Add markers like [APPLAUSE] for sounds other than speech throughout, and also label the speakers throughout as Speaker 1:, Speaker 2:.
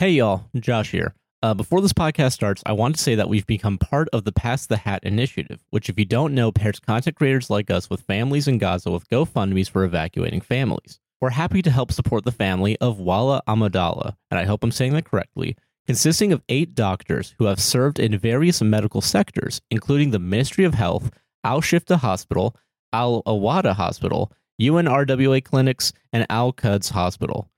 Speaker 1: Hey, y'all, Josh here. Uh, before this podcast starts, I want to say that we've become part of the Pass the Hat initiative, which, if you don't know, pairs content creators like us with families in Gaza with GoFundMe's for evacuating families. We're happy to help support the family of Wala Amadallah, and I hope I'm saying that correctly, consisting of eight doctors who have served in various medical sectors, including the Ministry of Health, Al Shifta Hospital, Al Awada Hospital, UNRWA Clinics, and Al Quds Hospital.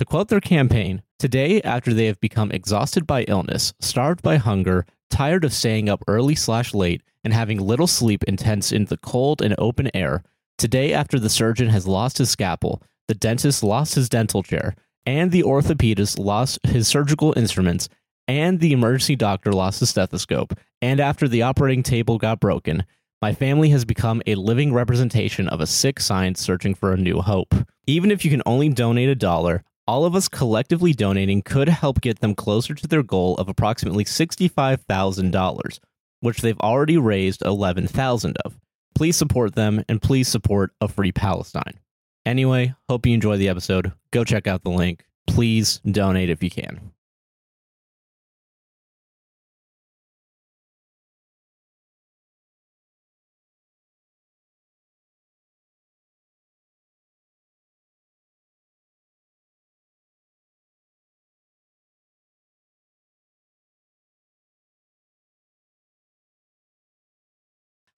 Speaker 1: To quote their campaign, today, after they have become exhausted by illness, starved by hunger, tired of staying up early slash late, and having little sleep intense in the cold and open air, today, after the surgeon has lost his scalpel, the dentist lost his dental chair, and the orthopedist lost his surgical instruments, and the emergency doctor lost his stethoscope, and after the operating table got broken, my family has become a living representation of a sick science searching for a new hope. Even if you can only donate a dollar, all of us collectively donating could help get them closer to their goal of approximately $65,000, which they've already raised 11,000 of. Please support them and please support a free Palestine. Anyway, hope you enjoy the episode. Go check out the link. Please donate if you can.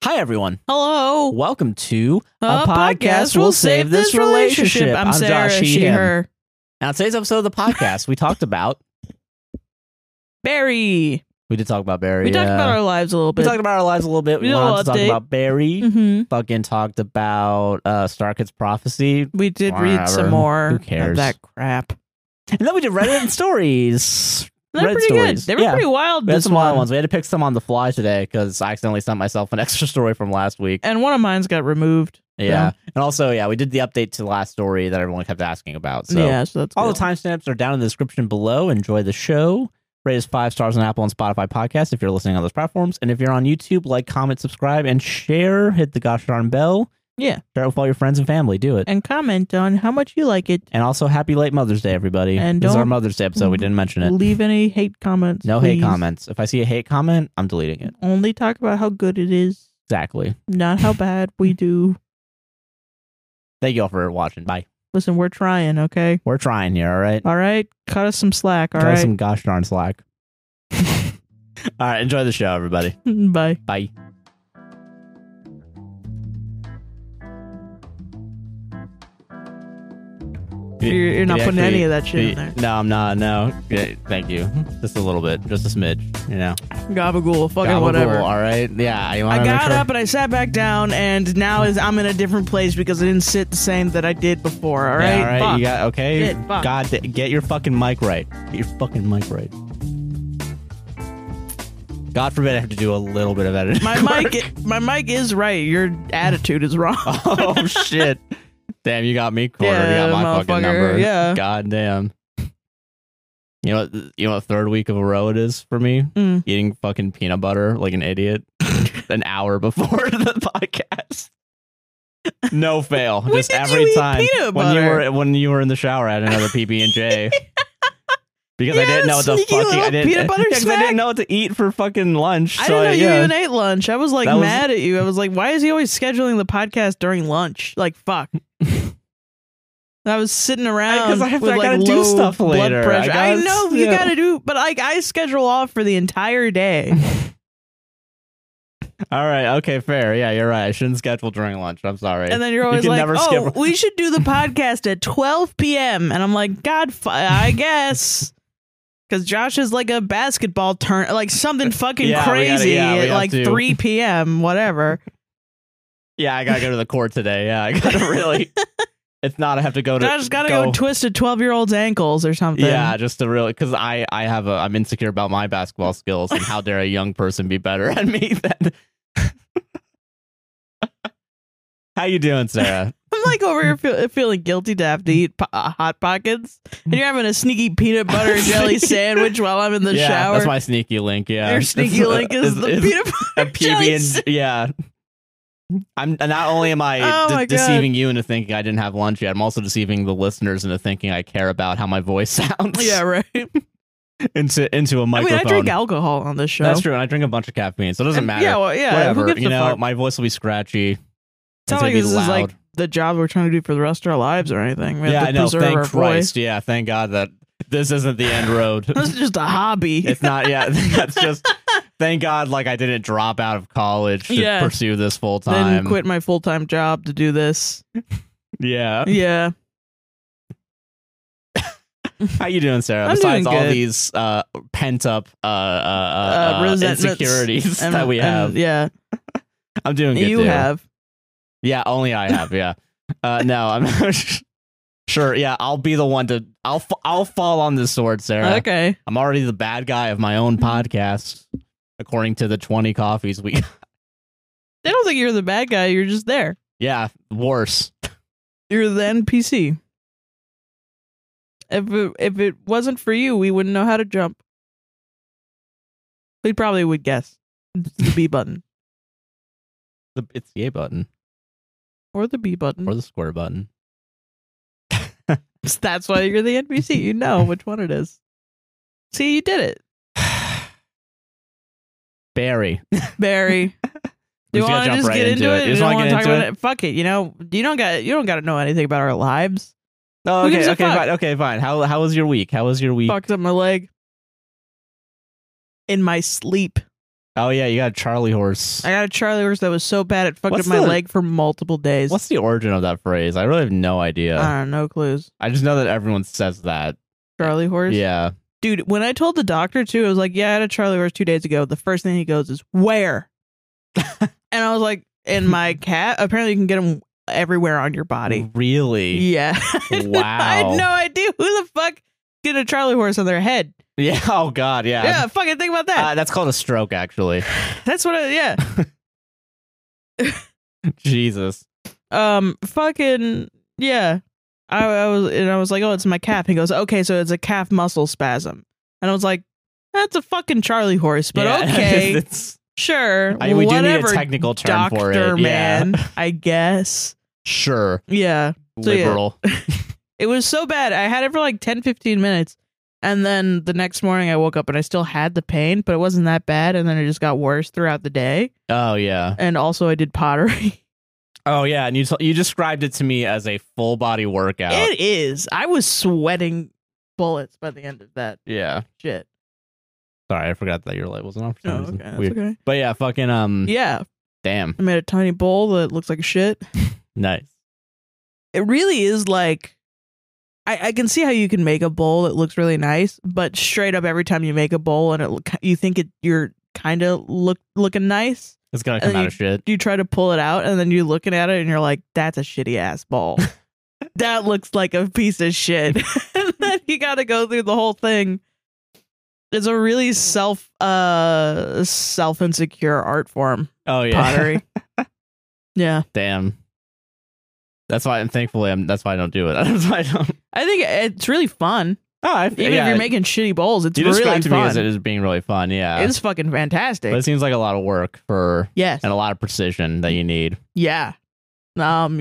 Speaker 1: Hi everyone.
Speaker 2: Hello.
Speaker 1: Welcome to A podcast will save this relationship.
Speaker 2: I'm,
Speaker 1: I'm
Speaker 2: Sarah.
Speaker 1: Josh, he,
Speaker 2: she,
Speaker 1: him.
Speaker 2: her.
Speaker 1: Now, today's episode of the podcast, we talked about
Speaker 2: Barry.
Speaker 1: we did talk about Barry.
Speaker 2: We talked
Speaker 1: yeah.
Speaker 2: about our lives a little
Speaker 1: we
Speaker 2: bit.
Speaker 1: talked about our lives a little bit.
Speaker 2: We
Speaker 1: We
Speaker 2: did a
Speaker 1: wanted
Speaker 2: little
Speaker 1: to talk
Speaker 2: update.
Speaker 1: about Barry.
Speaker 2: hmm
Speaker 1: Fucking talked about uh, Starkid's prophecy,
Speaker 2: We did read
Speaker 1: Whatever.
Speaker 2: some more
Speaker 1: Who cares?
Speaker 2: of that crap.
Speaker 1: and then we did Reddit and stories.
Speaker 2: They're
Speaker 1: Red
Speaker 2: pretty
Speaker 1: stories.
Speaker 2: good. They were
Speaker 1: Yeah.
Speaker 2: pretty wild.
Speaker 1: We had
Speaker 2: this
Speaker 1: some wild
Speaker 2: one.
Speaker 1: ones. We had to pick some on the fly today because I accidentally sent myself an [LAUGHS] extra story from last week.
Speaker 2: And one of mine's got removed.
Speaker 1: Yeah, and also yeah, we did the update to the last story that everyone kept asking about. So
Speaker 2: yeah, so that's
Speaker 1: All
Speaker 2: good.
Speaker 1: the timestamps are down in the description below. Enjoy the show. Rate us five stars on Apple and Spotify podcasts if you're listening on those platforms. And if you're on YouTube, like, comment, subscribe, and share. Hit the gosh darn bell.
Speaker 2: Yeah.
Speaker 1: Share it with all your friends and family. Do it. And,
Speaker 2: And comment on how much you like it.
Speaker 1: also, happy late Mother's Day, everybody.
Speaker 2: And
Speaker 1: this is our
Speaker 2: don't
Speaker 1: Mother's Day episode. We didn't mention it.
Speaker 2: Leave any hate comments.
Speaker 1: No hate
Speaker 2: please.
Speaker 1: comments. If I see a hate comment, I'm deleting it.
Speaker 2: Only talk about how good it is,
Speaker 1: Exactly.
Speaker 2: not how bad we do.
Speaker 1: Thank you all for watching. Bye.
Speaker 2: Listen, we're trying, okay?
Speaker 1: We're trying here, all right?
Speaker 2: All right? Cut us some slack, all
Speaker 1: Try
Speaker 2: right?
Speaker 1: some gosh darn slack. [LAUGHS] all right. Enjoy the show, everybody.
Speaker 2: [LAUGHS] Bye.
Speaker 1: Bye.
Speaker 2: You're, you're not putting any of that shit in there.
Speaker 1: No, I'm not. No, Yeah, thank you. Just a little bit, just a smidge. You know,
Speaker 2: Gabagool, fucking
Speaker 1: Gabagool,
Speaker 2: whatever.
Speaker 1: All right, yeah. You wanna
Speaker 2: I
Speaker 1: make
Speaker 2: got
Speaker 1: sure?
Speaker 2: up and I sat back down, and now is I'm in a different place because I didn't sit the same that I did before. All right,
Speaker 1: Yeah, all right,
Speaker 2: Fuck.
Speaker 1: you got okay.
Speaker 2: Shit, fuck.
Speaker 1: God, da- get your fucking mic right. Get your fucking mic right. God forbid I have to do a little bit of editing. [LAUGHS]
Speaker 2: my
Speaker 1: work.
Speaker 2: mic. My mic is right. Your attitude is wrong.
Speaker 1: [LAUGHS] oh shit! Damn, you got me cornered.
Speaker 2: Yeah,
Speaker 1: you got my fucking
Speaker 2: motherfucker,
Speaker 1: number.
Speaker 2: yeah.
Speaker 1: God damn. You know, what- you know, what third week of a row it is for me.
Speaker 2: Mm.
Speaker 1: eating fucking peanut butter like an
Speaker 2: [LAUGHS]
Speaker 1: idiot an hour before [LAUGHS] the podcast. No fail.
Speaker 2: When
Speaker 1: Just
Speaker 2: did
Speaker 1: every
Speaker 2: you eat
Speaker 1: time
Speaker 2: peanut
Speaker 1: when you
Speaker 2: butter?
Speaker 1: were when you were in the shower, I had another PB and
Speaker 2: [LAUGHS]
Speaker 1: J. Because
Speaker 2: You
Speaker 1: I
Speaker 2: had
Speaker 1: didn't
Speaker 2: a
Speaker 1: know what the
Speaker 2: sneaky
Speaker 1: fucking I
Speaker 2: little
Speaker 1: didn't,
Speaker 2: peanut butter
Speaker 1: yeah, [LAUGHS] 'cause I
Speaker 2: snack?
Speaker 1: didn't know what to eat for fucking lunch.
Speaker 2: [LAUGHS] I
Speaker 1: so
Speaker 2: didn't know
Speaker 1: yeah.
Speaker 2: you even ate lunch. I was like
Speaker 1: That was-
Speaker 2: mad at you. I was like, why is he always scheduling the podcast during lunch?
Speaker 1: [LAUGHS]
Speaker 2: Like, fuck. I was sitting around
Speaker 1: 'cause I have-
Speaker 2: with
Speaker 1: I
Speaker 2: like
Speaker 1: gotta do
Speaker 2: low
Speaker 1: stuff
Speaker 2: blood
Speaker 1: later. I
Speaker 2: pressure. I,
Speaker 1: gotta-
Speaker 2: know you
Speaker 1: yeah.
Speaker 2: gotta do, but like I schedule off for the
Speaker 1: [LAUGHS]
Speaker 2: entire day.
Speaker 1: All right, okay, fair. Yeah, you're right. I shouldn't schedule during lunch. I'm sorry.
Speaker 2: And then you're
Speaker 1: You
Speaker 2: always
Speaker 1: can
Speaker 2: like,
Speaker 1: never
Speaker 2: "Oh,
Speaker 1: skip-
Speaker 2: we should do the podcast at 12 p.m." And I'm like, "God, fu- I guess." Because Josh is like a basketball turn, like something fucking
Speaker 1: Uh, Yeah, we gotta-
Speaker 2: crazy
Speaker 1: yeah, we
Speaker 2: at
Speaker 1: have
Speaker 2: like
Speaker 1: to.
Speaker 2: 3 p.m. Whatever. [LAUGHS]
Speaker 1: yeah, I gotta go to the court today. Yeah, I gotta really It's not. I have to go to.
Speaker 2: I just gotta go, twist a twelve-year-old's ankles or something.
Speaker 1: yeah, just to really because I I have a I'm insecure about my basketball skills and how dare a young person be better at me [LAUGHS] than. how you doing, Sarah?
Speaker 2: [LAUGHS] I'm like over here feel, feeling guilty to have to eat po- uh, hot pockets, and you're having a sneaky peanut butter
Speaker 1: [LAUGHS]
Speaker 2: and jelly sandwich while I'm in the
Speaker 1: yeah,
Speaker 2: shower.
Speaker 1: that's my sneaky link. Yeah, [LAUGHS]
Speaker 2: Your sneaky
Speaker 1: It's-
Speaker 2: link is,
Speaker 1: it's-
Speaker 2: the
Speaker 1: it's [LAUGHS]
Speaker 2: peanut
Speaker 1: a
Speaker 2: butter jelly
Speaker 1: PB and yeah. I'm and not only am I
Speaker 2: [LAUGHS] Oh
Speaker 1: de-
Speaker 2: my God.
Speaker 1: deceiving you into thinking I didn't have lunch yet. I'm also deceiving the listeners into thinking I care about how my voice [LAUGHS] sounds.
Speaker 2: Yeah, right.
Speaker 1: into into a
Speaker 2: I
Speaker 1: microphone.
Speaker 2: mean, I drink alcohol on this show.
Speaker 1: That's true, and I drink a bunch of caffeine, so it doesn't
Speaker 2: And-
Speaker 1: matter.
Speaker 2: Mm, Yeah, well, yeah. who
Speaker 1: Whatever,
Speaker 2: gives
Speaker 1: you
Speaker 2: a
Speaker 1: know,
Speaker 2: fuck?
Speaker 1: my voice will be scratchy.
Speaker 2: It's not
Speaker 1: gonna
Speaker 2: like
Speaker 1: be
Speaker 2: this is
Speaker 1: loud.
Speaker 2: like the job we're trying to do for the rest of our lives or anything. We
Speaker 1: yeah,
Speaker 2: have to
Speaker 1: I know.
Speaker 2: preserve
Speaker 1: Thank
Speaker 2: our
Speaker 1: Christ.
Speaker 2: voice.
Speaker 1: Yeah, thank God that this isn't the end road.
Speaker 2: [LAUGHS] This is just a hobby.
Speaker 1: [LAUGHS] it's not. Yeah, [LAUGHS] that's just. Thank God, like I didn't drop out of college to
Speaker 2: Yeah.
Speaker 1: pursue this full time.
Speaker 2: [LAUGHS] Then quit my full time job to
Speaker 1: [LAUGHS]
Speaker 2: do this.
Speaker 1: Yeah.
Speaker 2: [LAUGHS] Yeah.
Speaker 1: How you doing, Sarah?
Speaker 2: I'm
Speaker 1: Besides
Speaker 2: doing
Speaker 1: all
Speaker 2: good.
Speaker 1: these uh, pent up uh, uh,
Speaker 2: Uh,
Speaker 1: uh, uh,
Speaker 2: resentments
Speaker 1: insecurities [LAUGHS]
Speaker 2: and-
Speaker 1: that we have,
Speaker 2: and- yeah.
Speaker 1: I'm doing good.
Speaker 2: You
Speaker 1: too.
Speaker 2: have.
Speaker 1: yeah. Only I have, yeah. Uh, no, I'm [LAUGHS] sure. Yeah, I'll be the one to. I'll f- I'll fall on this sword, Sarah.
Speaker 2: Okay.
Speaker 1: I'm already the bad guy of my
Speaker 2: Mm.
Speaker 1: own podcast, according to the 20 coffees we.
Speaker 2: They don't think you're the bad guy. You're just there.
Speaker 1: [LAUGHS] Yeah, worse.
Speaker 2: You're the NPC. If it, if it wasn't for you, we wouldn't know how to jump. We probably would guess It's the B button
Speaker 1: The- It's the A button
Speaker 2: or the B button.
Speaker 1: or the square button. [SIGHS]
Speaker 2: [LAUGHS] That's why you're the NPC. You know which one it is. See, you did it,
Speaker 1: Barry.
Speaker 2: [LAUGHS] Barry.
Speaker 1: We
Speaker 2: You
Speaker 1: just gotta
Speaker 2: want to
Speaker 1: jump
Speaker 2: just
Speaker 1: right
Speaker 2: get
Speaker 1: into
Speaker 2: into
Speaker 1: it.
Speaker 2: it?
Speaker 1: You
Speaker 2: You
Speaker 1: just
Speaker 2: don't
Speaker 1: wanna get
Speaker 2: want to talk
Speaker 1: into
Speaker 2: about it? Fuck it. You know, you don't got you don't got to know anything about our lives.
Speaker 1: Oh,
Speaker 2: Who
Speaker 1: okay,
Speaker 2: gives a
Speaker 1: okay,
Speaker 2: fuck?
Speaker 1: fine, okay, fine. How how was your week? How was your week?
Speaker 2: Fucked up my leg in my sleep.
Speaker 1: Oh yeah, you got a Charlie horse.
Speaker 2: I got a Charlie horse that was so bad it fucked
Speaker 1: What's
Speaker 2: up my
Speaker 1: the-
Speaker 2: leg for multiple days.
Speaker 1: What's the origin of that phrase? I really have no idea.
Speaker 2: I don't know, no clues.
Speaker 1: I just know that everyone says that.
Speaker 2: Charlie horse.
Speaker 1: Yeah.
Speaker 2: Dude, when I told the doctor too, I was like, Yeah, I had a Charlie horse two days ago. The first thing he goes is
Speaker 1: [LAUGHS]
Speaker 2: where? and I was like, and my cat, apparently you can get them everywhere on your body.
Speaker 1: Really?
Speaker 2: Yeah.
Speaker 1: Wow.
Speaker 2: [LAUGHS] I had no idea who the fuck get a Charlie horse on their head.
Speaker 1: Yeah. Oh God. Yeah.
Speaker 2: Yeah, fucking think about that.
Speaker 1: Uh, that's called a stroke,
Speaker 2: [LAUGHS]
Speaker 1: actually.
Speaker 2: That's what I yeah.
Speaker 1: Jesus.
Speaker 2: um fucking yeah I, I was and i was like oh it's my calf he goes okay so it's a calf muscle spasm and i was like that's a fucking charlie horse but [LAUGHS]
Speaker 1: Yeah, [LAUGHS]
Speaker 2: okay
Speaker 1: it's-
Speaker 2: sure
Speaker 1: I- we do need a
Speaker 2: whatever,
Speaker 1: technical term
Speaker 2: doctor
Speaker 1: for it, yeah.
Speaker 2: man i guess
Speaker 1: sure.
Speaker 2: yeah So, yeah. [LAUGHS]
Speaker 1: Liberal.
Speaker 2: it was so bad i had it for like 10 15 minutes and then the next morning i woke up and i still had the pain but it wasn't that bad and then it just got worse throughout the day
Speaker 1: Oh yeah.
Speaker 2: and also i did pottery [LAUGHS]
Speaker 1: Oh yeah. And you t- you described it to me as a full body workout.
Speaker 2: it is i was sweating bullets by the end of that
Speaker 1: yeah.
Speaker 2: shit
Speaker 1: Sorry, I forgot that your light wasn't on for some
Speaker 2: Oh, okay.
Speaker 1: reason.
Speaker 2: That's
Speaker 1: Weird.
Speaker 2: okay.
Speaker 1: But yeah, fucking um.
Speaker 2: Yeah,
Speaker 1: Damn.
Speaker 2: I made a tiny bowl that looks like shit.
Speaker 1: Nice.
Speaker 2: It really is like, I, I can see how you can make a bowl that looks really nice, but straight up every time you make a bowl and it look, you think it you're kind of look looking nice,
Speaker 1: It's gonna
Speaker 2: And
Speaker 1: come out of shit.
Speaker 2: you try to pull it out and then you're looking at it and you're like, that's a shitty ass bowl. that looks like a piece of shit. [LAUGHS] and then you got to go through the whole thing. It's a really self uh self insecure art form
Speaker 1: Oh yeah.
Speaker 2: pottery. yeah.
Speaker 1: [LAUGHS] Damn. That's why I'm thankfully I'm that's why I don't do it. [LAUGHS] That's why I don't
Speaker 2: I think it's really fun.
Speaker 1: Oh, I,
Speaker 2: Even if you're making shitty bowls, it's
Speaker 1: you
Speaker 2: really
Speaker 1: described to me as
Speaker 2: fun.
Speaker 1: it is being really fun, yeah.
Speaker 2: It's fucking fantastic.
Speaker 1: but it seems like a lot of work for
Speaker 2: yes.
Speaker 1: and a lot of precision that you need.
Speaker 2: Yeah. Um.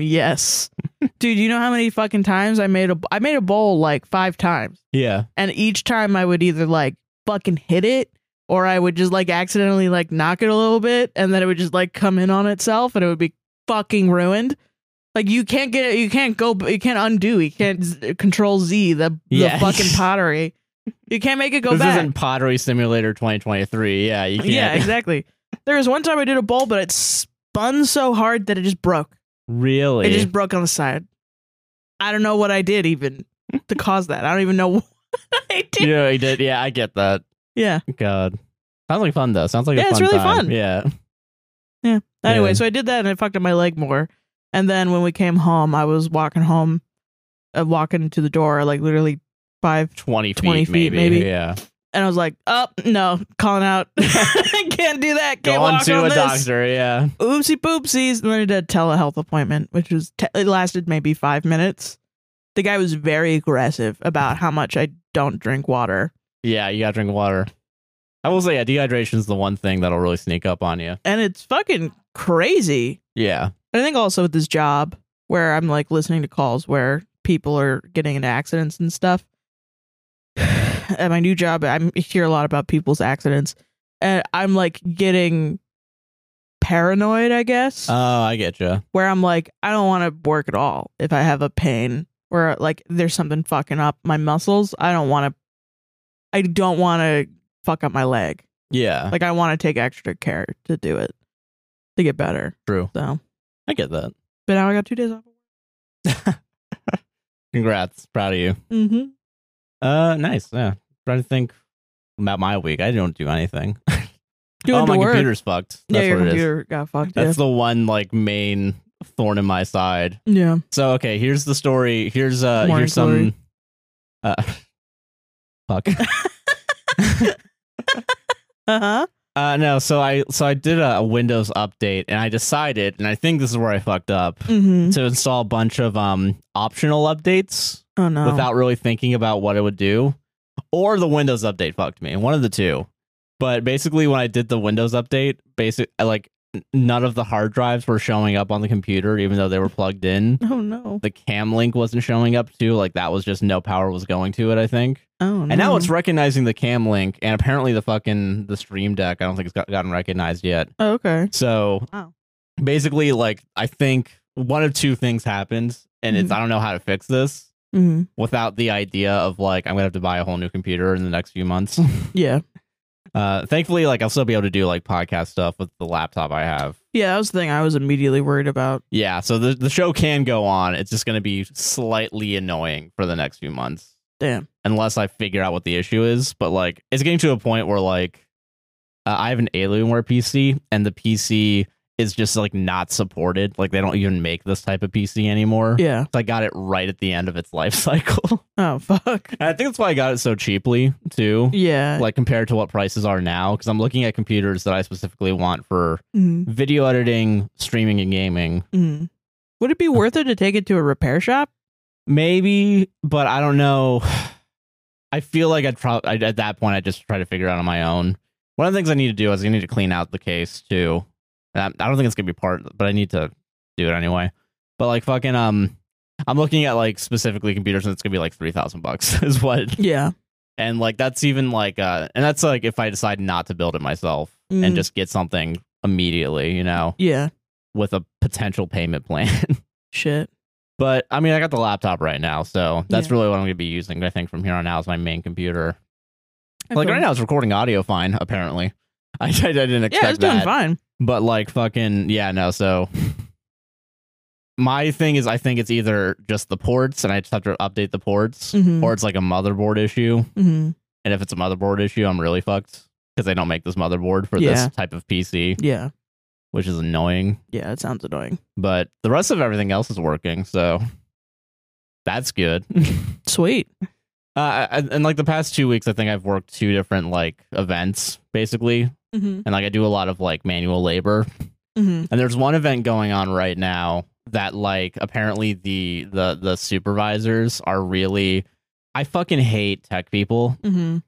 Speaker 1: [LAUGHS]
Speaker 2: Yes. Dude, you know how many fucking times I made a I made a bowl like five times,
Speaker 1: Yeah.
Speaker 2: and each time I would either like fucking hit it or I would just like accidentally like knock it a little bit, and then it would just like come in on itself, and it would be fucking ruined. Like you can't get it, you can't go, you can't undo, you can't z- control Z the,
Speaker 1: Yeah.
Speaker 2: the
Speaker 1: [LAUGHS]
Speaker 2: fucking pottery. You can't make it go
Speaker 1: this
Speaker 2: back.
Speaker 1: isn't Pottery Simulator 2023. Yeah, you can't.
Speaker 2: Yeah, exactly. There was one time I did a bowl, but it spun so hard that it just broke.
Speaker 1: [LAUGHS] really.
Speaker 2: It just broke on the side. I don't know what I did even to cause that. I don't even know [LAUGHS] what I
Speaker 1: [LAUGHS]
Speaker 2: did.
Speaker 1: yeah, you did. Yeah, I get that.
Speaker 2: Yeah.
Speaker 1: God, sounds like fun though. Sounds like a
Speaker 2: Yeah,
Speaker 1: fun
Speaker 2: it's really
Speaker 1: time.
Speaker 2: fun.
Speaker 1: Yeah,
Speaker 2: Anyway,
Speaker 1: Yeah.
Speaker 2: so I did that and it fucked up my leg more. And then when we came home, I was walking home uh, walking to the door, like literally five
Speaker 1: 20 feet,
Speaker 2: 20 feet,
Speaker 1: maybe.
Speaker 2: maybe.
Speaker 1: Yeah.
Speaker 2: and I was like, "Up, oh, no,
Speaker 1: [LAUGHS]
Speaker 2: calling out. [LAUGHS] Can't do that. Can't
Speaker 1: Go on
Speaker 2: walk
Speaker 1: to
Speaker 2: on
Speaker 1: a
Speaker 2: this.
Speaker 1: doctor. Yeah.
Speaker 2: Oopsie poopsies." And then I did a telehealth appointment, which was te- it lasted maybe five minutes. The guy was very aggressive about how much I don't drink water,
Speaker 1: Yeah. You got to drink water. I will say, yeah, dehydration is the one thing that'll really sneak up on you.
Speaker 2: and it's fucking crazy.
Speaker 1: Yeah.
Speaker 2: And I think also with this job where I'm like listening to calls where people are getting into accidents and stuff. [SIGHS] At my new job, I'm I hear a lot about people's accidents, and I'm like getting paranoid, I guess.
Speaker 1: Oh, I get you.
Speaker 2: where I'm like, I don't want to work at all if I have a pain or like there's something fucking up my muscles. I don't want to, I don't want to fuck up my leg.
Speaker 1: Yeah.
Speaker 2: Like, I want to take extra care to do it to get better.
Speaker 1: True.
Speaker 2: So,
Speaker 1: I get that.
Speaker 2: but now I got two days off.
Speaker 1: Congrats. Proud of you.
Speaker 2: Mm-hmm.
Speaker 1: Uh, nice. Yeah. Trying to think about my week. I don't do [LAUGHS] anything. oh,
Speaker 2: You went
Speaker 1: my
Speaker 2: to work.
Speaker 1: computer's fucked.
Speaker 2: yeah,
Speaker 1: That's
Speaker 2: your
Speaker 1: what it is.
Speaker 2: computer got fucked.
Speaker 1: That's the one like main thorn in my side.
Speaker 2: yeah. yeah.
Speaker 1: So okay, here's the story. Here's uh
Speaker 2: Morning
Speaker 1: here's some
Speaker 2: glory.
Speaker 1: uh [LAUGHS] fuck. [LAUGHS]
Speaker 2: Uh huh.
Speaker 1: uh no, so I so I did a Windows update and I decided and I think this is where I fucked up
Speaker 2: Mm-hmm.
Speaker 1: to install a bunch of um optional updates
Speaker 2: Oh no.
Speaker 1: without really thinking about what it would do. Or the Windows update fucked me. One of the two. But basically when I did the Windows update, basic uh, like n- none of the hard drives were showing up on the computer even though they were plugged in.
Speaker 2: oh no.
Speaker 1: the cam link wasn't showing up too. Like that was just no power was going to it, I think.
Speaker 2: Oh no.
Speaker 1: And now it's recognizing the cam link, and apparently the fucking the stream deck. I don't think it's got, gotten recognized yet.
Speaker 2: Oh, okay.
Speaker 1: So
Speaker 2: Wow.
Speaker 1: basically, like I think one of two things happened, and it's
Speaker 2: Mhm.
Speaker 1: I don't know how to fix this
Speaker 2: Mm-hmm.
Speaker 1: without the idea of like I'm gonna have to buy a whole new computer in the next few months. [LAUGHS]
Speaker 2: Yeah.
Speaker 1: uh, thankfully, like I'll still be able to do like podcast stuff with the laptop I have.
Speaker 2: Yeah, that was the thing I was immediately worried about.
Speaker 1: Yeah, so the the show can go on. It's just gonna be slightly annoying for the next few months.
Speaker 2: Damn.
Speaker 1: unless I figure out what the issue is. But like, it's getting to a point where like, uh, I have an Alienware PC, and the PC is just like not supported. Like, they don't even make this type of PC anymore.
Speaker 2: Yeah.
Speaker 1: So I got it right at the end of its life [LAUGHS] cycle.
Speaker 2: Oh [LAUGHS] fuck.
Speaker 1: and I think that's why I got it so cheaply too.
Speaker 2: Yeah.
Speaker 1: Like compared to what prices are now, because I'm looking at computers that I specifically want for
Speaker 2: Mhm.
Speaker 1: video editing, streaming, and gaming.
Speaker 2: Mhm. Would it be worth it to take it to a repair shop?
Speaker 1: Maybe, but I don't know. [SIGHS] I feel like I'd probably at that point I would just try to figure it out on my own. One of the things I need to do is I need to clean out the case too. And I I don't think it's gonna be part, but I need to do it anyway. But like fucking um, I'm looking at like specifically computers and it's gonna be like three thousand bucks [LAUGHS] is what,
Speaker 2: Yeah.
Speaker 1: and like that's even like uh, and that's like if I decide not to build it myself
Speaker 2: Mm.
Speaker 1: and just get something immediately, you know,
Speaker 2: Yeah.
Speaker 1: with a potential payment plan. [LAUGHS]
Speaker 2: Shit.
Speaker 1: But I mean, I got the laptop right now, so that's
Speaker 2: Yeah.
Speaker 1: really what I'm going to be using. I think from here on out is my main computer. Like
Speaker 2: Okay.
Speaker 1: right now, it's recording audio fine. Apparently, [LAUGHS] I, I didn't expect
Speaker 2: Yeah, it's
Speaker 1: that.
Speaker 2: doing fine.
Speaker 1: But like fucking yeah, no. So my thing is, I think it's either just the ports, and I just have to update the ports,
Speaker 2: Mhm.
Speaker 1: or it's like a motherboard issue.
Speaker 2: Mhm.
Speaker 1: And if it's a motherboard issue, I'm really fucked because they don't make this motherboard for
Speaker 2: Yeah.
Speaker 1: this type of PC,
Speaker 2: Yeah.
Speaker 1: which is annoying.
Speaker 2: Yeah. It sounds annoying.
Speaker 1: But the rest of everything else is working, so that's good.
Speaker 2: [LAUGHS] Sweet.
Speaker 1: Uh, and, and like the past two weeks, I think I've worked two different like events basically,
Speaker 2: Mm-hmm.
Speaker 1: and like I do a lot of like manual labor.
Speaker 2: Mm-hmm.
Speaker 1: And there's one event going on right now that like apparently the the the supervisors are really. I fucking hate tech people
Speaker 2: Mm-hmm.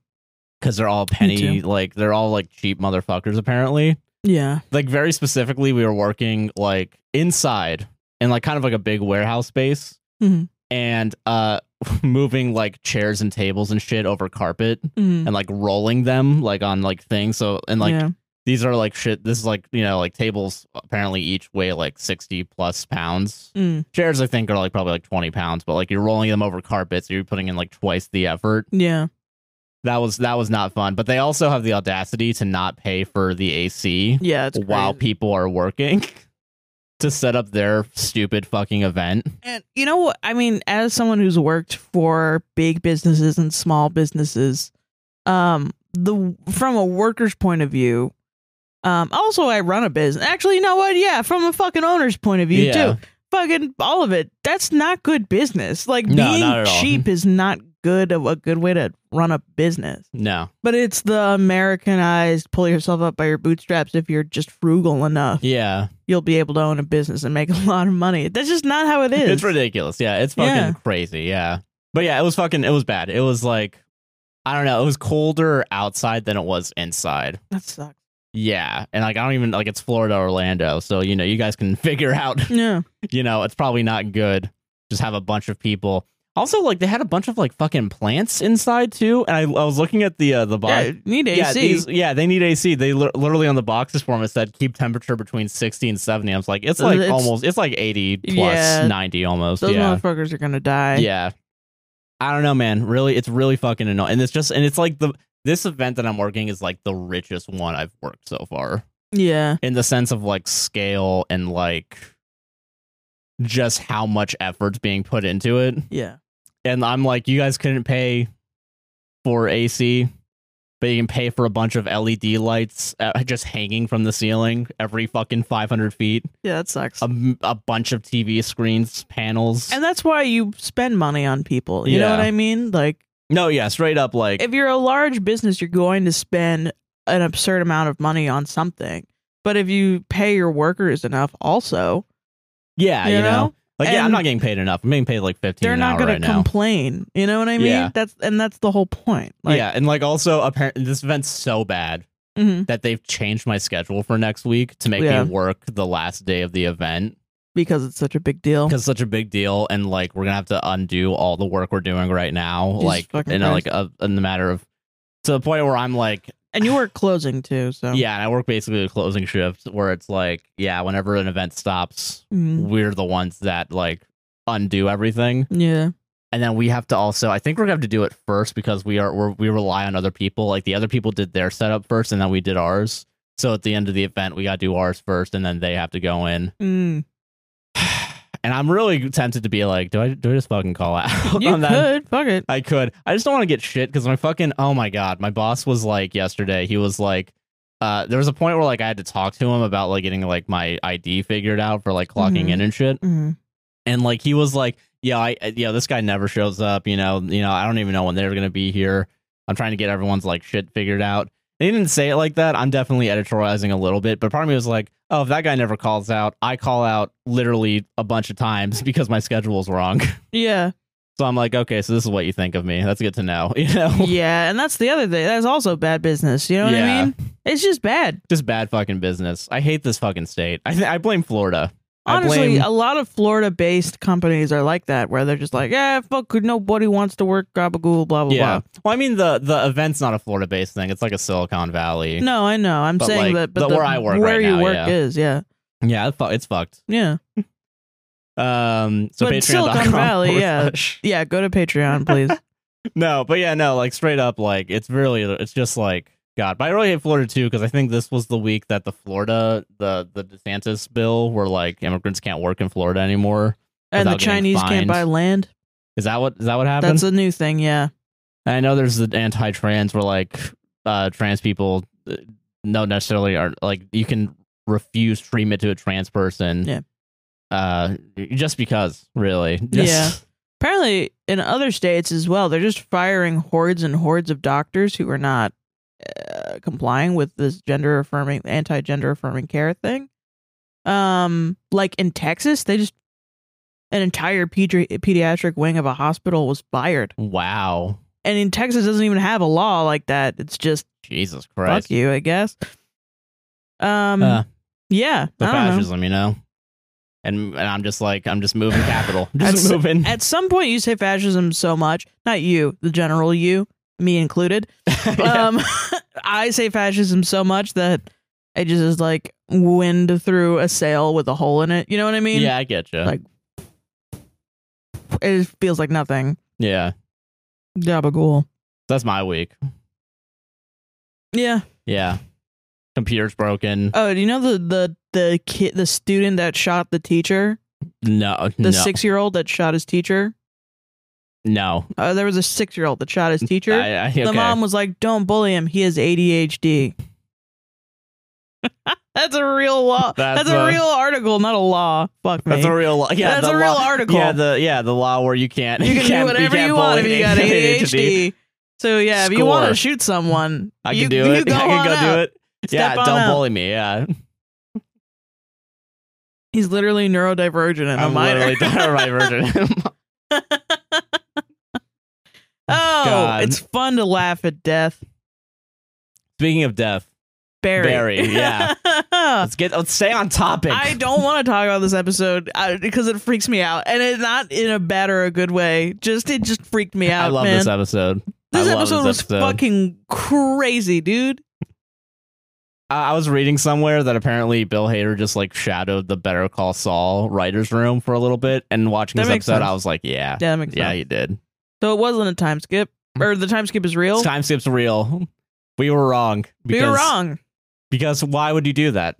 Speaker 1: because they're all penny
Speaker 2: too.
Speaker 1: like they're all like cheap motherfuckers apparently.
Speaker 2: Yeah.
Speaker 1: Like very specifically, we were working like inside in like kind of like a big warehouse space,
Speaker 2: Mhm.
Speaker 1: and uh [LAUGHS] moving like chairs and tables and shit over carpet
Speaker 2: Mm-hmm.
Speaker 1: and like rolling them like on like things. So and like
Speaker 2: yeah.
Speaker 1: these are like shit. This is like you know like tables apparently each weigh like sixty plus pounds.
Speaker 2: Mm.
Speaker 1: Chairs I think are like probably like twenty pounds, but like you're rolling them over carpet, so you're putting in like twice the effort.
Speaker 2: Yeah.
Speaker 1: That was that was not fun. But they also have the audacity to not pay for the AC
Speaker 2: Yeah. It's
Speaker 1: while
Speaker 2: crazy.
Speaker 1: people are working [LAUGHS] to set up their stupid fucking event.
Speaker 2: And you know what? I mean, as someone who's worked for big businesses and small businesses, um, the from a worker's point of view, um, also I run a business. Actually, you know what? Yeah, from a fucking owner's point of view
Speaker 1: Yeah.
Speaker 2: too. fucking all of it. That's not good business. Like
Speaker 1: No, not
Speaker 2: being
Speaker 1: at all.
Speaker 2: cheap is not good of a good way to run a business.
Speaker 1: No.
Speaker 2: But it's the Americanized pull yourself up by your bootstraps if you're just frugal enough.
Speaker 1: Yeah.
Speaker 2: You'll be able to own a business and make a [LAUGHS] lot of money. That's just not how it is.
Speaker 1: It's ridiculous. Yeah. It's fucking
Speaker 2: Yeah.
Speaker 1: crazy. Yeah. But yeah, it was fucking, it was bad. It was like, I don't know. It was colder outside than it was inside.
Speaker 2: That sucks.
Speaker 1: Yeah. And like, I don't even, like, it's Florida, Orlando. So, you know, you guys can [LAUGHS] figure out,
Speaker 2: Yeah.
Speaker 1: you know, it's probably not good. Just have a bunch of people. Also, like, they had a bunch of, like, fucking plants inside, too. And I, I was looking at the, uh, the box.
Speaker 2: yeah need AC.
Speaker 1: Yeah, these, yeah, they need AC. They li- literally on the boxes for them it said keep temperature between 60 and 70. I was like, it's like
Speaker 2: It's-
Speaker 1: almost, it's like 80 plus
Speaker 2: Yeah.
Speaker 1: 90 almost.
Speaker 2: Those
Speaker 1: yeah.
Speaker 2: motherfuckers are gonna die.
Speaker 1: Yeah. I don't know, man. Really, it's really fucking annoying. And it's just, and it's like the, this event that I'm working is like the richest one I've worked so far
Speaker 2: Yeah.
Speaker 1: in the sense of like scale and like just how much effort's being put into it
Speaker 2: Yeah.
Speaker 1: and I'm like, you guys couldn't pay for AC, but you can pay for a bunch of LED lights uh, just hanging from the ceiling every fucking 500 feet,
Speaker 2: Yeah, that sucks.
Speaker 1: a, m- a bunch of TV screens, panels.
Speaker 2: and that's why you spend money on people. You know
Speaker 1: Yeah.
Speaker 2: what I mean? Like
Speaker 1: no, yeah, straight up, like,
Speaker 2: if you're a large business, you're going to spend an absurd amount of money on something. But if you pay your workers enough, also
Speaker 1: yeah, Ah, you,
Speaker 2: you
Speaker 1: know?
Speaker 2: know?
Speaker 1: like, yeah, I'm
Speaker 2: And-
Speaker 1: not getting paid enough. I'm getting paid like 15
Speaker 2: they're
Speaker 1: an
Speaker 2: not
Speaker 1: hour
Speaker 2: going
Speaker 1: right
Speaker 2: to
Speaker 1: now.
Speaker 2: complain. You know what I mean?
Speaker 1: Yeah.
Speaker 2: That's and that's the whole point. Like,
Speaker 1: yeah, and like also, apparently, this event's so bad
Speaker 2: mhm,
Speaker 1: that they've changed my schedule for next week to make
Speaker 2: Yeah.
Speaker 1: me work the last day of the event.
Speaker 2: because it's such a big deal.
Speaker 1: because such a big deal and like we're gonna have to undo all the work we're doing right now
Speaker 2: Jesus
Speaker 1: like
Speaker 2: fucking
Speaker 1: in a, like a, in the matter of to the point where i'm like
Speaker 2: And you were closing too, so
Speaker 1: yeah and i work basically a closing shift where it's like yeah whenever an event stops
Speaker 2: Mhm.
Speaker 1: we're the ones that like undo everything
Speaker 2: yeah,
Speaker 1: and then we have to also i think we're gonna have to do it first because we are we're, we rely on other people like the other people did their setup first and then we did ours so at the end of the event we gotta do ours first and then they have to go in
Speaker 2: Mm.
Speaker 1: and I'm really tempted to be like, do I do I just fucking call out
Speaker 2: you
Speaker 1: [LAUGHS] on that?
Speaker 2: could fuck it.
Speaker 1: I could. I just don't want to get shit because my fucking oh my god, my boss was like yesterday. He was like, uh, there was a point where like I had to talk to him about like getting like my ID figured out for like clocking
Speaker 2: Mhm.
Speaker 1: in and shit.
Speaker 2: Mhm.
Speaker 1: And like he was like, yeah, I I- yeah, this guy never shows up. You know, you know, I don't even know when they're gonna be here. I'm trying to get everyone's like shit figured out. And He didn't say it like that. I'm definitely editorializing a little bit, but part of me was like, oh, if that guy never calls out, I call out literally a bunch of times [LAUGHS] because my schedule's wrong.
Speaker 2: Yeah,
Speaker 1: So I'm like, okay, so this is what you think of me. That's good to know. [LAUGHS] You know,
Speaker 2: yeah, and that's the other thing. That's also bad business. You know what
Speaker 1: Yeah.
Speaker 2: I mean? It's just bad.
Speaker 1: just bad fucking business. I hate this fucking state. I th- I blame Florida. I
Speaker 2: Honestly,
Speaker 1: blame-
Speaker 2: a lot of Florida-based companies are like that, where they're just like, "Yeah, fuck, nobody wants to work gabagool, blah blah
Speaker 1: yeah.
Speaker 2: blah."
Speaker 1: Well, I mean the the event's not a Florida based thing. It's like a Silicon Valley.
Speaker 2: No, I know. I'm
Speaker 1: But, like,
Speaker 2: saying that, but
Speaker 1: the-
Speaker 2: the-
Speaker 1: where I work
Speaker 2: where
Speaker 1: right
Speaker 2: you
Speaker 1: now,
Speaker 2: work
Speaker 1: yeah.
Speaker 2: is, yeah,
Speaker 1: Yeah, it fu- it's fucked.
Speaker 2: yeah.
Speaker 1: Um, so
Speaker 2: But
Speaker 1: Patreon.com.
Speaker 2: Silicon Valley,
Speaker 1: forward
Speaker 2: yeah.
Speaker 1: slash-
Speaker 2: Yeah, go to
Speaker 1: [LAUGHS]
Speaker 2: Patreon, please.
Speaker 1: No, but yeah, no, like straight up, like it's really, it's just like God. But I really hate Florida too because I think this was the week that the Florida, the the DeSantis bill, where like immigrants can't work in Florida anymore.
Speaker 2: and the
Speaker 1: Without getting
Speaker 2: Chinese
Speaker 1: fined.
Speaker 2: can't buy land.
Speaker 1: Is that what is that what happened?
Speaker 2: That's a new thing, yeah.
Speaker 1: And I know there's the anti-trans where like uh trans people uh, no necessarily are like you can refuse treatment to a trans person.
Speaker 2: Yeah.
Speaker 1: Uh, just because, really. [LAUGHS] Just-
Speaker 2: Yeah. Apparently, in other states as well, they're just firing hordes and hordes of doctors who are not uh, complying with this gender affirming, anti gender affirming care thing. Um, like in Texas, they just an entire pedri- pediatric wing of a hospital was fired,
Speaker 1: Wow.
Speaker 2: and in Texas doesn't even have a law like that. It's just
Speaker 1: Jesus Christ.
Speaker 2: fuck you, I guess. Um,
Speaker 1: Uh,
Speaker 2: yeah,
Speaker 1: the
Speaker 2: I don't know.
Speaker 1: fascism, you know. And and I'm just like I'm just moving capital,
Speaker 2: [LAUGHS] That's-
Speaker 1: just moving.
Speaker 2: At some point, you say fascism so much, not you, the general you, me included.
Speaker 1: [LAUGHS] [LAUGHS] Yeah.
Speaker 2: Um, [LAUGHS] I say fascism so much that it just is like wind through a sail with a hole in it. You know what I mean?
Speaker 1: yeah, I get you.
Speaker 2: like- It feels like nothing.
Speaker 1: yeah,
Speaker 2: Gabagool.
Speaker 1: that's my week.
Speaker 2: Yeah.
Speaker 1: Yeah, computer's broken.
Speaker 2: Oh, do you know the the the kid, the student that shot the teacher,
Speaker 1: no,
Speaker 2: the
Speaker 1: no,
Speaker 2: six year old that shot his teacher?
Speaker 1: no.
Speaker 2: Uh, there was a six year old that shot his teacher.
Speaker 1: I, I, okay.
Speaker 2: The mom was like, "Don't bully him. He has ADHD." [LAUGHS] That's a real law.
Speaker 1: That's
Speaker 2: That's,
Speaker 1: a-
Speaker 2: a, real article, not a law. Fuck me.
Speaker 1: That's a real law. Yeah,
Speaker 2: That's
Speaker 1: the
Speaker 2: a real
Speaker 1: law-
Speaker 2: article.
Speaker 1: Yeah, the yeah the law where you can't
Speaker 2: [LAUGHS] you can do
Speaker 1: can't-
Speaker 2: whatever you,
Speaker 1: can't
Speaker 2: want if
Speaker 1: bully [LAUGHS]
Speaker 2: you got
Speaker 1: an
Speaker 2: ADHD. So yeah, if you want
Speaker 1: Score.
Speaker 2: to shoot someone,
Speaker 1: I can
Speaker 2: you,
Speaker 1: do
Speaker 2: you
Speaker 1: it. [LAUGHS]
Speaker 2: Go
Speaker 1: I
Speaker 2: on
Speaker 1: can go
Speaker 2: out.
Speaker 1: do it. yeah,
Speaker 2: Step on
Speaker 1: don't
Speaker 2: out.
Speaker 1: bully me. Yeah,
Speaker 2: He's literally neurodivergent and a
Speaker 1: I'm
Speaker 2: minor. [LAUGHS]
Speaker 1: literally neurodivergent.
Speaker 2: oh,
Speaker 1: God.
Speaker 2: it's fun to laugh at death.
Speaker 1: [LAUGHS] Speaking of death,
Speaker 2: Barry.
Speaker 1: Barry,
Speaker 2: [LAUGHS]
Speaker 1: yeah. let's get let's stay on topic.
Speaker 2: Uh, I don't want to talk about this episode uh, because it freaks me out, and it's not in a bad or a good way. Just it just freaked me out.
Speaker 1: I love
Speaker 2: man.
Speaker 1: this episode.
Speaker 2: This
Speaker 1: I love
Speaker 2: episode
Speaker 1: this
Speaker 2: was
Speaker 1: episode.
Speaker 2: fucking crazy, dude.
Speaker 1: I I was reading somewhere that apparently Bill Hader just like shadowed the Better Call Saul writers' room for a little bit, and watching
Speaker 2: That
Speaker 1: this
Speaker 2: makes
Speaker 1: episode,
Speaker 2: sense.
Speaker 1: I was like, yeah,
Speaker 2: Damn it.
Speaker 1: yeah, he did.
Speaker 2: So it wasn't a time skip, or the time skip is real.
Speaker 1: Time skip's real. We were wrong.
Speaker 2: We
Speaker 1: Because,
Speaker 2: were wrong.
Speaker 1: Because why would you do that?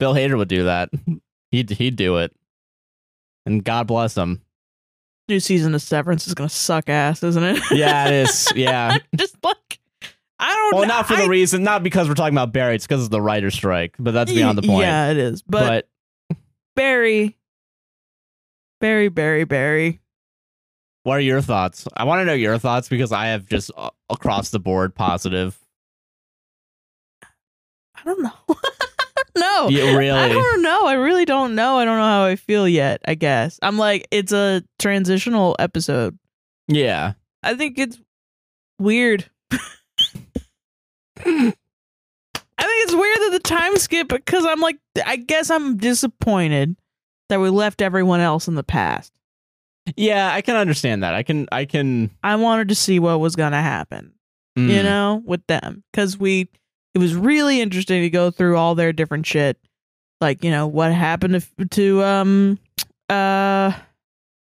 Speaker 1: Bill Hader would do that. [LAUGHS] He'd he'd do it. And God bless him.
Speaker 2: New season of Severance is gonna suck ass, isn't it? [LAUGHS]
Speaker 1: Yeah, it is. Yeah.
Speaker 2: just like I don't.
Speaker 1: Well,
Speaker 2: know.
Speaker 1: not for the
Speaker 2: I-
Speaker 1: reason, not because we're talking about Barry. It's because of the writer's strike. But that's beyond the point.
Speaker 2: Yeah, it is. But,
Speaker 1: but
Speaker 2: Barry, Barry, Barry, Barry.
Speaker 1: What are your thoughts? I want to know your thoughts because I have just uh, across the board positive.
Speaker 2: I don't know. [LAUGHS] no,
Speaker 1: You
Speaker 2: I
Speaker 1: really?
Speaker 2: don't know. I really don't know. I don't know how I feel yet. I guess I'm like it's a transitional episode.
Speaker 1: Yeah.
Speaker 2: I think it's weird. I think it's weird that the time skip because I'm like, I guess I'm disappointed that we left everyone else in the past.
Speaker 1: Yeah, I can understand that. I can I can
Speaker 2: I wanted to see what was going to happen,
Speaker 1: mm,
Speaker 2: you know, with them because we, it was really interesting to go through all their different shit. Like, you know, what happened to, to, um, uh,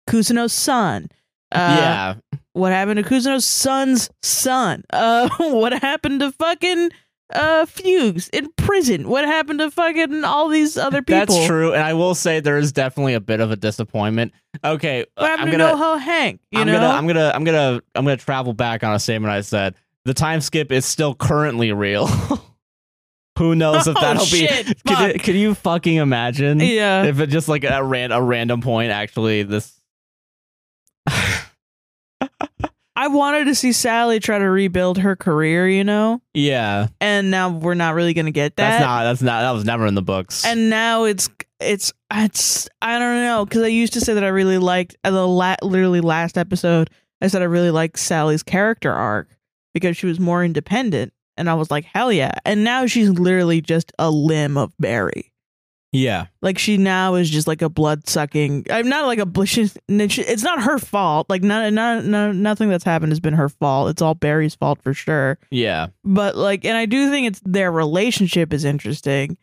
Speaker 2: Kusuno's son. Uh,
Speaker 1: yeah.
Speaker 2: what happened to Kuzuno's son's son? Uh, [LAUGHS] what happened to fucking uh Fugues in prison? What happened to fucking all these other people?
Speaker 1: That's true. And I will say there is definitely a bit of a disappointment. Okay,
Speaker 2: What
Speaker 1: I'm
Speaker 2: happened
Speaker 1: gonna
Speaker 2: to NoHo Hank? You
Speaker 1: I'm
Speaker 2: know,
Speaker 1: gonna I'm gonna I'm gonna I'm gonna travel back on a statement I said. The time skip is still currently real. [LAUGHS] Who knows if
Speaker 2: Oh,
Speaker 1: that'll [LAUGHS] be?
Speaker 2: shit,
Speaker 1: Could, you-
Speaker 2: fuck.
Speaker 1: could you fucking imagine?
Speaker 2: yeah.
Speaker 1: if it just like a ran a random point actually this
Speaker 2: I wanted to see Sally try to rebuild her career, you know,
Speaker 1: yeah
Speaker 2: and now we're not really gonna get that.
Speaker 1: that's not that's not that was never in the books
Speaker 2: and now it's it's it's I don't know because I used to say that I really liked uh, the la- literally last episode I said I really liked Sally's character arc because she was more independent and I was like hell yeah and now she's literally just a limb of Barry
Speaker 1: yeah
Speaker 2: like she now is just like a blood sucking I'm not like a bl- she's, n- she- it's not her fault like not, not, not nothing that's happened has been her fault it's all Barry's fault for sure
Speaker 1: yeah
Speaker 2: but like and I do think it's their relationship is interesting.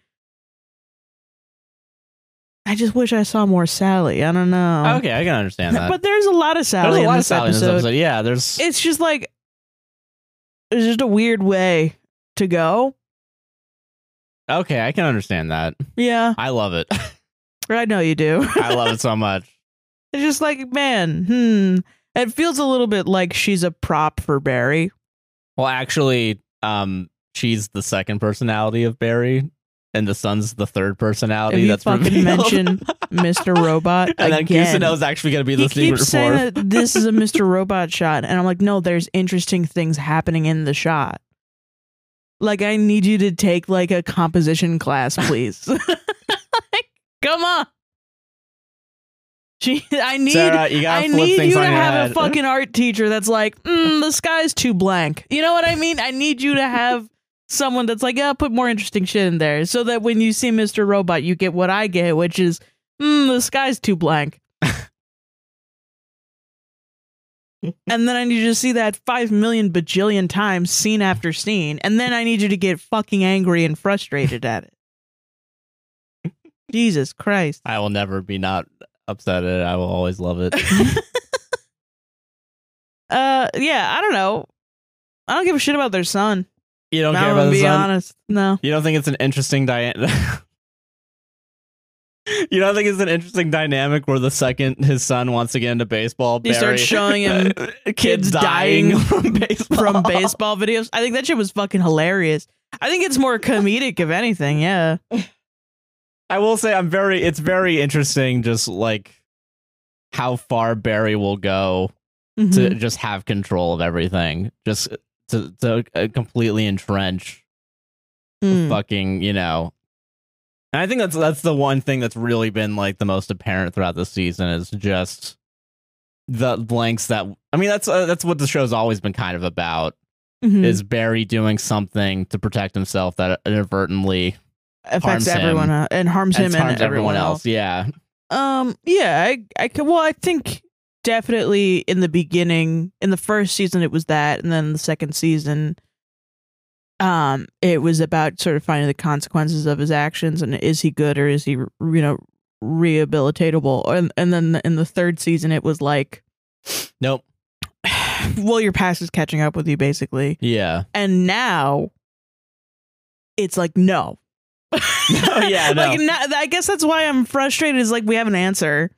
Speaker 2: I just wish I saw more Sally. I don't know.
Speaker 1: okay i can understand that
Speaker 2: Um, But there's a lot of Sally,
Speaker 1: there's a
Speaker 2: in,
Speaker 1: lot of
Speaker 2: this
Speaker 1: Sally in this
Speaker 2: episode.
Speaker 1: episode yeah there's
Speaker 2: It's just like it's just a weird way to go.
Speaker 1: okay i can understand that
Speaker 2: Yeah.
Speaker 1: i love it [LAUGHS]
Speaker 2: I know you do. [LAUGHS]
Speaker 1: i love it so much
Speaker 2: it's just like, man, hmm. It feels a little bit like she's a prop for Barry.
Speaker 1: well actually um she's the second personality of barry and the son's the third
Speaker 2: If
Speaker 1: personality
Speaker 2: you
Speaker 1: that's
Speaker 2: fucking
Speaker 1: revealed.
Speaker 2: mention Mr. Robot
Speaker 1: [LAUGHS] and then
Speaker 2: again.
Speaker 1: Kusuno's actually going to be the
Speaker 2: he
Speaker 1: secret
Speaker 2: keeps saying
Speaker 1: fourth.
Speaker 2: that this is a Mr. Robot shot, and I'm like, no, there's interesting things happening in the shot. Like, I need you to take like a composition class, please. [LAUGHS] Like, come on. Gee, I need.
Speaker 1: Sarah, you gotta
Speaker 2: I
Speaker 1: flip
Speaker 2: need
Speaker 1: things
Speaker 2: you to
Speaker 1: on your
Speaker 2: have
Speaker 1: head.
Speaker 2: a fucking art teacher that's like, mm, the sky's too blank. You know what I mean? I need you to have someone that's like, yeah, put more interesting shit in there so that when you see Mr. Robot, you get what I get, which is, mm, the sky's too blank.
Speaker 1: [LAUGHS]
Speaker 2: and then I need you to see that five million bajillion times, scene after scene. And then I need you to get fucking angry and frustrated at it.
Speaker 1: [LAUGHS]
Speaker 2: Jesus Christ.
Speaker 1: I will never be not upset at it. I will always love
Speaker 2: [LAUGHS]
Speaker 1: it. [LAUGHS]
Speaker 2: Uh, yeah, I don't know. I don't give a shit about their son.
Speaker 1: You don't
Speaker 2: I'm
Speaker 1: care
Speaker 2: gonna
Speaker 1: about the
Speaker 2: be
Speaker 1: son?
Speaker 2: honest. No,
Speaker 1: You don't think it's an interesting dy [LAUGHS] You don't think it's an interesting dynamic where the second his son wants to get into baseball,
Speaker 2: They
Speaker 1: Barry-
Speaker 2: start showing him
Speaker 1: [LAUGHS] kids
Speaker 2: kids
Speaker 1: dying,
Speaker 2: dying
Speaker 1: [LAUGHS] from baseball.
Speaker 2: from baseball videos. I think that shit was fucking hilarious. I think it's more comedic, if anything. Yeah.
Speaker 1: I will say I'm very it's very interesting just like how far Barry will go
Speaker 2: Mhm.
Speaker 1: to just have control of everything. Just to to uh, completely entrench
Speaker 2: Mm.
Speaker 1: fucking, you know. And I think that's that's the one thing that's really been like the most apparent throughout the season is just the blanks that I mean that's uh, that's what the show's always been kind of about
Speaker 2: Mhm.
Speaker 1: is Barry doing something to protect himself that inadvertently harms
Speaker 2: affects everyone
Speaker 1: him.
Speaker 2: uh, and harms him
Speaker 1: harms
Speaker 2: and
Speaker 1: everyone, else. Yeah,
Speaker 2: Um, yeah, I, I can. Well, I think definitely in the beginning, in the first season, it was that, and then the second season, um, it was about sort of finding the consequences of his actions and is he good or is he, you know, rehabilitatable? And and then in the third season, it was like, [SIGHS]
Speaker 1: nope.
Speaker 2: well, your past is catching up with you, basically.
Speaker 1: Yeah.
Speaker 2: And now, it's like no.
Speaker 1: [LAUGHS] No, Oh, yeah, no.
Speaker 2: [LAUGHS] like now, I guess that's why I'm frustrated. Is like we have an answer.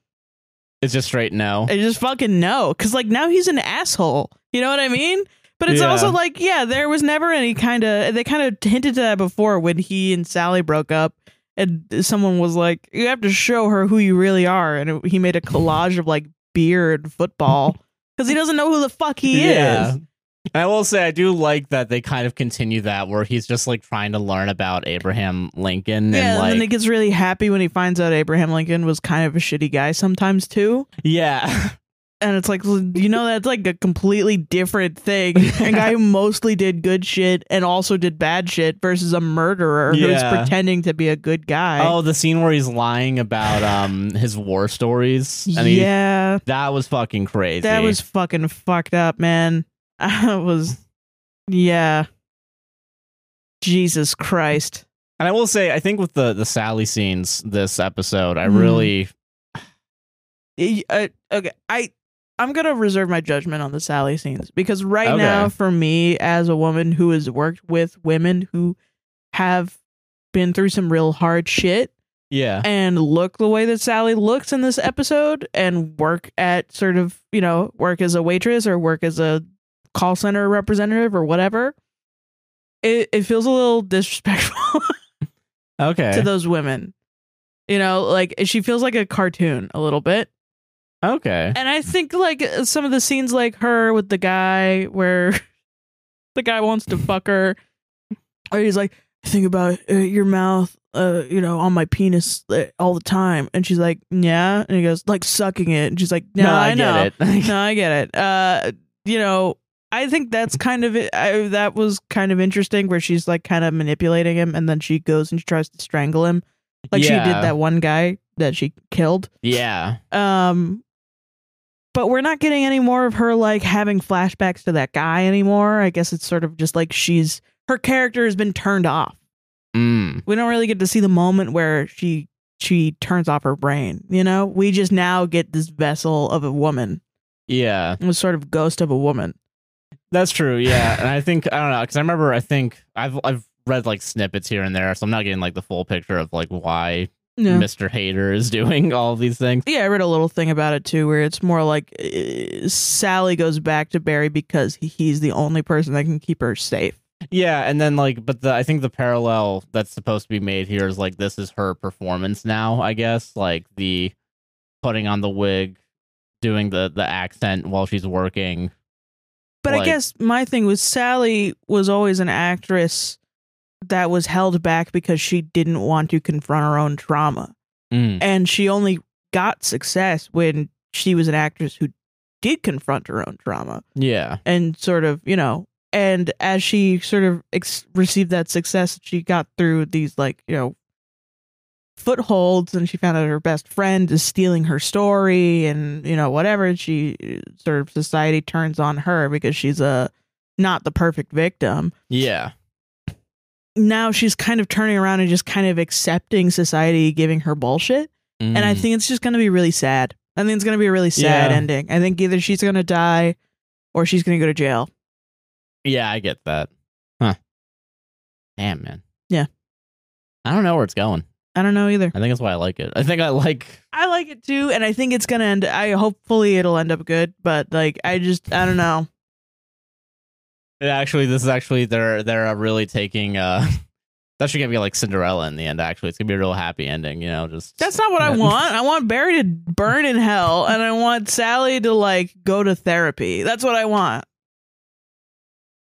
Speaker 1: It's just straight no.
Speaker 2: I just fucking know. Cause like now he's an asshole. You know what I mean? But it's
Speaker 1: Yeah.
Speaker 2: also like, yeah, there was never any kind of, they kind of hinted to that before when he and Sally broke up and someone was like, you have to show her who you really are. And it, he made a collage of like beer and
Speaker 1: [LAUGHS]
Speaker 2: football cause he doesn't know who the fuck he is.
Speaker 1: And I will say I do like that they kind of continue that where he's just like trying to learn about Abraham Lincoln
Speaker 2: Yeah,
Speaker 1: and
Speaker 2: and
Speaker 1: like
Speaker 2: then he gets really happy when he finds out Abraham Lincoln was kind of a shitty guy sometimes too. [LAUGHS]
Speaker 1: yeah.
Speaker 2: and it's like you know that's like a completely different thing a
Speaker 1: [LAUGHS]
Speaker 2: guy who mostly did good shit and also did bad shit versus a murderer who's
Speaker 1: Yeah.
Speaker 2: pretending to be a good guy
Speaker 1: oh, the scene where he's lying about um his war stories. I mean,
Speaker 2: yeah
Speaker 1: that was fucking crazy.
Speaker 2: that was fucking fucked up man [LAUGHS] i was yeah jesus christ
Speaker 1: And I will say I think with the the Sally scenes this episode, I
Speaker 2: Mhm.
Speaker 1: really
Speaker 2: I- I- uh, okay i i'm gonna reserve my judgment on the sally scenes because right
Speaker 1: Okay.
Speaker 2: now for me as a woman who has worked with women who have been through some real hard shit
Speaker 1: yeah.
Speaker 2: and look the way that Sally looks in this episode and work at sort of, you know, work as a waitress or work as a call center representative or whatever, it, it feels a little [LAUGHS] disrespectful
Speaker 1: Okay.
Speaker 2: to those women. You know, like she feels like a cartoon a little bit.
Speaker 1: okay.
Speaker 2: And I think like some of the scenes like her with the guy where [LAUGHS] the guy wants to fuck her or he's like think about uh, your mouth uh you know on my penis uh, all the time and she's like yeah and he goes like sucking it and she's like no, I,
Speaker 1: get
Speaker 2: know
Speaker 1: it. [LAUGHS]
Speaker 2: [LAUGHS] no I get it uh you know I think that's kind of it. I, that was kind of interesting where she's like kind of manipulating him and then she goes and she tries to strangle him like she
Speaker 1: Yeah.
Speaker 2: did that one guy that she killed
Speaker 1: yeah.
Speaker 2: um but we're not getting any more of her like having flashbacks to that guy anymore i guess it's sort of just like she's her character has been turned off
Speaker 1: Mm.
Speaker 2: we don't really get to see the moment where she she turns off her brain you know we just now get this vessel of a woman
Speaker 1: Yeah.
Speaker 2: this sort of ghost of a woman
Speaker 1: That's true. Yeah, and I think I don't know because I remember I think I've I've read like snippets here and there, so I'm not getting like the full picture of like why
Speaker 2: yeah
Speaker 1: Mr. Hater is doing [LAUGHS] all these things.
Speaker 2: yeah i read a little thing about it too where it's more like uh, sally goes back to barry because he- he's the only person that can keep her safe
Speaker 1: Yeah, and then like, but the I think the parallel that's supposed to be made here is like this is her performance now. I guess like the putting on the wig, doing the the accent while she's working.
Speaker 2: But I
Speaker 1: Like-
Speaker 2: guess my thing was Sally was always an actress that was held back because she didn't want to confront her own trauma.
Speaker 1: Mm.
Speaker 2: And she only got success when she was an actress who did confront her own trauma
Speaker 1: Yeah,
Speaker 2: and sort of, you know, and as she sort of ex- received that success, she got through these, like, you know, footholds and she found out her best friend is stealing her story and you know whatever and she uh, sort of society turns on her because she's a not the perfect victim
Speaker 1: yeah,
Speaker 2: now she's kind of turning around and just kind of accepting society giving her bullshit and i
Speaker 1: Mm.
Speaker 2: think it's just going to be really sad i think it's going to be a really sad
Speaker 1: Yeah.
Speaker 2: ending i think either she's going to die or she's going to go to jail
Speaker 1: Yeah, I get that. Huh. Damn, man.
Speaker 2: Yeah.
Speaker 1: I don't know where it's going.
Speaker 2: i don't know either
Speaker 1: I think that's why I like it. I think I like.
Speaker 2: I like it too, and I think it's gonna end. I hopefully it'll end up good, but like I just I don't know.
Speaker 1: It actually, this is actually they're they're uh, really taking. uh [LAUGHS] It's actually gonna be like Cinderella in the end. Actually, it's gonna be a real happy ending. You know, just
Speaker 2: That's not what I
Speaker 1: Yeah.
Speaker 2: want. I want Barry to burn in hell, and I want Sally to like go to therapy. That's what I want.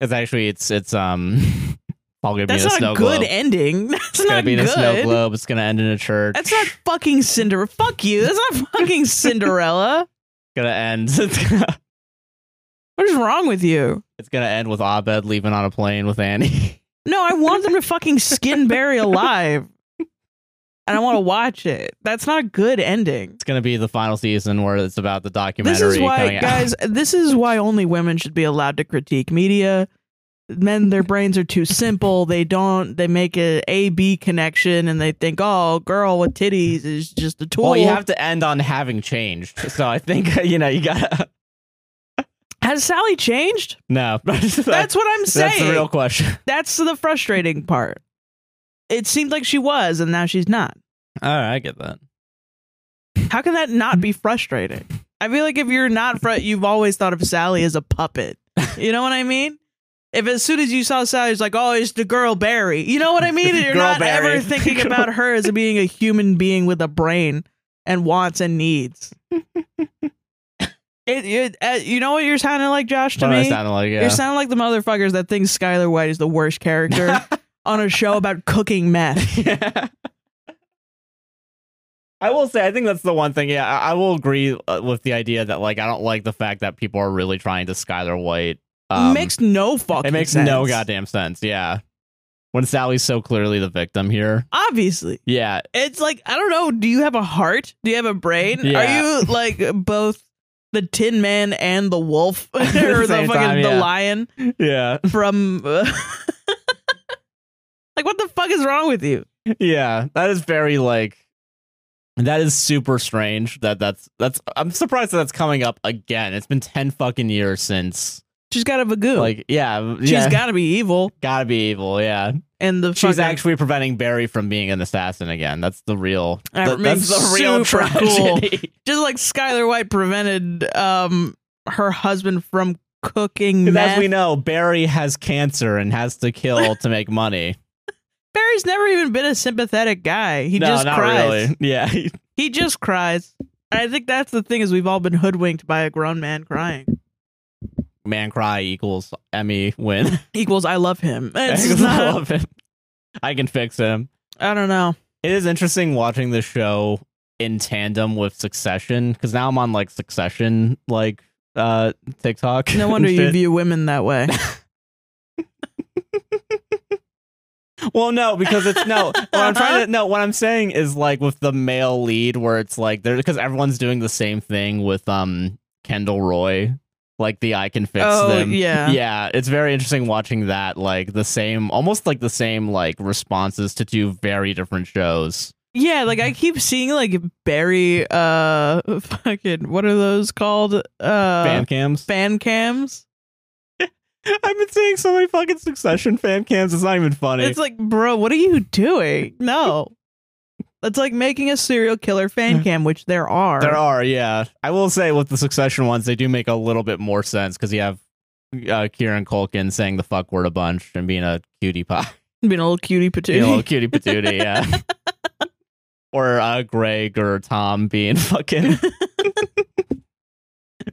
Speaker 1: It's actually it's it's um [LAUGHS] all gonna
Speaker 2: That's
Speaker 1: be in a
Speaker 2: not
Speaker 1: snow
Speaker 2: a good
Speaker 1: globe.
Speaker 2: ending. [LAUGHS] That's
Speaker 1: It's gonna
Speaker 2: not
Speaker 1: be in a snow
Speaker 2: good.
Speaker 1: globe. It's gonna end in a church.
Speaker 2: That's not fucking Cinderella. Fuck you. That's not
Speaker 1: [LAUGHS]
Speaker 2: fucking Cinderella.
Speaker 1: gonna end. [LAUGHS] It's gonna,
Speaker 2: What is wrong with you?
Speaker 1: it's gonna end with Abed leaving on a plane with Annie. [LAUGHS]
Speaker 2: No, I want them to fucking skin Barry alive, and I want to watch it. That's not a good ending.
Speaker 1: It's gonna be the final season where it's about the documentary
Speaker 2: This is
Speaker 1: coming
Speaker 2: why,
Speaker 1: out.
Speaker 2: guys. This is why only women should be allowed to critique media. Men, their brains are too simple. They don't. They make a A B connection, and they think, "Oh, girl with titties is just a tool."
Speaker 1: [LAUGHS] Well, you have to end on having changed. So I think [LAUGHS] you know you gotta
Speaker 2: Has Sally changed?
Speaker 1: no. [LAUGHS] that's
Speaker 2: That's what I'm saying.
Speaker 1: that's the real question.
Speaker 2: That's the frustrating part. It seemed like she was, and now she's not.
Speaker 1: All right, I get that.
Speaker 2: How can that not be frustrating? I feel like if you're not fr- you've always thought of Sally as a puppet. You know what I mean? If as soon as you saw Sally, it's like, oh, it's the girl Barry. You know what
Speaker 1: [LAUGHS]
Speaker 2: I mean? You're
Speaker 1: Girl
Speaker 2: not
Speaker 1: Barry.
Speaker 2: ever thinking about her as being a human being with a brain and wants and needs.
Speaker 1: [LAUGHS]
Speaker 2: it, it, uh, you know what you're sounding like, Josh, to
Speaker 1: What am I
Speaker 2: me?
Speaker 1: sounding like? Yeah.
Speaker 2: You're sounding like the motherfuckers that think Skylar White is the
Speaker 1: [LAUGHS]
Speaker 2: worst character on a show about cooking meth.
Speaker 1: yeah. [LAUGHS] I will say, I think that's the one thing. Yeah, I, I will agree uh, with the idea that like I don't like the fact that people are really trying to Skylar White. um,
Speaker 2: makes no fucking
Speaker 1: it makes
Speaker 2: sense.
Speaker 1: no goddamn sense. Yeah, when Sally's so clearly the victim here.
Speaker 2: Obviously. [LAUGHS]
Speaker 1: Yeah,
Speaker 2: it's like I don't know. Do you have a heart? Do you have a brain?
Speaker 1: Yeah.
Speaker 2: Are you like both the Tin Man and the Wolf, [LAUGHS] or
Speaker 1: At the
Speaker 2: the,
Speaker 1: same
Speaker 2: fucking
Speaker 1: time,
Speaker 2: the
Speaker 1: yeah.
Speaker 2: Lion
Speaker 1: yeah,
Speaker 2: from? [LAUGHS] uh, like what the fuck is wrong with you?
Speaker 1: yeah. That is very like. That is super strange. That that's that's. I'm surprised that that's coming up again. It's been ten fucking years since.
Speaker 2: She's got a bagoo.
Speaker 1: Like, yeah,
Speaker 2: she's
Speaker 1: yeah,
Speaker 2: got to be evil.
Speaker 1: gotta be evil. Yeah,
Speaker 2: And the
Speaker 1: She's
Speaker 2: fucking,
Speaker 1: actually preventing Barry from being an assassin again. That's the real.
Speaker 2: That
Speaker 1: th- that's
Speaker 2: makes
Speaker 1: the real
Speaker 2: super cool.
Speaker 1: tragedy.
Speaker 2: just like Skylar White prevented um her husband from
Speaker 1: [LAUGHS]
Speaker 2: cooking
Speaker 1: 'Cause
Speaker 2: meth.
Speaker 1: As we know, Barry has cancer and has to kill to make money.
Speaker 2: Barry's never even been a sympathetic guy. [LAUGHS] He
Speaker 1: no,
Speaker 2: just
Speaker 1: not
Speaker 2: cries.
Speaker 1: really. Yeah,
Speaker 2: He just cries. And I think that's the thing is we've all been hoodwinked by a grown man crying.
Speaker 1: man, cry equals Emmy win.
Speaker 2: Equals I love him. It's
Speaker 1: [LAUGHS] I
Speaker 2: just not-
Speaker 1: love him. I can fix him.
Speaker 2: I don't know.
Speaker 1: It is interesting watching the show in tandem with Succession because now I'm on like Succession like uh TikTok.
Speaker 2: No
Speaker 1: and [LAUGHS]
Speaker 2: wonder you
Speaker 1: shit.
Speaker 2: view women that way.
Speaker 1: Well, no, because it's
Speaker 2: [LAUGHS]
Speaker 1: no. what I'm
Speaker 2: Uh-huh.
Speaker 1: trying to no. What I'm saying is like with the male lead, where it's like there because everyone's doing the same thing with um Kendall Roy, like the I can fix
Speaker 2: Oh,
Speaker 1: them.
Speaker 2: yeah.
Speaker 1: yeah. It's very interesting watching that. Like the same, almost like the same like responses to two very different shows.
Speaker 2: Yeah, like I keep seeing like Barry uh [LAUGHS] fucking what are those called? Uh
Speaker 1: fan cams.
Speaker 2: fan cams.
Speaker 1: [LAUGHS] I've been seeing so many fucking Succession fan cams. It's not even funny.
Speaker 2: It's like, bro, what are you doing? No. That's like making a serial
Speaker 1: [LAUGHS]
Speaker 2: killer fan cam, which there are.
Speaker 1: There are, yeah. I will say with the Succession ones, they do make a little bit more sense because you have uh, Kieran Culkin saying the fuck word a bunch and being a cutie pie, [LAUGHS]
Speaker 2: Being a little cutie patootie.
Speaker 1: being a little cutie patootie,
Speaker 2: [LAUGHS]
Speaker 1: yeah. or uh, Greg or Tom being [LAUGHS]
Speaker 2: [LAUGHS]
Speaker 1: fucking.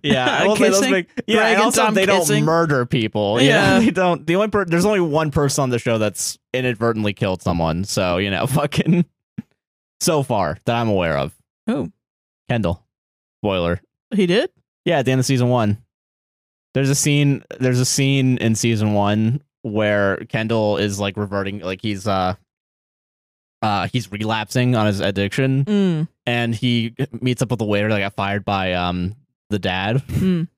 Speaker 1: yeah, I will say those
Speaker 2: Kissing?
Speaker 1: make- yeah.
Speaker 2: Greg
Speaker 1: And
Speaker 2: and
Speaker 1: also,
Speaker 2: Tom
Speaker 1: they don't
Speaker 2: kissing?
Speaker 1: murder people. Yeah,
Speaker 2: Yeah.
Speaker 1: [LAUGHS] they don't. The only per- there's only one person on the show that's inadvertently killed someone. So you know, [LAUGHS] fucking. So far that I'm aware of,
Speaker 2: Who?
Speaker 1: Kendall. Spoiler.
Speaker 2: Oh, He did?
Speaker 1: Yeah, at the end of season one. There's a scene there's a scene in season one where Kendall is like reverting like he's uh uh he's relapsing on his addiction
Speaker 2: Mm.
Speaker 1: and he meets up with the waiter that got fired by um the dad
Speaker 2: mm.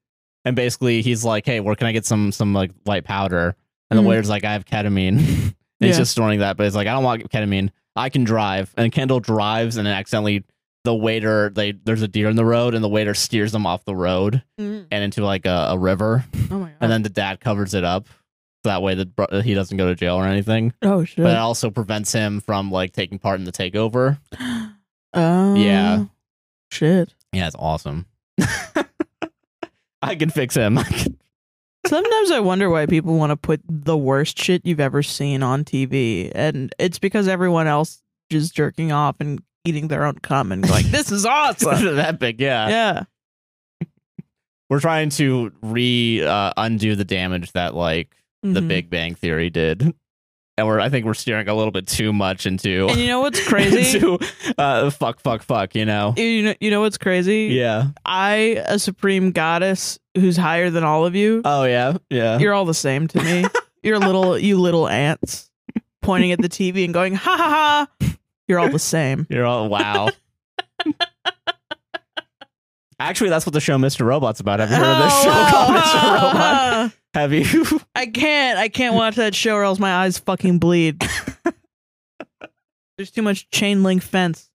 Speaker 1: and basically he's like, Hey, where can I get some some like white powder? And the
Speaker 2: Mm.
Speaker 1: waiter's like, I have ketamine. [LAUGHS] and he's
Speaker 2: Yeah.
Speaker 1: just storing that, but he's like, I don't want ketamine. I can drive. And Kendall drives and accidentally the waiter they there's a deer in the road and the waiter steers them off the road
Speaker 2: Mm.
Speaker 1: and into like a, a river,
Speaker 2: Oh my god.
Speaker 1: and then the dad covers it up. So that way, the bro- he doesn't go to jail or anything,
Speaker 2: oh shit.
Speaker 1: but it also prevents him from like taking part in the takeover.
Speaker 2: Oh.
Speaker 1: uh, Yeah.
Speaker 2: Shit.
Speaker 1: [LAUGHS] [LAUGHS] Yeah, it's awesome. I can fix him.
Speaker 2: Sometimes I wonder why people want to put the worst shit you've ever seen on TV, and it's because everyone else is jerking off and eating their own cum and going, "This
Speaker 1: [LAUGHS]
Speaker 2: is awesome."
Speaker 1: epic, yeah.
Speaker 2: yeah,
Speaker 1: We're trying to re uh, undo the damage that like the
Speaker 2: Mhm.
Speaker 1: Big Bang Theory did, and we're I think we're steering a little bit too much into
Speaker 2: And you know what's
Speaker 1: [LAUGHS]
Speaker 2: crazy?
Speaker 1: into uh, fuck, fuck, fuck. You know,
Speaker 2: you know, you know what's crazy?
Speaker 1: yeah.
Speaker 2: I, a supreme goddess who's higher than all of you,
Speaker 1: Oh yeah, yeah.
Speaker 2: you're all the same
Speaker 1: [LAUGHS]
Speaker 2: to me. you're little, you little ants, pointing at the TV and going, "Ha ha ha!" You're all
Speaker 1: [LAUGHS]
Speaker 2: the same.
Speaker 1: You're all wow. Actually, that's what the show Mr. Robot's about. Have you heard of the
Speaker 2: Oh,
Speaker 1: show
Speaker 2: [LAUGHS] wow,
Speaker 1: called
Speaker 2: wow,
Speaker 1: Mr. Robot?
Speaker 2: [LAUGHS] wow.
Speaker 1: Have you? [LAUGHS]
Speaker 2: I can't. I can't watch that show or else my eyes fucking bleed. There's too much chain link fence.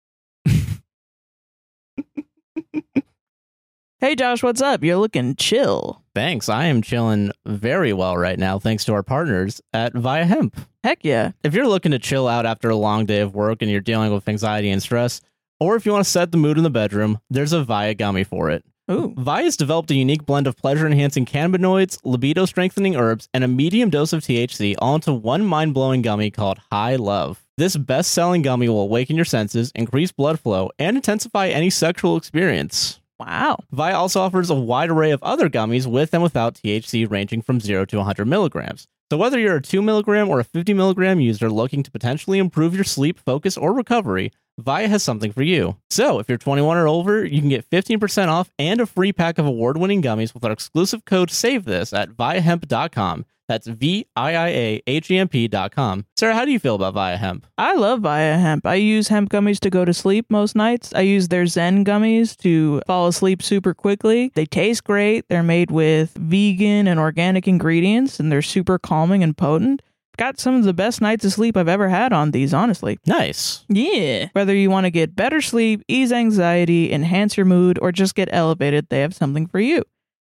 Speaker 2: hey Josh, what's up? You're looking chill.
Speaker 1: Thanks. I am chilling very well right now, thanks to our partners at Via Hemp.
Speaker 2: Heck yeah.
Speaker 1: If you're looking to chill out after a long day of work and you're dealing with anxiety and stress, or if you want to set the mood in the bedroom, there's a Via gummy for it.
Speaker 2: Ooh.
Speaker 1: Via's developed a unique blend of pleasure enhancing cannabinoids, libido strengthening herbs, and a medium dose of THC all into one mind blowing gummy called High Love. This best selling gummy will awaken your senses, increase blood flow, and intensify any sexual experience.
Speaker 2: Wow.
Speaker 1: Via also offers a wide array of other gummies with and without THC ranging from 0 to 100 milligrams. So, whether you're a 2 milligram or a 50 milligram user looking to potentially improve your sleep, focus, or recovery, Via has something for you. So, if you're 21 or over, you can get 15% off and a free pack of award winning gummies with our exclusive code SAVE THIS at viahemp.com. That's V I I A H E M P.com. Sarah, how do you feel about Via Hemp?
Speaker 2: I love Via Hemp. I use hemp gummies to go to sleep most nights. I use their Zen gummies to fall asleep super quickly. They taste great. They're made with vegan and organic ingredients and they're super calming and potent. Got some of the best nights of sleep I've ever had on these, honestly.
Speaker 1: Nice.
Speaker 2: Yeah. Whether you want to get better sleep, ease anxiety, enhance your mood, or just get elevated, they have something for you.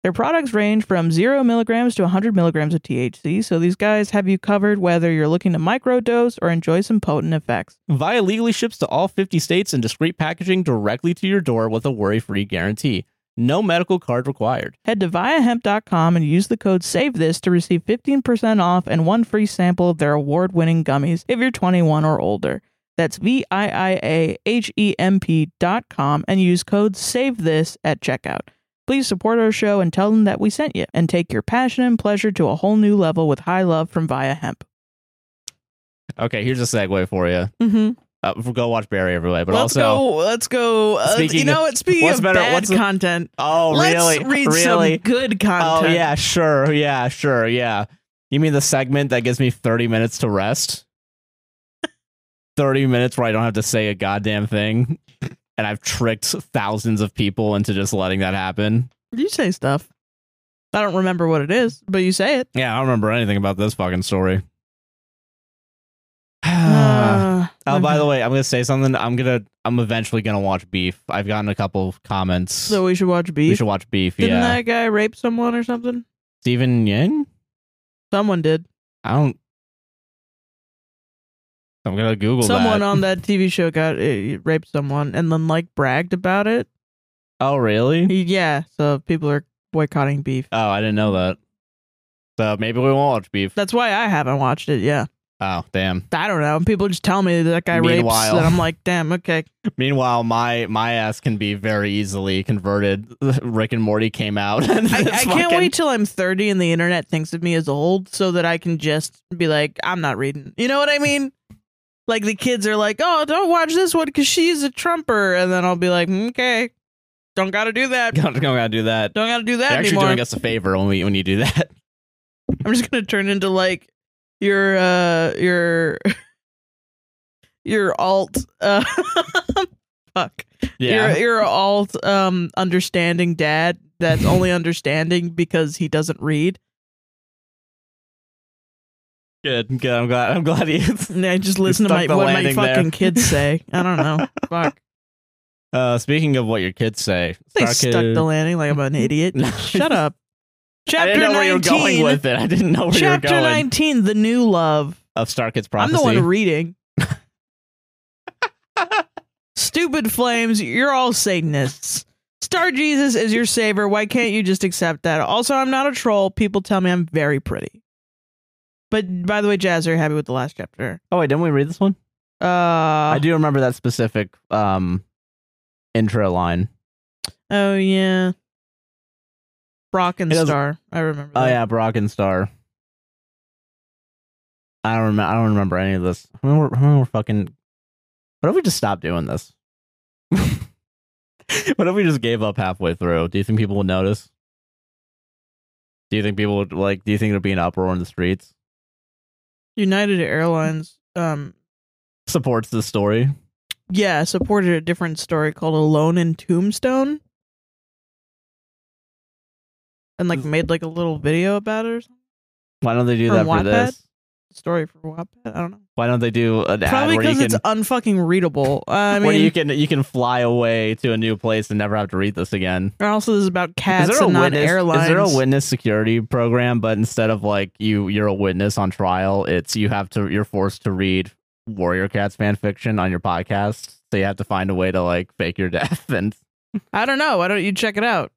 Speaker 2: Their products range from 0 milligrams to 100 milligrams of THC, so these guys have you covered whether you're looking to microdose or enjoy some potent effects.
Speaker 1: Via legally ships to all 50 states in discreet packaging directly to your door with a worry free guarantee. No medical card required.
Speaker 2: Head to viahemp.com and use the code SAVETHIS to receive 15% off and one free sample of their award winning gummies if you're 21 or older. That's V I I A H E M P.com and use code SAVETHIS at checkout. Please support our show and tell them that we sent you and take your passion and pleasure to a whole new level with high love from Via Hemp.
Speaker 1: Okay, here's a segue for you.
Speaker 2: Mm-hmm.
Speaker 1: Uh, go watch Barry everywhere, but
Speaker 2: let's
Speaker 1: also.
Speaker 2: go. Let's go. Uh,
Speaker 1: Speaking
Speaker 2: you know, it's speaking
Speaker 1: what's
Speaker 2: of
Speaker 1: better-
Speaker 2: bad
Speaker 1: what's the-
Speaker 2: content.
Speaker 1: Oh, really?
Speaker 2: Let's read
Speaker 1: really?
Speaker 2: some good
Speaker 1: oh,
Speaker 2: content.
Speaker 1: yeah, sure. Yeah, sure. Yeah. You mean the segment that gives me 30 minutes to rest? 30 minutes where I don't have to say a goddamn thing. And I've tricked thousands of people into just letting that happen.
Speaker 2: You say stuff. I don't remember what it is, but you say it.
Speaker 1: Yeah, I don't remember anything about this fucking story. [SIGHS] Uh,
Speaker 2: Uh,
Speaker 1: Oh, by the way, I'm gonna say something. I'm gonna. I'm eventually gonna watch Beef. I've gotten a couple of comments.
Speaker 2: so we should watch
Speaker 1: we
Speaker 2: Beef.
Speaker 1: should watch Beef.
Speaker 2: Didn't
Speaker 1: yeah,
Speaker 2: that guy rape someone or something?
Speaker 1: Stephen Yin.
Speaker 2: Someone did.
Speaker 1: I don't. I'm gonna Google [LAUGHS]
Speaker 2: someone
Speaker 1: that.
Speaker 2: on that TV show got uh, raped someone and then like bragged about it.
Speaker 1: oh, really?
Speaker 2: Yeah, so people are boycotting Beef.
Speaker 1: Oh, I didn't know that. So maybe we won't watch Beef.
Speaker 2: That's why I haven't watched it. Yeah,
Speaker 1: Oh,
Speaker 2: [LAUGHS]
Speaker 1: damn.
Speaker 2: I don't know. People just tell me that, that guy
Speaker 1: Meanwhile.
Speaker 2: rapes, and I'm like, damn, okay.
Speaker 1: Meanwhile, my my ass can be very easily converted. [LAUGHS] Rick and Morty came out. [LAUGHS] And
Speaker 2: I, I
Speaker 1: it's
Speaker 2: can't
Speaker 1: fucking- [LAUGHS]
Speaker 2: wait till I'm 30 and the internet thinks of me as old so that I can just be like, I'm not reading. You know what I mean? Like the kids are like, oh, don't watch this one because she's a Trumper. And then I'll be like, okay, don't got to do that.
Speaker 1: Gonna, gonna do that.
Speaker 2: Don't got to do
Speaker 1: You're
Speaker 2: that
Speaker 1: actually
Speaker 2: anymore.
Speaker 1: doing us a favor when we when you do that.
Speaker 2: I'm just going to turn into like your, uh, your, your alt, uh, [LAUGHS] fuck.
Speaker 1: Yeah.
Speaker 2: Your, your alt, um, understanding dad that's only understanding because he doesn't read.
Speaker 1: [LAUGHS] Good. Good. I'm glad. I'm glad you.
Speaker 2: [LAUGHS] And I just listen to
Speaker 1: stuck
Speaker 2: my,
Speaker 1: the
Speaker 2: what my
Speaker 1: landing there.
Speaker 2: fucking kids say. I
Speaker 1: [LAUGHS]
Speaker 2: don't know. Fuck.
Speaker 1: Uh, speaking of what your kids say,
Speaker 2: They
Speaker 1: Star
Speaker 2: stuck
Speaker 1: Kid-
Speaker 2: the landing like I'm an
Speaker 1: [LAUGHS]
Speaker 2: idiot.
Speaker 1: No.
Speaker 2: Shut up.
Speaker 1: I
Speaker 2: Chapter
Speaker 1: didn't know
Speaker 2: 19.
Speaker 1: where you were going with it. I didn't know where
Speaker 2: chapter
Speaker 1: you were going
Speaker 2: 19, The New Love.
Speaker 1: of Star Kid's prophecy.
Speaker 2: I'm the
Speaker 1: [LAUGHS]
Speaker 2: one reading. Stupid flames, you're all Satanists. Star Jesus is your savior. Why can't you just accept that? Also, I'm not a troll. People tell me I'm very pretty. But by the way, Jazz, are you happy with the last chapter?
Speaker 1: Oh wait, didn't we read this one?
Speaker 2: Uh,
Speaker 1: I do remember that specific um intro line.
Speaker 2: Oh yeah, Brock and
Speaker 1: It doesn't-
Speaker 2: Star. I remember.
Speaker 1: Oh
Speaker 2: that.
Speaker 1: yeah, Brock and Star. I don't remember. I don't remember any of this. I mean, we're, I mean, we're fucking. What if we just stopped doing this? [LAUGHS] what if we just gave up halfway through? Do you think people would notice? Do you think people would like? Do you think there'd be an uproar in the streets?
Speaker 2: United Airlines. Um,
Speaker 1: Supports this story.
Speaker 2: yeah, supported a different story called "Alone in Tombstone," and
Speaker 1: Hmm.
Speaker 2: like made like a little video about it or something.
Speaker 1: Why don't they do
Speaker 2: Or
Speaker 1: that for
Speaker 2: Wattpad?
Speaker 1: this?
Speaker 2: Story for Wattpad. I don't know.
Speaker 1: Why don't they do an
Speaker 2: Probably
Speaker 1: ad where you
Speaker 2: because
Speaker 1: can
Speaker 2: it's unfucking readable. I
Speaker 1: where
Speaker 2: mean,
Speaker 1: you can you can fly away to a new place and never have to read this again?
Speaker 2: and also this is about cats
Speaker 1: is there a
Speaker 2: and not
Speaker 1: witness?
Speaker 2: airlines.
Speaker 1: Is there a witness security program? But instead of like you, you're a witness on trial. It's you have to. You're forced to read Warrior Cats fan fiction on your podcast. So you have to find a way to like fake your [LAUGHS] death.
Speaker 2: [LAUGHS]
Speaker 1: And
Speaker 2: I don't know. Why don't you check it out?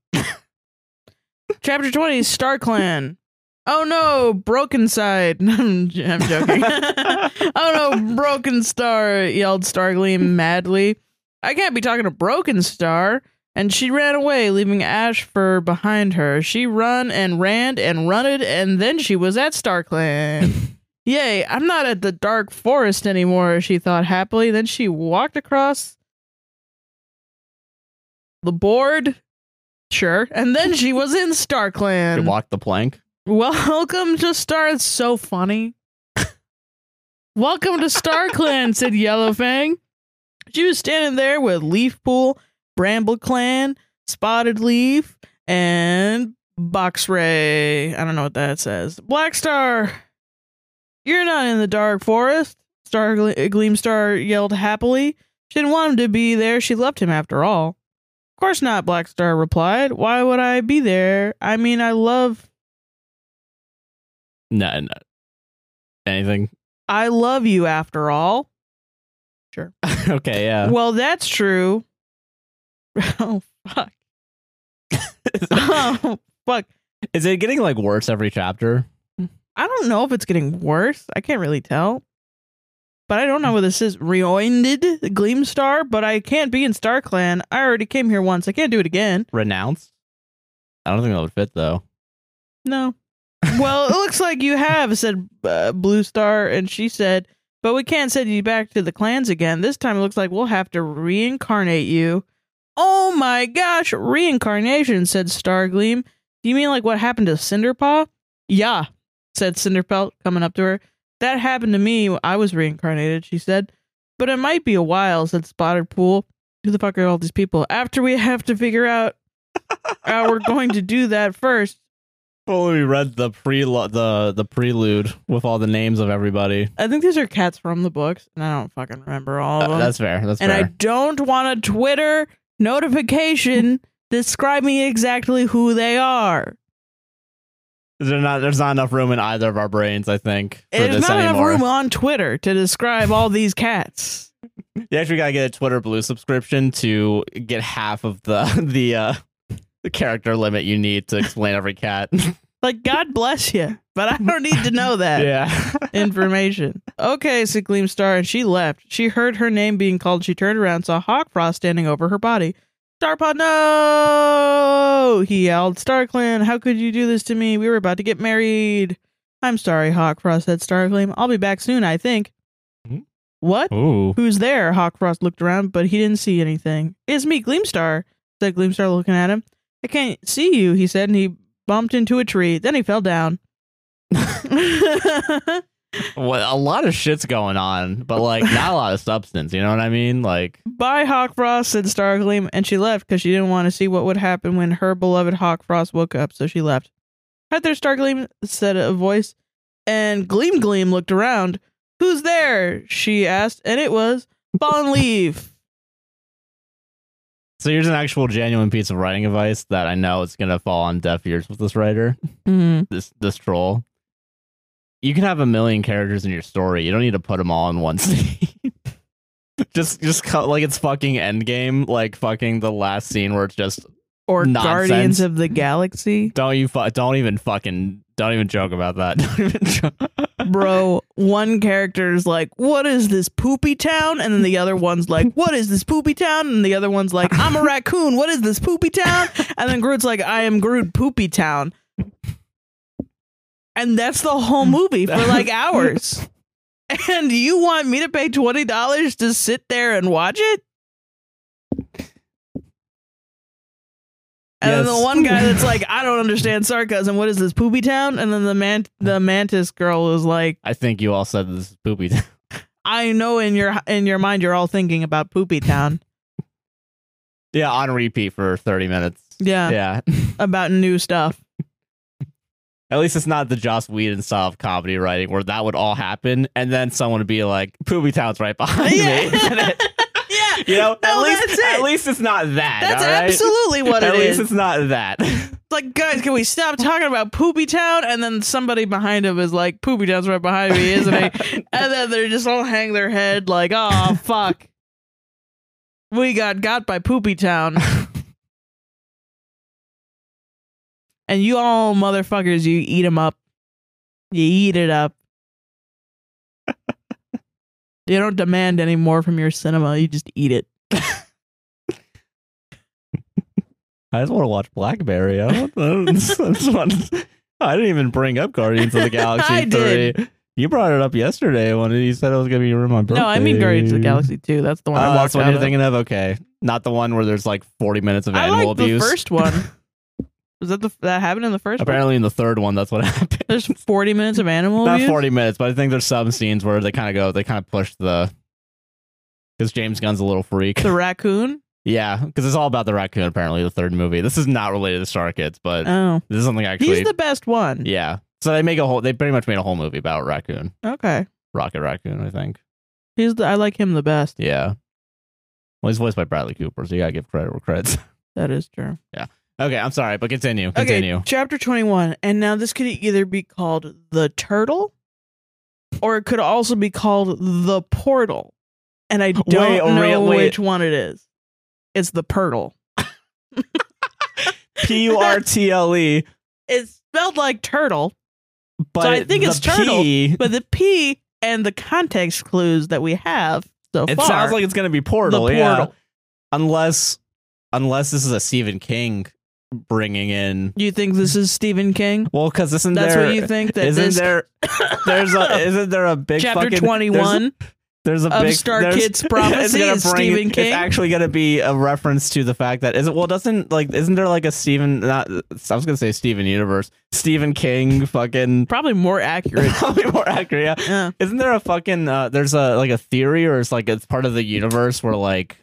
Speaker 2: Chapter 20 Star Clan. Oh no, Broken Side. [LAUGHS] I'm, j- I'm
Speaker 1: [LAUGHS]
Speaker 2: joking. [LAUGHS] oh no, Broken Star, yelled Stargleam madly. I can't be talking to Broken Star. And she ran away, leaving Ashfur behind her. She run and ran and runned, and then she was at Star Clan. Yay, I'm not at the dark forest anymore, she thought happily. Then she walked across the board. Sure. And then she was in
Speaker 1: you
Speaker 2: Starkland.
Speaker 1: walk the plank.
Speaker 2: Welcome to Star. It's so funny. Welcome to Star Clan, said Yellow Fang. She was standing there with Leaf Pool, Bramble Clan, Spotted Leaf, and Box Ray. I don't know what that says. Black Star, you're not in the dark forest. Star Gle- Gleam Star yelled happily. She didn't want him to be there. She loved him after all. Of course not, Black Star replied. Why would I be there? I mean, I love
Speaker 1: No, no. Anything? [LAUGHS]
Speaker 2: I love you after all.
Speaker 1: okay, [LAUGHS] yeah.
Speaker 2: Well, that's true. [LAUGHS] Oh fuck. Oh fuck.
Speaker 1: is it getting like worse every chapter?
Speaker 2: I don't know if it's getting worse. I can't really tell. But I don't know whether this is reoinded Gleamstar, but I can't be in Star Clan. I already came here once. I can't do it again.
Speaker 1: Renounced? I don't think that would fit though.
Speaker 2: No. Well, it looks like you have, said uh, Blue Star, and she said, but we can't send you back to the clans again. This time it looks like we'll have to reincarnate you. Oh my gosh, reincarnation, said Stargleam. Do you mean like what happened to Cinderpaw? Yeah, said Cinderpelt, coming up to her. That happened to me. when I was reincarnated, she said. But it might be a while, said Spotted Pool. Who the fuck are all these people? After we have to figure out how we're going to do that first.
Speaker 1: Well, we read the pre the the prelude with all the names of everybody.
Speaker 2: I think these are cats from the books, and I don't fucking remember all of
Speaker 1: Uh,
Speaker 2: them.
Speaker 1: that's fair. That's
Speaker 2: Uh-huh. and
Speaker 1: fair.
Speaker 2: I don't want a Twitter
Speaker 1: [LAUGHS]
Speaker 2: notification describing exactly who they are.
Speaker 1: There's not there's not enough room in either of our brains, I think. For
Speaker 2: There's
Speaker 1: this
Speaker 2: not
Speaker 1: anymore.
Speaker 2: enough room on Twitter to describe all these cats.
Speaker 1: You actually gotta get a Twitter Blue subscription to get half of the [LAUGHS] the uh, the character limit you need to explain every
Speaker 2: [LAUGHS]
Speaker 1: cat.
Speaker 2: Like, God bless you, but I don't need to
Speaker 1: [LAUGHS]
Speaker 2: know that.
Speaker 1: yeah.
Speaker 2: information. Okay, said Gleamstar, and she left. She heard her name being called. She turned around, saw Hawkfrost standing over her body. Starpod, no! He yelled. Starclan, how could you do this to me? We were about to get married. I'm sorry, Hawkfrost said Starclaim. I'll be back soon, I think.
Speaker 1: Hmm?
Speaker 2: What?
Speaker 1: Ooh.
Speaker 2: Who's there? Hawkfrost looked around, but he didn't see anything. It's me, Gleamstar, said Gleamstar, looking at him. I can't see you, he said, and he bumped into a tree. Then he fell down. [LAUGHS]
Speaker 1: Well, a lot of shit's going on, but like not a lot of substance, you know what I mean? Like
Speaker 2: Bye, Hawkfrost, said Stargleam, and she left because she didn't want to see what would happen when her beloved Hawkfrost woke up, so she left. Hi there, Stargleam, said a voice, and Gleam Gleam looked around. Who's there? she asked, and it was Fallen Leaf.
Speaker 1: so here's an actual genuine piece of writing advice that I know it's gonna fall on deaf ears with this writer.
Speaker 2: Mm.
Speaker 1: this this troll. You can have a million characters in your story. You don't need to put them all in one [LAUGHS] scene. just just cut like it's fucking Endgame, like fucking the last scene where it's just
Speaker 2: or
Speaker 1: Nonsense.
Speaker 2: Guardians of the Galaxy.
Speaker 1: Don't you? Fu- don't even fucking. Don't even joke about that. [LAUGHS] Don't even joke.
Speaker 2: Bro, one character's like, What is this poopy town? And then the other one's like, What is this poopy town? And the other one's like, I'm a raccoon. What is this poopy town? And then Groot's like, I am Groot poopy town. And that's the whole movie for
Speaker 1: [LAUGHS]
Speaker 2: like hours. And you want me to pay $20 to sit there and watch it? And then
Speaker 1: Yes.
Speaker 2: the
Speaker 1: [LAUGHS]
Speaker 2: one guy that's like, I don't understand sarcasm. What is this poopy town? And then the man, the mantis girl is like,
Speaker 1: I think you all said this is poopy. [LAUGHS]
Speaker 2: I know in your in your mind you're all thinking about poopy town.
Speaker 1: yeah, on repeat for thirty minutes. [LAUGHS]
Speaker 2: Yeah,
Speaker 1: Yeah.
Speaker 2: about
Speaker 1: [LAUGHS]
Speaker 2: new stuff.
Speaker 1: At least it's not the Joss Whedon style of comedy writing where that would all happen and then someone would be like, Poopy Town's right
Speaker 2: [LAUGHS]
Speaker 1: behind me. [LAUGHS]
Speaker 2: yeah.
Speaker 1: you
Speaker 2: [LAUGHS]
Speaker 1: know,
Speaker 2: No,
Speaker 1: at least
Speaker 2: Oh, that's it.
Speaker 1: at least it's not that.
Speaker 2: That's
Speaker 1: all right?
Speaker 2: absolutely what
Speaker 1: at
Speaker 2: it
Speaker 1: least
Speaker 2: is.
Speaker 1: it's not that. [LAUGHS]
Speaker 2: It's like, guys, can we stop talking about Poopy Town? And then somebody behind him is like, Poopy Town's right behind me, isn't he? and then they just all hang their head like, oh, fuck. We got got by Poopy Town. and you all motherfuckers, you eat them up. You eat it up. you don't demand any more from your cinema. You just eat it.
Speaker 1: I just want to watch Blackberry. I, don't, [LAUGHS] I, just want- I didn't even bring up Guardians
Speaker 2: [LAUGHS]
Speaker 1: of the Galaxy
Speaker 2: I
Speaker 1: 3.
Speaker 2: did.
Speaker 1: You brought it up yesterday when you said it was going to be around my birthday.
Speaker 2: No, I mean Guardians of the Galaxy 2. That's the one I
Speaker 1: Oh,
Speaker 2: watched.
Speaker 1: that's what you're thinking of? Okay. Not the one where there's like 40 minutes of
Speaker 2: I
Speaker 1: animal
Speaker 2: liked
Speaker 1: abuse.
Speaker 2: the first one. [LAUGHS] Was that the that happened in the first one?
Speaker 1: Apparently, in the third one, that's what [LAUGHS] happened.
Speaker 2: There's 40 minutes of animal
Speaker 1: not
Speaker 2: abuse.
Speaker 1: 40 minutes, but I think there's some scenes where they kind of go, they kind of push the. Because James Gunn's a little freak.
Speaker 2: The raccoon.
Speaker 1: [LAUGHS] yeah, because it's all about the raccoon, apparently, the third movie. This is not related to Star Kids, but
Speaker 2: Oh,
Speaker 1: this is something actually.
Speaker 2: he's the best one.
Speaker 1: yeah. So they make a whole, they pretty much made a whole movie about raccoon,
Speaker 2: Okay,
Speaker 1: Rocket Raccoon, I think.
Speaker 2: he's the. I like him the best.
Speaker 1: Yeah. Well, he's voiced by Bradley Cooper, so you gotta give credit where credit's. [LAUGHS]
Speaker 2: That is true.
Speaker 1: okay, I'm sorry, but continue, continue.
Speaker 2: Okay, chapter 21, and now this could either be called the turtle, or it could also be called the portal, and I don't
Speaker 1: Wait,
Speaker 2: know
Speaker 1: real- wait.
Speaker 2: which one it is. It's the purtle.
Speaker 1: [LAUGHS] P U R T L E,
Speaker 2: It's spelled like turtle,
Speaker 1: but
Speaker 2: I think
Speaker 1: the
Speaker 2: it's turtle,
Speaker 1: P-
Speaker 2: but the P and the context clues that we have so
Speaker 1: it
Speaker 2: far.
Speaker 1: sounds like it's gonna be portal.
Speaker 2: the
Speaker 1: yeah.
Speaker 2: portal.
Speaker 1: unless unless this is a Stephen King bringing in.
Speaker 2: You think this is Stephen King?
Speaker 1: Well, because isn't
Speaker 2: That's
Speaker 1: there
Speaker 2: what you think that
Speaker 1: not
Speaker 2: this [COUGHS]
Speaker 1: there there's a isn't there a big
Speaker 2: chapter
Speaker 1: fucking-
Speaker 2: twenty one?
Speaker 1: There's, there's a
Speaker 2: of
Speaker 1: big
Speaker 2: Star
Speaker 1: there's- [LAUGHS]
Speaker 2: Kids
Speaker 1: it's
Speaker 2: Prophecy
Speaker 1: gonna
Speaker 2: is
Speaker 1: bring-
Speaker 2: Stephen King?
Speaker 1: It's actually gonna be a reference to the fact that is it well doesn't like isn't there like a Stephen not I was gonna say Stephen Universe Stephen King fucking [LAUGHS]
Speaker 2: Probably more accurate. uh,
Speaker 1: probably more accurate yeah [LAUGHS]
Speaker 2: Yeah.
Speaker 1: Isn't there a fucking uh, there's a like a theory or it's like it's part of the universe where like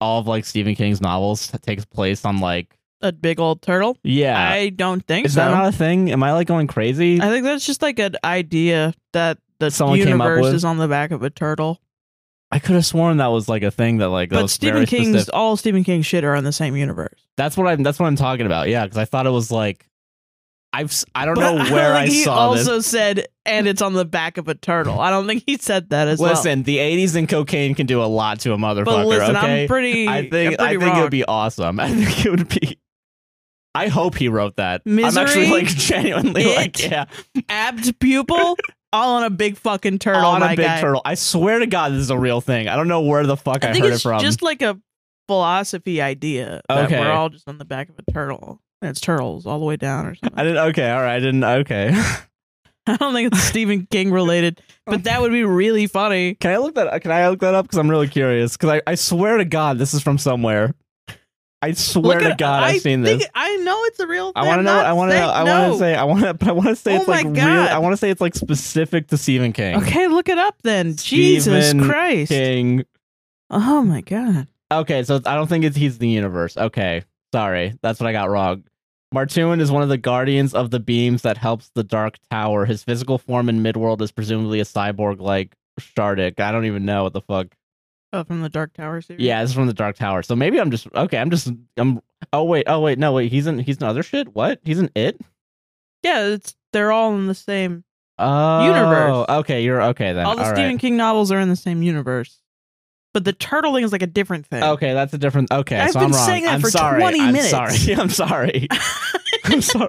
Speaker 1: all of like Stephen King's novels takes place on like
Speaker 2: a big old turtle.
Speaker 1: yeah
Speaker 2: I don't think
Speaker 1: Uh, is
Speaker 2: so.
Speaker 1: that not a thing? Am I like going crazy?
Speaker 2: I think that's just like an idea that the
Speaker 1: Someone came up
Speaker 2: universe
Speaker 1: with?
Speaker 2: is on the back of a turtle.
Speaker 1: I could have sworn that was like a thing that like that
Speaker 2: But
Speaker 1: was
Speaker 2: Stephen
Speaker 1: very
Speaker 2: King's
Speaker 1: specific.
Speaker 2: all Stephen King shit are in the same universe.
Speaker 1: That's what I'm that's what I'm talking about. Yeah, because I thought it was like I've s- I don't
Speaker 2: But [LAUGHS]
Speaker 1: know where I,
Speaker 2: think he
Speaker 1: saw
Speaker 2: also
Speaker 1: this.
Speaker 2: said, and it's on the back of a turtle. I don't think he said that as
Speaker 1: Listen, the '80s and cocaine can do a lot to a motherfucker.
Speaker 2: well. But listen,
Speaker 1: okay,
Speaker 2: I'm pretty.
Speaker 1: I think
Speaker 2: I'm
Speaker 1: I
Speaker 2: pretty
Speaker 1: think it
Speaker 2: wrong.
Speaker 1: would be awesome. [LAUGHS] I think it would be. I hope he wrote that. I'm actually
Speaker 2: Misery,
Speaker 1: like [LAUGHS] genuinely like
Speaker 2: It,
Speaker 1: yeah,
Speaker 2: apt pupil, all on a big fucking turtle.
Speaker 1: on a
Speaker 2: my
Speaker 1: big
Speaker 2: guy.
Speaker 1: turtle. I swear to God, this is a real thing. I don't know where the fuck I,
Speaker 2: think
Speaker 1: heard
Speaker 2: it's
Speaker 1: it from.
Speaker 2: just like a philosophy idea that
Speaker 1: Okay.
Speaker 2: we're all just on the back of a turtle. And it's turtles all the way down or
Speaker 1: [LAUGHS]
Speaker 2: something. [LAUGHS]
Speaker 1: I didn't. Okay, all right. I didn't. Okay. [LAUGHS]
Speaker 2: I don't think it's Stephen King related, but that would be
Speaker 1: [LAUGHS]
Speaker 2: really funny.
Speaker 1: Can I look that? Can I look that up? Because I'm really curious. Because I, I swear to God, this is from somewhere. I swear
Speaker 2: Look
Speaker 1: to
Speaker 2: at-
Speaker 1: God, I've seen
Speaker 2: think-
Speaker 1: this.
Speaker 2: I know it's a real thing.
Speaker 1: I want to know. I want to. know. I want to say. I want to. But I want to say
Speaker 2: Oh
Speaker 1: it's like
Speaker 2: my
Speaker 1: real.
Speaker 2: God.
Speaker 1: I want to say it's like specific to Stephen King.
Speaker 2: Okay, look it up then.
Speaker 1: Stephen
Speaker 2: Jesus Christ.
Speaker 1: King
Speaker 2: Oh my God.
Speaker 1: Okay, so I don't think it's he's the universe. Okay, sorry, that's what I got wrong. Martoon is one of the guardians of the beams that helps the Dark Tower. His physical form in Midworld is presumably a cyborg like Shardik. I don't even know what the fuck.
Speaker 2: Oh, from the Dark Tower series?
Speaker 1: Yeah, this is from the Dark Tower. So maybe I'm just okay. I'm just I'm. Oh wait, oh wait, no wait. He's in he's in other shit. What? He's in it.
Speaker 2: Yeah, it's, they're all in the same.
Speaker 1: Oh,
Speaker 2: Universe.
Speaker 1: Okay, you're okay then.
Speaker 2: all the
Speaker 1: All
Speaker 2: Stephen
Speaker 1: right.
Speaker 2: King novels are in the same universe. but the turtling is like a different thing.
Speaker 1: Okay, that's a different. Okay,
Speaker 2: I've
Speaker 1: so
Speaker 2: been
Speaker 1: I'm wrong.
Speaker 2: saying that
Speaker 1: I'm
Speaker 2: for
Speaker 1: sorry.
Speaker 2: 20
Speaker 1: I'm
Speaker 2: minutes.
Speaker 1: Sorry. [LAUGHS] I'm
Speaker 2: [LAUGHS]
Speaker 1: sorry. I'm sorry.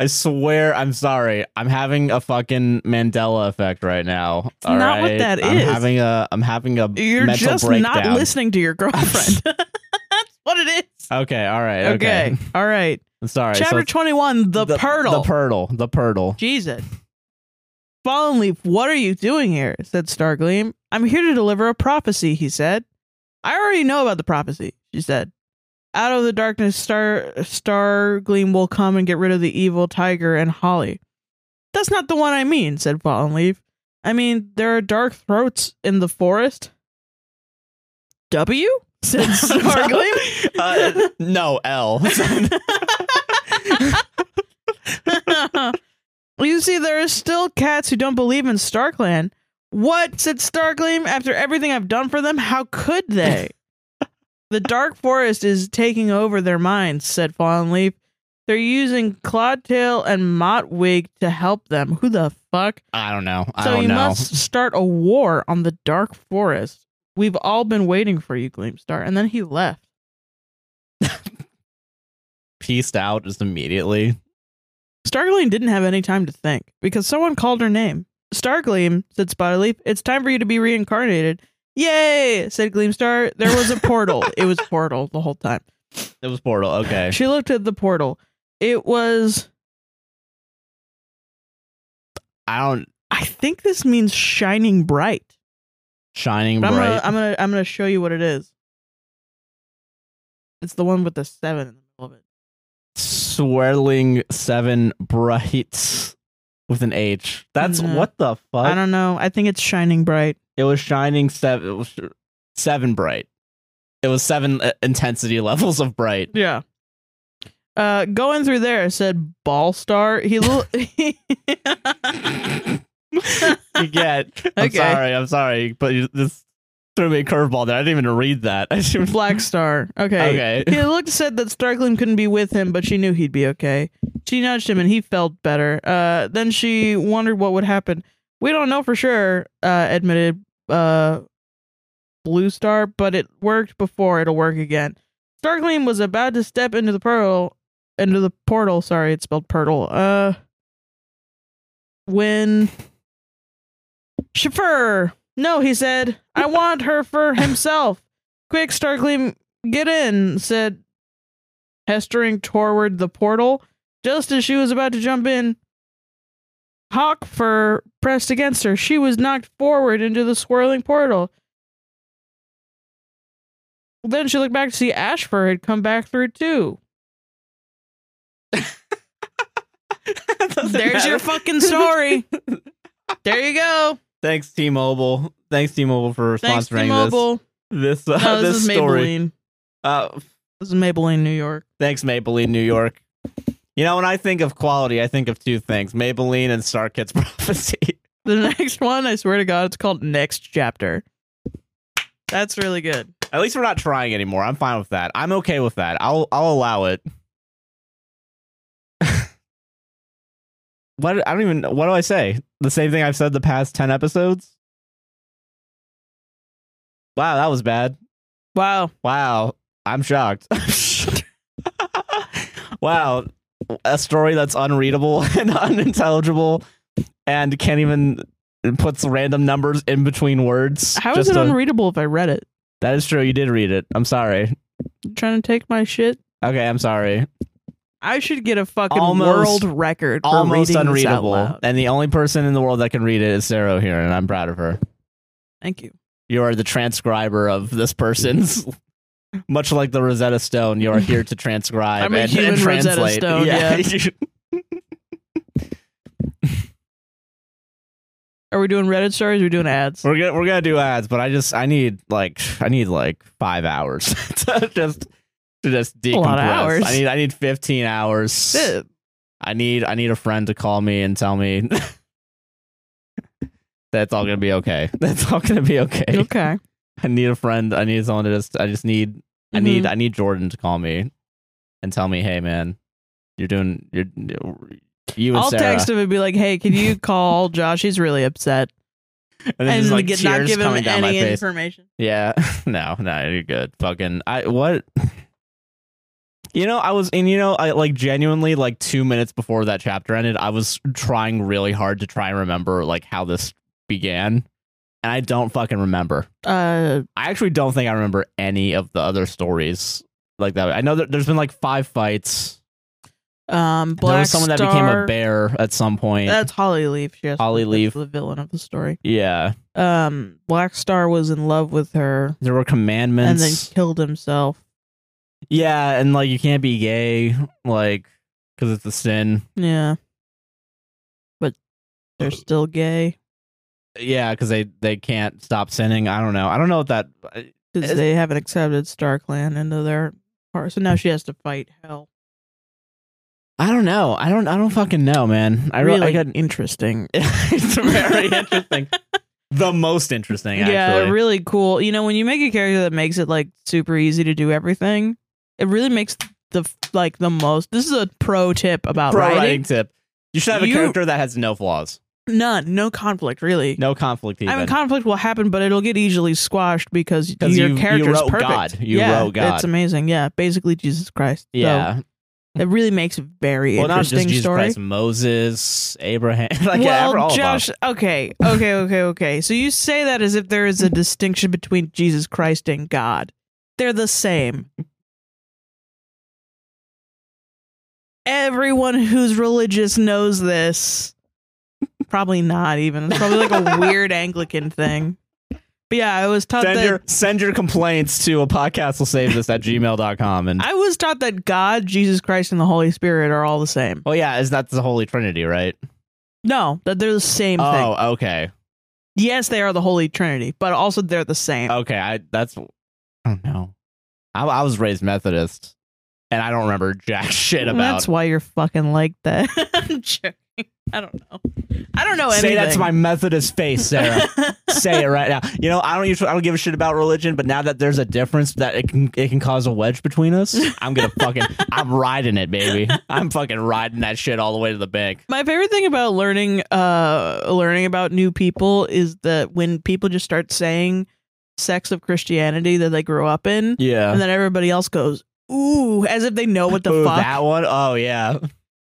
Speaker 1: I swear, I'm sorry. I'm having a fucking Mandela effect right now. It's
Speaker 2: not what that
Speaker 1: I'm
Speaker 2: is.
Speaker 1: Having a, I'm having a
Speaker 2: You're
Speaker 1: mental
Speaker 2: just
Speaker 1: breakdown.
Speaker 2: not listening to
Speaker 1: [LAUGHS]
Speaker 2: your girlfriend. [LAUGHS] That's what it is.
Speaker 1: Okay, all right. Okay,
Speaker 2: Okay. All right.
Speaker 1: I'm sorry.
Speaker 2: Chapter
Speaker 1: so
Speaker 2: 21 The, Purtle.
Speaker 1: The Purtle. The
Speaker 2: [LAUGHS]
Speaker 1: Purtle.
Speaker 2: Jesus. Fallen Leaf, what are you doing here? said Stargleam. I'm here to deliver a prophecy, he said. I already know about the prophecy, she said. Out of the darkness, Star Stargleam will come and get rid of the evil tiger and Holly. That's not the one I mean, said Fallen Leaf. I mean, there are dark throats in the forest. W? said Stargleam.
Speaker 1: Uh, no,
Speaker 2: [LAUGHS]
Speaker 1: L.
Speaker 2: [LAUGHS] you see, there are still cats who don't believe in Starkland. What? said Stargleam. After everything I've done for them, how could
Speaker 1: [LAUGHS]
Speaker 2: they? the Dark Forest is taking over their minds, said Fallen Leaf. They're using Clodtail and Motwig to help them. Who the fuck?
Speaker 1: I don't know. I
Speaker 2: so
Speaker 1: don't
Speaker 2: you
Speaker 1: know.
Speaker 2: must start a war on the Dark Forest. We've all been waiting for you, Gleamstar. And then he left.
Speaker 1: Pieced out just immediately.
Speaker 2: Stargleam didn't have any time to think because someone called her name. Stargleam, said Spotterleaf, it's time for you to be reincarnated. Yay, said Gleamstar. There was a
Speaker 1: [LAUGHS]
Speaker 2: portal. it was portal the whole time.
Speaker 1: It was Portal.
Speaker 2: [LAUGHS]
Speaker 1: Okay.
Speaker 2: She looked at the portal. It was,
Speaker 1: I don't.
Speaker 2: I think this means shining bright.
Speaker 1: Shining
Speaker 2: But I'm
Speaker 1: bright.
Speaker 2: gonna, I'm gonna, I'm gonna show you what it is. It's the one with the seven in the middle of it.
Speaker 1: swirling seven brights with an H. That's
Speaker 2: No.
Speaker 1: what the fuck.
Speaker 2: Mm-hmm. I don't know. I think it's shining bright.
Speaker 1: it was shining seven. It was sh- seven bright. It was seven uh, intensity levels of bright.
Speaker 2: [LAUGHS] Yeah. Uh, going through there said Ballstar. He [LAUGHS]
Speaker 1: [LAUGHS]
Speaker 2: lo-
Speaker 1: you get.
Speaker 2: [LAUGHS]
Speaker 1: I'm
Speaker 2: Okay.
Speaker 1: sorry. I'm sorry, but you, this threw me a curveball there. I didn't even read that. [LAUGHS] I should.
Speaker 2: Black Star. Okay.
Speaker 1: Okay.
Speaker 2: [LAUGHS] He looked said that Starkling couldn't be with him, but she knew he'd be okay. She nudged him and he felt better. Uh, then she wondered what would happen. We don't know for sure, uh, admitted uh, Blue Star, but it worked before, it'll work again. Starkling was about to step into the portal into the portal, sorry, it's spelled portal. Uh when Shafir No, he said, I want her for himself. Quick, Starkling get in, said Hestering toward the portal. Just as she was about to jump in, Hawkfur pressed against her. She was knocked forward into the swirling portal. Then she looked back to see Ashfur had come back
Speaker 1: [LAUGHS]
Speaker 2: through too.
Speaker 1: Doesn't
Speaker 2: There's your
Speaker 1: matter.
Speaker 2: fucking story. there you go.
Speaker 1: Thanks, T-Mobile. Thanks, T-Mobile, for
Speaker 2: Thanks to
Speaker 1: sponsoring
Speaker 2: Mobile.
Speaker 1: this. This uh, [LAUGHS]
Speaker 2: No, this,
Speaker 1: this,
Speaker 2: is
Speaker 1: story.
Speaker 2: Maybelline.
Speaker 1: Uh,
Speaker 2: This is Maybelline, New York.
Speaker 1: Thanks, Maybelline, New York. You know, when I think of quality, I think of two things Maybelline and Star Kids [LAUGHS] Prophecy.
Speaker 2: The [LAUGHS] next one, I swear to God, it's called Next Chapter. That's really good.
Speaker 1: At least we're not trying anymore. I'm fine with that. I'm okay with that. I'll I'll allow it. [LAUGHS] what I don't even what do I say? The same thing I've said the past 10 episodes? Wow, that was bad. [LAUGHS]
Speaker 2: Wow.
Speaker 1: Wow, I'm shocked. wow, a story that's unreadable [LAUGHS] and unintelligible and can't even puts random numbers in between words.
Speaker 2: How is
Speaker 1: Just
Speaker 2: it
Speaker 1: a-
Speaker 2: unreadable if I read it?
Speaker 1: that is true. You did read it. I'm sorry.
Speaker 2: You trying to take my shit?
Speaker 1: Okay, I'm sorry.
Speaker 2: I should get a fucking
Speaker 1: Almost-
Speaker 2: world record. For
Speaker 1: Almost
Speaker 2: reading this out
Speaker 1: unreadable.
Speaker 2: loud.
Speaker 1: And the only person in the world that can read it is Sarah here, and I'm proud of her.
Speaker 2: Thank you.
Speaker 1: You are the transcriber of this person's. [LAUGHS] Much like the Rosetta Stone, you are here
Speaker 2: [LAUGHS]
Speaker 1: to transcribe
Speaker 2: I'm a
Speaker 1: and,
Speaker 2: human
Speaker 1: and
Speaker 2: Rosetta
Speaker 1: translate.
Speaker 2: Stone,
Speaker 1: [LAUGHS]
Speaker 2: Are we doing Reddit stories or are we doing ads?
Speaker 1: We're gonna we're gonna do ads, but I just I need like I need like five hours [LAUGHS] to just to just decompress.
Speaker 2: A lot of hours.
Speaker 1: I need I need fifteen hours. [LAUGHS]
Speaker 2: Eh,
Speaker 1: I need I need a friend to call me and tell me [LAUGHS] that's all gonna be okay. [LAUGHS] That's all gonna be okay. [LAUGHS]
Speaker 2: Okay.
Speaker 1: I need a friend. I need someone to just I just need I
Speaker 2: Mm-hmm.
Speaker 1: need I need Jordan to call me and tell me, hey man, you're doing you're you and
Speaker 2: I'll
Speaker 1: Sarah. [LAUGHS]
Speaker 2: text him and be like, "Hey, can you call Josh? He's really upset."
Speaker 1: And then
Speaker 2: and
Speaker 1: just like
Speaker 2: get- not
Speaker 1: tears
Speaker 2: give him
Speaker 1: coming down my
Speaker 2: any
Speaker 1: face.
Speaker 2: information.
Speaker 1: Yeah. [LAUGHS] No, no, you're good. Fucking I what You know, I was and you know, I like genuinely like 2 minutes before that chapter ended, I was trying really hard to try and remember like how this began. And I don't fucking remember.
Speaker 2: Uh,
Speaker 1: I actually don't think I remember any of the other stories like that. I know that there's been like five fights.
Speaker 2: um, Black
Speaker 1: there was someone that became
Speaker 2: Star-
Speaker 1: a bear at some point.
Speaker 2: That's Holly Leaf. Yes,
Speaker 1: Holly
Speaker 2: that's
Speaker 1: Leaf.
Speaker 2: the villain of the story.
Speaker 1: yeah.
Speaker 2: Um, Black Star was in love with her
Speaker 1: There were
Speaker 2: and
Speaker 1: commandments.
Speaker 2: then killed himself.
Speaker 1: yeah, and like you can't be gay like cuz it's a sin.
Speaker 2: Yeah, but
Speaker 1: Uh,
Speaker 2: they're still gay
Speaker 1: Yeah, because they they can't stop sinning. I don't know. I don't know what that.
Speaker 2: because they haven't accepted Star Clan into their heart. So now she has to fight hell.
Speaker 1: I don't know. I don't. I don't fucking know, man. I really.
Speaker 2: really
Speaker 1: I got,
Speaker 2: [LAUGHS] interesting.
Speaker 1: [LAUGHS] it's very interesting. The most interesting, actually.
Speaker 2: Yeah, really cool. You know, when you make a character that makes it like super easy to do everything, it really makes the like the most. This is a pro tip about
Speaker 1: Pro writing.
Speaker 2: writing.
Speaker 1: tip. You should have a
Speaker 2: You-
Speaker 1: character that has no flaws,
Speaker 2: None, no conflict, really.
Speaker 1: no conflict. Even.
Speaker 2: I mean, conflict will happen, but it'll get easily squashed because
Speaker 1: 'Cause
Speaker 2: your
Speaker 1: you- you
Speaker 2: character's
Speaker 1: wrote
Speaker 2: perfect.
Speaker 1: God. You
Speaker 2: yeah,
Speaker 1: wrote God.
Speaker 2: It's amazing. Yeah, basically Jesus Christ. So
Speaker 1: yeah.
Speaker 2: it really makes a very
Speaker 1: well, not
Speaker 2: interesting
Speaker 1: just Jesus
Speaker 2: story.
Speaker 1: Christ, Moses, Abraham. [LAUGHS] Like, yeah,
Speaker 2: well,
Speaker 1: all of
Speaker 2: Josh.
Speaker 1: them.
Speaker 2: Okay, okay, okay, okay. So you say that as if there is a distinction between Jesus Christ and God. They're the same. Everyone who's religious knows this. Probably not even. It's probably like
Speaker 1: [LAUGHS]
Speaker 2: a weird Anglican thing. But yeah, I was taught
Speaker 1: Send
Speaker 2: that
Speaker 1: your send your complaints to a podcast will save this at gmail.com [LAUGHS] and
Speaker 2: I was taught that God, Jesus Christ, and the Holy Spirit are all the same.
Speaker 1: oh yeah, is that the Holy Trinity, right?
Speaker 2: No, that they're the same thing.
Speaker 1: Oh, okay.
Speaker 2: Yes, they are the Holy Trinity, but also they're the same.
Speaker 1: Okay, I that's I don't know. I, I was raised Methodist, and I don't remember jack [LAUGHS] shit
Speaker 2: Well,
Speaker 1: about.
Speaker 2: That's why you're fucking like that. [LAUGHS] I'm joking. I don't know. I don't know anything.
Speaker 1: Say that to my Methodist face,
Speaker 2: [LAUGHS]
Speaker 1: Sarah. Say it right now. You know, I don't usually I don't give a shit about religion, but now that there's a difference that it can it can cause a wedge between
Speaker 2: [LAUGHS]
Speaker 1: us, I'm gonna fucking I'm riding it, baby. I'm fucking riding that shit all the way to the bank.
Speaker 2: my favorite thing about learning, uh, learning about new people is that when people just start saying sects of Christianity that they grew up in,
Speaker 1: Yeah.
Speaker 2: and then everybody else goes, "Ooh," as if they know what the
Speaker 1: Ooh,
Speaker 2: fuck.
Speaker 1: that one? Oh yeah.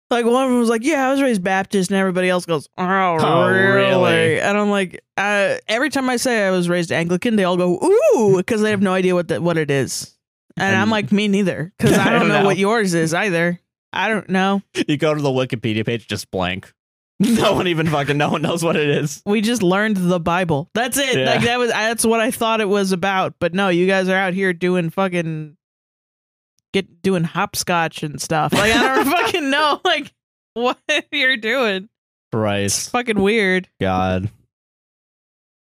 Speaker 2: Like one of them was like, "Yeah, I was raised Baptist," and everybody else goes, "Oh,
Speaker 1: Oh,
Speaker 2: really?
Speaker 1: really?
Speaker 2: And I'm like, uh, every time I say I was raised Anglican, they all go, "Ooh," because they have no idea what the, what it is. And,
Speaker 1: And-
Speaker 2: I'm like, me neither, because [LAUGHS] I, don't know what yours is either. I don't know.
Speaker 1: You go to the Wikipedia page, just blank. [LAUGHS] No one even fucking no one knows what it is.
Speaker 2: We just learned the Bible. That's it.
Speaker 1: Yeah.
Speaker 2: Like that was that's what I thought it was about. But no, you guys are out here doing fucking get doing hopscotch and stuff. Like I [LAUGHS] don't fucking know. Like [LAUGHS] what you're doing. It's
Speaker 1: Christ.
Speaker 2: fucking weird.
Speaker 1: God.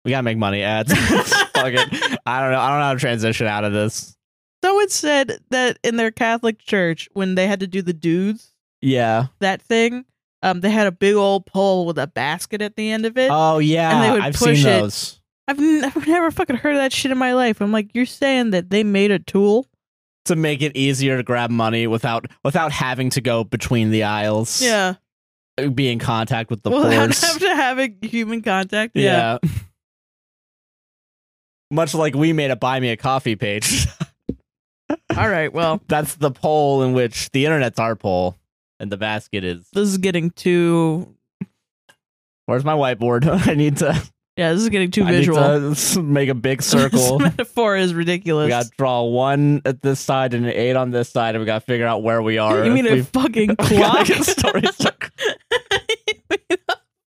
Speaker 1: We gotta make money [LAUGHS] ads. Fuck it. I don't know. I don't know how to transition out of this.
Speaker 2: Someone said that in their Catholic church, when they had to do the dudes,
Speaker 1: Yeah.
Speaker 2: that thing, um, they had a big old pole with a basket at the end of it.
Speaker 1: Oh yeah.
Speaker 2: And they would
Speaker 1: I've
Speaker 2: push
Speaker 1: seen
Speaker 2: it.
Speaker 1: those.
Speaker 2: I've, n- I've never fucking heard of that shit in my life. I'm like, you're saying that they made a tool?
Speaker 1: To make it easier to grab money without without having to go between the aisles.
Speaker 2: Yeah.
Speaker 1: Be in contact with the
Speaker 2: well, [LAUGHS] I'd
Speaker 1: pores.
Speaker 2: have to have a human contact. Yeah.
Speaker 1: yeah. Much like we made a buy me a coffee page. [LAUGHS]
Speaker 2: All right. Well,
Speaker 1: That's the poll in which the internet's our poll and the basket is
Speaker 2: this is getting too.
Speaker 1: Where's my whiteboard? [LAUGHS] I need to
Speaker 2: Yeah, this is getting too
Speaker 1: I need
Speaker 2: visual.
Speaker 1: to s- make a big [LAUGHS]
Speaker 2: [LAUGHS]
Speaker 1: circle.
Speaker 2: this metaphor is ridiculous.
Speaker 1: We got to draw one at this side and an eight on this side, and we got to figure out where we are.
Speaker 2: you mean
Speaker 1: If
Speaker 2: a
Speaker 1: we've- [LAUGHS]
Speaker 2: fucking
Speaker 1: we gotta
Speaker 2: clock?
Speaker 1: get
Speaker 2: [LAUGHS]
Speaker 1: stories stuck.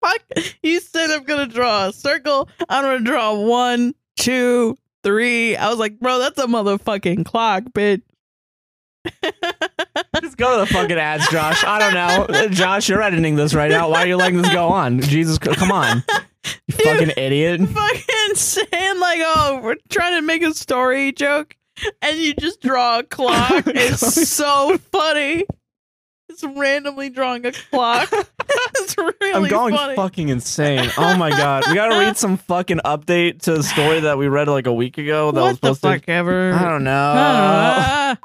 Speaker 2: Fuck. You said I'm gonna draw a circle. I'm gonna draw one, two, three. I was like, bro, that's a motherfucking clock, bitch. [LAUGHS]
Speaker 1: [LAUGHS] Just go to the fucking ads, Josh. I don't [LAUGHS] know, Josh. You're editing this right now. Why are you letting this go on? Jesus, c- come on, you
Speaker 2: Dude.
Speaker 1: fucking idiot.
Speaker 2: Fucking saying like, oh, we're trying to make a story joke, and you just draw a
Speaker 1: [LAUGHS]
Speaker 2: clock. It's so funny. It's randomly drawing a clock. [LAUGHS] it's really
Speaker 1: I'm going
Speaker 2: funny.
Speaker 1: fucking insane. Oh my god, we gotta read some fucking update to a story that we read like a week ago that was
Speaker 2: what the
Speaker 1: posted.
Speaker 2: fuck ever? [LAUGHS]
Speaker 1: I don't know.
Speaker 2: Ah.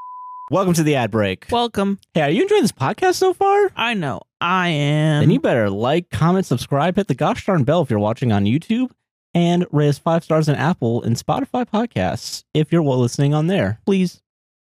Speaker 1: Welcome to the ad break.
Speaker 2: welcome.
Speaker 1: hey, are you enjoying this podcast so far?
Speaker 2: I know. I am.
Speaker 1: Then you better like, comment, subscribe, hit the gosh darn bell if you're watching on YouTube, and rate us five stars on Apple and Spotify podcasts if you're listening on there, please.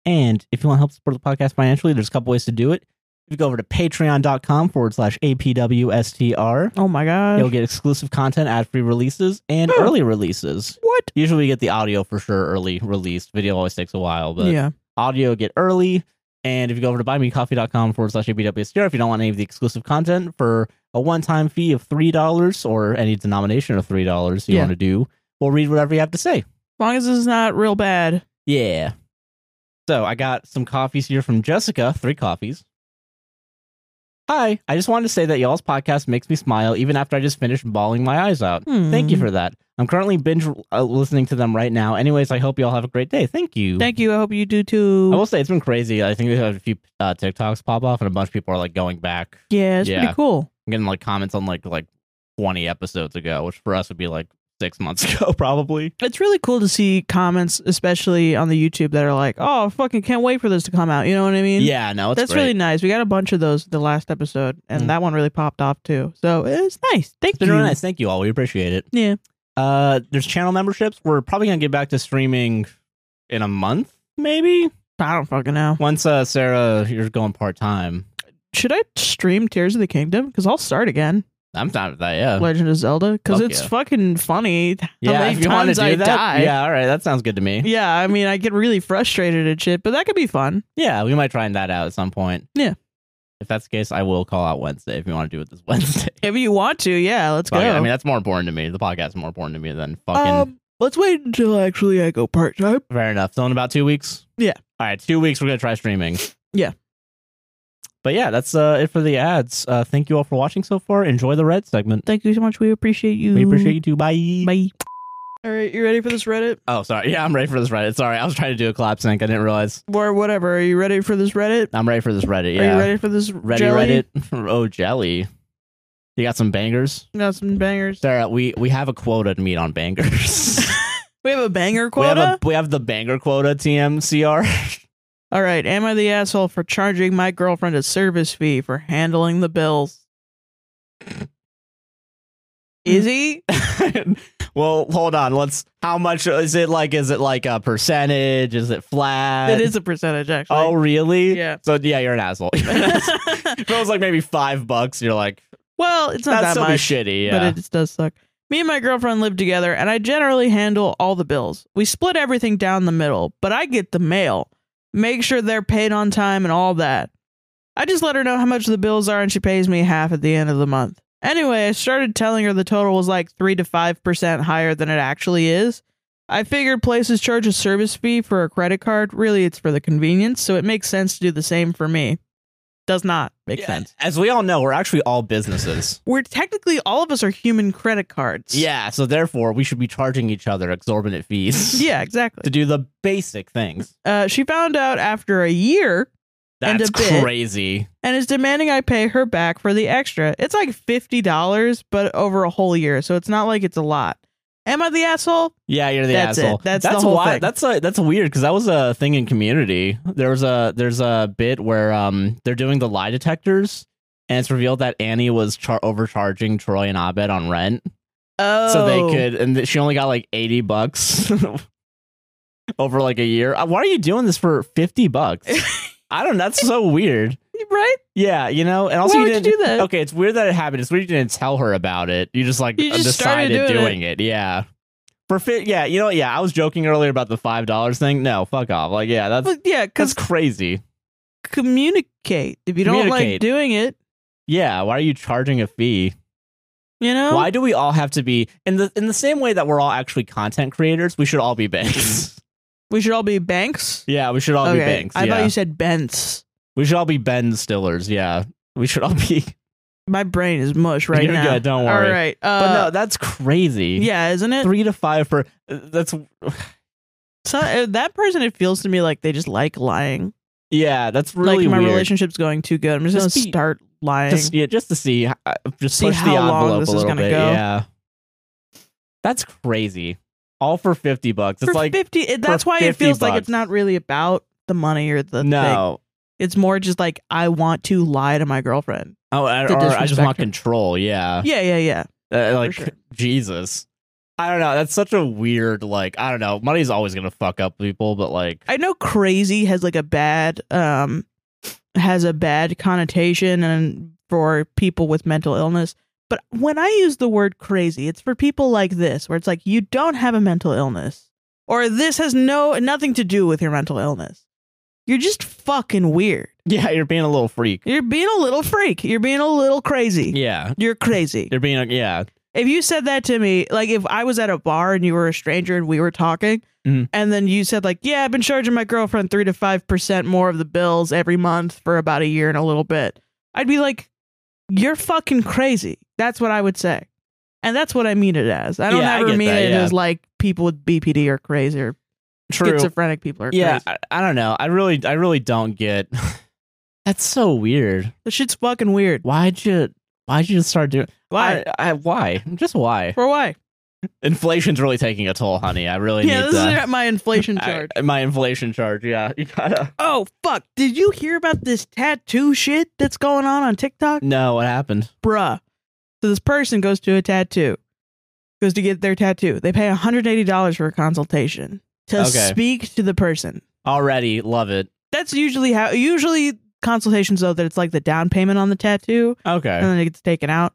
Speaker 1: And if you want to help support the podcast financially, there's a couple ways to do it. If you go over to patreon.com forward slash APWSTR,
Speaker 2: Oh my gosh.
Speaker 1: you'll get exclusive content, ad free releases, and
Speaker 2: Huh.
Speaker 1: early releases.
Speaker 2: what?
Speaker 1: Usually we get the audio for sure early released. Video always takes a while, but
Speaker 2: yeah.
Speaker 1: audio get early. And if you go over to buymecoffee.com forward slash ABWSTR, if you don't want any of the exclusive content for a one time fee of $3 or any denomination of $3 you
Speaker 2: Yeah.
Speaker 1: want to do, we'll read whatever you have to say.
Speaker 2: As long as it's not real bad.
Speaker 1: Yeah. So I got some coffees here from Jessica, three coffees. Hi, I just wanted to say that y'all's podcast makes me smile even after I just finished bawling my eyes out. Thank you
Speaker 2: Hmm.
Speaker 1: for that. I'm currently binge uh, listening to them right now. Anyways, I hope y'all have a great day. Thank you.
Speaker 2: Thank you. I hope you do
Speaker 1: I
Speaker 2: too.
Speaker 1: will say it's been crazy. I think we had a few uh, TikToks pop off, and a bunch of people are like going back.
Speaker 2: Yeah, it's
Speaker 1: Yeah.
Speaker 2: pretty cool.
Speaker 1: I'm getting like comments on like like 20 episodes ago, which for us would be like six months [LAUGHS] ago, probably.
Speaker 2: It's really cool to see comments, especially on the YouTube, that are like, "Oh, fucking can't wait for this to come out." You know what I mean?
Speaker 1: Yeah, no, it's
Speaker 2: that's
Speaker 1: great.
Speaker 2: really nice. We got a bunch of those the last episode, and
Speaker 1: Mm.
Speaker 2: that one really popped off too. So it's nice. Thank
Speaker 1: It's been
Speaker 2: you.
Speaker 1: really nice. Thank you all. We appreciate it.
Speaker 2: Yeah.
Speaker 1: Uh, there's channel memberships. We're probably gonna get back to streaming in a month, maybe.
Speaker 2: I don't fucking know.
Speaker 1: Once uh, Sarah, you're going part time.
Speaker 2: Should I stream Tears of the Kingdom? Because I'll start again.
Speaker 1: I'm down with that. Yeah.
Speaker 2: Legend of Zelda. Because
Speaker 1: Uh, fuck
Speaker 2: it's
Speaker 1: yeah.
Speaker 2: fucking funny. how
Speaker 1: yeah.
Speaker 2: many
Speaker 1: If you want to
Speaker 2: times
Speaker 1: do
Speaker 2: I
Speaker 1: that,
Speaker 2: die.
Speaker 1: yeah. All right. That sounds good to me. Yeah.
Speaker 2: Yeah, I mean, I get really frustrated and shit, but that could be fun.
Speaker 1: we might try that out at some point.
Speaker 2: Yeah.
Speaker 1: If that's the case, I will call out Wednesday if you want to do it this [LAUGHS] Wednesday.
Speaker 2: If you want to, yeah, let's
Speaker 1: Fuck
Speaker 2: go.
Speaker 1: it. I mean, that's more important to me. The podcast is more important to me than fucking.
Speaker 2: um, let's wait until actually I go part time.
Speaker 1: Fair enough. So in about two weeks.
Speaker 2: Yeah.
Speaker 1: All right, two weeks. We're gonna try streaming.
Speaker 2: Yeah.
Speaker 1: But yeah, that's uh, it for the ads. Uh, thank you all for watching so far. Enjoy the red segment.
Speaker 2: Thank you so much. We appreciate you.
Speaker 1: We appreciate you too. Bye.
Speaker 2: Bye. All right, you ready for this Reddit
Speaker 1: Oh, sorry. Yeah, I'm ready for this Reddit. Sorry, I was trying to do a collapse sync. I didn't realize.
Speaker 2: or whatever? Are you ready for this Reddit?
Speaker 1: I'm ready for this Reddit.
Speaker 2: Are
Speaker 1: Uh, Yeah.
Speaker 2: you ready for this
Speaker 1: Ready
Speaker 2: jelly?
Speaker 1: Reddit. [LAUGHS] oh, jelly. You got some bangers,
Speaker 2: Got some bangers.
Speaker 1: Sarah. We we have a quota to meet on
Speaker 2: [LAUGHS]
Speaker 1: bangers.
Speaker 2: We have a banger
Speaker 1: We have
Speaker 2: quota.
Speaker 1: a, we have the banger quota. TMCR.
Speaker 2: All right, am I the asshole for charging my girlfriend a service fee for handling the bills? Is he?
Speaker 1: [LAUGHS] well, hold on. Let's. How much is it? Like, is it like a percentage? Is it flat?
Speaker 2: It is a percentage, actually. [LAUGHS]
Speaker 1: Oh, really?
Speaker 2: Yeah.
Speaker 1: So yeah, you're an asshole. [LAUGHS] You're an asshole. if it was like maybe five bucks, you're like
Speaker 2: well, it's not
Speaker 1: that's
Speaker 2: that
Speaker 1: so
Speaker 2: much.
Speaker 1: shitty. Yeah.
Speaker 2: but it just does suck. Me and my girlfriend live together, and I generally handle all the bills. We split everything down the middle, but I get the mail, make sure they're paid on time, and all that. I just let her know how much the bills are, and she pays me half at the end of the month. Anyway, I started telling her the total was like 3 to 5% higher than it actually is. I figured places charge a service fee for a credit card. Really, it's for the convenience, so it makes sense to do the same for me. Does not make
Speaker 1: Yeah,
Speaker 2: sense.
Speaker 1: As we all know, we're actually all
Speaker 2: [LAUGHS]
Speaker 1: businesses.
Speaker 2: We're technically, all of us are human credit cards.
Speaker 1: yeah. So therefore, we should be charging each other exorbitant fees.
Speaker 2: [LAUGHS] Yeah,
Speaker 1: To
Speaker 2: exactly.
Speaker 1: do the basic things.
Speaker 2: Uh, she found out after a year And
Speaker 1: That's
Speaker 2: a bit.
Speaker 1: crazy.
Speaker 2: and is demanding I pay her back for the extra. It's like $50, but over a whole year. So it's not like it's a lot. Am I the asshole?
Speaker 1: Yeah, you're the
Speaker 2: That's
Speaker 1: asshole.
Speaker 2: it. That's the whole
Speaker 1: why,
Speaker 2: thing.
Speaker 1: That's a, that's weird because that was a thing in Community. There was a there's a bit where um they're doing the lie detectors, and it's revealed that Annie was char- overcharging Troy and Abed on rent,
Speaker 2: Oh.
Speaker 1: so they could, and th- she only got like eighty bucks [LAUGHS] over like a year. Uh, Why are you doing this for fifty
Speaker 2: [LAUGHS]
Speaker 1: bucks? I don't. That's so weird.
Speaker 2: Right?
Speaker 1: Yeah, you know, and also
Speaker 2: Why
Speaker 1: you
Speaker 2: would you
Speaker 1: didn't.
Speaker 2: do that?
Speaker 1: Okay, it's weird that it happened. It's weird you didn't tell her about it. You just like
Speaker 2: You just started
Speaker 1: decided
Speaker 2: doing
Speaker 1: doing it. Yeah. For fit, yeah, you know, what? yeah. I was joking earlier about the five dollars thing. No, fuck off. Like, yeah, that's
Speaker 2: Well, yeah,
Speaker 1: that's
Speaker 2: because
Speaker 1: crazy.
Speaker 2: communicate. If you don't like
Speaker 1: Communicate.
Speaker 2: doing it,
Speaker 1: Yeah, why are you charging a fee?
Speaker 2: you know?
Speaker 1: Why do we all have to be in the in the same way that we're all actually content creators? We should all be banks.
Speaker 2: We should all be banks.
Speaker 1: [LAUGHS] yeah, we should all be banks.
Speaker 2: Mm-hmm. I
Speaker 1: yeah,
Speaker 2: thought you said bents.
Speaker 1: we should all be Ben Stillers. Yeah, we should all be. [LAUGHS]
Speaker 2: My brain is mush right
Speaker 1: You're
Speaker 2: now.
Speaker 1: good, don't
Speaker 2: All
Speaker 1: worry.
Speaker 2: right.
Speaker 1: But no,
Speaker 2: Uh,
Speaker 1: that's crazy.
Speaker 2: yeah, isn't it?
Speaker 1: three to five per. That's
Speaker 2: So, uh, that person, it feels to me like they just like lying.
Speaker 1: Yeah, that's really
Speaker 2: like my
Speaker 1: weird.
Speaker 2: relationship's going too good. I'm just,
Speaker 1: Just
Speaker 2: gonna
Speaker 1: be-
Speaker 2: start lying.
Speaker 1: Just yeah, just to see, uh, just
Speaker 2: See
Speaker 1: push
Speaker 2: how
Speaker 1: the
Speaker 2: long
Speaker 1: envelope
Speaker 2: this
Speaker 1: a
Speaker 2: is
Speaker 1: little
Speaker 2: gonna
Speaker 1: bit.
Speaker 2: go.
Speaker 1: Yeah, that's crazy. All for fifty bucks. It's
Speaker 2: for
Speaker 1: like
Speaker 2: fifty, it, that's why it
Speaker 1: 50
Speaker 2: feels like it's
Speaker 1: bucks.
Speaker 2: not really about the money or the thing.
Speaker 1: no.
Speaker 2: It's more just like I want to lie to my girlfriend.
Speaker 1: Oh, I,
Speaker 2: To
Speaker 1: or I just
Speaker 2: disrespect
Speaker 1: want
Speaker 2: her.
Speaker 1: control. Yeah,
Speaker 2: Yeah, yeah, yeah.
Speaker 1: Uh, like
Speaker 2: sure.
Speaker 1: [LAUGHS] Jesus. I don't know. That's such a weird, like, I don't know. Money's always gonna fuck up people, but like,
Speaker 2: I know crazy has like a bad um has a bad connotation and for people with mental illness. But when I use the word crazy, it's for people like this where it's like you don't have a mental illness or this has no nothing to do with your mental illness. You're just fucking weird.
Speaker 1: [LAUGHS] yeah, you're being a little freak.
Speaker 2: You're being a little freak. You're being a little crazy.
Speaker 1: Yeah,
Speaker 2: You're crazy.
Speaker 1: you're being a yeah.
Speaker 2: If you said that to me, like if I was at a bar and you were a stranger and we were talking,
Speaker 1: Mhm.
Speaker 2: and then you said like, "Yeah, I've been charging my girlfriend three to five percent more of the bills every month for about a year and a little bit," I'd be like, "You're fucking crazy." That's what I would say, and that's what I mean it as. I don't
Speaker 1: Yeah, I
Speaker 2: ever
Speaker 1: get
Speaker 2: mean
Speaker 1: that,
Speaker 2: it
Speaker 1: yeah.
Speaker 2: as like people with BPD are crazy or
Speaker 1: True.
Speaker 2: schizophrenic people are
Speaker 1: yeah,
Speaker 2: crazy.
Speaker 1: I, I don't know. I really, I really don't get. [LAUGHS] that's so weird.
Speaker 2: The shit's fucking weird.
Speaker 1: Why'd you? Why'd you start doing?
Speaker 2: Why?
Speaker 1: I, I, why? Just why?
Speaker 2: for why?
Speaker 1: Inflation's really taking a toll, honey. I really
Speaker 2: yeah,
Speaker 1: need
Speaker 2: this
Speaker 1: to.
Speaker 2: is my inflation
Speaker 1: [LAUGHS] I-
Speaker 2: charge.
Speaker 1: my inflation charge. Yeah, [LAUGHS] you gotta.
Speaker 2: oh fuck! Did you hear about this tattoo shit that's going on on TikTok?
Speaker 1: No, what happened?
Speaker 2: bruh. So this person goes to a tattoo, goes to get their tattoo. They pay $180 for a consultation to
Speaker 1: Okay.
Speaker 2: speak to the person.
Speaker 1: Already love it.
Speaker 2: That's usually how, usually consultations, though, that it's like the down payment on the tattoo and
Speaker 1: Okay.
Speaker 2: then it gets taken out,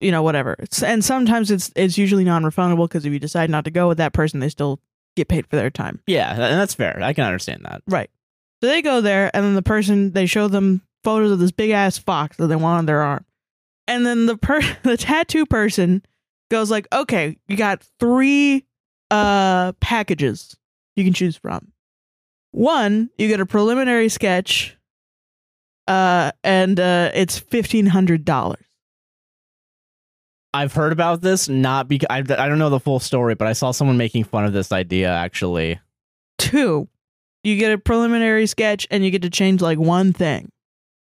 Speaker 2: you know, whatever. It's, and sometimes it's, it's usually non refundable because if you decide not to go with that person, they still get paid for their time.
Speaker 1: Yeah, and that's fair. I can understand that.
Speaker 2: Right. So they go there, and then the person they show them photos of this big ass fox that they want on their arm, and then the per [LAUGHS] the tattoo person goes like, "Okay, you got three uh packages you can choose from. One, you get a preliminary sketch, uh, and uh, it's fifteen hundred dollars.
Speaker 1: I've heard about this, not because I, I don't know the full story, but I saw someone making fun of this idea actually.
Speaker 2: Two, you get a preliminary sketch, and you get to change like one thing.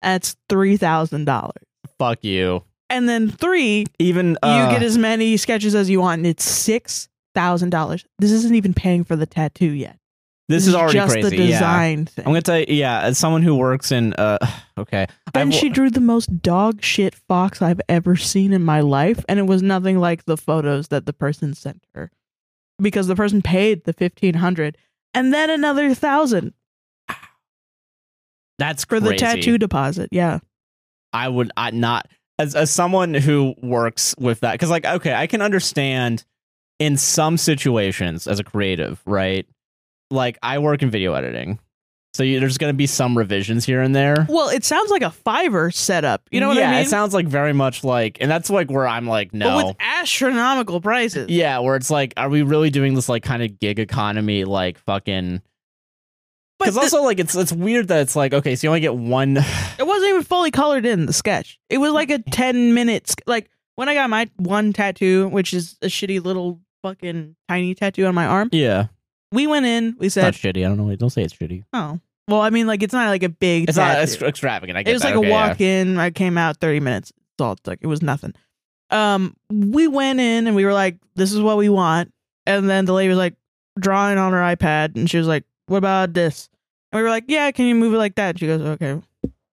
Speaker 2: That's three thousand dollars.
Speaker 1: Fuck you.
Speaker 2: And then three,
Speaker 1: Even uh,
Speaker 2: you get as many sketches as you want, and it's six thousand dollars. This isn't even paying for the tattoo yet.
Speaker 1: this is already
Speaker 2: just
Speaker 1: crazy.
Speaker 2: the
Speaker 1: Yeah.
Speaker 2: design thing.
Speaker 1: I'm gonna tell you, yeah, as someone who works in, uh, [SIGHS] okay,
Speaker 2: then
Speaker 1: I've-
Speaker 2: she drew the most dog shit fox I've ever seen in my life, and it was nothing like the photos that the person sent her, because the person paid the fifteen hundred and then another thousand
Speaker 1: that's
Speaker 2: for the
Speaker 1: crazy.
Speaker 2: tattoo deposit. Yeah,
Speaker 1: I would I not as as someone who works with that because like okay, I can understand in some situations as a creative, right? Like I work in video editing, so you, there's going to be some revisions here and there.
Speaker 2: well, it sounds like a Fiverr setup. You know what
Speaker 1: yeah,
Speaker 2: I mean?
Speaker 1: it sounds like very much like, and that's like where I'm like, no,
Speaker 2: But with astronomical prices.
Speaker 1: yeah, where it's like, are we really doing this like kind of gig economy, like fucking?
Speaker 2: but
Speaker 1: Because
Speaker 2: the-
Speaker 1: also like it's it's weird that it's like okay, so you only get one.
Speaker 2: It wasn't even fully colored in the sketch. It was like a 10 minute sk- like when I got my one tattoo, which is a shitty little fucking tiny tattoo on my arm.
Speaker 1: yeah,
Speaker 2: We went in, we
Speaker 1: it's not
Speaker 2: said,
Speaker 1: shitty. I don't know. why- Don't say it's shitty.
Speaker 2: "Oh. Well, I mean like it's not like a big
Speaker 1: It's not
Speaker 2: tattoo.
Speaker 1: ex- extravagant. I get
Speaker 2: it was
Speaker 1: that.
Speaker 2: like
Speaker 1: Okay,
Speaker 2: a
Speaker 1: yeah.
Speaker 2: walk in. I came out 30 minutes. That's all it took. It was nothing. Um, we went in and we were like, this is what we want. And then the lady was like drawing on her iPad and she was like, what about this? And we were like, yeah, can you move it like that? And she goes, okay. What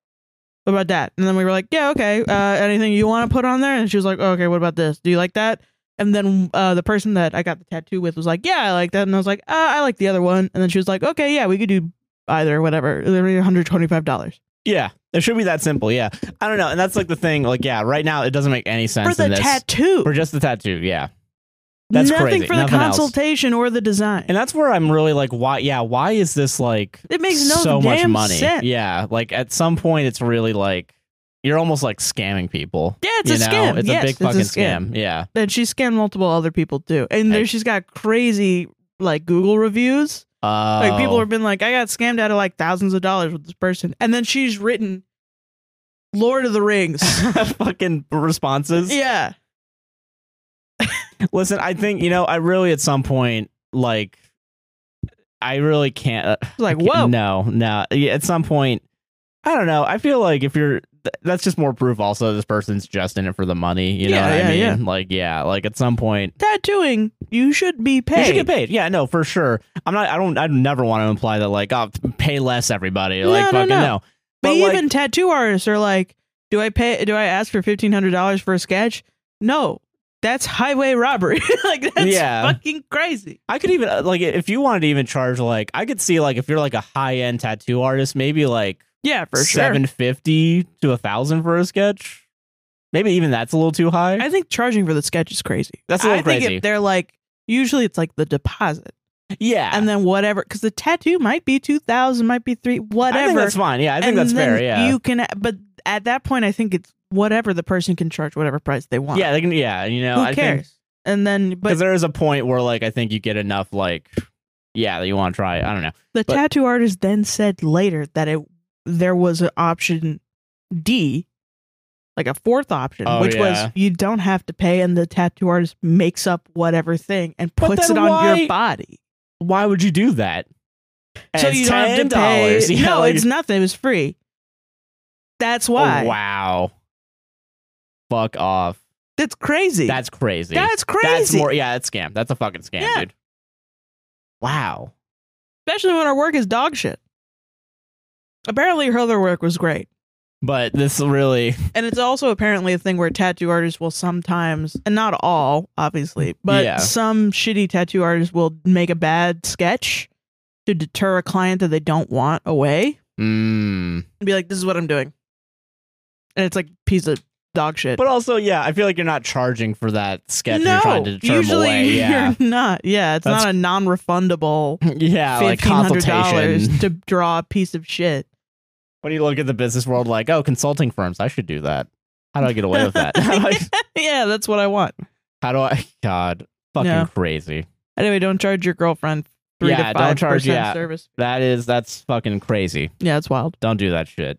Speaker 2: about that? And then we were like, yeah, okay. Uh, anything you want to put on there? And she was like, okay, what about this? Do you like that? And then uh, the person that I got the tattoo with was like, yeah, I like that. And I was like, uh, I like the other one. And then she was like, okay, yeah, we could do either, whatever. They're $125.
Speaker 1: Yeah, it should be that simple. Yeah, I don't know, and that's like the thing. Like, yeah, right now it doesn't make any sense
Speaker 2: for the
Speaker 1: in this.
Speaker 2: tattoo.
Speaker 1: for just the tattoo. Yeah, that's
Speaker 2: nothing
Speaker 1: crazy.
Speaker 2: for
Speaker 1: Nothing
Speaker 2: the
Speaker 1: else.
Speaker 2: consultation or the design.
Speaker 1: and that's where I'm really like, why? Yeah, why is this like?
Speaker 2: it makes no
Speaker 1: so much
Speaker 2: damn
Speaker 1: money.
Speaker 2: sense. Yeah,
Speaker 1: Yeah, like at some point, it's really like you're almost like scamming people.
Speaker 2: it's
Speaker 1: you
Speaker 2: a
Speaker 1: know?
Speaker 2: scam.
Speaker 1: It's
Speaker 2: Yes,
Speaker 1: a big fucking
Speaker 2: scam.
Speaker 1: scam. Yeah,
Speaker 2: And she scammed multiple other people too. And there
Speaker 1: Hey.
Speaker 2: she's got crazy like Google reviews.
Speaker 1: uh,
Speaker 2: Like people have been like, I got scammed out of like thousands of dollars with this person. And then she's written Lord of
Speaker 1: [LAUGHS]
Speaker 2: the Rings.
Speaker 1: Uh, fucking responses.
Speaker 2: yeah.
Speaker 1: Listen, I think you know, I really at some point like. I really can't.
Speaker 2: It's like,
Speaker 1: I can't-
Speaker 2: whoa.
Speaker 1: No, no. Yeah, at some point, I don't know. I feel like if you're, th- that's just more proof. Also, this person's just in it for the money. You
Speaker 2: Yeah,
Speaker 1: know what I
Speaker 2: yeah,
Speaker 1: mean? Like, yeah, like at some point,
Speaker 2: Tattooing, you should be paid.
Speaker 1: you should get paid. Yeah, no, for sure. I'm not. I don't. I never want to imply that. Like, oh, pay less, everybody. Like,
Speaker 2: No, no,
Speaker 1: fucking
Speaker 2: no.
Speaker 1: no.
Speaker 2: But,
Speaker 1: like,
Speaker 2: even tattoo artists are like, do I pay? Do I ask for fifteen hundred dollars for a sketch? No, that's highway robbery. [LAUGHS] like that's
Speaker 1: Yeah.
Speaker 2: fucking crazy.
Speaker 1: I could even uh, like if you wanted to even charge like I could see like if you're like a high end tattoo artist, maybe like
Speaker 2: Yeah, for sure.
Speaker 1: seven fifty to a thousand for a sketch. Maybe even that's a little too high.
Speaker 2: I think charging for the sketch is crazy.
Speaker 1: That's a little
Speaker 2: I think
Speaker 1: crazy.
Speaker 2: if they're like usually it's like the deposit
Speaker 1: yeah,
Speaker 2: and then whatever because the tattoo might be two thousand, might be three, whatever.
Speaker 1: I think that's fine. Yeah, I think
Speaker 2: And
Speaker 1: that's fair.
Speaker 2: then
Speaker 1: Yeah,
Speaker 2: you can. But at that point, I think it's whatever the person can charge, whatever price they want.
Speaker 1: yeah, they can. Yeah, you know,
Speaker 2: who
Speaker 1: I
Speaker 2: cares? and then, but
Speaker 1: because there is a point where like I think you get enough like yeah that you want to try. I don't know.
Speaker 2: The
Speaker 1: But-
Speaker 2: tattoo artist then said later that it there was an option D, like a fourth option,
Speaker 1: Oh,
Speaker 2: which
Speaker 1: yeah.
Speaker 2: was you don't have to pay, and the tattoo artist makes up whatever thing and
Speaker 1: But
Speaker 2: puts
Speaker 1: then
Speaker 2: it on
Speaker 1: why-
Speaker 2: your body,
Speaker 1: Why would you do that? And
Speaker 2: so
Speaker 1: it's
Speaker 2: you don't have to pay.
Speaker 1: $10. [LAUGHS] Yeah,
Speaker 2: no,
Speaker 1: like-
Speaker 2: it's nothing. It was free. That's
Speaker 1: Oh,
Speaker 2: why.
Speaker 1: wow. Fuck off.
Speaker 2: That's crazy.
Speaker 1: That's crazy.
Speaker 2: That's crazy.
Speaker 1: That's more. e Yeah, that's scam. That's a fucking scam,
Speaker 2: Yeah.
Speaker 1: dude. Wow.
Speaker 2: Especially when our work is dog shit. Apparently, her other work was great.
Speaker 1: But this really,
Speaker 2: And it's also apparently a thing where tattoo artists will sometimes, and not all, obviously, but
Speaker 1: Yeah.
Speaker 2: some shitty tattoo artists will make a bad sketch to deter a client that they don't want away
Speaker 1: mm.
Speaker 2: and be like, this is what I'm doing. And it's like a piece of dog shit.
Speaker 1: but also, yeah, I feel like you're not charging for that sketch.
Speaker 2: no,
Speaker 1: you're trying to deter 'em
Speaker 2: usually
Speaker 1: away. Yeah,
Speaker 2: [LAUGHS] you're not. Yeah, it's
Speaker 1: That's-
Speaker 2: not a non refundable
Speaker 1: [LAUGHS] yeah, like consultation.
Speaker 2: $1,500 to draw a piece of shit. [LAUGHS]
Speaker 1: When you look at the business world, like, oh, consulting firms, I should do that. How do I get away with [LAUGHS] that? How do I,
Speaker 2: yeah, that's what I want.
Speaker 1: how do I- God, fucking
Speaker 2: No.
Speaker 1: crazy.
Speaker 2: Anyway, don't charge your girlfriend three
Speaker 1: Yeah,
Speaker 2: to
Speaker 1: don't
Speaker 2: five
Speaker 1: charge-
Speaker 2: percent
Speaker 1: yeah.
Speaker 2: service.
Speaker 1: That is, that's fucking crazy.
Speaker 2: Yeah, it's wild.
Speaker 1: Don't do that shit,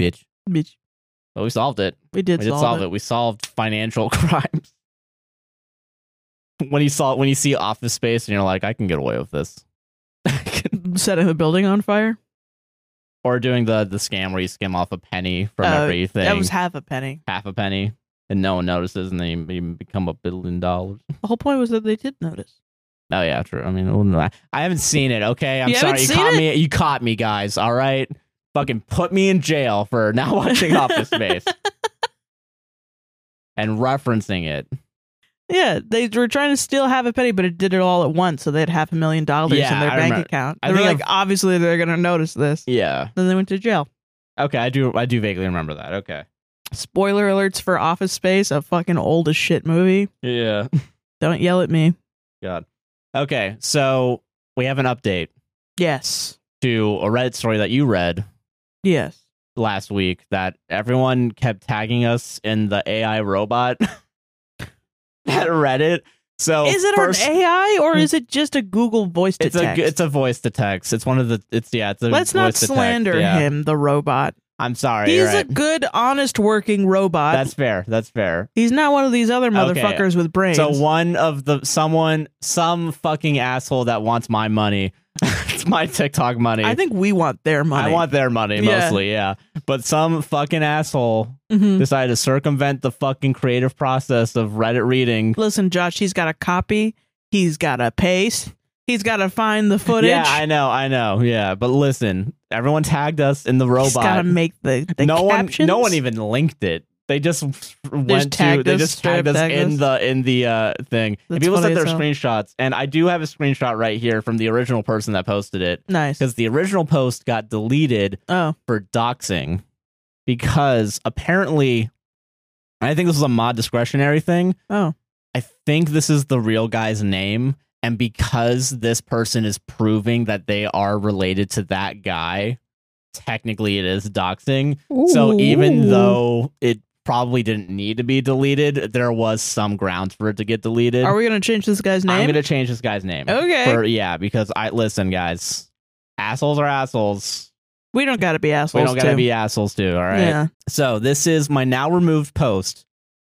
Speaker 1: bitch.
Speaker 2: Bitch,
Speaker 1: But we solved it.
Speaker 2: We did,
Speaker 1: we did
Speaker 2: solve,
Speaker 1: solve
Speaker 2: it.
Speaker 1: it. We solved financial [LAUGHS] crimes. when you saw when you see Office Space and you're like, I can get away with this, [LAUGHS]
Speaker 2: setting the building on fire.
Speaker 1: or doing the the scam where you skim off a penny from
Speaker 2: Oh,
Speaker 1: everything,
Speaker 2: That was half a penny.
Speaker 1: half a penny, and no one notices, and then you, you become a billion dollars.
Speaker 2: The whole point was that they did notice.
Speaker 1: Oh yeah, true. I mean, well, no, I- I haven't seen it. Okay, I'm
Speaker 2: You haven't
Speaker 1: sorry. You
Speaker 2: seen
Speaker 1: caught
Speaker 2: it?
Speaker 1: me. You caught me, guys. All right, fucking put me in jail for
Speaker 2: [LAUGHS]
Speaker 1: not watching Office Space and referencing it.
Speaker 2: Yeah, they were trying to steal half a penny, but it did it all at once, so they had half a million dollars
Speaker 1: Yeah,
Speaker 2: in their
Speaker 1: I
Speaker 2: bank
Speaker 1: remember.
Speaker 2: account.
Speaker 1: I
Speaker 2: They were
Speaker 1: think
Speaker 2: like, obviously they're gonna notice this.
Speaker 1: Yeah.
Speaker 2: Then they went to jail.
Speaker 1: Okay, I do. I do vaguely remember that. Okay.
Speaker 2: Spoiler alerts for Office Space, a fucking old as shit movie.
Speaker 1: Yeah.
Speaker 2: Don't yell at me.
Speaker 1: God. Okay, so we have an update
Speaker 2: Yes.
Speaker 1: to a Reddit story that you read
Speaker 2: Yes.
Speaker 1: last week that everyone kept tagging us in the AI robot [LAUGHS] at Reddit. So
Speaker 2: is it
Speaker 1: Oh, first, Hmm.
Speaker 2: an AI or is it just a Google voice to
Speaker 1: It's a
Speaker 2: text?
Speaker 1: g- it's a voice to text. It's one of the it's yeah. It's a
Speaker 2: Let's not
Speaker 1: voice to text,
Speaker 2: slander
Speaker 1: yeah.
Speaker 2: him, the robot.
Speaker 1: I'm sorry.
Speaker 2: He's
Speaker 1: you're right.
Speaker 2: a good, honest working robot.
Speaker 1: That's fair. That's fair.
Speaker 2: He's not one of these other
Speaker 1: Okay.
Speaker 2: motherfuckers with brains.
Speaker 1: So one of the someone some fucking asshole that wants my money, [LAUGHS] it's my TikTok money.
Speaker 2: I think we want their money.
Speaker 1: I want their money
Speaker 2: Yeah.
Speaker 1: mostly, yeah. But some fucking asshole
Speaker 2: Mhm.
Speaker 1: decided to circumvent the fucking creative process of Reddit reading.
Speaker 2: Listen, Josh. He's got a copy. He's got a paste. He's got to find the footage.
Speaker 1: Yeah, I know, I know. Yeah, but listen, everyone tagged us in the
Speaker 2: He's got to
Speaker 1: robot.
Speaker 2: make the, the
Speaker 1: no
Speaker 2: captions.
Speaker 1: one, no one even linked it. They just went to.
Speaker 2: tagged
Speaker 1: They
Speaker 2: us,
Speaker 1: just
Speaker 2: straight up
Speaker 1: tagged us
Speaker 2: tagged
Speaker 1: in
Speaker 2: us.
Speaker 1: the in the uh, thing. And
Speaker 2: That's
Speaker 1: people sent
Speaker 2: funny
Speaker 1: their
Speaker 2: as hell.
Speaker 1: screenshots, and I do have a screenshot right here from the original person that posted it
Speaker 2: Nice.
Speaker 1: because the original post got deleted
Speaker 2: Oh,
Speaker 1: for doxing because apparently and I think this was a mod discretionary thing.
Speaker 2: oh,
Speaker 1: I think this is the real guy's name and because this person is proving that they are related to that guy, technically it is doxing. So even though it probably didn't need to be deleted, there was some grounds for it to get deleted.
Speaker 2: are we gonna change this guy's name?
Speaker 1: I'm going to change this guy's name.
Speaker 2: Okay.
Speaker 1: For- yeah, because I listen guys, assholes are assholes.
Speaker 2: we don't gotta be assholes.
Speaker 1: We don't got
Speaker 2: too.
Speaker 1: to be assholes too, all right?
Speaker 2: Yeah.
Speaker 1: So this is my now removed post.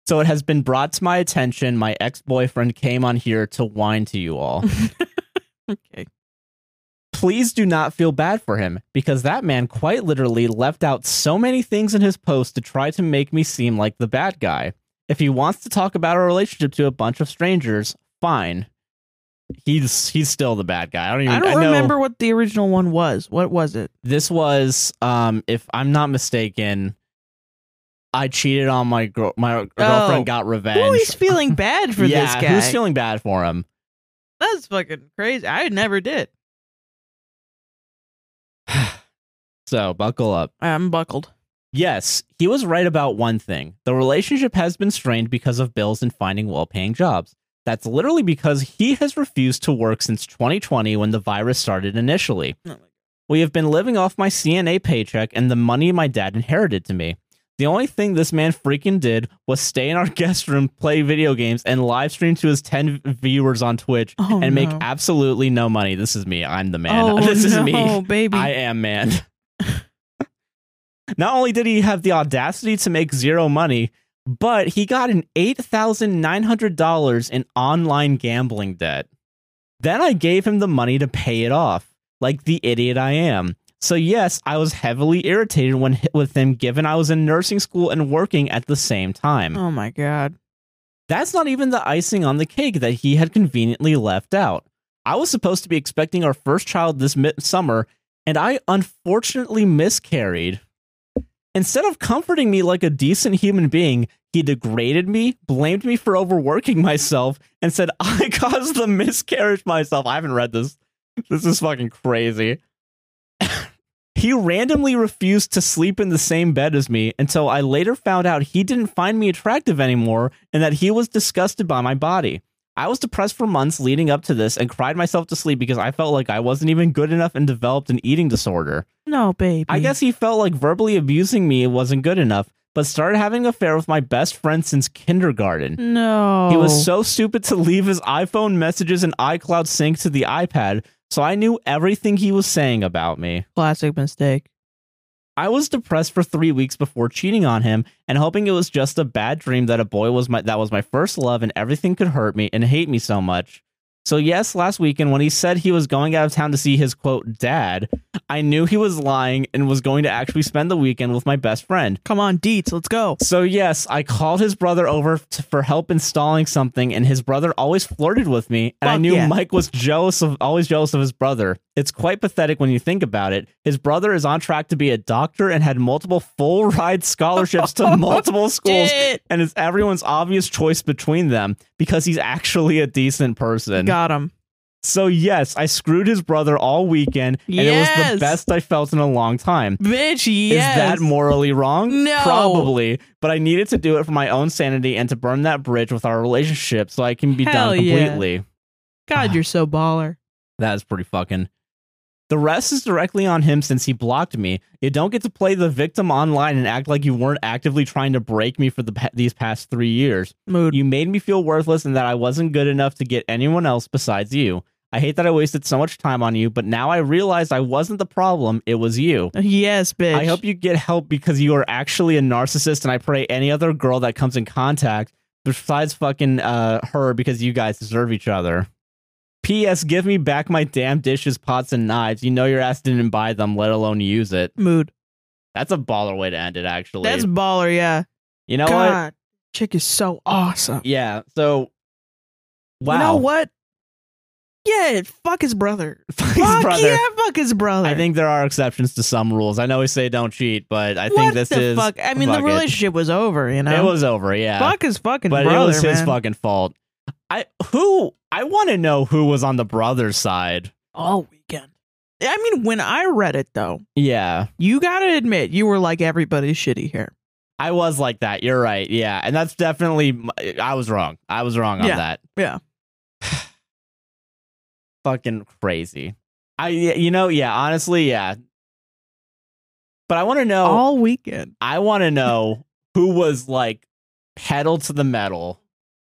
Speaker 1: So it has been brought to my attention. My ex boyfriend came on here to whine to you
Speaker 2: [LAUGHS]
Speaker 1: all.
Speaker 2: Okay.
Speaker 1: Please do not feel bad for him because that man quite literally left out so many things in his post to try to make me seem like the bad guy. If he wants to talk about our relationship to a bunch of strangers, fine. He's he's still the bad guy. I don't even
Speaker 2: I don't
Speaker 1: know-
Speaker 2: remember what the original one was. What was it?
Speaker 1: This was um if I'm not mistaken I cheated on my girl. My girlfriend got revenge.
Speaker 2: Oh. Who is feeling
Speaker 1: [LAUGHS]
Speaker 2: bad for
Speaker 1: yeah,
Speaker 2: this guy?
Speaker 1: who's feeling bad for him?
Speaker 2: That's fucking crazy. I never did.
Speaker 1: So buckle up.
Speaker 2: I'm buckled.
Speaker 1: Yes, he was right about one thing. The relationship has been strained because of bills and finding well paying jobs. That's literally because he has refused to work since 2020 when the virus started initially.
Speaker 2: Oh my-
Speaker 1: We have been living off my CNA paycheck and the money my dad inherited to me. The only thing this man freaking did was stay in our [LAUGHS] guest room, play video games, and live stream to his 10 viewers on Twitch
Speaker 2: Oh,
Speaker 1: and make
Speaker 2: no.
Speaker 1: absolutely no money. This is me. I'm the man. [LAUGHS]
Speaker 2: oh,
Speaker 1: this is
Speaker 2: no,
Speaker 1: me.
Speaker 2: baby.
Speaker 1: I am man. [LAUGHS] Not only did he have the audacity to make zero money, but he got an $8,900 in online gambling debt. Then I gave him the money to pay it off, like the idiot I am. So, yes, I was heavily irritated when, with him, given I was in nursing school and working at the same time.
Speaker 2: oh my god.
Speaker 1: That's not even the icing on the cake that he had conveniently left out. I was supposed to be expecting our first child this mid- summer, and I unfortunately miscarried. Instead of comforting me like a decent human being, he degraded me, blamed me for overworking myself, and said [LAUGHS] I caused the miscarriage myself. I haven't read this. This is fucking crazy. he randomly refused to sleep in the same bed as me until I later found out he didn't find me attractive anymore and that he was disgusted by my body. I was depressed for months leading up to this and cried myself to sleep because I felt like I wasn't even good enough and developed an eating disorder.
Speaker 2: No, baby.
Speaker 1: I guess he felt like verbally abusing me wasn't good enough, but started having an affair with my best friend since kindergarten.
Speaker 2: No.
Speaker 1: He
Speaker 2: Oh.
Speaker 1: was so stupid to leave his iPhone messages and iCloud sync to the iPad, so I knew everything he was saying about me.
Speaker 2: classic mistake.
Speaker 1: I was depressed for three weeks before cheating on him and hoping it was just a bad dream that a boy was my that was my first love and everything could hurt me and hate me so much. So yes, last weekend when he said he was going out of town to see his quote dad, I knew he was lying and was going to actually spend the weekend with my best friend.
Speaker 2: Come on, Deets, let's go.
Speaker 1: So yes, I called his brother over t- for help installing something, and his brother always flirted with me, and I
Speaker 2: Fuck
Speaker 1: knew
Speaker 2: yeah.
Speaker 1: Mike was jealous of always jealous of his brother. It's quite pathetic when you think about it. His brother is on track to be a doctor and had multiple full ride scholarships
Speaker 2: [LAUGHS]
Speaker 1: to multiple schools,
Speaker 2: Shit.
Speaker 1: and it's everyone's obvious choice between them because he's actually a decent person.
Speaker 2: Got him.
Speaker 1: So yes, I screwed his brother all weekend, and it was the
Speaker 2: Yes.
Speaker 1: best I felt in a long time.
Speaker 2: Bitch, yes.
Speaker 1: Is that morally wrong?
Speaker 2: No.
Speaker 1: Probably. But I needed to do it for my own sanity and to burn that bridge with our relationship so I can be
Speaker 2: Hell
Speaker 1: done
Speaker 2: yeah.
Speaker 1: completely.
Speaker 2: God, you're so baller.
Speaker 1: That is pretty fucking. The rest is directly on him since he blocked me. You don't get to play the victim online and act like you weren't actively trying to break me for the pa- these past three years.
Speaker 2: Mood.
Speaker 1: You made me feel worthless and that I wasn't good enough to get anyone else besides you. I hate that I wasted so much time on you, but now I realize I wasn't the problem, it was you.
Speaker 2: yes, bitch.
Speaker 1: I hope you get help because you are actually a narcissist, and I pray any other girl that comes in contact besides fucking uh, her because you guys deserve each other. P.S. Give me back my damn dishes, pots, and knives. You know your ass didn't buy them, let alone use it.
Speaker 2: Mood.
Speaker 1: That's a baller way to end it, actually.
Speaker 2: That's baller, yeah.
Speaker 1: you know what?
Speaker 2: God, chick is so awesome.
Speaker 1: Yeah. So, wow.
Speaker 2: You know what? Yeah, fuck his brother.
Speaker 1: [LAUGHS] Fuck his
Speaker 2: fuck
Speaker 1: brother.
Speaker 2: yeah, fuck his brother.
Speaker 1: I think there are exceptions to some rules. I know we say don't cheat, but I
Speaker 2: what
Speaker 1: think this
Speaker 2: the
Speaker 1: is
Speaker 2: fuck? I mean, the
Speaker 1: fuck it.
Speaker 2: relationship was over. You know,
Speaker 1: It was over. Yeah.
Speaker 2: fuck his fucking
Speaker 1: but
Speaker 2: brother,
Speaker 1: it was his
Speaker 2: man.
Speaker 1: fucking fault. I who I want to know who was on the brother's side.
Speaker 2: all weekend. I mean, when I read it though,
Speaker 1: Yeah,
Speaker 2: you gotta admit you were like everybody's shitty here.
Speaker 1: I was like that. You're right. Yeah, and that's definitely m- I was wrong. I was wrong on
Speaker 2: Yeah,
Speaker 1: that.
Speaker 2: yeah.
Speaker 1: [SIGHS] fucking crazy. I y- you know yeah honestly yeah. But I want to know.
Speaker 2: All weekend.
Speaker 1: I want to know who was like pedal to the metal,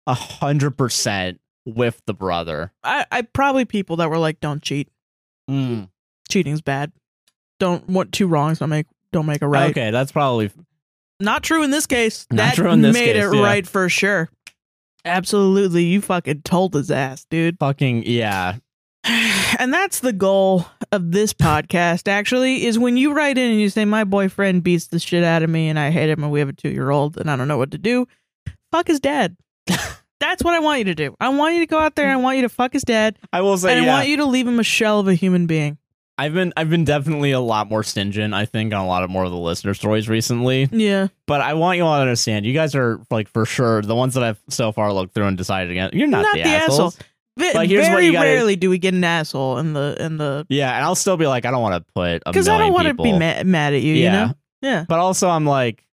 Speaker 1: a hundred percent with the brother.
Speaker 2: I, I probably people that were like, don't cheat. Cheating's bad. Don't want two wrongs. Don't make don't make a right.
Speaker 1: Okay, that's probably
Speaker 2: Not true in this case.
Speaker 1: Not
Speaker 2: that
Speaker 1: true in this
Speaker 2: made
Speaker 1: case,
Speaker 2: it
Speaker 1: yeah.
Speaker 2: right for sure. Absolutely, you fucking told his ass, dude.
Speaker 1: fucking yeah.
Speaker 2: And that's the goal of this podcast, actually, is when you write in and you say, My boyfriend beats the shit out of me and I hate him and we have a two year old and I don't know what to do. Fuck his dad. [LAUGHS] that's what I want you to do. I want you to go out there and I want you to fuck his dad
Speaker 1: I will say
Speaker 2: and I
Speaker 1: yeah.
Speaker 2: want you to leave him a shell of a human being.
Speaker 1: I've been I've been definitely a lot more stingent, I think, on a lot of more of the listener stories recently.
Speaker 2: Yeah.
Speaker 1: But I want you all to understand, you guys are like for sure the ones that I've so far looked through and decided against. You're not,
Speaker 2: Not
Speaker 1: the,
Speaker 2: the
Speaker 1: assholes.
Speaker 2: asshole. Ve-
Speaker 1: But here's what
Speaker 2: very
Speaker 1: you gotta-
Speaker 2: rarely do we get an asshole in the in the
Speaker 1: Yeah, and I'll still be like, I don't want to put a
Speaker 2: because I don't want to be
Speaker 1: mad.
Speaker 2: mad, mad at you. You know. Yeah.
Speaker 1: But also, I'm like,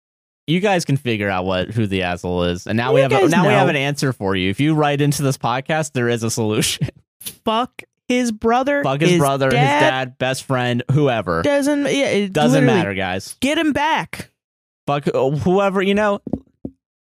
Speaker 1: you guys can figure out what who the asshole is, and now we
Speaker 2: You
Speaker 1: have a,
Speaker 2: guys
Speaker 1: now we
Speaker 2: know.
Speaker 1: have an answer for you. If you write into this podcast, there is a solution.
Speaker 2: Fuck his brother.
Speaker 1: Fuck his, brother, his dad, best friend, whoever.
Speaker 2: Doesn't yeah. It
Speaker 1: Doesn't
Speaker 2: literally-
Speaker 1: matter, guys.
Speaker 2: Get him back.
Speaker 1: Fuck uh, whoever you know.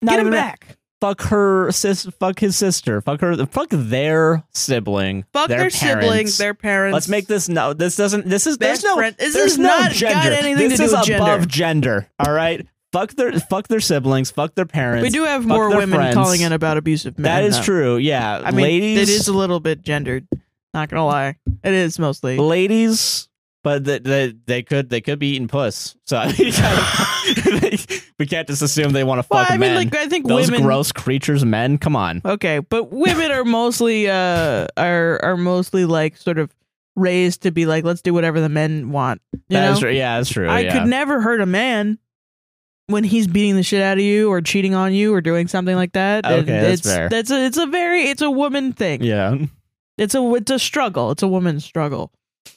Speaker 1: Not
Speaker 2: get him
Speaker 1: even-
Speaker 2: back.
Speaker 1: Fuck her sis. Fuck his sister. Fuck her. Fuck their sibling.
Speaker 2: Fuck their,
Speaker 1: parents.
Speaker 2: siblings. Their parents.
Speaker 1: Let's make this no. This doesn't. This is
Speaker 2: Best
Speaker 1: there's no.
Speaker 2: friend- this
Speaker 1: there's
Speaker 2: is
Speaker 1: no
Speaker 2: not got
Speaker 1: gender.
Speaker 2: anything
Speaker 1: this
Speaker 2: to do
Speaker 1: is
Speaker 2: with gender.
Speaker 1: above gender. All right. Fuck their. Fuck their siblings. Fuck their parents.
Speaker 2: We do have
Speaker 1: Fuck
Speaker 2: more
Speaker 1: their
Speaker 2: women
Speaker 1: friends.
Speaker 2: calling in about abusive men.
Speaker 1: That is
Speaker 2: though.
Speaker 1: true. Yeah,
Speaker 2: I mean,
Speaker 1: ladies,
Speaker 2: it is a little bit gendered. Not gonna lie, it is mostly.
Speaker 1: ladies, but th they, they could they could be eating puss. So [LAUGHS] you gotta- we can't just assume they want to
Speaker 2: Well,
Speaker 1: fuck
Speaker 2: I mean,
Speaker 1: men.
Speaker 2: like I think
Speaker 1: Those
Speaker 2: women.
Speaker 1: gross creatures, men. Come on.
Speaker 2: Okay, but women are mostly uh are are mostly like sort of raised to be like let's do whatever the men want. You
Speaker 1: That
Speaker 2: know,
Speaker 1: is true. Yeah, that's true.
Speaker 2: I
Speaker 1: yeah.
Speaker 2: could never hurt a man when he's beating the shit out of you or cheating on you or doing something like that. And
Speaker 1: Okay, that's
Speaker 2: it's,
Speaker 1: fair.
Speaker 2: That's a, it's a very it's a woman thing.
Speaker 1: yeah.
Speaker 2: It's a it's a struggle. It's a woman's struggle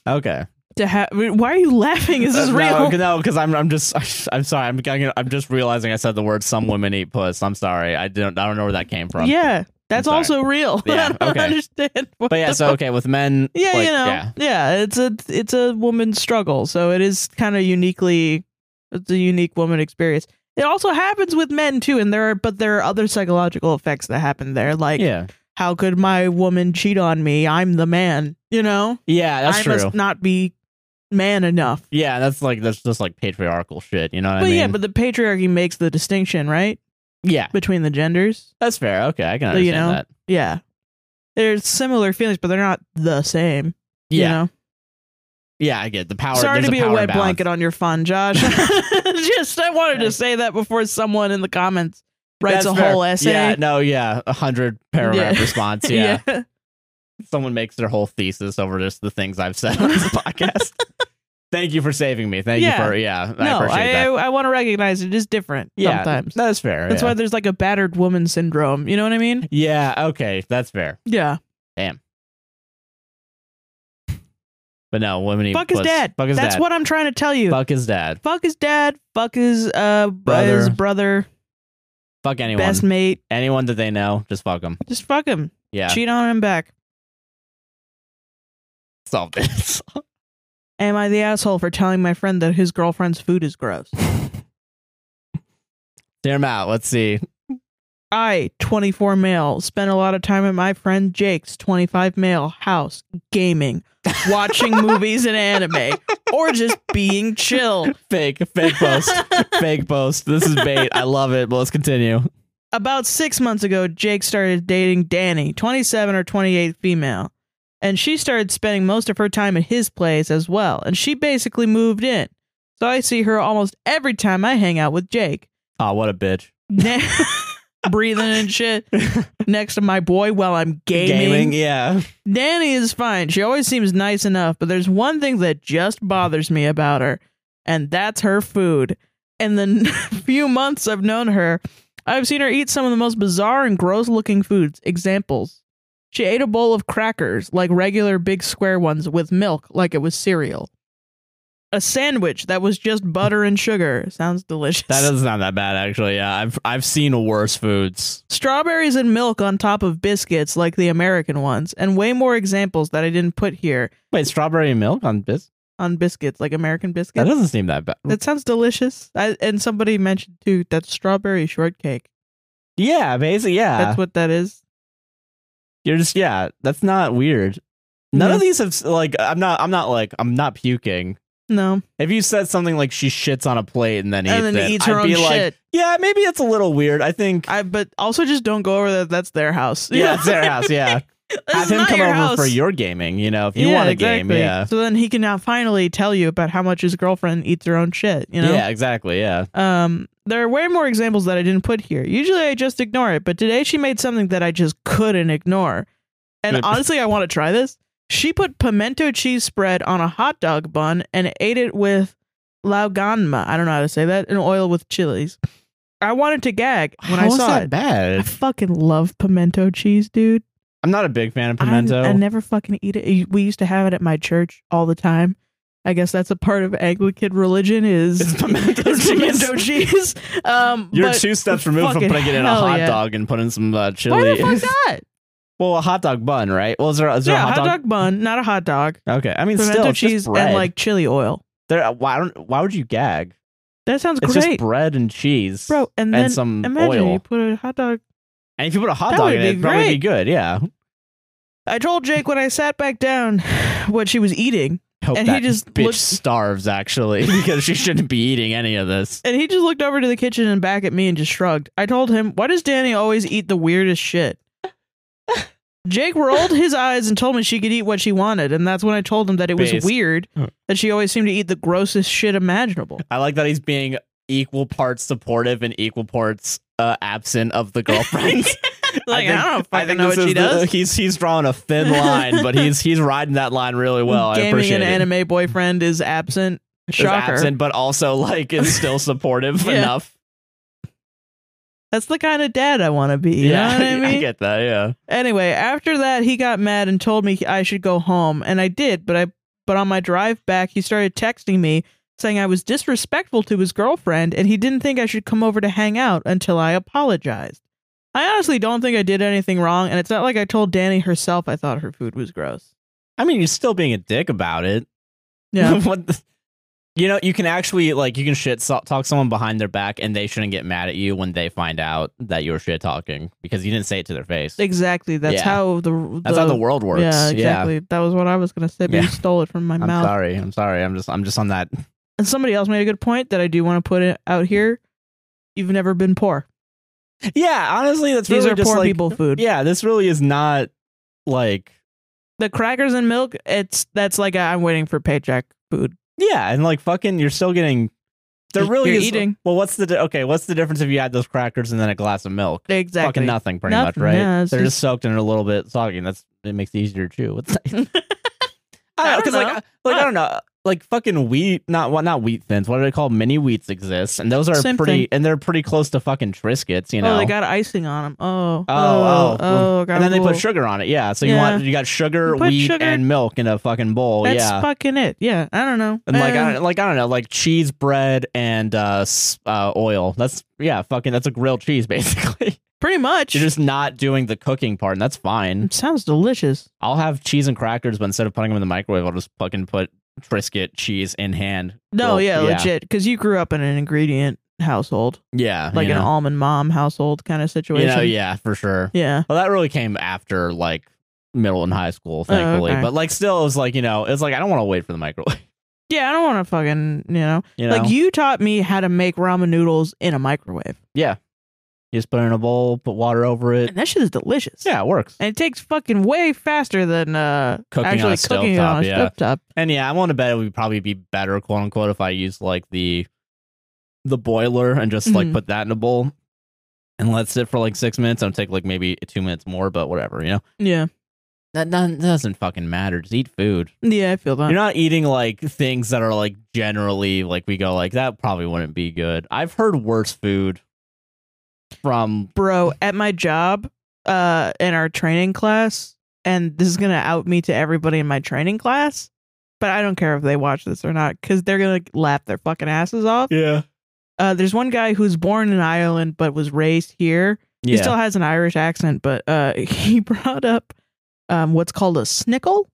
Speaker 1: Okay.
Speaker 2: to have. Why are you laughing? Is this
Speaker 1: Uh,
Speaker 2: real?
Speaker 1: [LAUGHS] No, no, because I'm I'm just [LAUGHS] I'm sorry. I'm I'm- I'm just realizing I said the word. Some women eat puss. I'm sorry. I don't I don't know where that came from.
Speaker 2: Yeah, that's
Speaker 1: sorry.
Speaker 2: also real. [LAUGHS]
Speaker 1: Yeah,
Speaker 2: I don't
Speaker 1: okay.
Speaker 2: understand. what
Speaker 1: But yeah.
Speaker 2: the
Speaker 1: So
Speaker 2: fuck-
Speaker 1: okay, with men.
Speaker 2: yeah,
Speaker 1: like,
Speaker 2: you know,
Speaker 1: Yeah.
Speaker 2: yeah. it's a it's a woman's struggle, so it is kind of uniquely it's a unique woman experience. It also happens with men too, and there are but there are other psychological effects that happen there, like
Speaker 1: yeah.
Speaker 2: how could my woman cheat on me? I'm the man, you know.
Speaker 1: Yeah. That's
Speaker 2: I
Speaker 1: true.
Speaker 2: must not be man enough.
Speaker 1: Yeah, that's like that's just like patriarchal shit. You know what
Speaker 2: but
Speaker 1: I mean?
Speaker 2: yeah, but the patriarchy makes the distinction, right,
Speaker 1: yeah,
Speaker 2: between the genders.
Speaker 1: that's fair. Okay, I can
Speaker 2: So,
Speaker 1: understand
Speaker 2: you know,
Speaker 1: that.
Speaker 2: Yeah, there's similar feelings, but they're not the same.
Speaker 1: Yeah,
Speaker 2: You know?
Speaker 1: yeah, I get the power.
Speaker 2: Sorry
Speaker 1: there's
Speaker 2: to be a
Speaker 1: power
Speaker 2: wet
Speaker 1: balance.
Speaker 2: blanket on your fun,
Speaker 1: [LAUGHS]
Speaker 2: Josh. [LAUGHS] Just I wanted to say that before someone in the comments writes
Speaker 1: That's
Speaker 2: a
Speaker 1: fair.
Speaker 2: whole essay.
Speaker 1: Yeah,
Speaker 2: [LAUGHS]
Speaker 1: no, yeah, a hundred paragraph
Speaker 2: Yeah. [LAUGHS]
Speaker 1: response. Yeah. someone makes their whole thesis over just the things I've said
Speaker 2: [LAUGHS]
Speaker 1: on this podcast. Thank you for saving me. Thank
Speaker 2: Yeah.
Speaker 1: you for yeah. I
Speaker 2: no,
Speaker 1: appreciate
Speaker 2: I I,
Speaker 1: that.
Speaker 2: want to recognize it is different
Speaker 1: Yeah,
Speaker 2: sometimes.
Speaker 1: that's fair.
Speaker 2: That's
Speaker 1: yeah.
Speaker 2: why there's like a battered woman syndrome. You know what I mean?
Speaker 1: yeah. Okay, that's fair.
Speaker 2: Yeah.
Speaker 1: But no, women eat
Speaker 2: Fuck his
Speaker 1: puss.
Speaker 2: dad.
Speaker 1: Fuck his
Speaker 2: That's
Speaker 1: dad.
Speaker 2: what I'm trying to tell you. Fuck,
Speaker 1: Fuck his dad.
Speaker 2: his dad. Fuck his uh
Speaker 1: Brother.
Speaker 2: his brother,
Speaker 1: Fuck anyone.
Speaker 2: best mate.
Speaker 1: Anyone that they know, just fuck them.
Speaker 2: Just fuck him.
Speaker 1: Yeah.
Speaker 2: Cheat on him back.
Speaker 1: [LAUGHS] Solve this.
Speaker 2: Am I the asshole for telling my friend that his girlfriend's food is gross?
Speaker 1: Tear him out. Let's see.
Speaker 2: I, 24 male, spent a lot of time at my friend Jake's 25 male house, gaming,
Speaker 1: [LAUGHS]
Speaker 2: watching movies and anime, or just being chill.
Speaker 1: Fake,
Speaker 2: [LAUGHS]
Speaker 1: fake post, fake post. This is bait. I love it. But let's continue.
Speaker 2: About six months ago, Jake started dating Danny, 27 or 28 female, and she started spending most of her time at his place as well, and she basically moved in. So I see her almost every time I hang out with Jake. [LAUGHS]
Speaker 1: Oh, what a bitch.
Speaker 2: Ne- breathing and shit next to my boy while I'm
Speaker 1: yeah.
Speaker 2: Danny is fine. She always seems nice enough, but there's one thing that just bothers me about her, and that's her food. And the [LAUGHS] n- few months I've known her, I've seen her eat some of the most bizarre and gross looking foods. Examples She ate a bowl of crackers, like regular big square ones, with milk, like it was cereal. A sandwich that was just butter and sugar. Sounds delicious.
Speaker 1: That doesn't sound that bad, actually. Yeah, I've I've seen worse foods.
Speaker 2: [LAUGHS] Strawberries and milk on top of biscuits, like the American ones, and way more examples that I didn't put here.
Speaker 1: Wait, strawberry milk on bis?
Speaker 2: on biscuits, like American
Speaker 1: That
Speaker 2: biscuits.
Speaker 1: doesn't seem that bad.
Speaker 2: That sounds delicious. I, and somebody mentioned too that strawberry shortcake.
Speaker 1: yeah, basically, yeah.
Speaker 2: That's what that is.
Speaker 1: You're just yeah. That's not weird. None
Speaker 2: No.
Speaker 1: of these have s- like I'm not I'm not like I'm not puking.
Speaker 2: No,
Speaker 1: If you said something like she shits on a plate and then eats
Speaker 2: and then
Speaker 1: it,
Speaker 2: eats her
Speaker 1: I'd
Speaker 2: own
Speaker 1: be
Speaker 2: shit.
Speaker 1: like, yeah, maybe it's a little weird. I think
Speaker 2: I but also just don't go over that. That's their house. [LAUGHS]
Speaker 1: yeah, it's their house. Yeah,
Speaker 2: This
Speaker 1: have
Speaker 2: is
Speaker 1: him
Speaker 2: not
Speaker 1: come
Speaker 2: your
Speaker 1: over
Speaker 2: house.
Speaker 1: for your gaming. You know, if you
Speaker 2: Yeah,
Speaker 1: want a game,
Speaker 2: exactly.
Speaker 1: yeah,
Speaker 2: So then he can now finally tell you about how much his girlfriend eats her own shit. You know.
Speaker 1: yeah, exactly. Yeah,
Speaker 2: Um, there are way more examples that I didn't put here. Usually I just ignore it, but today she made something that I just couldn't ignore. And
Speaker 1: Good.
Speaker 2: honestly, I want to try this. She put pimento cheese spread on a hot dog bun and ate it with lauganma. I don't know how to say that. And oil with chilies. I wanted to gag when
Speaker 1: How
Speaker 2: I
Speaker 1: is
Speaker 2: saw
Speaker 1: that
Speaker 2: it. I
Speaker 1: bad?
Speaker 2: fucking love pimento cheese, dude.
Speaker 1: I'm not a big fan of
Speaker 2: I-
Speaker 1: pimento.
Speaker 2: I, never fucking eat it. We used to have it at my church all the time. I guess that's a part of Anglican religion is
Speaker 1: It's pimento
Speaker 2: [LAUGHS] is pimento cheese. [LAUGHS] Um,
Speaker 1: You're
Speaker 2: but
Speaker 1: two steps removed from
Speaker 2: fucking
Speaker 1: putting it in a
Speaker 2: hell
Speaker 1: hot
Speaker 2: yeah.
Speaker 1: dog and putting some uh,
Speaker 2: why
Speaker 1: chili.
Speaker 2: the fuck not?
Speaker 1: [LAUGHS] well, a hot dog bun, right? Well, is there, is there
Speaker 2: yeah,
Speaker 1: a hot, dog?
Speaker 2: bun, not a hot dog.
Speaker 1: Okay, I mean,
Speaker 2: Pimento
Speaker 1: still, it's just
Speaker 2: cheese
Speaker 1: bread.
Speaker 2: and like chili oil.
Speaker 1: there. uh, Why don't? Why would you gag?
Speaker 2: That sounds
Speaker 1: It's
Speaker 2: great,
Speaker 1: just bread and cheese,
Speaker 2: bro.
Speaker 1: and,
Speaker 2: And then
Speaker 1: some
Speaker 2: imagine
Speaker 1: oil.
Speaker 2: you put a hot dog.
Speaker 1: and if you put a hot
Speaker 2: That
Speaker 1: dog
Speaker 2: would
Speaker 1: in
Speaker 2: be
Speaker 1: it, it'd probably be
Speaker 2: great.
Speaker 1: good. Yeah,
Speaker 2: I told Jake when I sat back down [SIGHS] what she was eating,
Speaker 1: hope
Speaker 2: And he
Speaker 1: that
Speaker 2: just
Speaker 1: bitch
Speaker 2: looked-
Speaker 1: starves actually [LAUGHS] because she shouldn't be eating any of this.
Speaker 2: and he just looked over to the kitchen and back at me and just shrugged. I told him, "Why does Danny always eat the weirdest
Speaker 1: [LAUGHS]
Speaker 2: shit?" Jake rolled his eyes and told me she could eat what she wanted, and that's when I told him that it was
Speaker 1: Based.
Speaker 2: weird
Speaker 1: Huh.
Speaker 2: that she always seemed to eat the grossest shit imaginable.
Speaker 1: I like that he's being equal parts supportive and equal parts uh, absent of the girlfriend.
Speaker 2: [LAUGHS]
Speaker 1: think-
Speaker 2: Like I,
Speaker 1: [LAUGHS]
Speaker 2: don't
Speaker 1: I
Speaker 2: fucking
Speaker 1: think
Speaker 2: know
Speaker 1: this
Speaker 2: what she
Speaker 1: is the-
Speaker 2: does.
Speaker 1: he's he's drawing a thin line, but he's he's riding that line really well. Oh, I
Speaker 2: gaming
Speaker 1: appreciate
Speaker 2: an
Speaker 1: it.
Speaker 2: anime boyfriend is absent.
Speaker 1: Is
Speaker 2: Shocker.
Speaker 1: absent, but also like is still supportive
Speaker 2: [LAUGHS] Yeah.
Speaker 1: enough.
Speaker 2: That's the kind of dad I want to be. You know
Speaker 1: [LAUGHS]
Speaker 2: what I mean?
Speaker 1: get that. Yeah,
Speaker 2: anyway, after that, he got mad and told me I should go home, and I did. But I, but on my drive back, he started texting me saying I was disrespectful to his girlfriend, and he didn't think I should come over to hang out until I apologized. I honestly don't think I did anything wrong, and it's not like I told Danny herself I thought her food was gross.
Speaker 1: I mean, you're still being a dick about it. [LAUGHS]
Speaker 2: Yeah,
Speaker 1: what the- you know, you can actually like you can shit so- talk someone behind their back, and they shouldn't get mad at you when they find out that you were shit talking because you didn't say it to their face.
Speaker 2: exactly. That's
Speaker 1: Yeah.
Speaker 2: how the,
Speaker 1: That's how the world works.
Speaker 2: Yeah, exactly. That was what I was gonna say, but
Speaker 1: Yeah.
Speaker 2: you stole it from my
Speaker 1: I'm
Speaker 2: mouth.
Speaker 1: sorry. I'm sorry. I'm just I'm just on that. [LAUGHS]
Speaker 2: And somebody else made a good point that I do want to put it out here. You've never been poor.
Speaker 1: Yeah, honestly, that's
Speaker 2: These
Speaker 1: really
Speaker 2: are
Speaker 1: just
Speaker 2: poor
Speaker 1: like
Speaker 2: people food.
Speaker 1: yeah, this really is not like
Speaker 2: The crackers and milk, it's that's like a, I'm waiting for paycheck food.
Speaker 1: yeah, and like fucking, you're still getting. There
Speaker 2: You're-
Speaker 1: really
Speaker 2: you're
Speaker 1: is
Speaker 2: eating.
Speaker 1: Well, what's the di- okay? What's the difference if you had those crackers and then a glass of milk?
Speaker 2: Exactly.
Speaker 1: Fucking nothing, pretty
Speaker 2: Nothing,
Speaker 1: much, right?
Speaker 2: yeah, it's
Speaker 1: They're just,
Speaker 2: just-
Speaker 1: soaked in a little bit soggy, and that's it makes it easier to chew.
Speaker 2: [LAUGHS]
Speaker 1: What's that? I
Speaker 2: I
Speaker 1: don't know, 'cause,
Speaker 2: don't
Speaker 1: like,
Speaker 2: know. Uh,
Speaker 1: I- like I don't know, like fucking wheat, not what, not wheat thins. What are they called? Mini wheats exist, and those are
Speaker 2: Same
Speaker 1: pretty,
Speaker 2: thing.
Speaker 1: and they're pretty close to fucking Triscuits, you know.
Speaker 2: Oh, they got icing on them. Oh,
Speaker 1: Oh, oh,
Speaker 2: oh, got
Speaker 1: and then they put
Speaker 2: little-
Speaker 1: sugar on it, yeah. So you
Speaker 2: Yeah.
Speaker 1: want you got sugar,
Speaker 2: You put
Speaker 1: wheat,
Speaker 2: sugar-
Speaker 1: and milk in a fucking bowl,
Speaker 2: That's
Speaker 1: yeah.
Speaker 2: fucking it. Yeah, I don't know.
Speaker 1: And like
Speaker 2: Eh,
Speaker 1: I don't, like I don't know, like cheese, bread, and uh, s- uh oil. That's yeah, fucking. That's a grilled cheese, [LAUGHS] basically.
Speaker 2: pretty much.
Speaker 1: You're just not doing the cooking part, and that's fine.
Speaker 2: It sounds delicious.
Speaker 1: I'll have cheese and crackers, but instead of putting them in the microwave, I'll just fucking put Triscuit cheese in hand.
Speaker 2: No,
Speaker 1: Well,
Speaker 2: yeah,
Speaker 1: yeah.
Speaker 2: legit. Because you grew up in an ingredient household,
Speaker 1: Yeah,
Speaker 2: like
Speaker 1: you
Speaker 2: an
Speaker 1: know,
Speaker 2: almond mom household kind of
Speaker 1: you
Speaker 2: situation.
Speaker 1: know, yeah, for sure.
Speaker 2: yeah.
Speaker 1: Well, that really came after like middle and high school, thankfully.
Speaker 2: Oh, okay.
Speaker 1: But like, still, it was like you know, it's like I don't want to wait for the microwave. [LAUGHS]
Speaker 2: Yeah, I don't want to fucking, you know.
Speaker 1: You know,
Speaker 2: Like you taught me how to make ramen noodles in a microwave.
Speaker 1: You just put it in a bowl, put water over it.
Speaker 2: And that shit is delicious.
Speaker 1: Yeah, it works.
Speaker 2: And it takes fucking way faster than uh
Speaker 1: Cooking on
Speaker 2: actually
Speaker 1: a
Speaker 2: cooking it
Speaker 1: stovetop,
Speaker 2: on a
Speaker 1: yeah.
Speaker 2: stovetop.
Speaker 1: And yeah, I'm on to bet it would probably be better, quote unquote, if I used like the the boiler and just like
Speaker 2: Mhm.
Speaker 1: put that in a bowl and let it sit for like six minutes. It'll take like maybe two minutes more, but whatever, you know.
Speaker 2: Yeah.
Speaker 1: That, that doesn't fucking matter. Just eat food.
Speaker 2: Yeah, I feel that.
Speaker 1: You're not eating like things that are like generally like we go like that probably wouldn't be good. I've heard worse food from
Speaker 2: Bro, at my job, uh in our training class, and this is going to out me to everybody in my training class, but I don't care if they watch this or not cuz they're going to laugh their fucking asses off.
Speaker 1: yeah
Speaker 2: Uh there's one guy who's born in Ireland but was raised here.
Speaker 1: yeah.
Speaker 2: He still has an Irish accent, but uh, [LAUGHS] he brought up um, what's called a snickle.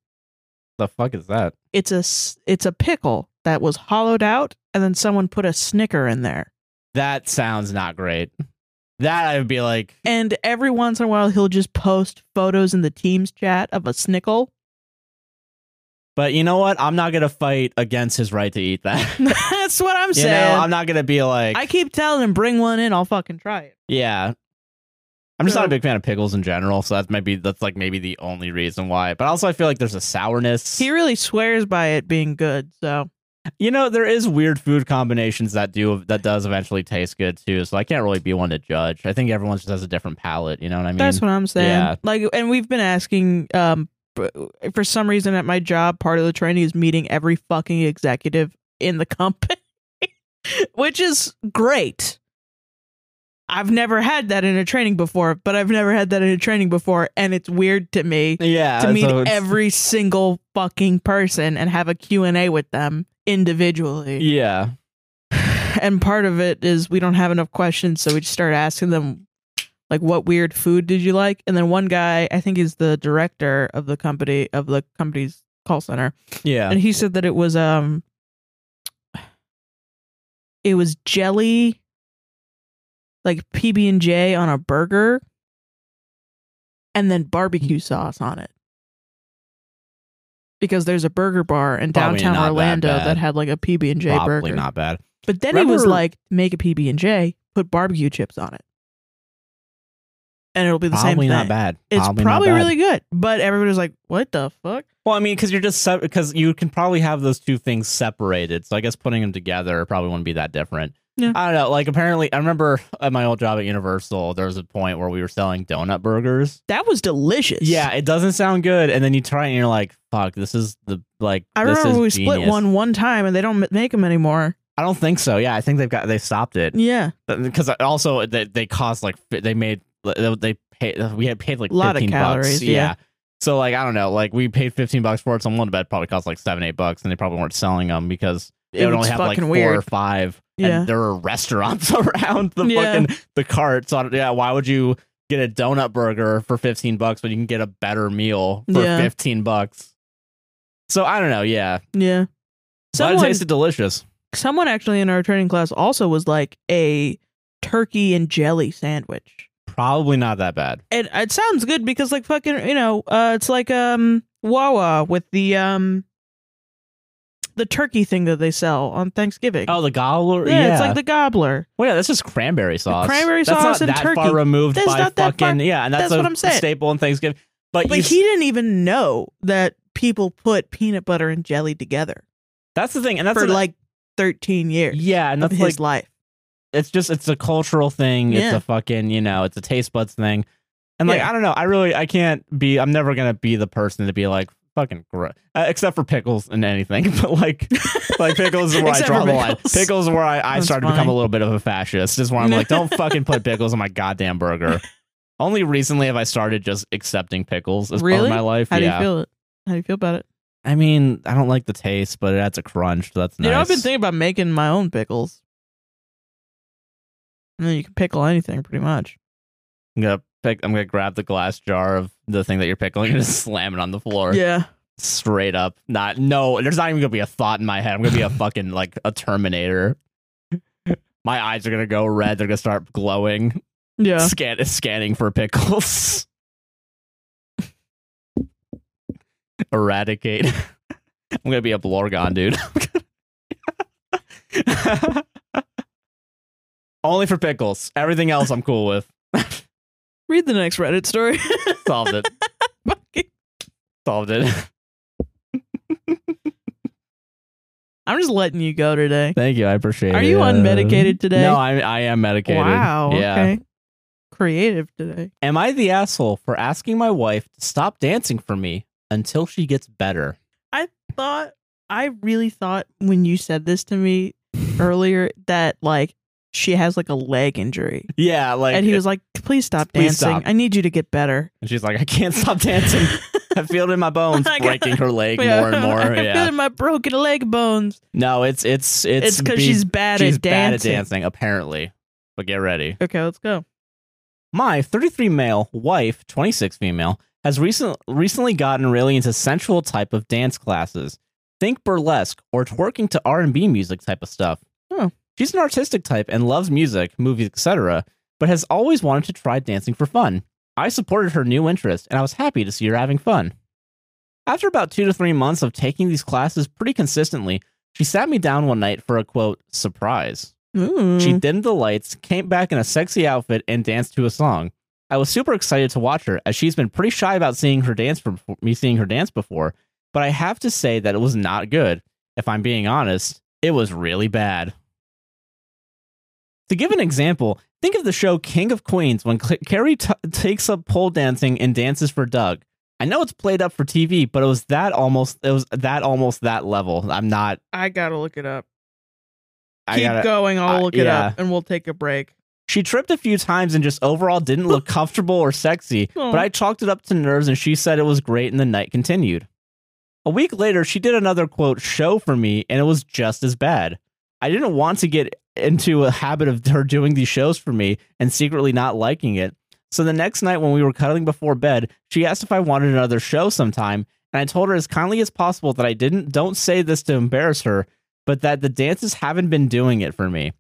Speaker 1: the fuck is that?
Speaker 2: It's a s- it's a pickle that was hollowed out, and then someone put a snicker in there.
Speaker 1: That sounds not great. That I'd be like,
Speaker 2: And every once in a while, he'll just post photos in the team's chat of a snickle. [LAUGHS]
Speaker 1: But you know what? I'm not gonna fight against his right to eat that.
Speaker 2: [LAUGHS] That's what
Speaker 1: [LAUGHS]
Speaker 2: I'm
Speaker 1: you
Speaker 2: saying.
Speaker 1: know, I'm not gonna be like,
Speaker 2: I keep telling him, bring one in. I'll fucking try it.
Speaker 1: yeah. I'm just not a
Speaker 2: So-
Speaker 1: big fan of pickles in general, so that's maybe that's like maybe the only reason why. But also, I feel like there's a sourness.
Speaker 2: He really swears by it being good. So
Speaker 1: you know, there is weird food combinations that do that does eventually taste good too. So I can't really be one to judge. I think everyone just has a different palate. You know what I mean?
Speaker 2: that's what I'm saying.
Speaker 1: yeah.
Speaker 2: Like, and we've been asking um, for some reason at my job, part of the training is meeting every fucking executive in the [LAUGHS] company, which is great. I've never had that in a training before, but I've never had that in a training before, and it's weird to me
Speaker 1: Yeah.
Speaker 2: to meet
Speaker 1: so it's-
Speaker 2: every single fucking person and have a Q&A with them individually.
Speaker 1: Yeah.
Speaker 2: And part of it is we don't have enough questions, so we just start asking them like what weird food did you like? And then one guy, I think he's the director of the company of the company's call center,
Speaker 1: Yeah.
Speaker 2: and he said that it was um it was jelly like PB&J on a burger and then barbecue sauce on it. Because there's a burger bar in
Speaker 1: Probably
Speaker 2: downtown
Speaker 1: not that
Speaker 2: Orlando
Speaker 1: bad.
Speaker 2: that, had like a PB&J
Speaker 1: Probably
Speaker 2: burger.
Speaker 1: not bad.
Speaker 2: But then he was
Speaker 1: Remember-
Speaker 2: like, make a PB and J, put barbecue chips on it, and it'll be the same
Speaker 1: Probably
Speaker 2: thing.
Speaker 1: not bad.
Speaker 2: It's probably,
Speaker 1: not bad.
Speaker 2: really good. But everybody's like, what the fuck?
Speaker 1: Well, I mean, because you're just because you can probably have those two things separated. So I guess putting them together probably wouldn't be that different.
Speaker 2: Yeah.
Speaker 1: I don't know. Like apparently, I remember at my old job at Universal, there was a point where we were selling donut burgers.
Speaker 2: That was delicious.
Speaker 1: Yeah, it doesn't sound good, and then you try it and you're like, "Fuck, this is the like."
Speaker 2: I
Speaker 1: this
Speaker 2: remember
Speaker 1: is
Speaker 2: we split
Speaker 1: genius.
Speaker 2: one one time, and they don't m- make them anymore.
Speaker 1: I don't think so. Yeah, I think they've got they stopped it
Speaker 2: Yeah,
Speaker 1: because also they they cost like fi- they made they they paid we had paid like
Speaker 2: Lot of
Speaker 1: 15
Speaker 2: calories,
Speaker 1: bucks.
Speaker 2: yeah.
Speaker 1: So like I don't know, like we paid fifteen bucks for it. Someone bet probably cost like seven, eight bucks, and they probably weren't selling them because they
Speaker 2: It
Speaker 1: would
Speaker 2: was
Speaker 1: only have like
Speaker 2: fucking
Speaker 1: four
Speaker 2: weird.
Speaker 1: or five.
Speaker 2: Yeah.
Speaker 1: And there were restaurants [LAUGHS] around the
Speaker 2: Yeah.
Speaker 1: fucking the cart. So I don't- yeah, why would you get a donut burger for fifteen bucks when you can get a better meal for
Speaker 2: Yeah.
Speaker 1: fifteen bucks? So I don't know. Yeah,
Speaker 2: yeah.
Speaker 1: but
Speaker 2: Someone-
Speaker 1: it tasted delicious.
Speaker 2: Someone actually in our training class also was like a turkey and jelly sandwich.
Speaker 1: Probably not that bad.
Speaker 2: it it sounds good because like fucking you know uh it's like um Wawa with the um the turkey thing that they sell on Thanksgiving.
Speaker 1: Oh, the gobbler.
Speaker 2: yeah, it's like the gobbler.
Speaker 1: Well, yeah, that's just cranberry sauce.
Speaker 2: cranberry
Speaker 1: that's not
Speaker 2: sauce and
Speaker 1: that
Speaker 2: turkey.
Speaker 1: far removed
Speaker 2: That's
Speaker 1: by
Speaker 2: not that
Speaker 1: fucking
Speaker 2: far-
Speaker 1: yeah, and that's,
Speaker 2: that's
Speaker 1: a
Speaker 2: what I'm saying.
Speaker 1: staple in Thanksgiving. But,
Speaker 2: But
Speaker 1: you,
Speaker 2: he didn't even know that people put peanut butter and jelly together
Speaker 1: that's the thing, and that's
Speaker 2: for
Speaker 1: what-
Speaker 2: like 13 years
Speaker 1: yeah, and
Speaker 2: of
Speaker 1: that's
Speaker 2: his
Speaker 1: like
Speaker 2: life.
Speaker 1: it's just it's a cultural thing. It's
Speaker 2: Yeah.
Speaker 1: a fucking you know, it's a taste buds thing, and like
Speaker 2: Yeah.
Speaker 1: I don't know, I really I can't be. I'm never gonna be the person to be like fucking gr- uh, except for pickles and anything, [LAUGHS] but like like pickles is where I
Speaker 2: Except
Speaker 1: draw
Speaker 2: for
Speaker 1: the line.
Speaker 2: pickles.
Speaker 1: Pickles is where I, I
Speaker 2: That's
Speaker 1: started to become
Speaker 2: fine.
Speaker 1: a little bit of a fascist. Is where I'm like, don't fucking put pickles on my goddamn
Speaker 2: [LAUGHS]
Speaker 1: burger. Only recently have I started just accepting pickles as part
Speaker 2: Really?
Speaker 1: of my life.
Speaker 2: How do
Speaker 1: yeah.
Speaker 2: you feel it? How do you feel about it?
Speaker 1: I mean, I don't like the taste, but it adds a crunch. So that's nice.
Speaker 2: You know, I've been thinking about making my own pickles. And then you can pickle anything pretty much.
Speaker 1: I'm gonna pick. I'm gonna grab the glass jar of the thing that you're pickling and just [LAUGHS] slam it on the floor.
Speaker 2: Yeah.
Speaker 1: Straight up. Not. No. There's not even gonna be a thought in my head. I'm gonna be
Speaker 2: [LAUGHS]
Speaker 1: a fucking like a Terminator. My eyes are gonna go red. They're gonna start glowing.
Speaker 2: Yeah.
Speaker 1: Scan scanning for pickles. [LAUGHS] Eradicate. [LAUGHS] I'm gonna be a Blorgon, dude. [LAUGHS] Only for pickles. Everything else I'm cool with.
Speaker 2: [LAUGHS] Read the next Reddit story. [LAUGHS]
Speaker 1: Solved it.
Speaker 2: Fucking-
Speaker 1: Solved it. [LAUGHS]
Speaker 2: I'm just letting you go today.
Speaker 1: Thank you. I appreciate
Speaker 2: Are you unmedicated today?
Speaker 1: No, I I am medicated.
Speaker 2: Wow.
Speaker 1: Yeah.
Speaker 2: Okay. Creative today.
Speaker 1: Am I the asshole for asking my wife to stop dancing for me until she gets better?
Speaker 2: Thought I really thought when you said this to me earlier that like she has like a leg injury,
Speaker 1: Yeah, like
Speaker 2: and he was like, "Please stop
Speaker 1: Please
Speaker 2: dancing.
Speaker 1: stop.
Speaker 2: I need you to get better."
Speaker 1: [LAUGHS] And she's like, I can't stop dancing.
Speaker 2: [LAUGHS]
Speaker 1: I feel it in my bones,
Speaker 2: I got-
Speaker 1: breaking her leg more
Speaker 2: [LAUGHS]
Speaker 1: and more.
Speaker 2: I feel
Speaker 1: Yeah.
Speaker 2: in my broken leg bones.
Speaker 1: No, it's it's it's
Speaker 2: It's because
Speaker 1: be-
Speaker 2: she's bad
Speaker 1: she's
Speaker 2: at dancing.
Speaker 1: dancing, apparently. But get ready.
Speaker 2: Okay, let's go.
Speaker 1: My 33 male wife, 26 female, has recent, recently gotten really into sensual type of dance classes. Think burlesque or twerking to R&B music type of stuff.
Speaker 2: Oh.
Speaker 1: She's an artistic type and loves music, movies, etc., but has always wanted to try dancing for fun. I supported her new interest and I was happy to see her having fun. After about 2 to 3 months of taking these classes pretty consistently, she sat me down one night for a quote surprise.
Speaker 2: Ooh.
Speaker 1: She dimmed the lights, came back in a sexy outfit, and danced to a song. I was super excited to watch her, as she's been pretty shy about seeing her dance from me seeing her dance before. But I have to say that it was not good. If I'm being honest, it was really bad. To give an example, think of the show King of Queens when Cl- Carrie t- takes up pole dancing and dances for Doug. I know it's played up for TV, but it was that almost it was that almost that level. I'm not
Speaker 2: I gotta look it up.
Speaker 1: I
Speaker 2: Keep
Speaker 1: gotta,
Speaker 2: going. I'll
Speaker 1: I-
Speaker 2: look it up and we'll take a break.
Speaker 1: She tripped a few times and just overall didn't look comfortable or sexy,
Speaker 2: Aw.
Speaker 1: but I chalked it up to nerves and she said it was great and the night continued. A week later, she did another quote show for me and it was just as bad. I didn't want to get into a habit of her doing these shows for me and secretly not liking it. So the next night when we were cuddling before bed, she asked if I wanted another show sometime, and I told her as kindly as possible that I didn't don't say this to embarrass her, but that the dances haven't been doing it for me.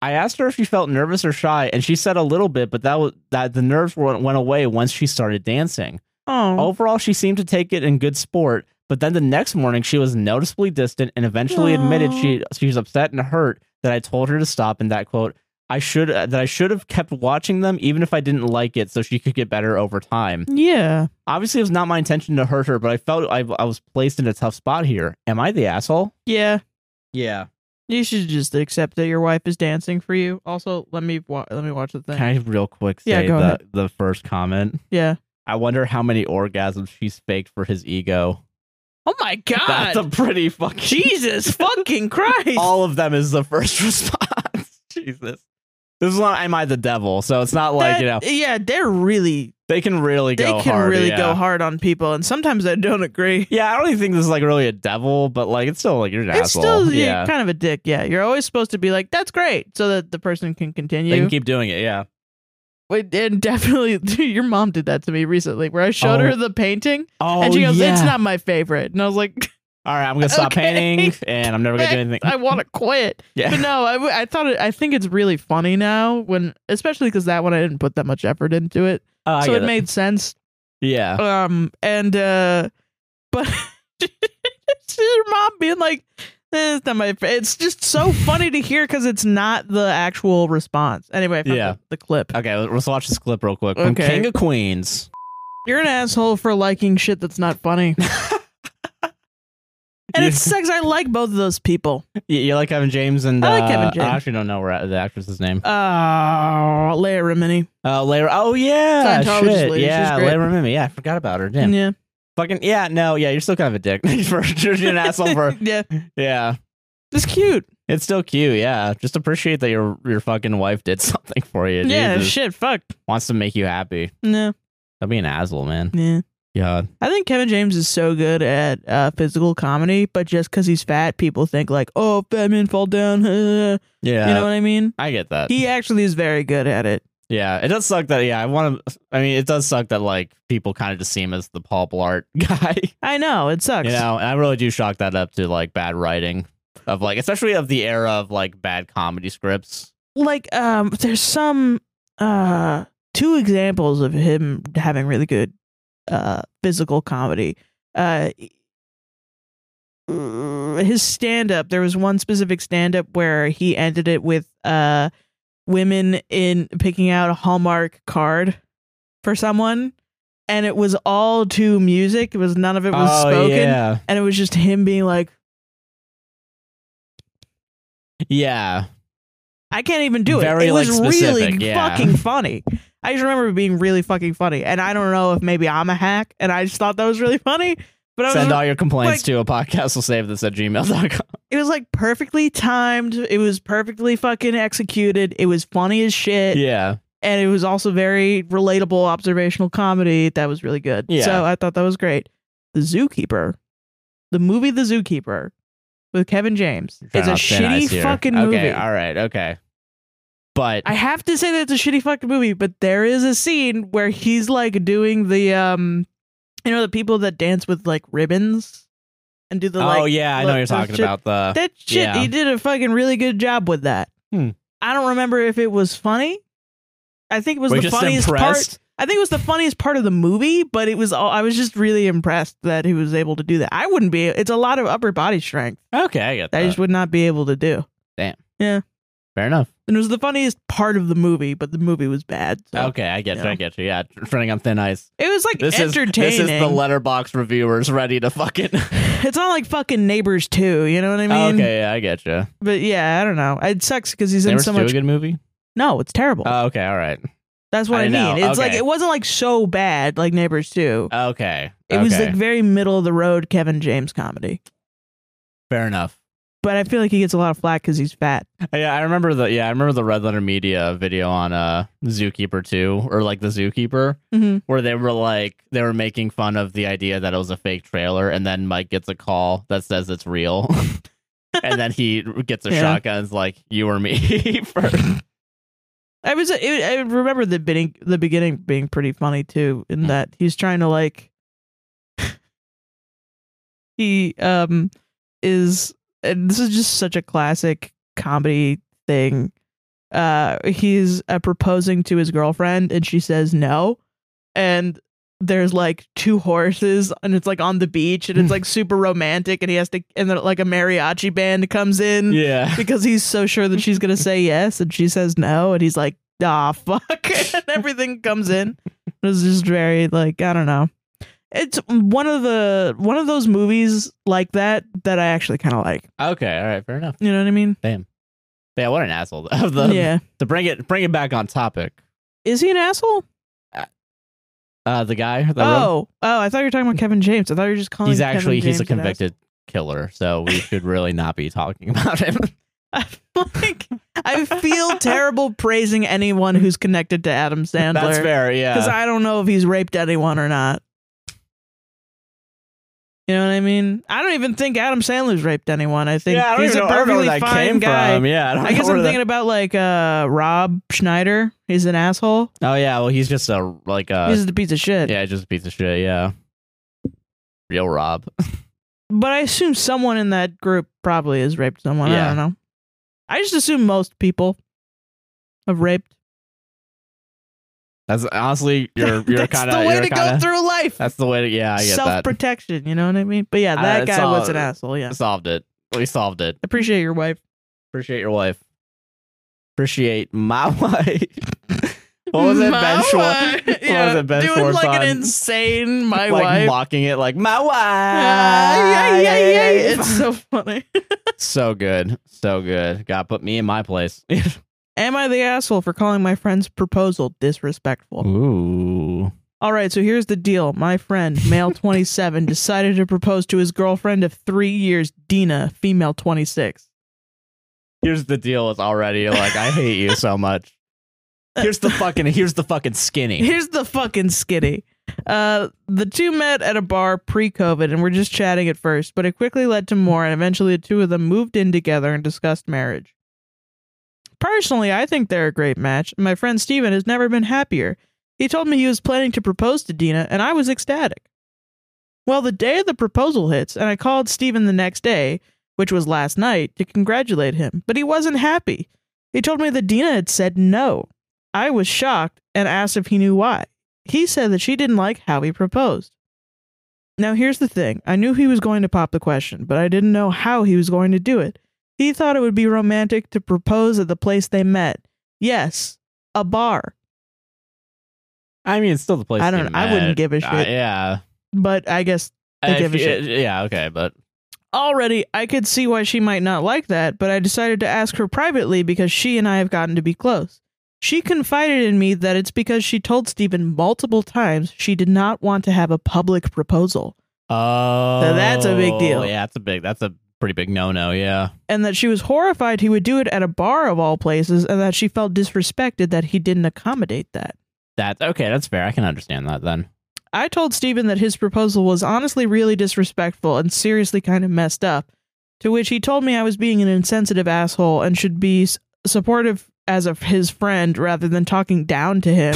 Speaker 1: I asked her if she felt nervous or shy, and she said a little bit, but that was that the nerves were, went away once she started dancing.
Speaker 2: Oh,
Speaker 1: Overall, she seemed to take it in good sport, but then the next morning she was noticeably distant and eventually admitted
Speaker 2: Aw.
Speaker 1: she she was upset and hurt that I told her to stop and that quote I should uh, that I should have kept watching them even if I didn't like it so she could get better over time.
Speaker 2: yeah.
Speaker 1: Obviously, it was not my intention to hurt her, but I felt I, I was placed in a tough spot here. Am I the asshole?
Speaker 2: Yeah.
Speaker 1: Yeah.
Speaker 2: You should just accept that your wife is dancing for you. Also, let me wa- let me watch the thing.
Speaker 1: Can I real quick say
Speaker 2: Yeah, go
Speaker 1: the,
Speaker 2: ahead.
Speaker 1: the first comment?
Speaker 2: yeah.
Speaker 1: I wonder how many orgasms she's faked for his ego.
Speaker 2: Oh my god.
Speaker 1: That's a pretty fucking.
Speaker 2: Jesus fucking Christ.
Speaker 1: All of them is the first [LAUGHS] response. Jesus. This is not Am I the Devil? So it's not like, you know,
Speaker 2: That- Yeah, they're really
Speaker 1: they can really
Speaker 2: they
Speaker 1: go
Speaker 2: can
Speaker 1: hard,
Speaker 2: really
Speaker 1: yeah.
Speaker 2: go hard on people and sometimes I don't agree.
Speaker 1: Yeah, I don't even think this is like really a devil, but like it's still like [LAUGHS] you're an
Speaker 2: It's
Speaker 1: asshole.
Speaker 2: still you're
Speaker 1: yeah.
Speaker 2: kind of a dick. Yeah. You're always supposed to be like, that's great, so that the person can
Speaker 1: They
Speaker 2: continue.
Speaker 1: can keep doing it, yeah.
Speaker 2: Wait, and definitely, [LAUGHS] your mom did that to me recently where I showed
Speaker 1: Oh.
Speaker 2: her the painting
Speaker 1: Oh,
Speaker 2: and she goes, it's not my favorite. And I was like, [LAUGHS]
Speaker 1: All right, I'm going to stop
Speaker 2: Okay. [LAUGHS]
Speaker 1: painting and I'm never going to do anything.
Speaker 2: I want to quit.
Speaker 1: [LAUGHS] yeah.
Speaker 2: But [LAUGHS] no, I, w- I thought it, I think it's really funny now when, especially because that one I didn't put that much effort into it.
Speaker 1: Oh, I
Speaker 2: so
Speaker 1: get
Speaker 2: it made sense.
Speaker 1: Yeah.
Speaker 2: Um, and, uh, but [LAUGHS] it's your mom being like, eh, it's not my, fa-" it's just so funny to hear because it's not the actual response. Anyway, I found
Speaker 1: Yeah.
Speaker 2: the, the clip.
Speaker 1: Okay, let's watch this clip real quick. From
Speaker 2: Okay.
Speaker 1: King of Queens.
Speaker 2: You're an asshole for liking shit that's not funny. And it sucks. I like both of those people.
Speaker 1: You, you like Kevin James and
Speaker 2: I like
Speaker 1: uh,
Speaker 2: Kevin James.
Speaker 1: I actually don't know where the actress's name.
Speaker 2: Oh, Leia Remini.
Speaker 1: Uh, Lara. Oh yeah,
Speaker 2: Scientologist
Speaker 1: shit.
Speaker 2: lady,
Speaker 1: yeah,
Speaker 2: she's great.
Speaker 1: Lara Mimi. Yeah, I forgot about her.
Speaker 2: Yeah.
Speaker 1: Damn. Fucking yeah. No. Yeah, you're still kind of a dick. [LAUGHS] for,
Speaker 2: [LAUGHS]
Speaker 1: you're an asshole for.
Speaker 2: yeah.
Speaker 1: Yeah.
Speaker 2: It's cute.
Speaker 1: It's still cute. Yeah. Just appreciate that your your fucking wife did [LAUGHS] something for you.
Speaker 2: yeah,
Speaker 1: Jesus.
Speaker 2: shit, fuck.
Speaker 1: Wants to make you happy.
Speaker 2: No.
Speaker 1: That'd be an asshole, man.
Speaker 2: Yeah.
Speaker 1: Yeah.
Speaker 2: I think Kevin James is so good at uh, physical comedy, but just because he's fat, people think like, oh, fat men fall down. [LAUGHS] uh,
Speaker 1: Yeah.
Speaker 2: You know what I mean?
Speaker 1: I get that.
Speaker 2: He actually is very good at it.
Speaker 1: yeah. It does suck that. Yeah. I want to. I mean, it does suck that like people kind of just see him as the Paul Blart [LAUGHS] guy.
Speaker 2: I know, it sucks.
Speaker 1: You know, and I really do chalk that up to like bad writing of like, especially of the era of like bad comedy scripts.
Speaker 2: Like, um, there's some uh two examples of him having really good uh physical comedy. Uh his stand up, there was one specific stand up where he ended it with uh women in picking out a Hallmark card for someone and it was all to music. It was none of it [LAUGHS] was spoken
Speaker 1: Oh, yeah,
Speaker 2: and it was just him being like,
Speaker 1: yeah,
Speaker 2: I can't even do it.
Speaker 1: Very,
Speaker 2: it was
Speaker 1: like, specific,
Speaker 2: really
Speaker 1: yeah.
Speaker 2: fucking funny. I just remember it being really fucking funny. And I don't know if maybe I'm a hack and I just thought that was really funny. But I was,
Speaker 1: Send all your complaints
Speaker 2: like-
Speaker 1: to a podcast. Will save this at gmail.com.
Speaker 2: it was like perfectly timed. It was perfectly fucking executed. It was funny as shit.
Speaker 1: yeah,
Speaker 2: And it was also very relatable observational comedy that was really good.
Speaker 1: Yeah.
Speaker 2: So I thought that was great. The Zookeeper, the movie The Zookeeper with Kevin James,
Speaker 1: Try
Speaker 2: is a
Speaker 1: not to say nice
Speaker 2: shitty
Speaker 1: here.
Speaker 2: fucking
Speaker 1: okay,
Speaker 2: movie.
Speaker 1: All right, okay, but
Speaker 2: I have to say that it's a shitty fucking movie, but there is a scene where he's like doing the um you know the people that dance with like ribbons and do the
Speaker 1: oh
Speaker 2: like
Speaker 1: yeah, I know
Speaker 2: look,
Speaker 1: what you're
Speaker 2: those
Speaker 1: talking
Speaker 2: shit-
Speaker 1: about the
Speaker 2: that shit
Speaker 1: yeah.
Speaker 2: he did a fucking really good job with that.
Speaker 1: Hmm.
Speaker 2: I don't remember if it was funny. I think it was
Speaker 1: We're
Speaker 2: the
Speaker 1: just
Speaker 2: funniest part.
Speaker 1: impressed.
Speaker 2: I think it was the funniest part of the movie, but it was all, I was just really impressed that he was able to do that. I wouldn't be it's a lot of upper body strength
Speaker 1: Okay, I get
Speaker 2: that
Speaker 1: that.
Speaker 2: I just would not be able to do.
Speaker 1: Fair enough.
Speaker 2: And it was the funniest part of the movie, but the movie was bad. so.
Speaker 1: Okay, I get you.
Speaker 2: Yeah.
Speaker 1: I get you. Yeah, tr- treading on thin ice.
Speaker 2: It was like
Speaker 1: This is this
Speaker 2: entertaining.
Speaker 1: is the letterbox reviewers ready to fucking. [LAUGHS]
Speaker 2: [LAUGHS] it's not like fucking Neighbors too. You know what I mean?
Speaker 1: Oh, okay, yeah, I get you.
Speaker 2: But yeah, I don't know. It sucks because he's
Speaker 1: They were
Speaker 2: in so
Speaker 1: still a
Speaker 2: much.
Speaker 1: good movie.
Speaker 2: No, it's terrible.
Speaker 1: Oh, okay, all right.
Speaker 2: That's what
Speaker 1: I
Speaker 2: I, mean.
Speaker 1: know.
Speaker 2: It's like
Speaker 1: Okay.
Speaker 2: it wasn't like so bad like Neighbors too.
Speaker 1: Okay.
Speaker 2: It was
Speaker 1: Okay.
Speaker 2: like very middle of the road Kevin James comedy.
Speaker 1: Fair enough.
Speaker 2: But I feel like he gets a lot of flack because he's fat.
Speaker 1: Yeah, I remember the yeah, I remember the Red Letter Media video on uh Zookeeper 2 or like the Zookeeper
Speaker 2: Mm-hmm.
Speaker 1: where they were like they were making fun of the idea that it was a fake trailer and then Mike gets a call that says it's real. [LAUGHS] and then he gets a
Speaker 2: Yeah.
Speaker 1: shotgun and is like you or me [LAUGHS] first.
Speaker 2: I was it, I remember the beginning the beginning being pretty funny too in
Speaker 1: Mm.
Speaker 2: that he's trying to like [LAUGHS] he um is and this is just such a classic comedy thing. Uh he's uh, proposing to his girlfriend and she says no and there's like two horses and it's like on the beach and it's like super romantic and he has to and then like a mariachi band comes in
Speaker 1: Yeah.
Speaker 2: because he's so sure that she's gonna say yes and she says no and he's like ah fuck [LAUGHS] and everything comes in it was just very like i don't know it's one of the one of those movies like that that i actually kind of like
Speaker 1: [LAUGHS] Okay, all right, fair enough.
Speaker 2: you know what i mean
Speaker 1: Yeah, what an asshole of [LAUGHS] the
Speaker 2: yeah
Speaker 1: to bring it bring it back on topic.
Speaker 2: is he an asshole
Speaker 1: Uh the guy that wrote-
Speaker 2: oh oh i thought you were talking about kevin james i thought you were just calling
Speaker 1: he's
Speaker 2: Kevin
Speaker 1: actually he's a
Speaker 2: James an
Speaker 1: convicted killer, so we should really not be talking [LAUGHS] about him.
Speaker 2: asshole. [LAUGHS] like i feel terrible praising anyone who's connected to adam
Speaker 1: [LAUGHS]
Speaker 2: sandler
Speaker 1: That's fair, yeah.
Speaker 2: because I don't know if he's raped anyone or not. You know what I mean? I don't even think Adam Sandler's raped anyone. I think
Speaker 1: yeah, I don't
Speaker 2: he's
Speaker 1: even
Speaker 2: a
Speaker 1: know, I don't know
Speaker 2: perfectly
Speaker 1: where that
Speaker 2: fine
Speaker 1: came
Speaker 2: guy.
Speaker 1: From. Yeah, I, don't
Speaker 2: I guess
Speaker 1: know
Speaker 2: I'm
Speaker 1: where that-
Speaker 2: thinking about like uh, Rob Schneider. He's an asshole.
Speaker 1: Oh yeah, well he's just a like a
Speaker 2: he's just a piece of shit.
Speaker 1: Uh, yeah, just a piece of shit. Yeah, real Rob.
Speaker 2: But I assume someone in that group probably has raped someone. I
Speaker 1: Yeah.
Speaker 2: don't know. I just assume most people have raped.
Speaker 1: That's honestly
Speaker 2: [LAUGHS]
Speaker 1: you're you're
Speaker 2: that's
Speaker 1: kind
Speaker 2: the
Speaker 1: of
Speaker 2: way
Speaker 1: you're
Speaker 2: to
Speaker 1: kinda,
Speaker 2: go through life.
Speaker 1: That's the way to yeah, I get
Speaker 2: Self
Speaker 1: that.
Speaker 2: protection. You know what I mean? But yeah,
Speaker 1: Uh,
Speaker 2: that
Speaker 1: it's
Speaker 2: guy was
Speaker 1: all-
Speaker 2: an asshole. Yeah,
Speaker 1: Solved it. We solved it.
Speaker 2: appreciate your wife.
Speaker 1: Appreciate your wife. Appreciate my [LAUGHS] wife. what was it?
Speaker 2: My
Speaker 1: Ben Schwartz.
Speaker 2: wife.
Speaker 1: What
Speaker 2: Yeah,
Speaker 1: was it? Ben
Speaker 2: doing
Speaker 1: Schwartz
Speaker 2: like
Speaker 1: on,
Speaker 2: an insane my
Speaker 1: like
Speaker 2: wife.
Speaker 1: mocking it like my wife.
Speaker 2: Ah, yeah, yeah, yeah, yeah. It's so funny. [LAUGHS]
Speaker 1: [LAUGHS] so good, so good. God put me in my place. [LAUGHS]
Speaker 2: Am I the asshole for calling my friend's proposal
Speaker 1: Mm.
Speaker 2: disrespectful?
Speaker 1: Ooh.
Speaker 2: All right, so here's the deal. My friend,
Speaker 1: [LAUGHS]
Speaker 2: male 27, decided to propose to his girlfriend of three years, Dina, female 26.
Speaker 1: here's the deal is already like i hate you so much here's the fucking here's the fucking skinny
Speaker 2: Here's the fucking skitty. Uh, the two met at a bar pre-COVID and were just chatting at first, but it quickly led to more, and eventually the two of them moved in together and discussed marriage. Personally, I think they're a great match. and My friend Steven has never been happier. He told me he was planning to propose to Dina, and I was ecstatic. Well, the day of the proposal hits, and I called Steven the next day, which was last night, to congratulate him, but he wasn't happy. He told me that Dina had said no. I was shocked and asked if he knew why. He said that she didn't like how he proposed. Now, here's the thing I knew he was going to pop the question, but I didn't know how he was going to do it. He thought it would be romantic to propose at the place they met. Yes, a bar.
Speaker 1: i mean it's still the place
Speaker 2: I
Speaker 1: to
Speaker 2: don't-
Speaker 1: get
Speaker 2: I wouldn't
Speaker 1: mad.
Speaker 2: give a
Speaker 1: Uh,
Speaker 2: shit.
Speaker 1: yeah
Speaker 2: But I guess They
Speaker 1: If
Speaker 2: give a
Speaker 1: you- uh,
Speaker 2: shit.
Speaker 1: yeah okay but
Speaker 2: already I could see why she might not like that, but I decided to ask her privately because she and I have gotten to be close. She confided in me that it's because she told Stephen multiple times she did not want to have a public proposal.
Speaker 1: oh
Speaker 2: that's a big deal.
Speaker 1: yeah that's a big that's a pretty big no-no yeah
Speaker 2: and that she was horrified he would do it at a bar of all places and that she felt disrespected that he didn't accommodate that.
Speaker 1: that's okay that's fair i can understand that then
Speaker 2: I told Steven that his proposal was honestly really disrespectful and seriously kind of messed up, to which he told me I was being an insensitive asshole and should be s- supportive as of his friend rather than talking down to
Speaker 1: [LAUGHS]
Speaker 2: him.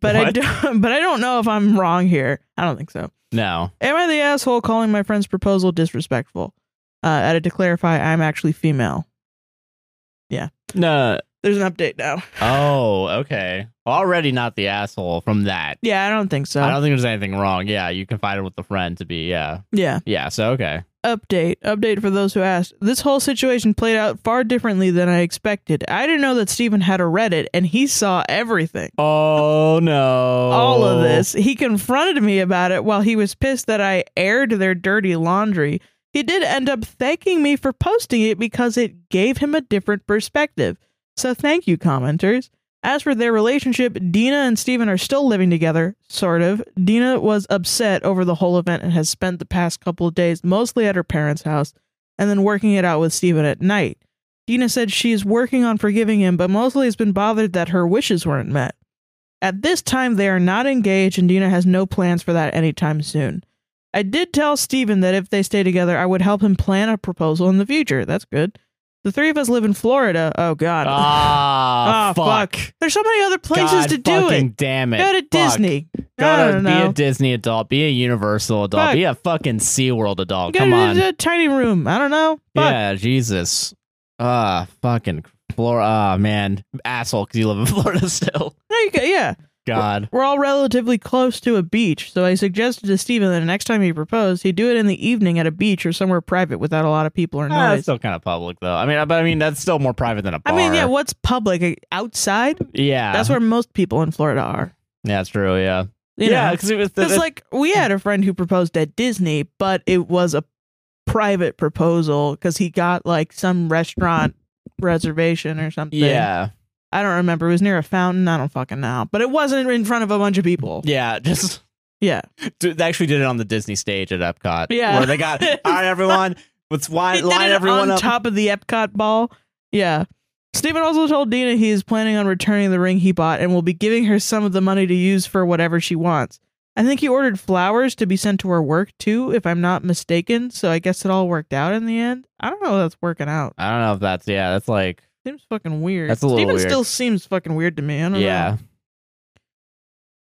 Speaker 2: But I
Speaker 1: What?
Speaker 2: don't, [LAUGHS] but I don't know if I'm wrong here. I don't think so.
Speaker 1: no
Speaker 2: Am I the asshole calling my friend's proposal disrespectful? Uh, added to clarify, I'm actually female.
Speaker 1: no
Speaker 2: There's an update now.
Speaker 1: oh okay already not the asshole from that
Speaker 2: Yeah, I don't think so.
Speaker 1: i don't think there's anything wrong yeah you confided with the friend to be yeah
Speaker 2: yeah.
Speaker 1: yeah so okay
Speaker 2: Update. Update for those who asked. This whole situation played out far differently than I expected. I didn't know that Steven had a Reddit and he saw everything.
Speaker 1: oh no
Speaker 2: All
Speaker 1: Oh.
Speaker 2: of this. He confronted me about it while he was pissed that I aired their dirty laundry. He did end up thanking me for posting it because it gave him a different perspective. So thank you, commenters. As for their relationship, Dina and Steven are still living together, sort of. Dina was upset over the whole event and has spent the past couple of days mostly at her parents' house and then working it out with Steven at night. Dina said she is working on forgiving him, but mostly has been bothered that her wishes weren't met. At this time, they are not engaged, and Dina has no plans for that anytime soon. I did tell Steven that if they stay together, I would help him plan a proposal in the future. That's good. The three of us live in Florida. Oh, God.
Speaker 1: [LAUGHS] Ah,
Speaker 2: [LAUGHS] Ah, fuck. There's so many other places
Speaker 1: God
Speaker 2: to do
Speaker 1: fucking
Speaker 2: it.
Speaker 1: Damn it.
Speaker 2: Go to
Speaker 1: Fuck.
Speaker 2: Disney. I
Speaker 1: Go to
Speaker 2: don't
Speaker 1: be
Speaker 2: know.
Speaker 1: a Disney adult. Be a Universal adult.
Speaker 2: Fuck.
Speaker 1: Be a fucking SeaWorld adult.
Speaker 2: Go
Speaker 1: Come
Speaker 2: to
Speaker 1: on.
Speaker 2: the tiny room. I don't know. Fuck.
Speaker 1: Yeah, Jesus. Ah, fucking Florida. Ah, man, asshole, because you live in [LAUGHS] Florida still.
Speaker 2: No, you go- yeah.
Speaker 1: God.
Speaker 2: We're all relatively close to a beach, so I suggested to Steven that the next time he proposed, he do it in the evening at a beach or somewhere private without a lot of people or
Speaker 1: Ah, that's
Speaker 2: noise.
Speaker 1: still kind of public though. I mean, I- but I mean that's still more private than a
Speaker 2: I
Speaker 1: bar.
Speaker 2: mean, yeah, what's public? Outside?
Speaker 1: yeah,
Speaker 2: That's where most people in Florida are.
Speaker 1: Yeah, that's true. Yeah,
Speaker 2: You
Speaker 1: yeah,
Speaker 2: know?
Speaker 1: because it was the,
Speaker 2: Because like we had a friend who proposed at Disney, but it was a private proposal because he got like some restaurant reservation or something.
Speaker 1: yeah,
Speaker 2: I don't remember. It was near a fountain. I don't fucking know. But it wasn't in front of a bunch of people.
Speaker 1: yeah, just
Speaker 2: Yeah.
Speaker 1: dude, they actually did it on the Disney stage at Epcot.
Speaker 2: Yeah.
Speaker 1: where they got
Speaker 2: [LAUGHS]
Speaker 1: all right, everyone, let's
Speaker 2: He
Speaker 1: line,
Speaker 2: did
Speaker 1: line
Speaker 2: it
Speaker 1: everyone
Speaker 2: on
Speaker 1: up.
Speaker 2: top of the Epcot ball. Yeah. Stephen also told Dina he is planning on returning the ring he bought and will be giving her some of the money to use for whatever she wants. I think he ordered flowers to be sent to her work too, if I'm not mistaken. So I guess it all worked out in the end. I don't know how that's working out.
Speaker 1: I don't know if that's yeah, that's like
Speaker 2: Seems fucking weird.
Speaker 1: That's a little
Speaker 2: Stephen
Speaker 1: weird.
Speaker 2: still seems fucking weird to me. I don't know.
Speaker 1: yeah,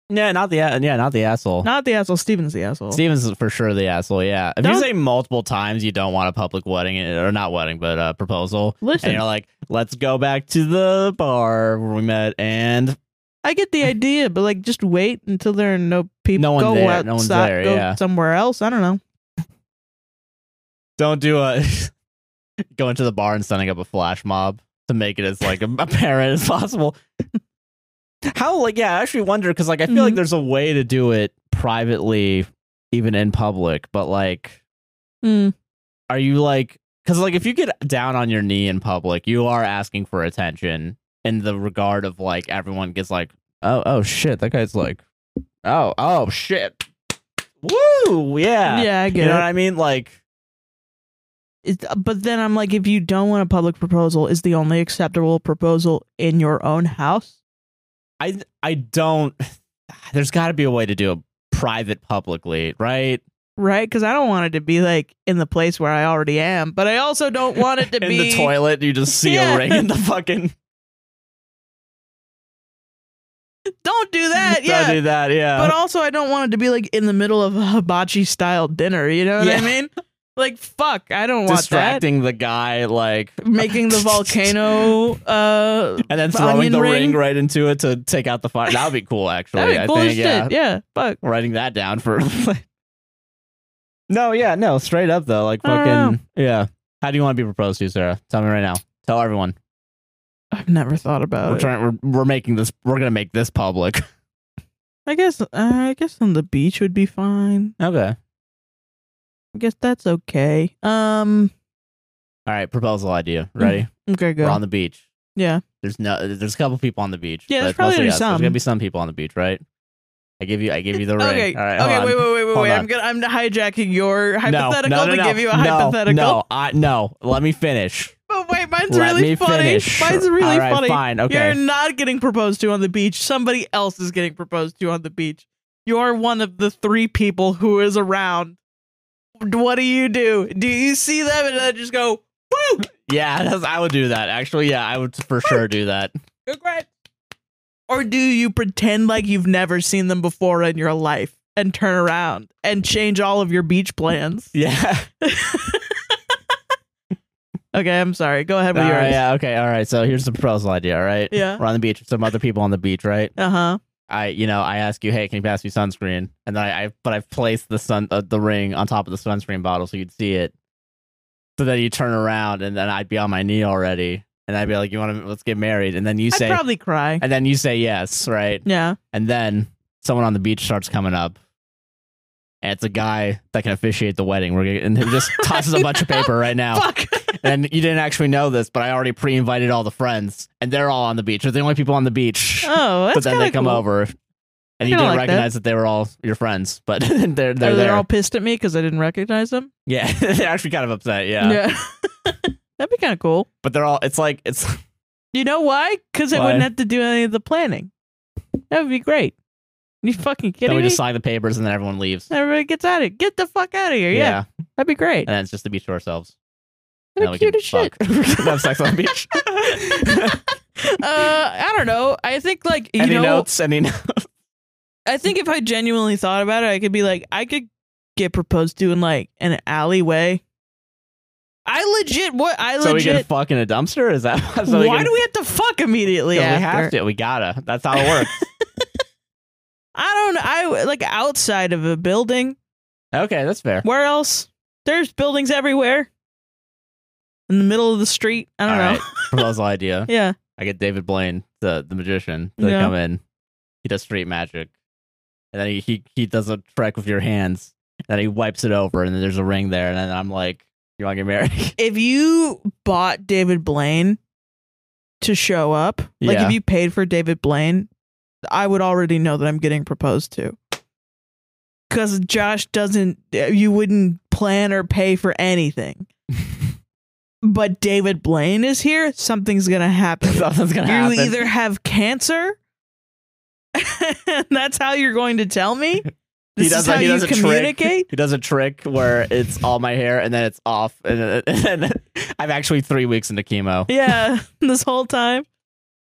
Speaker 1: yeah, not the a- yeah, not the asshole.
Speaker 2: Not the asshole. Steven's the asshole.
Speaker 1: Steven's for sure the asshole. Yeah, if you
Speaker 2: Don't-
Speaker 1: say multiple times you don't want a public wedding eh, or not wedding, but a proposal,
Speaker 2: Listen,
Speaker 1: and you're like, let's go back to the bar where we met and
Speaker 2: I get the idea, but like, just wait until there are no people.
Speaker 1: No one
Speaker 2: go
Speaker 1: there.
Speaker 2: Outside,
Speaker 1: No one's there,
Speaker 2: Go
Speaker 1: yeah.
Speaker 2: somewhere else. I don't know.
Speaker 1: Don't do a [LAUGHS] going to the bar and setting up a flash mob to make it as like [LAUGHS] apparent as possible. How like yeah, I actually wonder because like I feel like
Speaker 2: Mhm.
Speaker 1: there's a way to do it privately, even in public. But like,
Speaker 2: Mm,
Speaker 1: are you like because like if you get down on your knee in public, you are asking for attention in the regard of like everyone gets like oh oh shit that guy's like oh oh shit woo yeah
Speaker 2: yeah, I
Speaker 1: you
Speaker 2: get
Speaker 1: know
Speaker 2: it.
Speaker 1: what I mean like.
Speaker 2: It's- but then I'm like, if you don't want a public proposal, is the only acceptable proposal in your own house?
Speaker 1: I I don't. [SIGHS] There's got to be a way to do it private publicly, right?
Speaker 2: Right? Because I don't want it to be like in the place where I already am, but I also don't want it
Speaker 1: [LAUGHS]
Speaker 2: to
Speaker 1: In
Speaker 2: be
Speaker 1: the toilet, you just see
Speaker 2: Yeah.
Speaker 1: a ring in the fucking.
Speaker 2: Don't do that. [LAUGHS] yeah.
Speaker 1: Don't do that. Yeah.
Speaker 2: But also, I don't want it to be like in the middle of a hibachi style dinner. You know what I
Speaker 1: Yeah.
Speaker 2: mean? Like, fuck, I don't want that.
Speaker 1: distracting the guy, like, [LAUGHS]
Speaker 2: Making the volcano. Uh,
Speaker 1: and then
Speaker 2: the
Speaker 1: throwing
Speaker 2: onion
Speaker 1: the
Speaker 2: ring.
Speaker 1: ring right into it to take out the fire. That would be cool, actually.
Speaker 2: that'd be
Speaker 1: I
Speaker 2: cool
Speaker 1: think,
Speaker 2: as shit.
Speaker 1: yeah.
Speaker 2: Yeah. fuck.
Speaker 1: Writing that down for. [LAUGHS] no, yeah, no, straight up though, like
Speaker 2: I don't
Speaker 1: fucking, yeah. How do you want to be proposed to, Sarah? Tell me right now. Tell everyone.
Speaker 2: I've never thought about
Speaker 1: We're
Speaker 2: it.
Speaker 1: trying. We're, we're making this. We're gonna make this public.
Speaker 2: I guess. uh, I guess on the beach would be fine.
Speaker 1: okay.
Speaker 2: I guess that's okay. Um.
Speaker 1: All right, proposal idea. Ready?
Speaker 2: Okay. Go.
Speaker 1: We're on the beach.
Speaker 2: yeah.
Speaker 1: There's no. There's a couple people on the beach.
Speaker 2: Yeah, there's
Speaker 1: but
Speaker 2: probably
Speaker 1: mostly us.
Speaker 2: some.
Speaker 1: There's gonna be some people on the beach, right? I give you. I give you the ring.
Speaker 2: Okay.
Speaker 1: All right. hold
Speaker 2: okay.
Speaker 1: on.
Speaker 2: Wait. Wait. Wait. Wait.
Speaker 1: Hold
Speaker 2: Wait.
Speaker 1: on.
Speaker 2: I'm gonna. I'm hijacking your
Speaker 1: No,
Speaker 2: hypothetical
Speaker 1: no, no,
Speaker 2: to
Speaker 1: no,
Speaker 2: give you a
Speaker 1: no,
Speaker 2: hypothetical.
Speaker 1: No, I, no. Let me finish.
Speaker 2: But wait, mine's
Speaker 1: Let
Speaker 2: really
Speaker 1: me
Speaker 2: funny.
Speaker 1: finish.
Speaker 2: Mine's really
Speaker 1: All right,
Speaker 2: funny.
Speaker 1: Fine. Okay.
Speaker 2: You're not getting proposed to on the beach. Somebody else is getting proposed to on the beach. You're one of the three people who is around. What do you do? Do you see them and then just go, woo,
Speaker 1: yeah, [LAUGHS] that's, I would do that. Actually, yeah, I would for sure do that.
Speaker 2: [LAUGHS] congrats? Or do you pretend like you've never seen them before in your life and turn around and change all of your beach plans?
Speaker 1: Yeah.
Speaker 2: Okay, I'm sorry. Go ahead
Speaker 1: all
Speaker 2: with
Speaker 1: right.
Speaker 2: yours.
Speaker 1: Yeah. Okay. All right. So here's the proposal idea. All right.
Speaker 2: Yeah.
Speaker 1: We're on the beach. There's Some other people on the beach, right?
Speaker 2: Uh huh.
Speaker 1: I, you know, I ask you, hey, can you pass me sunscreen? And then I, I but I've placed the sun, uh, the ring on top of the sunscreen bottle so you'd see it. So then you turn around, and then I'd be on my knee already, and I'd be like, you want to let's get married? And then you
Speaker 2: I'd
Speaker 1: say,
Speaker 2: probably cry.
Speaker 1: and [LAUGHS] then you say yes, right?
Speaker 2: yeah.
Speaker 1: And then someone on the beach starts coming up, and it's a guy that can officiate the wedding. We're gonna, and he
Speaker 2: [LAUGHS]
Speaker 1: just tosses a bunch of paper right now.
Speaker 2: Fuck. [LAUGHS]
Speaker 1: And you didn't actually know this, but I already pre-invited all the friends, and they're all on the beach. They're the only people on the
Speaker 2: [LAUGHS]
Speaker 1: beach.
Speaker 2: Oh, that's
Speaker 1: but then
Speaker 2: kinda
Speaker 1: they come
Speaker 2: cool.
Speaker 1: over, and you
Speaker 2: kinda
Speaker 1: didn't
Speaker 2: like that.
Speaker 1: recognize that. they were all your friends, but [LAUGHS] they're they're
Speaker 2: Are they
Speaker 1: there.
Speaker 2: all pissed at me because I didn't recognize them?
Speaker 1: [LAUGHS] yeah, [LAUGHS] they're actually kind of upset. Yeah.
Speaker 2: [LAUGHS] That'd be kind of cool.
Speaker 1: but they're all. It's like it's [LAUGHS]
Speaker 2: You know why? Because I
Speaker 1: Why?
Speaker 2: wouldn't have to do any of the planning. That would be great. You fucking
Speaker 1: then
Speaker 2: kidding
Speaker 1: we
Speaker 2: me?
Speaker 1: just sign the papers, and then everyone leaves.
Speaker 2: Everybody gets out of here. Get the fuck out of here. Yeah, that'd be great.
Speaker 1: and then it's just the beach to
Speaker 2: [LAUGHS]
Speaker 1: ourselves.
Speaker 2: That'd
Speaker 1: Now
Speaker 2: be
Speaker 1: we
Speaker 2: cute
Speaker 1: can
Speaker 2: as shit. [LAUGHS]
Speaker 1: fuck. We can have sex on the beach.
Speaker 2: uh, I don't know. I think like you
Speaker 1: any
Speaker 2: know,
Speaker 1: notes? Any? no-
Speaker 2: I think if I genuinely thought about it, I could be like, I could get proposed to in like an alleyway. I legit what I
Speaker 1: So we can
Speaker 2: legit.
Speaker 1: fuck in a dumpster? Is that [LAUGHS] so we
Speaker 2: why
Speaker 1: can,
Speaker 2: do we have to fuck immediately?
Speaker 1: 'cause we
Speaker 2: after?
Speaker 1: have to. We gotta. That's how it
Speaker 2: [LAUGHS]
Speaker 1: works.
Speaker 2: I don't. I like outside of a building.
Speaker 1: okay, that's
Speaker 2: [LAUGHS]
Speaker 1: fair.
Speaker 2: Where else? There's buildings everywhere. In the middle of the street. I don't
Speaker 1: All
Speaker 2: know.
Speaker 1: right. Proposal idea.
Speaker 2: [LAUGHS] Yeah.
Speaker 1: I get David Blaine, the the magician, to
Speaker 2: Yeah.
Speaker 1: come in. He does street magic, and then he, he he does a trick with your hands, and then he wipes it over, and then there's a ring there, and then I'm like, "You want to get
Speaker 2: [LAUGHS]
Speaker 1: married?" [LAUGHS]
Speaker 2: If you bought David Blaine to show up, like
Speaker 1: Yeah.
Speaker 2: if you paid for David Blaine, I would already know that I'm getting proposed to. Cuz Josh doesn't you wouldn't plan or pay for anything. but David Blaine is here, something's going to happen.
Speaker 1: Something's [LAUGHS] gonna
Speaker 2: you
Speaker 1: happen.
Speaker 2: either have cancer [LAUGHS] and that's how you're going to tell me
Speaker 1: [LAUGHS]
Speaker 2: this
Speaker 1: does
Speaker 2: is
Speaker 1: a-
Speaker 2: how
Speaker 1: he
Speaker 2: you
Speaker 1: does a trick.
Speaker 2: communicate
Speaker 1: He does a trick where it's all my hair, and then [LAUGHS] it's off, and, and, I'm actually three weeks into chemo.
Speaker 2: yeah [LAUGHS] this whole time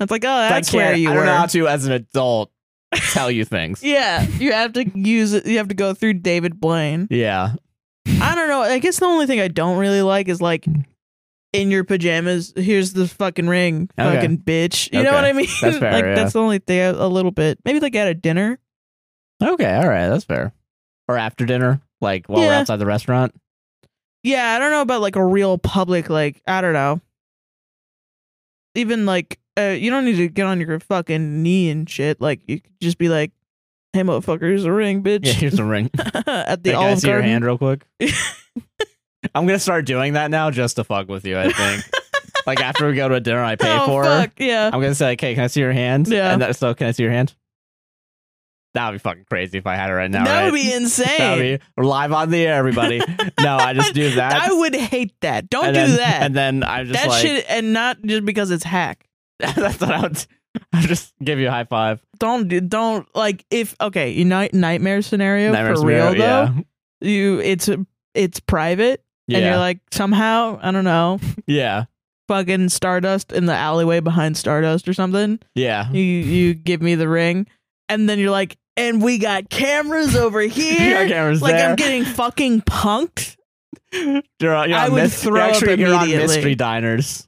Speaker 2: it's like oh
Speaker 1: That's
Speaker 2: that's where you
Speaker 1: I
Speaker 2: were
Speaker 1: don't know how to, as an adult, tell you
Speaker 2: [LAUGHS]
Speaker 1: things.
Speaker 2: yeah you have to use it you have to go through david blaine
Speaker 1: Yeah.
Speaker 2: i don't know i guess the only thing i don't really like is like in your pajamas here's the fucking ring
Speaker 1: Okay.
Speaker 2: fucking bitch you know
Speaker 1: Okay.
Speaker 2: what i mean
Speaker 1: That's fair,
Speaker 2: [LAUGHS] like
Speaker 1: yeah.
Speaker 2: that's the only thing I- a little bit maybe like at a dinner
Speaker 1: Okay. All right. That's fair. Or after dinner, like while we're
Speaker 2: Yeah.
Speaker 1: outside the
Speaker 2: [LAUGHS]
Speaker 1: restaurant.
Speaker 2: Yeah, I don't know about like a real public like I don't know. Even like uh, you don't need to get on your fucking knee and shit. Like you could just be like, "Hey, motherfucker, here's a ring, bitch."
Speaker 1: Yeah. Here's a ring.
Speaker 2: [LAUGHS] At the
Speaker 1: Hey, can I
Speaker 2: Olive
Speaker 1: see your
Speaker 2: Garden.
Speaker 1: hand real quick? I'm gonna start doing that now just to fuck with you. I
Speaker 2: [LAUGHS]
Speaker 1: think. like after we go to a dinner, I pay
Speaker 2: [LAUGHS] oh
Speaker 1: for.
Speaker 2: fuck yeah!
Speaker 1: I'm gonna say, like, hey, can I see your hand?
Speaker 2: Yeah.
Speaker 1: And that, so, can I see your hand? That would be fucking crazy if I had it right now.
Speaker 2: that
Speaker 1: right?
Speaker 2: would be insane.
Speaker 1: That would be- we're live on the air, everybody.
Speaker 2: [LAUGHS]
Speaker 1: no, I just do that.
Speaker 2: I would hate that. Don't do
Speaker 1: and then,
Speaker 2: that.
Speaker 1: And then I just
Speaker 2: that
Speaker 1: like
Speaker 2: shit, and not just because it's hack.
Speaker 1: [LAUGHS] that's what I would. I would just give you a high five.
Speaker 2: Don't do. Don't like if okay. You know, nightmare scenario
Speaker 1: Nightmare
Speaker 2: for
Speaker 1: scenario,
Speaker 2: real though. You it's it's private,
Speaker 1: Yeah.
Speaker 2: and
Speaker 1: Yeah.
Speaker 2: you're like somehow I don't know.
Speaker 1: yeah.
Speaker 2: fucking Stardust in the alleyway behind Stardust or something.
Speaker 1: Yeah.
Speaker 2: You you give me the ring, and then you're like, and we got
Speaker 1: [LAUGHS]
Speaker 2: cameras over
Speaker 1: Your
Speaker 2: here.
Speaker 1: camera's
Speaker 2: like
Speaker 1: there.
Speaker 2: I'm getting fucking punked.
Speaker 1: You're on- you're
Speaker 2: I
Speaker 1: on
Speaker 2: would
Speaker 1: mys-
Speaker 2: throw
Speaker 1: you're
Speaker 2: up
Speaker 1: actually, you're on
Speaker 2: immediately.
Speaker 1: mystery diners.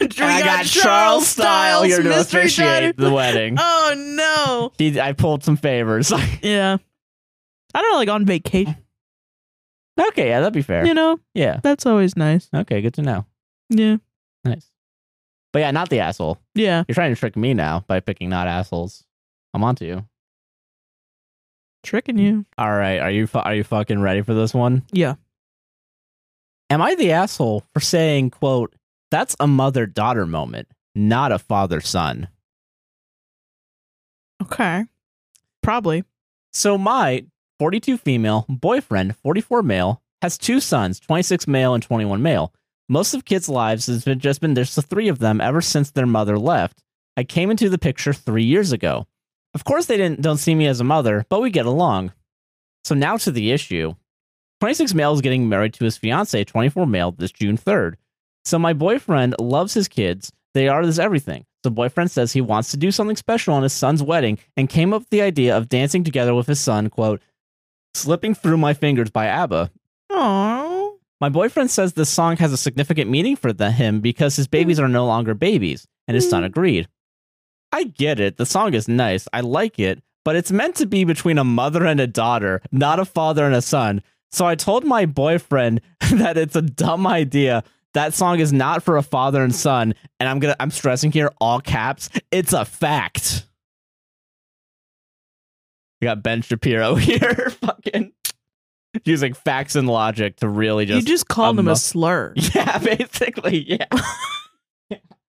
Speaker 2: We
Speaker 1: And I got Charles Style here to
Speaker 2: mystery diner.
Speaker 1: officiate the wedding.
Speaker 2: Oh
Speaker 1: He, I pulled some favors. [LAUGHS] okay,
Speaker 2: no! Yeah, I don't know, like on vacation.
Speaker 1: yeah, that'd be fair.
Speaker 2: You know,
Speaker 1: Yeah.
Speaker 2: that's always nice.
Speaker 1: Okay, good to know.
Speaker 2: Yeah,
Speaker 1: Nice. But yeah, not the asshole.
Speaker 2: yeah.
Speaker 1: You're trying to trick me now by picking not assholes. I'm onto you.
Speaker 2: Tricking you.
Speaker 1: All right, are you fu- are you fucking ready for this one?
Speaker 2: Yeah.
Speaker 1: Am I the asshole for saying, "quote That's a mother daughter moment, not a father son."
Speaker 2: Okay, probably.
Speaker 1: So my 42 female boyfriend, 44 male, has two sons, 26 male and 21 male. Most of kids' lives has been just been there's the three of them ever since their mother left. I came into the picture three years ago. Of course, they didn't don't see me as a mother, but we get along. So now to the issue. 26 male is getting married to his fiancee, 24 male, this June 3rd. So my boyfriend loves his kids. They are this everything. So boyfriend says he wants to do something special on his son's wedding and came up with the idea of dancing together with his son, quote, slipping through my fingers by ABBA.
Speaker 2: Oh,
Speaker 1: My boyfriend says this song has a significant meaning for the, him because his babies are no longer babies, and his son agreed. I get it. The song is nice. I like it, but it's meant to be between a mother and a daughter, not a father and a son. So I told my boyfriend [LAUGHS] that it's a dumb idea. That song is not for a father and son, and I'm gonna I'm stressing here all caps. It's a fact. We got Ben Shapiro [LAUGHS] here, fucking using facts and logic to really just.
Speaker 2: you just called
Speaker 1: a
Speaker 2: him a
Speaker 1: must- [LAUGHS]
Speaker 2: slur.
Speaker 1: yeah, basically, yeah.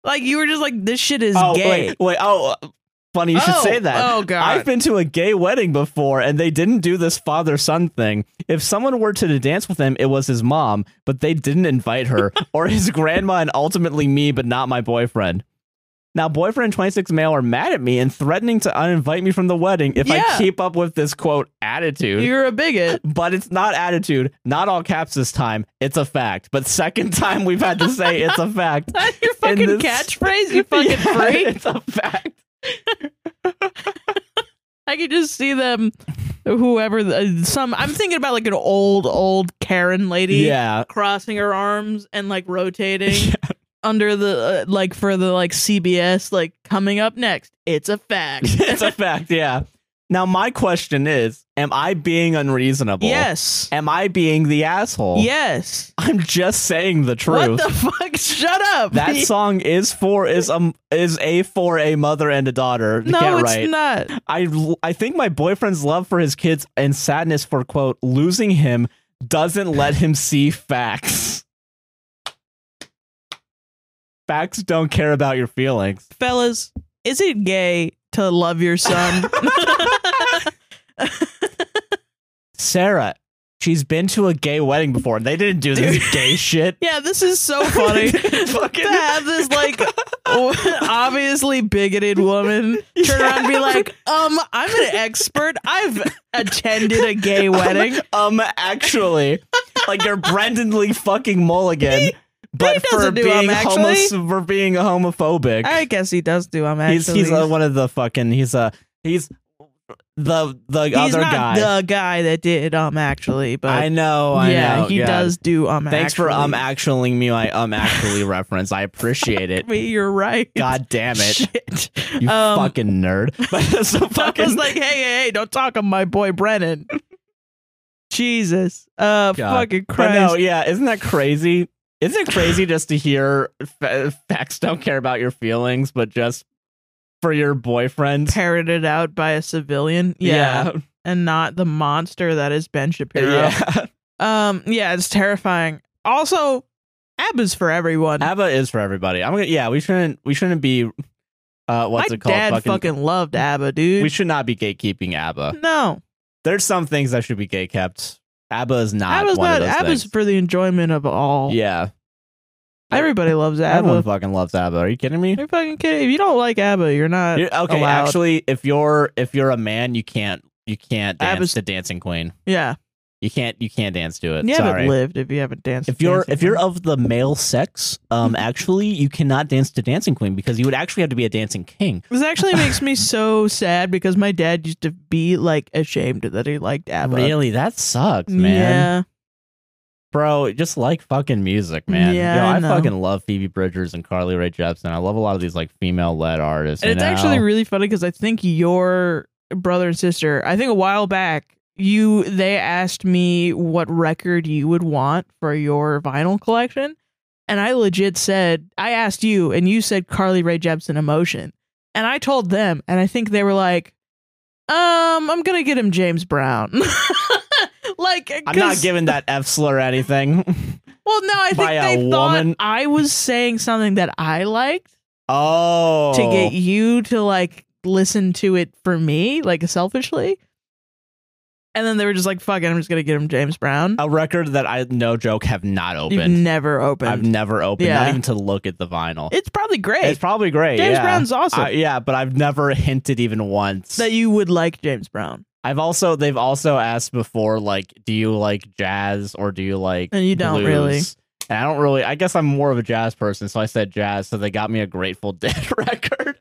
Speaker 2: Like you were just like, this shit is
Speaker 1: oh,
Speaker 2: gay.
Speaker 1: wait, wait, oh, uh, funny you should
Speaker 2: Oh,
Speaker 1: say that.
Speaker 2: Oh god.
Speaker 1: I've been to a gay wedding before and they didn't do this father son thing. If someone were to dance with him, it was his mom, but they didn't invite
Speaker 2: [LAUGHS]
Speaker 1: her or his grandma and ultimately me, but not my boyfriend. Now, boyfriend 26 male are mad at me and threatening to uninvite me from the wedding if I
Speaker 2: Yeah.
Speaker 1: keep up with this quote attitude.
Speaker 2: You're
Speaker 1: [LAUGHS]
Speaker 2: a bigot. [LAUGHS]
Speaker 1: but it's not attitude, not all caps this time. It's a fact. But second [LAUGHS] time we've had to say it's a fact.
Speaker 2: That's your
Speaker 1: And
Speaker 2: fucking
Speaker 1: this-
Speaker 2: catchphrase, you
Speaker 1: [LAUGHS]
Speaker 2: fucking
Speaker 1: Yeah,
Speaker 2: freak.
Speaker 1: It's a fact.
Speaker 2: [LAUGHS] I could just see them, whoever, uh, some. I'm thinking about like an old, old Karen lady,
Speaker 1: Yeah.
Speaker 2: crossing her arms and like rotating under the uh, like for the like CBS like coming up next. It's a
Speaker 1: [LAUGHS]
Speaker 2: fact.
Speaker 1: [LAUGHS] it's a fact, yeah. Now my question is, am I being unreasonable?
Speaker 2: yes,
Speaker 1: Am I being the asshole?
Speaker 2: yes.
Speaker 1: I'm just saying the
Speaker 2: What
Speaker 1: truth.
Speaker 2: the fuck? [LAUGHS] Shut up.
Speaker 1: that song is for is um is a for a mother and a daughter. to
Speaker 2: no,
Speaker 1: get
Speaker 2: it's
Speaker 1: right.
Speaker 2: not.
Speaker 1: I I think my boyfriend's love for his kids and sadness for quote losing him doesn't let him see facts. Facts don't care about your feelings.
Speaker 2: fellas, is it gay to love your son?
Speaker 1: [LAUGHS]
Speaker 2: [LAUGHS]
Speaker 1: Sarah, she's been to a gay wedding before. and They didn't do this gay [LAUGHS] shit.
Speaker 2: yeah, this is
Speaker 1: [LAUGHS]
Speaker 2: so funny [LAUGHS] to
Speaker 1: Fucking-
Speaker 2: have this like [LAUGHS] obviously
Speaker 1: [LAUGHS]
Speaker 2: bigoted woman turn around and be like, um, I'm an expert. I've attended
Speaker 1: [LAUGHS]
Speaker 2: a gay wedding.
Speaker 1: Um, actually, like you're Brendan Lee fucking Mulligan, but for
Speaker 2: doesn't do
Speaker 1: being
Speaker 2: um, actually.
Speaker 1: homos- for being homophobic,
Speaker 2: I guess he does do. I'm actually.
Speaker 1: he's he's uh, one of the fucking he's uh he's the the
Speaker 2: He's
Speaker 1: other
Speaker 2: not
Speaker 1: guy.
Speaker 2: the guy that did um actually, but
Speaker 1: I know, I
Speaker 2: yeah,
Speaker 1: know.
Speaker 2: he
Speaker 1: yeah.
Speaker 2: does do um.
Speaker 1: Thanks for um
Speaker 2: actually.
Speaker 1: actually me my um actually [LAUGHS] reference. I appreciate
Speaker 2: [LAUGHS]
Speaker 1: it.
Speaker 2: Me, You're right.
Speaker 1: God damn it,
Speaker 2: Shit.
Speaker 1: you
Speaker 2: Um, [LAUGHS]
Speaker 1: fucking nerd. [LAUGHS] But it's a
Speaker 2: I
Speaker 1: fucking
Speaker 2: was like, hey, hey, hey, don't talk on my
Speaker 1: [LAUGHS]
Speaker 2: boy Brennan. Jesus. Uh
Speaker 1: God.
Speaker 2: fucking
Speaker 1: But
Speaker 2: Christ.
Speaker 1: no, yeah, isn't that crazy? Isn't it crazy just to hear fa- facts don't care about your feelings, but just for your boyfriend?
Speaker 2: Parroted out by a civilian. Yeah. And not the monster that is Ben
Speaker 1: yeah.
Speaker 2: Shapiro.
Speaker 1: yeah.
Speaker 2: Um, yeah, it's terrifying. Also, ABBA's for
Speaker 1: [LAUGHS]
Speaker 2: everyone.
Speaker 1: ABBA is for everybody. I'm gonna. Yeah, we shouldn't. We shouldn't be. Uh, what's
Speaker 2: my
Speaker 1: it called?
Speaker 2: dad fucking, loved ABBA, dude.
Speaker 1: we should not be gatekeeping ABBA. [LAUGHS]
Speaker 2: no.
Speaker 1: There's some things that should be gate kept. ABBA is not
Speaker 2: ABBA's
Speaker 1: one
Speaker 2: not
Speaker 1: of those
Speaker 2: ABBA's
Speaker 1: things.
Speaker 2: for the enjoyment of all.
Speaker 1: yeah,
Speaker 2: Everybody loves
Speaker 1: everyone
Speaker 2: ABBA.
Speaker 1: fucking loves ABBA. Are you kidding me?
Speaker 2: You're fucking kidding. If you don't like ABBA, you're not
Speaker 1: You're- okay,
Speaker 2: allowed.
Speaker 1: actually, if you're if you're a man, you can't you can't dance
Speaker 2: ABBA's
Speaker 1: to Dancing Queen.
Speaker 2: Yeah.
Speaker 1: You can't you can't dance to it.
Speaker 2: You
Speaker 1: Sorry.
Speaker 2: haven't lived if you haven't danced.
Speaker 1: if you're
Speaker 2: Dancing
Speaker 1: if you're
Speaker 2: Queen.
Speaker 1: of the male sex, um, actually, you cannot dance to Dancing Queen because you would actually have to be a dancing king. [LAUGHS]
Speaker 2: This actually makes me so sad because my dad used to be like ashamed that he liked ABBA.
Speaker 1: Really, that sucks, man.
Speaker 2: Ah, Yeah.
Speaker 1: Bro, just like fucking music, man.
Speaker 2: Yeah,
Speaker 1: Yo,
Speaker 2: I
Speaker 1: I,
Speaker 2: know.
Speaker 1: fucking love Phoebe Bridgers and Carly Rae Jepsen. I love a lot of these like female led artists.
Speaker 2: And
Speaker 1: you
Speaker 2: it's
Speaker 1: know?
Speaker 2: actually really funny because I think your brother and sister, I think a while back, you they asked me what record you would want for your vinyl collection. And I legit said, I asked you, and you said Carly Rae Jepsen Emotion. And I told them, and I think they were like, um, I'm going to get him James Brown. [LAUGHS] like,
Speaker 1: I'm not
Speaker 2: 'cause-
Speaker 1: giving
Speaker 2: [LAUGHS]
Speaker 1: that F slur anything. [LAUGHS]
Speaker 2: Well, no, I think
Speaker 1: by a
Speaker 2: they thought
Speaker 1: woman.
Speaker 2: I was saying something that I liked
Speaker 1: oh,
Speaker 2: to get you to like listen to it for me, like selfishly. And then they were just like, "Fuck it, I'm just gonna get him James Brown."
Speaker 1: a record that I no joke have not
Speaker 2: You've
Speaker 1: opened.
Speaker 2: never opened.
Speaker 1: I've never opened, not
Speaker 2: Yeah.
Speaker 1: even to look at the vinyl.
Speaker 2: it's probably great.
Speaker 1: It's probably great.
Speaker 2: James
Speaker 1: yeah.
Speaker 2: Brown's awesome.
Speaker 1: I- yeah, but I've never hinted even once.
Speaker 2: that you would like James Brown,
Speaker 1: I've also they've also asked before, like, do you like jazz or do you like
Speaker 2: and you don't
Speaker 1: blues?
Speaker 2: really.
Speaker 1: And I don't really. I guess I'm more of a jazz person, so I said jazz. So they got me a Grateful [LAUGHS] Dead record.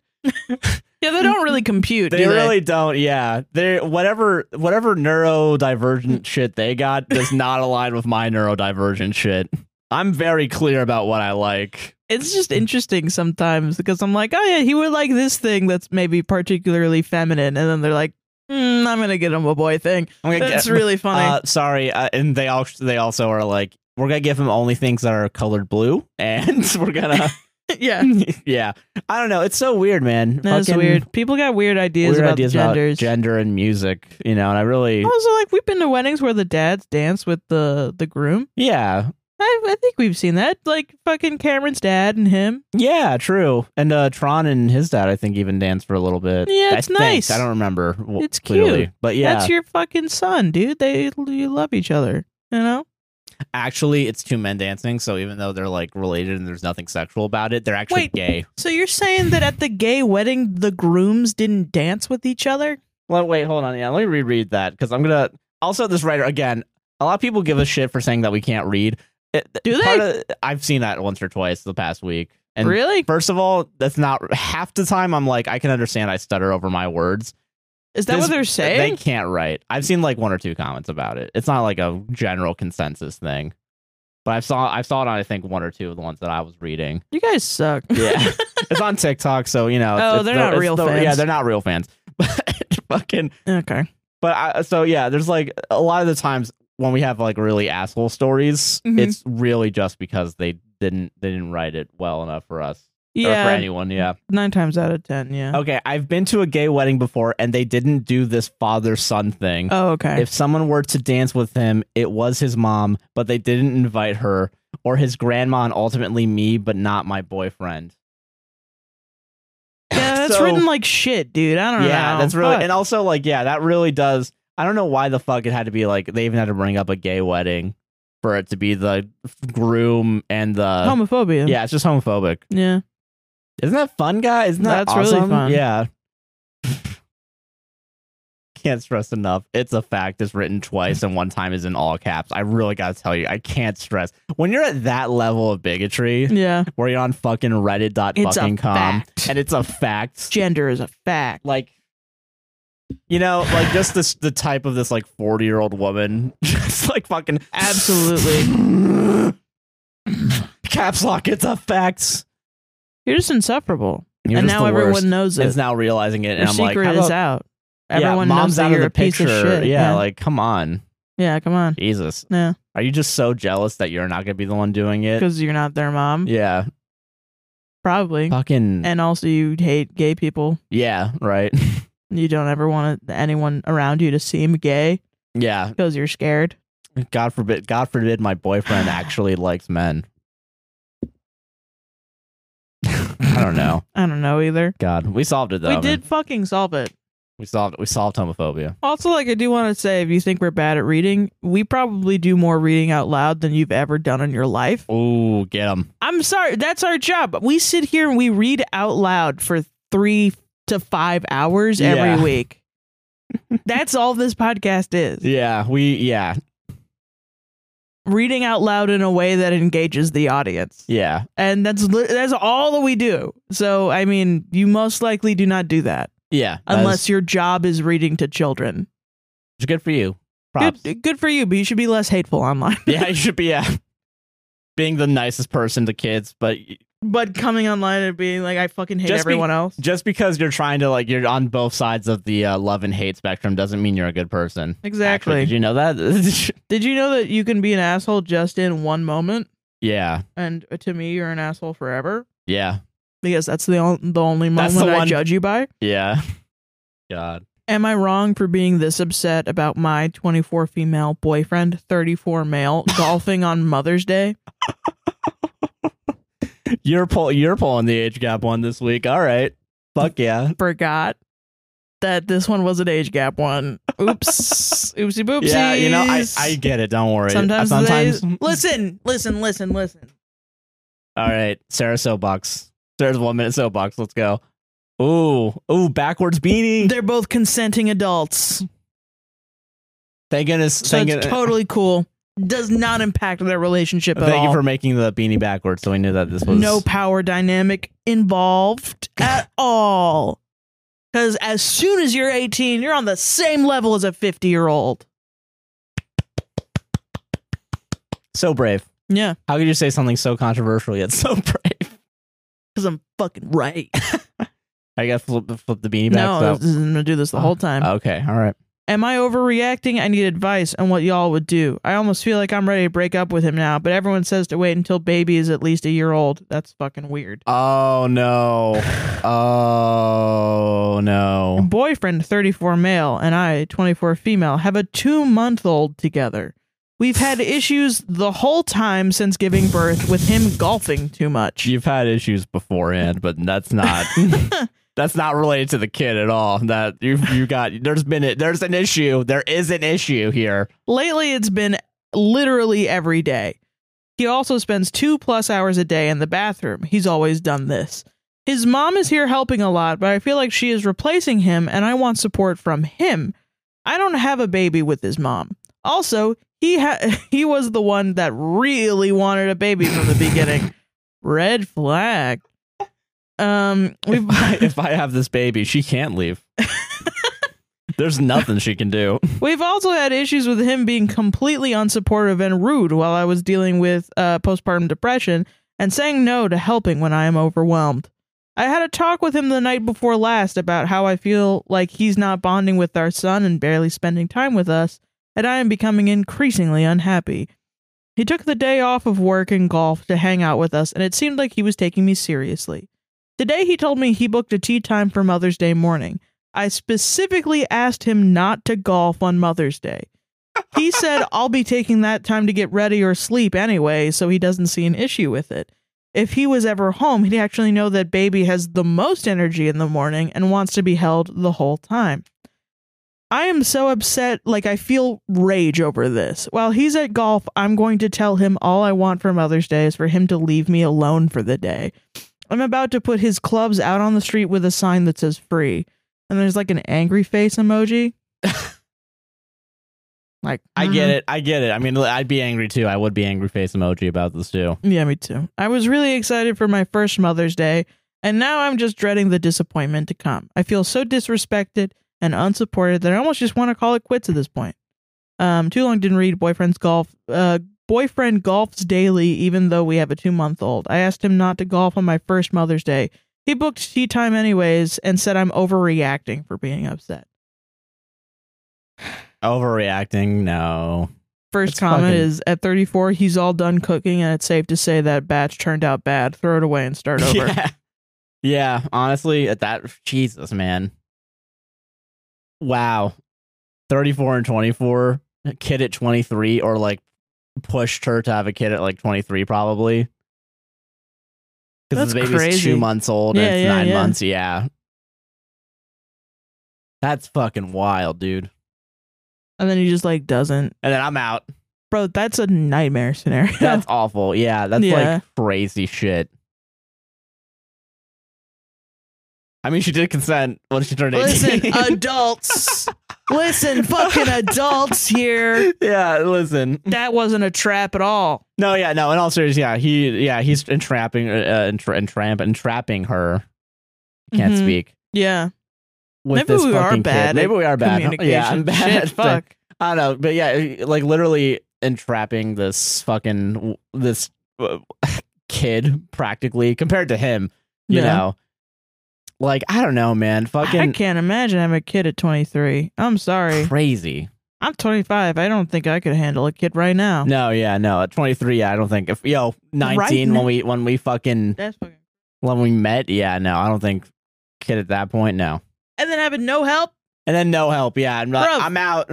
Speaker 2: Yeah, they don't really compute.
Speaker 1: They
Speaker 2: do
Speaker 1: really don't. Yeah, they whatever whatever
Speaker 2: [LAUGHS]
Speaker 1: neurodivergent shit they got does not align with my neurodivergent shit. I'm very clear about what I like.
Speaker 2: It's just interesting sometimes because I'm like, "Oh yeah, he would like this thing that's maybe particularly feminine," and then they're like, mm, "I'm gonna get him a boy thing."
Speaker 1: I'm gonna
Speaker 2: That's
Speaker 1: get-
Speaker 2: really
Speaker 1: [LAUGHS]
Speaker 2: funny.
Speaker 1: Uh, sorry, uh, and they [LAUGHS]
Speaker 2: [LAUGHS]
Speaker 1: all they also are like, we're gonna give him only things that are colored blue, and we're gonna
Speaker 2: [LAUGHS] yeah.
Speaker 1: yeah. I don't know. It's so weird, man.
Speaker 2: That's
Speaker 1: Fucking
Speaker 2: weird. People got weird ideas
Speaker 1: weird
Speaker 2: about
Speaker 1: ideas
Speaker 2: genders.
Speaker 1: about gender and music, you know, and I really
Speaker 2: also, like we've been to weddings where the dads dance with the the groom.
Speaker 1: Yeah.
Speaker 2: I, I think we've seen that. Like fucking Cameron's dad and him.
Speaker 1: Yeah, true. And uh Tron and his dad I think even danced for a little bit.
Speaker 2: Yeah,
Speaker 1: I
Speaker 2: it's
Speaker 1: think.
Speaker 2: nice.
Speaker 1: I don't remember. w-
Speaker 2: It's
Speaker 1: clearly.
Speaker 2: cute.
Speaker 1: But yeah.
Speaker 2: That's your fucking son, dude. They you love each other. You know?
Speaker 1: actually it's two men dancing, so even though they're like related and there's nothing sexual about it, they're actually
Speaker 2: Wait.
Speaker 1: gay.
Speaker 2: So you're saying that at the gay wedding the grooms didn't dance with each other?
Speaker 1: Well, wait, hold on. Yeah, let me reread that because I'm gonna. Also, this writer again. A lot of people give a shit for saying that we can't read. It-
Speaker 2: Do they?
Speaker 1: Uh, part of- I've seen that once or twice the past week. And
Speaker 2: really?
Speaker 1: first of all, that's not half the time. I'm like, I can understand. I stutter over my words.
Speaker 2: Is that
Speaker 1: This- uh,
Speaker 2: what they're
Speaker 1: They
Speaker 2: saying?
Speaker 1: can't write. I've seen like one or two comments about it. It's not like a general consensus thing. But I saw I saw it on I think one or two of the ones that I was reading.
Speaker 2: you guys suck. [LAUGHS]
Speaker 1: Yeah, [LAUGHS] it's on TikTok, so you know.
Speaker 2: Oh,
Speaker 1: it's- it's the-
Speaker 2: they're not
Speaker 1: it's
Speaker 2: real
Speaker 1: the-
Speaker 2: fans.
Speaker 1: Yeah, they're not real fans. [LAUGHS] But fucking,
Speaker 2: Okay.
Speaker 1: but I, so yeah, there's like a lot of the times when we have like really asshole stories,
Speaker 2: Mhm.
Speaker 1: it's really just because they didn't they didn't write it well enough for us or for
Speaker 2: Yeah. Mm-hmm.
Speaker 1: anyone. Yeah.
Speaker 2: Nine times out of ten, yeah.
Speaker 1: Okay, I've been to a gay wedding before, and they didn't do this father son thing.
Speaker 2: Oh, okay.
Speaker 1: If someone were to dance with him, it was his mom, but they didn't invite her, or his grandma, and ultimately me, but not my boyfriend. [LAUGHS]
Speaker 2: yeah, that's
Speaker 1: so-
Speaker 2: written like shit, dude. I don't know.
Speaker 1: yeah, that's really
Speaker 2: Fuck.
Speaker 1: and also like yeah, that really does. I don't know why the fuck it had to be like they even had to bring up a gay wedding for it to be the groom and the
Speaker 2: homophobia.
Speaker 1: uh, yeah, it's just homophobic. [LAUGHS]
Speaker 2: Yeah.
Speaker 1: Isn't that fun, guy? Isn't that
Speaker 2: That's really
Speaker 1: awesome?
Speaker 2: fun.
Speaker 1: Yeah. [LAUGHS] can't stress enough. It's a fact. It's written twice, and one time is in all caps. I really gotta tell you, I can't stress when you're at that level of bigotry,
Speaker 2: Yeah.
Speaker 1: where you're on fucking
Speaker 2: Mm. It's a
Speaker 1: Reddit.fucking com,
Speaker 2: fact.
Speaker 1: and it's a fact.
Speaker 2: Gender is a fact.
Speaker 1: like you know like just this the type of this like 40 year old woman [LAUGHS] just like fucking
Speaker 2: Absolutely.
Speaker 1: [LAUGHS] caps lock it's a fact
Speaker 2: You're just insufferable.
Speaker 1: You're
Speaker 2: and
Speaker 1: just
Speaker 2: now
Speaker 1: the
Speaker 2: everyone
Speaker 1: worst.
Speaker 2: knows it.
Speaker 1: is now realizing it
Speaker 2: Your
Speaker 1: and i'm like
Speaker 2: secret
Speaker 1: how
Speaker 2: is
Speaker 1: about-
Speaker 2: out.
Speaker 1: yeah,
Speaker 2: Everyone
Speaker 1: mom's
Speaker 2: knows that
Speaker 1: out
Speaker 2: you're
Speaker 1: of the
Speaker 2: a piece
Speaker 1: picture
Speaker 2: of shit.
Speaker 1: yeah, like come on
Speaker 2: yeah, come on.
Speaker 1: jesus
Speaker 2: Yeah,
Speaker 1: are you just so jealous that you're not gonna be the one doing it
Speaker 2: because you're not their mom,
Speaker 1: yeah
Speaker 2: probably.
Speaker 1: fucking
Speaker 2: And also, you hate gay people.
Speaker 1: yeah right [LAUGHS]
Speaker 2: You don't ever want anyone around you to seem gay
Speaker 1: yeah
Speaker 2: because you're scared.
Speaker 1: god forbid god forbid my boyfriend actually likes men i don't know
Speaker 2: I don't know either.
Speaker 1: [LAUGHS] God, we solved it though.
Speaker 2: we
Speaker 1: man.
Speaker 2: did fucking solve it.
Speaker 1: We solved. We solved homophobia.
Speaker 2: Also, like I do want to say, if you think we're bad at reading, we probably do more reading out loud than you've ever done in your life.
Speaker 1: Ooh, get him.
Speaker 2: I'm sorry, that's our job. We sit here and we read out loud for three to five hours
Speaker 1: Yeah. [LAUGHS]
Speaker 2: every week. that's all this podcast is.
Speaker 1: Yeah, we. Yeah,
Speaker 2: reading out loud in a way that engages the audience.
Speaker 1: yeah.
Speaker 2: And that's li- that's all that we do. So I mean, you most likely do not do that
Speaker 1: Yeah.
Speaker 2: unless your job is reading to children.
Speaker 1: it's good for you. Props.
Speaker 2: Good, good for you, but you should be less hateful online. [LAUGHS]
Speaker 1: yeah, you should be yeah, being the nicest person to kids, but
Speaker 2: but coming online and being like, I fucking hate
Speaker 1: Just be-
Speaker 2: everyone else.
Speaker 1: just because you're trying to like you're on both sides of the uh, love and hate spectrum doesn't mean you're a good person.
Speaker 2: Exactly.
Speaker 1: Actually, did you know that? [LAUGHS]
Speaker 2: Did you know that you can be an asshole just in one moment?
Speaker 1: yeah,
Speaker 2: And to me, you're an asshole forever
Speaker 1: yeah,
Speaker 2: because that's the on- the only
Speaker 1: That's
Speaker 2: moment
Speaker 1: the
Speaker 2: I
Speaker 1: one-
Speaker 2: judge you by.
Speaker 1: yeah. God.
Speaker 2: Am I wrong for being this upset about my 24 female boyfriend, 34
Speaker 1: [LAUGHS]
Speaker 2: male, golfing on Mother's Day?
Speaker 1: You're pull. You're pulling the age gap one this week. All right. Fuck yeah.
Speaker 2: Forgot that this one was an age gap one.
Speaker 1: [LAUGHS]
Speaker 2: Oops. Oopsie boopsies.
Speaker 1: Yeah, you know I, I get it. Don't worry.
Speaker 2: sometimes,
Speaker 1: sometimes [LAUGHS]
Speaker 2: they- listen, listen, listen, listen.
Speaker 1: All right, Sarah soapbox. Sarah's one minute soapbox. Let's go. Ooh, ooh, backwards beanie.
Speaker 2: They're both consenting adults,
Speaker 1: Thank goodness.
Speaker 2: so
Speaker 1: thank goodness-
Speaker 2: it's totally cool. Does not impact their relationship at
Speaker 1: uh, thank you
Speaker 2: all.
Speaker 1: for making the beanie backwards, so we knew that this was
Speaker 2: no power dynamic involved at all. Because as soon as you're 18, you're on the same level as a 50 year old.
Speaker 1: so brave.
Speaker 2: Yeah,
Speaker 1: How could you say something so controversial yet so [LAUGHS] brave?
Speaker 2: because I'm fucking right.
Speaker 1: I gotta flip, flip the beanie back.
Speaker 2: [LAUGHS]
Speaker 1: Uh,
Speaker 2: no, I was- I'm gonna do this the whole time.
Speaker 1: Okay, all right.
Speaker 2: Am I overreacting? I need advice on what y'all would do. I almost feel like I'm ready to break up with him now, but everyone says to wait until baby is at least a year old. That's fucking weird.
Speaker 1: Oh
Speaker 2: [SIGHS]
Speaker 1: no. Oh no.
Speaker 2: boyfriend 34 male and i 24 female have a two month old together we've had issues the whole time since giving birth with him golfing too much
Speaker 1: You've had issues beforehand, but that's not that's not related to the kid at all. That you you got there's been a, there's an issue. There is an issue here.
Speaker 2: lately it's been literally every day he also spends two plus hours a day in the bathroom he's always done this his mom is here helping a lot but i feel like she is replacing him and i want support from him i don't have a baby with his mom also he ha- [LAUGHS] he was the one that really wanted a baby from the beginning red flag um
Speaker 1: [LAUGHS]
Speaker 2: we've
Speaker 1: If I, if I have this baby, she can't leave. there's nothing she can do.
Speaker 2: We've also had issues with him being completely unsupportive and rude while I was dealing with uh, postpartum depression and saying no to helping when I am overwhelmed. I had a talk with him the night before last about how I feel like he's not bonding with our son and barely spending time with us, and I am becoming increasingly unhappy. He took the day off of work and golf to hang out with us, and it seemed like he was taking me seriously. Today, he told me he booked a tea time for Mother's Day morning. I specifically asked him not to golf on Mother's Day. He said, I'll be taking that time to get ready or sleep anyway, so he doesn't see an issue with it. If he was ever home, he'd actually know that baby has the most energy in the morning and wants to be held the whole time. I am so upset, like, I feel rage over this. While he's at golf, I'm going to tell him all I want for Mother's Day is for him to leave me alone for the day. I'm about to put his clubs out on the street with a sign that says free and there's like an angry
Speaker 1: [LAUGHS]
Speaker 2: face emoji. like
Speaker 1: I
Speaker 2: mm.
Speaker 1: get it. I get it. I mean, I'd be angry too. I would be angry face emoji about this too.
Speaker 2: Yeah, me too. I was really excited for my first Mother's Day, and now I'm just dreading the disappointment to come. I feel so disrespected and unsupported that I almost just want to call it quits at this point. Um, too long didn't read boyfriend's golf. Uh, boyfriend golfs daily, even though we have a two month old. I asked him not to golf on my first Mother's Day. He booked tea time anyways and said I'm overreacting for being upset.
Speaker 1: Overreacting? No.
Speaker 2: First
Speaker 1: That's
Speaker 2: comment
Speaker 1: fucking-
Speaker 2: is at 34, he's all done cooking, and it's safe to say that batch turned out bad. Throw it away and
Speaker 1: [LAUGHS]
Speaker 2: start over.
Speaker 1: Yeah. yeah, honestly, at that Jesus, man. Wow. 34 and 24, a kid at 23 or like pushed her to have a kid at like 23 probably. Cuz
Speaker 2: That's
Speaker 1: the baby's
Speaker 2: crazy.
Speaker 1: 2 months old
Speaker 2: Yeah,
Speaker 1: and it's
Speaker 2: yeah,
Speaker 1: 9
Speaker 2: yeah.
Speaker 1: months, yeah. That's fucking wild, dude.
Speaker 2: And then he just like doesn't.
Speaker 1: And then I'm out.
Speaker 2: Bro, that's a nightmare scenario.
Speaker 1: [LAUGHS] That's awful. Yeah, that's
Speaker 2: Yeah.
Speaker 1: like crazy shit. I mean, she did consent when she turned 18.
Speaker 2: [LAUGHS] Listen, adults. Listen, fucking adults
Speaker 1: [LAUGHS]
Speaker 2: here.
Speaker 1: yeah, listen.
Speaker 2: That wasn't a trap at all.
Speaker 1: No, yeah, no. In all seriousness, yeah, he, yeah, he's entrapping, uh, entra- entramp- entrapping her. Can't
Speaker 2: Mhm.
Speaker 1: speak.
Speaker 2: Yeah.
Speaker 1: With
Speaker 2: Maybe
Speaker 1: this
Speaker 2: we are
Speaker 1: fucking kid.
Speaker 2: bad.
Speaker 1: Maybe
Speaker 2: at
Speaker 1: we are bad.
Speaker 2: Communication.
Speaker 1: Yeah, I'm bad.
Speaker 2: Shit,
Speaker 1: at
Speaker 2: fuck.
Speaker 1: I don't know, but yeah, like literally entrapping this fucking this uh, [LAUGHS] kid practically compared to him, you
Speaker 2: Yeah.
Speaker 1: know. Like I don't know, man,
Speaker 2: I
Speaker 1: fucking
Speaker 2: can't imagine having a kid at 23. I'm sorry.
Speaker 1: crazy.
Speaker 2: I'm 25. I don't think I could handle a kid right now.
Speaker 1: No, yeah, no. At 23, yeah, I don't think if yo 19
Speaker 2: Oh. Right
Speaker 1: when
Speaker 2: now-
Speaker 1: we when we fucking
Speaker 2: That's fucking.
Speaker 1: when we met, yeah, no, I don't think kid at that point, no.
Speaker 2: And then having no help.
Speaker 1: And then no help, yeah. I'm not,
Speaker 2: Bruv.
Speaker 1: I'm out.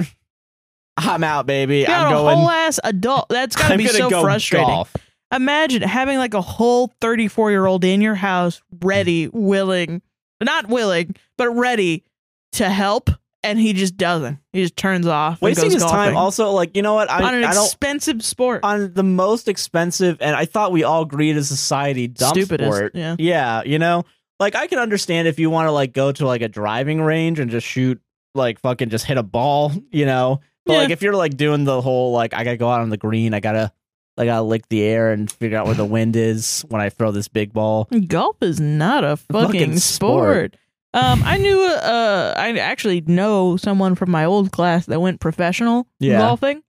Speaker 1: I'm out, baby.
Speaker 2: You got
Speaker 1: I'm
Speaker 2: a
Speaker 1: going.
Speaker 2: whole ass adult. That's gotta
Speaker 1: I'm
Speaker 2: be
Speaker 1: gonna
Speaker 2: so
Speaker 1: go
Speaker 2: frustrating.
Speaker 1: golf.
Speaker 2: Imagine having like a whole 34 year old in your house, ready, willing, not willing, but ready to help, and he just doesn't. He just turns off.
Speaker 1: Wasting
Speaker 2: and goes
Speaker 1: his time.
Speaker 2: golfing.
Speaker 1: Also, like you know what? I,
Speaker 2: on an
Speaker 1: I don't.
Speaker 2: expensive sport.
Speaker 1: on the most expensive and I thought we all agreed as society dumb
Speaker 2: Stupidest,
Speaker 1: sport.
Speaker 2: yeah.
Speaker 1: you know? Like I can understand if you want to like go to like a driving range and just shoot like fucking just hit a ball, [LAUGHS] you know. But
Speaker 2: Yeah.
Speaker 1: like if you're like doing the whole like I gotta go out on the green, I gotta I gotta lick the air and figure out where the wind is when I throw this big ball.
Speaker 2: Golf is not a fucking,
Speaker 1: Fucking sport.
Speaker 2: sport. Um, I knew. Uh, I actually know someone from my old class that went professional
Speaker 1: Yeah.
Speaker 2: golfing.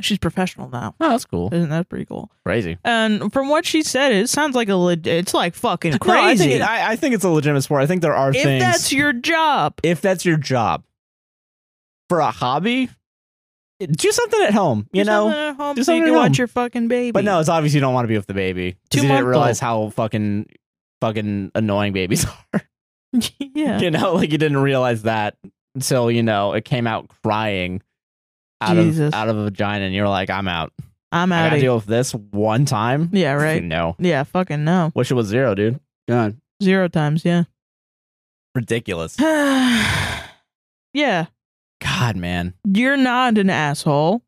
Speaker 2: She's professional now.
Speaker 1: Oh, that's cool.
Speaker 2: Isn't that pretty cool?
Speaker 1: Crazy.
Speaker 2: And from what she said, it sounds like a. Leg- it's like fucking
Speaker 1: No, I
Speaker 2: crazy.
Speaker 1: think it- I, I think it's a legitimate sport. I think there are
Speaker 2: if
Speaker 1: things
Speaker 2: that's your job,
Speaker 1: if that's your job. for a hobby, do something at home. You
Speaker 2: Do
Speaker 1: know,
Speaker 2: something at home
Speaker 1: do
Speaker 2: so you
Speaker 1: something
Speaker 2: can
Speaker 1: at
Speaker 2: watch
Speaker 1: home.
Speaker 2: your fucking baby.
Speaker 1: But no, it's obvious you don't want to be with the baby. 'Cause
Speaker 2: Two
Speaker 1: You didn't
Speaker 2: month
Speaker 1: realize how fucking fucking annoying babies [LAUGHS] are.
Speaker 2: [LAUGHS] yeah,
Speaker 1: You know, like you didn't realize that until you know it came out crying out
Speaker 2: Jesus.
Speaker 1: of out of a vagina, and you're like, I'm out.
Speaker 2: I'm
Speaker 1: I
Speaker 2: out
Speaker 1: gotta
Speaker 2: of
Speaker 1: deal with this one time.
Speaker 2: Yeah, right.
Speaker 1: No,
Speaker 2: Yeah, fucking no.
Speaker 1: wish it was zero, dude. God,
Speaker 2: Zero times, yeah. [SIGHS]
Speaker 1: ridiculous.
Speaker 2: yeah,
Speaker 1: God, man.
Speaker 2: you're not an asshole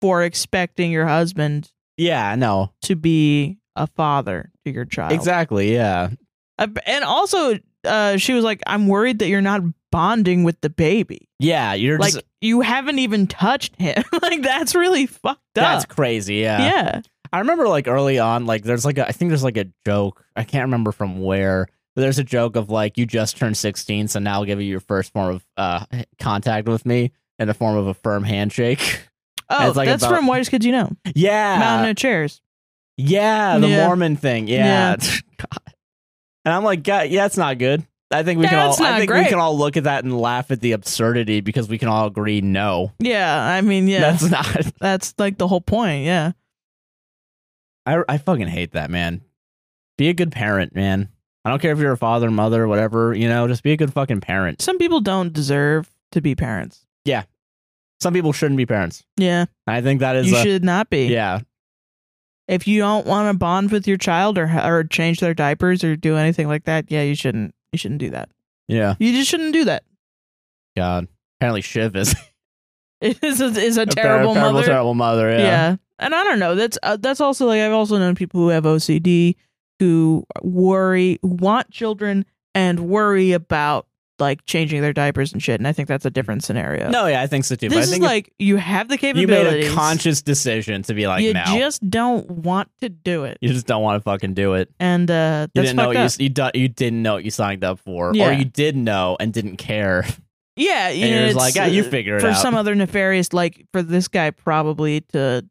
Speaker 2: for expecting your husband
Speaker 1: Yeah, no,
Speaker 2: to be a father to your child.
Speaker 1: exactly. Yeah,
Speaker 2: Uh, And also, uh, she was like, I'm worried that you're not bonding with the baby.
Speaker 1: yeah. You're
Speaker 2: Like,
Speaker 1: just
Speaker 2: you haven't even touched him. [LAUGHS] like, that's really fucked
Speaker 1: that's
Speaker 2: up.
Speaker 1: crazy.
Speaker 2: yeah.
Speaker 1: I remember like early on, like there's like a, I think there's like a joke. I can't remember from where, but there's a joke of like you just turned 16, so now I'll give you your first form of uh contact with me in the form of a firm handshake. [LAUGHS]
Speaker 2: Oh,
Speaker 1: It's like
Speaker 2: that's
Speaker 1: about-
Speaker 2: from White as Kids You Know.
Speaker 1: yeah,
Speaker 2: Mountain of Chairs.
Speaker 1: yeah, the
Speaker 2: Yeah.
Speaker 1: Mormon thing. Yeah, God. [LAUGHS] and I'm like, God, yeah, that's not good. I think we
Speaker 2: That's
Speaker 1: can all,
Speaker 2: not
Speaker 1: I think
Speaker 2: great.
Speaker 1: we can all look at that and laugh at the absurdity because we can all agree, no,
Speaker 2: Yeah, I mean, yeah. [LAUGHS] That's,
Speaker 1: that's [LAUGHS] not.
Speaker 2: like the whole point. Yeah.
Speaker 1: I I fucking hate that, man. Be a good parent, man. I don't care if you're a father, mother, whatever, you know, just be a good fucking parent.
Speaker 2: Some people don't deserve to be parents.
Speaker 1: Some people shouldn't be parents.
Speaker 2: Yeah.
Speaker 1: And I think that is
Speaker 2: You
Speaker 1: a,
Speaker 2: should not be.
Speaker 1: yeah.
Speaker 2: If you don't want to bond with your child or or change their diapers or do anything like that, yeah, you shouldn't. You shouldn't do that.
Speaker 1: Yeah.
Speaker 2: You just shouldn't do that. [LAUGHS]
Speaker 1: God. Apparently Shiv is
Speaker 2: It is a, is a terrible
Speaker 1: terrible,
Speaker 2: mother.
Speaker 1: terrible mother. Yeah.
Speaker 2: yeah. and I don't know. That's uh, that's also like I've also known people who have OCD who worry, want children, and worry about like changing their diapers and shit. And I think that's a different scenario.
Speaker 1: No, yeah, I think so too. but I
Speaker 2: this is
Speaker 1: think if
Speaker 2: like you have the
Speaker 1: you made
Speaker 2: capabilities.
Speaker 1: a conscious decision to be like,
Speaker 2: you
Speaker 1: no.
Speaker 2: just don't want to do it,
Speaker 1: you just don't want to fucking do it.
Speaker 2: and uh,
Speaker 1: You
Speaker 2: that's
Speaker 1: didn't know
Speaker 2: fucked
Speaker 1: what you,
Speaker 2: up.
Speaker 1: s- you, do, you didn't know what you signed up for,
Speaker 2: Yeah.
Speaker 1: or you did know and didn't care.
Speaker 2: Yeah, you
Speaker 1: And
Speaker 2: know,
Speaker 1: you're
Speaker 2: it's
Speaker 1: just like, yeah, you
Speaker 2: uh,
Speaker 1: figure it
Speaker 2: for
Speaker 1: out.
Speaker 2: some other nefarious, like for this guy probably to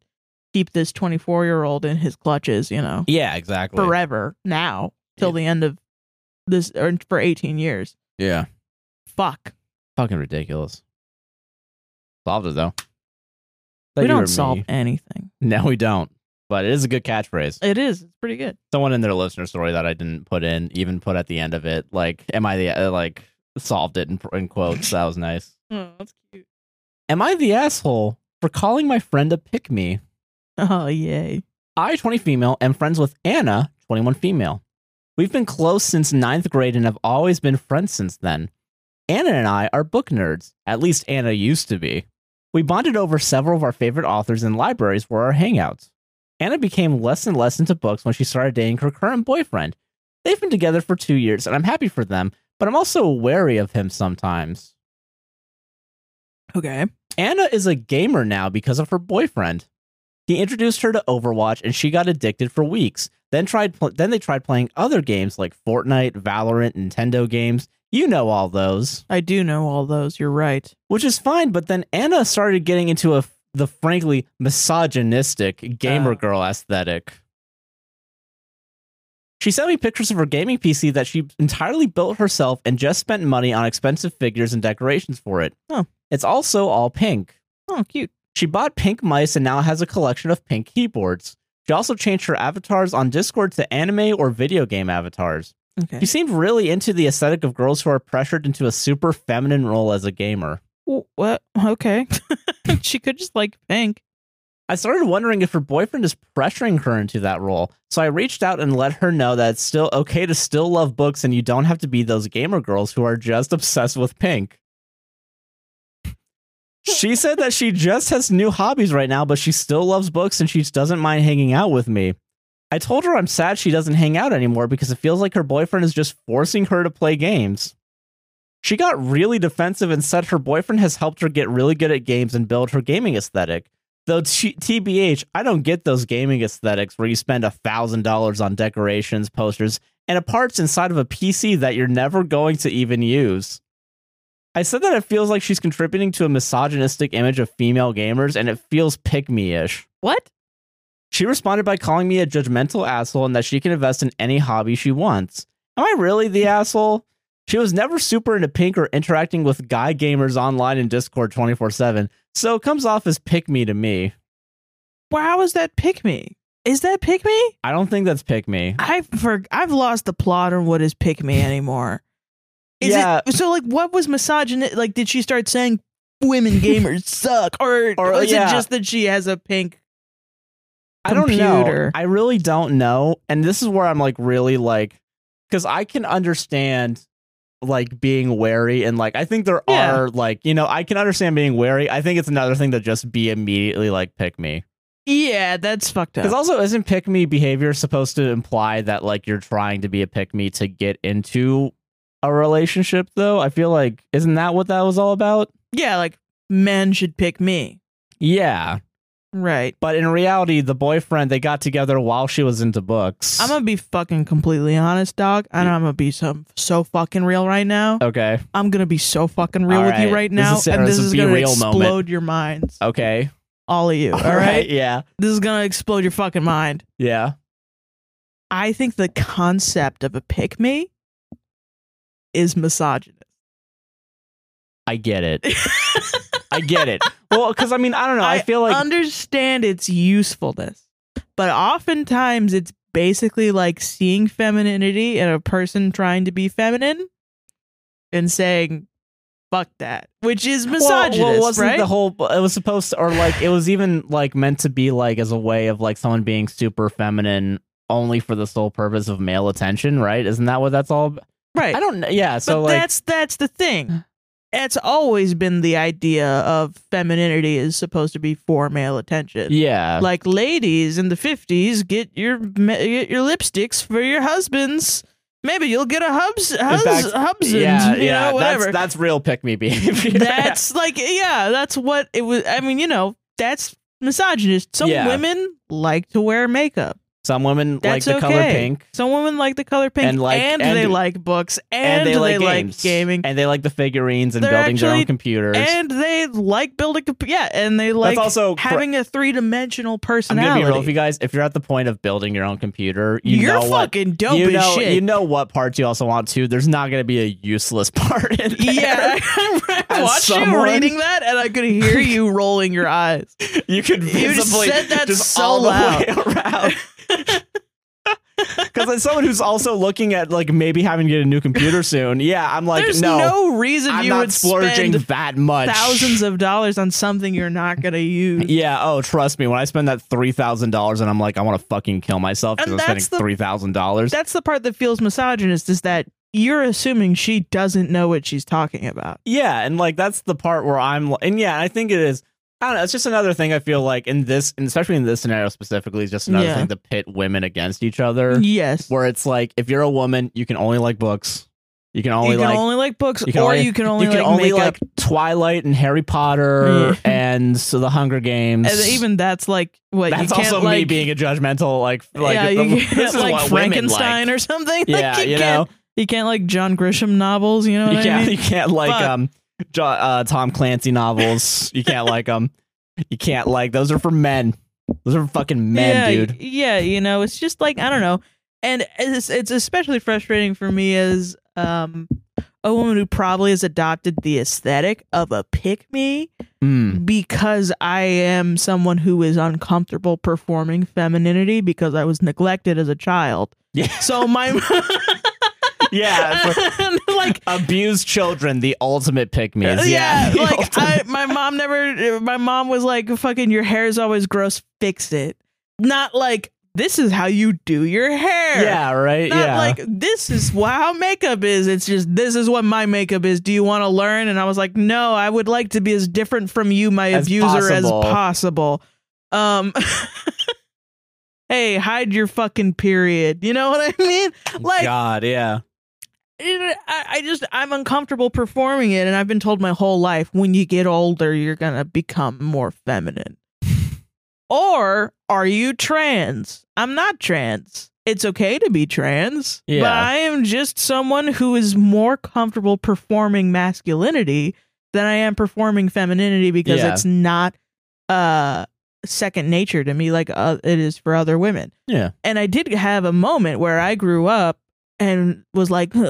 Speaker 2: keep this 24 year old in his clutches, you know,
Speaker 1: yeah, exactly.
Speaker 2: forever now till the end of this or for 18 years.
Speaker 1: Yeah,
Speaker 2: Fuck,
Speaker 1: fucking ridiculous. Solved it though. That
Speaker 2: we
Speaker 1: you were
Speaker 2: don't solve
Speaker 1: me.
Speaker 2: anything.
Speaker 1: [LAUGHS] No, we don't. But it is a good catchphrase.
Speaker 2: It is. It's pretty good.
Speaker 1: Someone in their listener story that I didn't put in, even put at the end of it, like, "Am I the uh, like solved it in, in quotes?" That was nice.
Speaker 2: Oh, that's cute.
Speaker 1: Am I the asshole for calling my friend a pick me?
Speaker 2: Oh yay!
Speaker 1: I, twenty female, am friends with Anna, twenty one female. We've been close since ninth grade and have always been friends since then. Anna and I are book nerds. At least Anna used to be. We bonded over several of our favorite authors and libraries were our hangouts. Anna became less and less into books when she started dating her current boyfriend. They've been together for two years, and I'm happy for them, but I'm also wary of him sometimes.
Speaker 2: Okay.
Speaker 1: Anna is a gamer now because of her boyfriend. He introduced her to Overwatch and she got addicted for weeks. Then tried pl- then they tried playing other games like Fortnite, Valorant, Nintendo games. You know all those,
Speaker 2: I do know all those. You're right.
Speaker 1: which is fine, but then Anna started getting into a the frankly misogynistic gamer
Speaker 2: Oh.
Speaker 1: girl aesthetic. She sent me pictures of her gaming PC that she entirely built herself and just spent money on expensive figures and decorations for it.
Speaker 2: Oh.
Speaker 1: It's also all pink.
Speaker 2: Oh, cute.
Speaker 1: She bought pink mice and now has a collection of pink keyboards. She also changed her avatars on Discord to anime or video game avatars.
Speaker 2: Okay.
Speaker 1: She seemed really into the aesthetic of girls who are pressured into a super feminine role as a gamer.
Speaker 2: Wh- What? Okay. [LAUGHS] she could just like pink.
Speaker 1: I started wondering if her boyfriend is pressuring her into that role, so I reached out and let her know that it's still okay to still love books and you don't have to be those gamer girls who are just obsessed with pink. She said that she just has new hobbies right now, but she still loves books and she doesn't mind hanging out with me. I told her I'm sad she doesn't hang out anymore because it feels like her boyfriend is just forcing her to play games. She got really defensive and said her boyfriend has helped her get really good at games and build her gaming aesthetic. Though t- TBH, I don't get those gaming aesthetics where you spend a thousand dollars on decorations, posters, and a parts inside of a PC that you're never going to even use. I said that it feels like she's contributing to a misogynistic image of female gamers, and it feels pick me ish.
Speaker 2: What?
Speaker 1: She responded by calling me a judgmental asshole and that she can invest in any hobby she wants. Am I really the asshole? She was never super into pink or interacting with guy gamers online in Discord 24 7, so it comes off as pick me to me.
Speaker 2: Wow, is that pick me? Is that pick me?
Speaker 1: I don't think that's pick me.
Speaker 2: I've for, I've lost the plot on what is pick me anymore. Is
Speaker 1: Yeah.
Speaker 2: it so like what was misogynist like did she start saying women
Speaker 1: [LAUGHS]
Speaker 2: gamers suck or,
Speaker 1: Or,
Speaker 2: or is
Speaker 1: yeah.
Speaker 2: it just that she has a pink
Speaker 1: I don't know.
Speaker 2: computer.
Speaker 1: I really don't know. And this is where I'm like really like because I can understand like being wary and like I think there
Speaker 2: Yeah.
Speaker 1: are like you know I can understand being wary. I think it's another thing to just be immediately like pick me
Speaker 2: Yeah, that's fucked
Speaker 1: because
Speaker 2: up.
Speaker 1: also isn't pick me behavior supposed to imply that like you're trying to be a pick me to get into a relationship though? I feel like isn't that what that was all about?
Speaker 2: Yeah, like men should pick me.
Speaker 1: Yeah,
Speaker 2: Right.
Speaker 1: but in reality, the boyfriend they got together while she was into books.
Speaker 2: I'm gonna be fucking completely honest, dog. And I'm gonna be so, so fucking real right now.
Speaker 1: okay.
Speaker 2: I'm gonna be so fucking real
Speaker 1: All
Speaker 2: with
Speaker 1: right.
Speaker 2: you right
Speaker 1: This
Speaker 2: now,
Speaker 1: is Sarah's
Speaker 2: and this
Speaker 1: a
Speaker 2: is
Speaker 1: be
Speaker 2: gonna
Speaker 1: real moment.
Speaker 2: explode your minds,
Speaker 1: Okay.
Speaker 2: all of you. [LAUGHS] all right?
Speaker 1: Yeah.
Speaker 2: this is gonna explode your fucking mind.
Speaker 1: Yeah.
Speaker 2: I think the concept of a pick me is misogynist.
Speaker 1: I get it. I get it. [LAUGHS] Well, because I mean, I don't know. I, feel like
Speaker 2: understand its usefulness, but oftentimes it's basically like seeing femininity in a person trying to be feminine and saying "fuck that," which is misogynist,
Speaker 1: Well, well, wasn't
Speaker 2: right?
Speaker 1: the whole? It was supposed to, or like, it was even like meant to be like as a way of like someone being super feminine only for the sole purpose of male attention, right? Isn't that what that's all? ab-
Speaker 2: right.
Speaker 1: I don't. know. Yeah. So
Speaker 2: but
Speaker 1: like,
Speaker 2: that's that's the thing. That's always been the idea of femininity is supposed to be for male attention.
Speaker 1: yeah.
Speaker 2: like ladies in the 50s get your ma- get your lipsticks for your husbands maybe you'll get a hubs hubs
Speaker 1: fact,
Speaker 2: hubsand,
Speaker 1: yeah,
Speaker 2: you
Speaker 1: yeah,
Speaker 2: know whatever
Speaker 1: That's, [LAUGHS] that's real pick me behavior.
Speaker 2: That's like yeah that's what it was i mean you know that's misogynist some
Speaker 1: Yeah.
Speaker 2: women like to wear makeup
Speaker 1: [LAUGHS] some women
Speaker 2: that's
Speaker 1: like the
Speaker 2: okay
Speaker 1: color pink,
Speaker 2: some women like the color pink
Speaker 1: And
Speaker 2: and,
Speaker 1: like- and-
Speaker 2: they like books
Speaker 1: and,
Speaker 2: and,
Speaker 1: they, like, games.
Speaker 2: gaming
Speaker 1: and they like the figurines and
Speaker 2: They're
Speaker 1: building their own
Speaker 2: actually-
Speaker 1: computers.
Speaker 2: and they like building comp- yeah and they like
Speaker 1: also cor-
Speaker 2: having a three-dimensional
Speaker 1: I'm
Speaker 2: personality
Speaker 1: gonna be real with you guys. If you're at the point of building your own computer, you
Speaker 2: are
Speaker 1: know what
Speaker 2: fucking dope
Speaker 1: you
Speaker 2: as
Speaker 1: know.
Speaker 2: shit
Speaker 1: You know what parts you also want to. There's not gonna be a useless [LAUGHS] part in there.
Speaker 2: [LAUGHS] Yeah, [LAUGHS] I,
Speaker 1: As
Speaker 2: I watched
Speaker 1: someone-
Speaker 2: you reading that, and I could
Speaker 1: [LAUGHS]
Speaker 2: hear you rolling your eyes.
Speaker 1: you could
Speaker 2: You just
Speaker 1: visibly
Speaker 2: said that
Speaker 1: just
Speaker 2: so
Speaker 1: all the
Speaker 2: loud.
Speaker 1: way [LAUGHS] around. Because as someone who's also looking at like maybe having to get a new computer soon, yeah, I'm like,
Speaker 2: There's
Speaker 1: no,
Speaker 2: no, reason
Speaker 1: I'm
Speaker 2: you
Speaker 1: not
Speaker 2: would
Speaker 1: splurging
Speaker 2: spend
Speaker 1: that much.
Speaker 2: thousands of dollars on something you're not gonna use.
Speaker 1: [LAUGHS] Yeah. Oh, trust me. When I spend that three thousand dollars, and I'm like, I want to fucking kill myself because
Speaker 2: And
Speaker 1: I'm spending
Speaker 2: that's the-
Speaker 1: three thousand dollars.
Speaker 2: That's the part that feels misogynist is that you're assuming she doesn't know what she's talking about.
Speaker 1: Yeah, and like that's the part where I'm, li- and yeah, I think it is. I don't know. It's just another thing I feel like in this, and especially in this scenario specifically, is just another
Speaker 2: Yeah.
Speaker 1: thing to pit women against each other.
Speaker 2: Yes.
Speaker 1: Where it's like, if you're a woman, you can only like books. You can only
Speaker 2: you can
Speaker 1: like
Speaker 2: only like books,
Speaker 1: you can
Speaker 2: or
Speaker 1: only-
Speaker 2: you can only
Speaker 1: you can
Speaker 2: like
Speaker 1: only
Speaker 2: makeup.
Speaker 1: like Twilight and Harry Potter
Speaker 2: Yeah. [LAUGHS]
Speaker 1: and so the Hunger Games.
Speaker 2: and even that's like what
Speaker 1: that's
Speaker 2: you can't
Speaker 1: also me
Speaker 2: like.
Speaker 1: being a judgmental like like
Speaker 2: yeah, you
Speaker 1: the- [LAUGHS]
Speaker 2: can't
Speaker 1: this is
Speaker 2: like
Speaker 1: what women
Speaker 2: Frankenstein
Speaker 1: like.
Speaker 2: or something. [LAUGHS]
Speaker 1: yeah,
Speaker 2: like,
Speaker 1: you,
Speaker 2: can't-
Speaker 1: know
Speaker 2: You can't like John Grisham novels, you know what
Speaker 1: you
Speaker 2: I
Speaker 1: can't
Speaker 2: mean?
Speaker 1: you can't like
Speaker 2: But-
Speaker 1: um jo- uh, Tom Clancy novels. you can't like them. You can't like those are for men. Those are for fucking [LAUGHS] men,
Speaker 2: yeah,
Speaker 1: dude.
Speaker 2: Yeah, you know, it's just like I don't know, and it's, it's especially frustrating for me as um a woman who probably has adopted the aesthetic of a pick me
Speaker 1: Mm.
Speaker 2: because I am someone who is uncomfortable performing femininity because I was neglected as a child.
Speaker 1: Yeah.
Speaker 2: So my [LAUGHS]
Speaker 1: [LAUGHS] Yeah, for
Speaker 2: like
Speaker 1: [LAUGHS] abused children, the ultimate pick me. is- [LAUGHS]
Speaker 2: yeah,
Speaker 1: the
Speaker 2: like
Speaker 1: ultimate-
Speaker 2: I, my mom never. My mom was like, "Fucking your hair is always gross. Fix it." Not like this is how you do your hair.
Speaker 1: yeah, right.
Speaker 2: Not
Speaker 1: yeah,
Speaker 2: like this is wha- how makeup is. It's just this is what my makeup is. Do you want to learn? And I was like, no, I would like to be as different from you, my
Speaker 1: As
Speaker 2: abuser,
Speaker 1: possible.
Speaker 2: as possible. Um, [LAUGHS] hey, hide your fucking period. You know what I mean? Like,
Speaker 1: God, yeah.
Speaker 2: I, I just I'm uncomfortable performing it, and I've been told my whole life when you get older, you're gonna become more feminine. [LAUGHS] or are you trans? I'm not trans. It's okay to be trans,
Speaker 1: Yeah.
Speaker 2: but I am just someone who is more comfortable performing masculinity than I am performing femininity because
Speaker 1: Yeah.
Speaker 2: it's not uh second nature to me like uh, it is for other women
Speaker 1: Yeah.
Speaker 2: and I did have a moment where I grew up and was like, fucking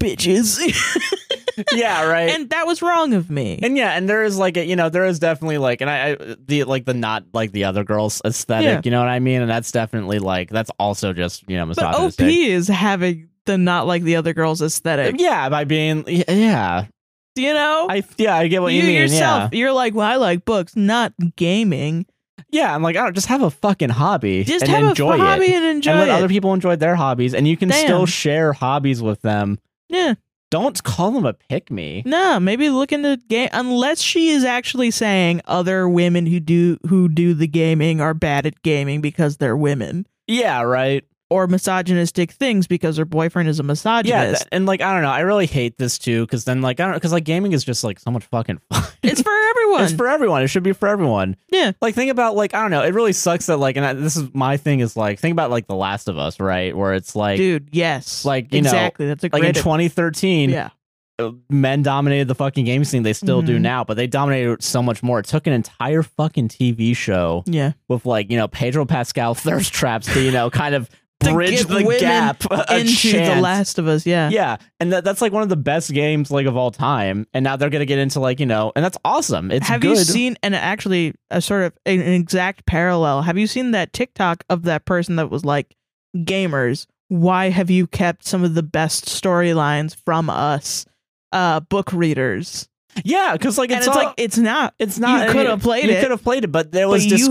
Speaker 2: bitches. [LAUGHS]
Speaker 1: yeah, right.
Speaker 2: and that was wrong of me.
Speaker 1: And yeah, and there is like a you know there is definitely like and I, I the like the not like the other girls aesthetic,
Speaker 2: Yeah.
Speaker 1: you know what I mean? And that's definitely like that's also just you know
Speaker 2: but OP
Speaker 1: misogynistic.
Speaker 2: is having the not like the other girls aesthetic.
Speaker 1: Yeah, by being yeah,
Speaker 2: You know?
Speaker 1: I yeah I get what you, mean.
Speaker 2: yourself, you're like, well, I like books, not gaming.
Speaker 1: Yeah, yeah. I'm like I don't just have a fucking hobby
Speaker 2: Just
Speaker 1: and
Speaker 2: have
Speaker 1: enjoy
Speaker 2: a
Speaker 1: it.
Speaker 2: hobby and enjoy
Speaker 1: and let
Speaker 2: it.
Speaker 1: other people enjoy their hobbies, and you can still
Speaker 2: Damn.
Speaker 1: share hobbies with them.
Speaker 2: yeah.
Speaker 1: Don't call them a pick me.
Speaker 2: No, maybe look into game unless she is actually saying other women who do who do the gaming are bad at gaming because they're women
Speaker 1: Yeah, right.
Speaker 2: or misogynistic things because her boyfriend is a misogynist.
Speaker 1: Yeah, th- and like I don't know, I really hate this too because then like I don't because like gaming is just like so much fucking fun.
Speaker 2: it's for everyone.
Speaker 1: [LAUGHS] It's for everyone. It should be for everyone.
Speaker 2: Yeah.
Speaker 1: Like think about like I don't know. It really sucks that like and I, this is my thing is like think about like The Last of Us, right? Where it's like
Speaker 2: Dude, yes.
Speaker 1: like, you know,
Speaker 2: exactly. That's a
Speaker 1: like in
Speaker 2: great
Speaker 1: 2013,
Speaker 2: Yeah.
Speaker 1: uh, men dominated the fucking game scene. They still do
Speaker 2: Mhm.
Speaker 1: now, but they dominated it so much more. It took an entire fucking TV show
Speaker 2: Yeah.
Speaker 1: with like you know Pedro Pascal [LAUGHS] thirst traps to you know kind of
Speaker 2: To
Speaker 1: bridge
Speaker 2: give
Speaker 1: the
Speaker 2: women
Speaker 1: gap a
Speaker 2: Into
Speaker 1: chance.
Speaker 2: The Last of Us, yeah.
Speaker 1: Yeah, and that, that's like one of the best games like of all time. And now they're gonna get into like you know, and that's awesome. It's
Speaker 2: have
Speaker 1: good.
Speaker 2: you seen and actually a sort of an exact parallel? Have you seen that TikTok of that person that was like, "Gamers, why have you kept some of the best storylines from us, uh, book readers?"
Speaker 1: yeah, because like
Speaker 2: And
Speaker 1: it's,
Speaker 2: it's
Speaker 1: all-
Speaker 2: like it's not,
Speaker 1: it's not
Speaker 2: you could've played
Speaker 1: You
Speaker 2: it.
Speaker 1: could have played it, but there was
Speaker 2: But you had-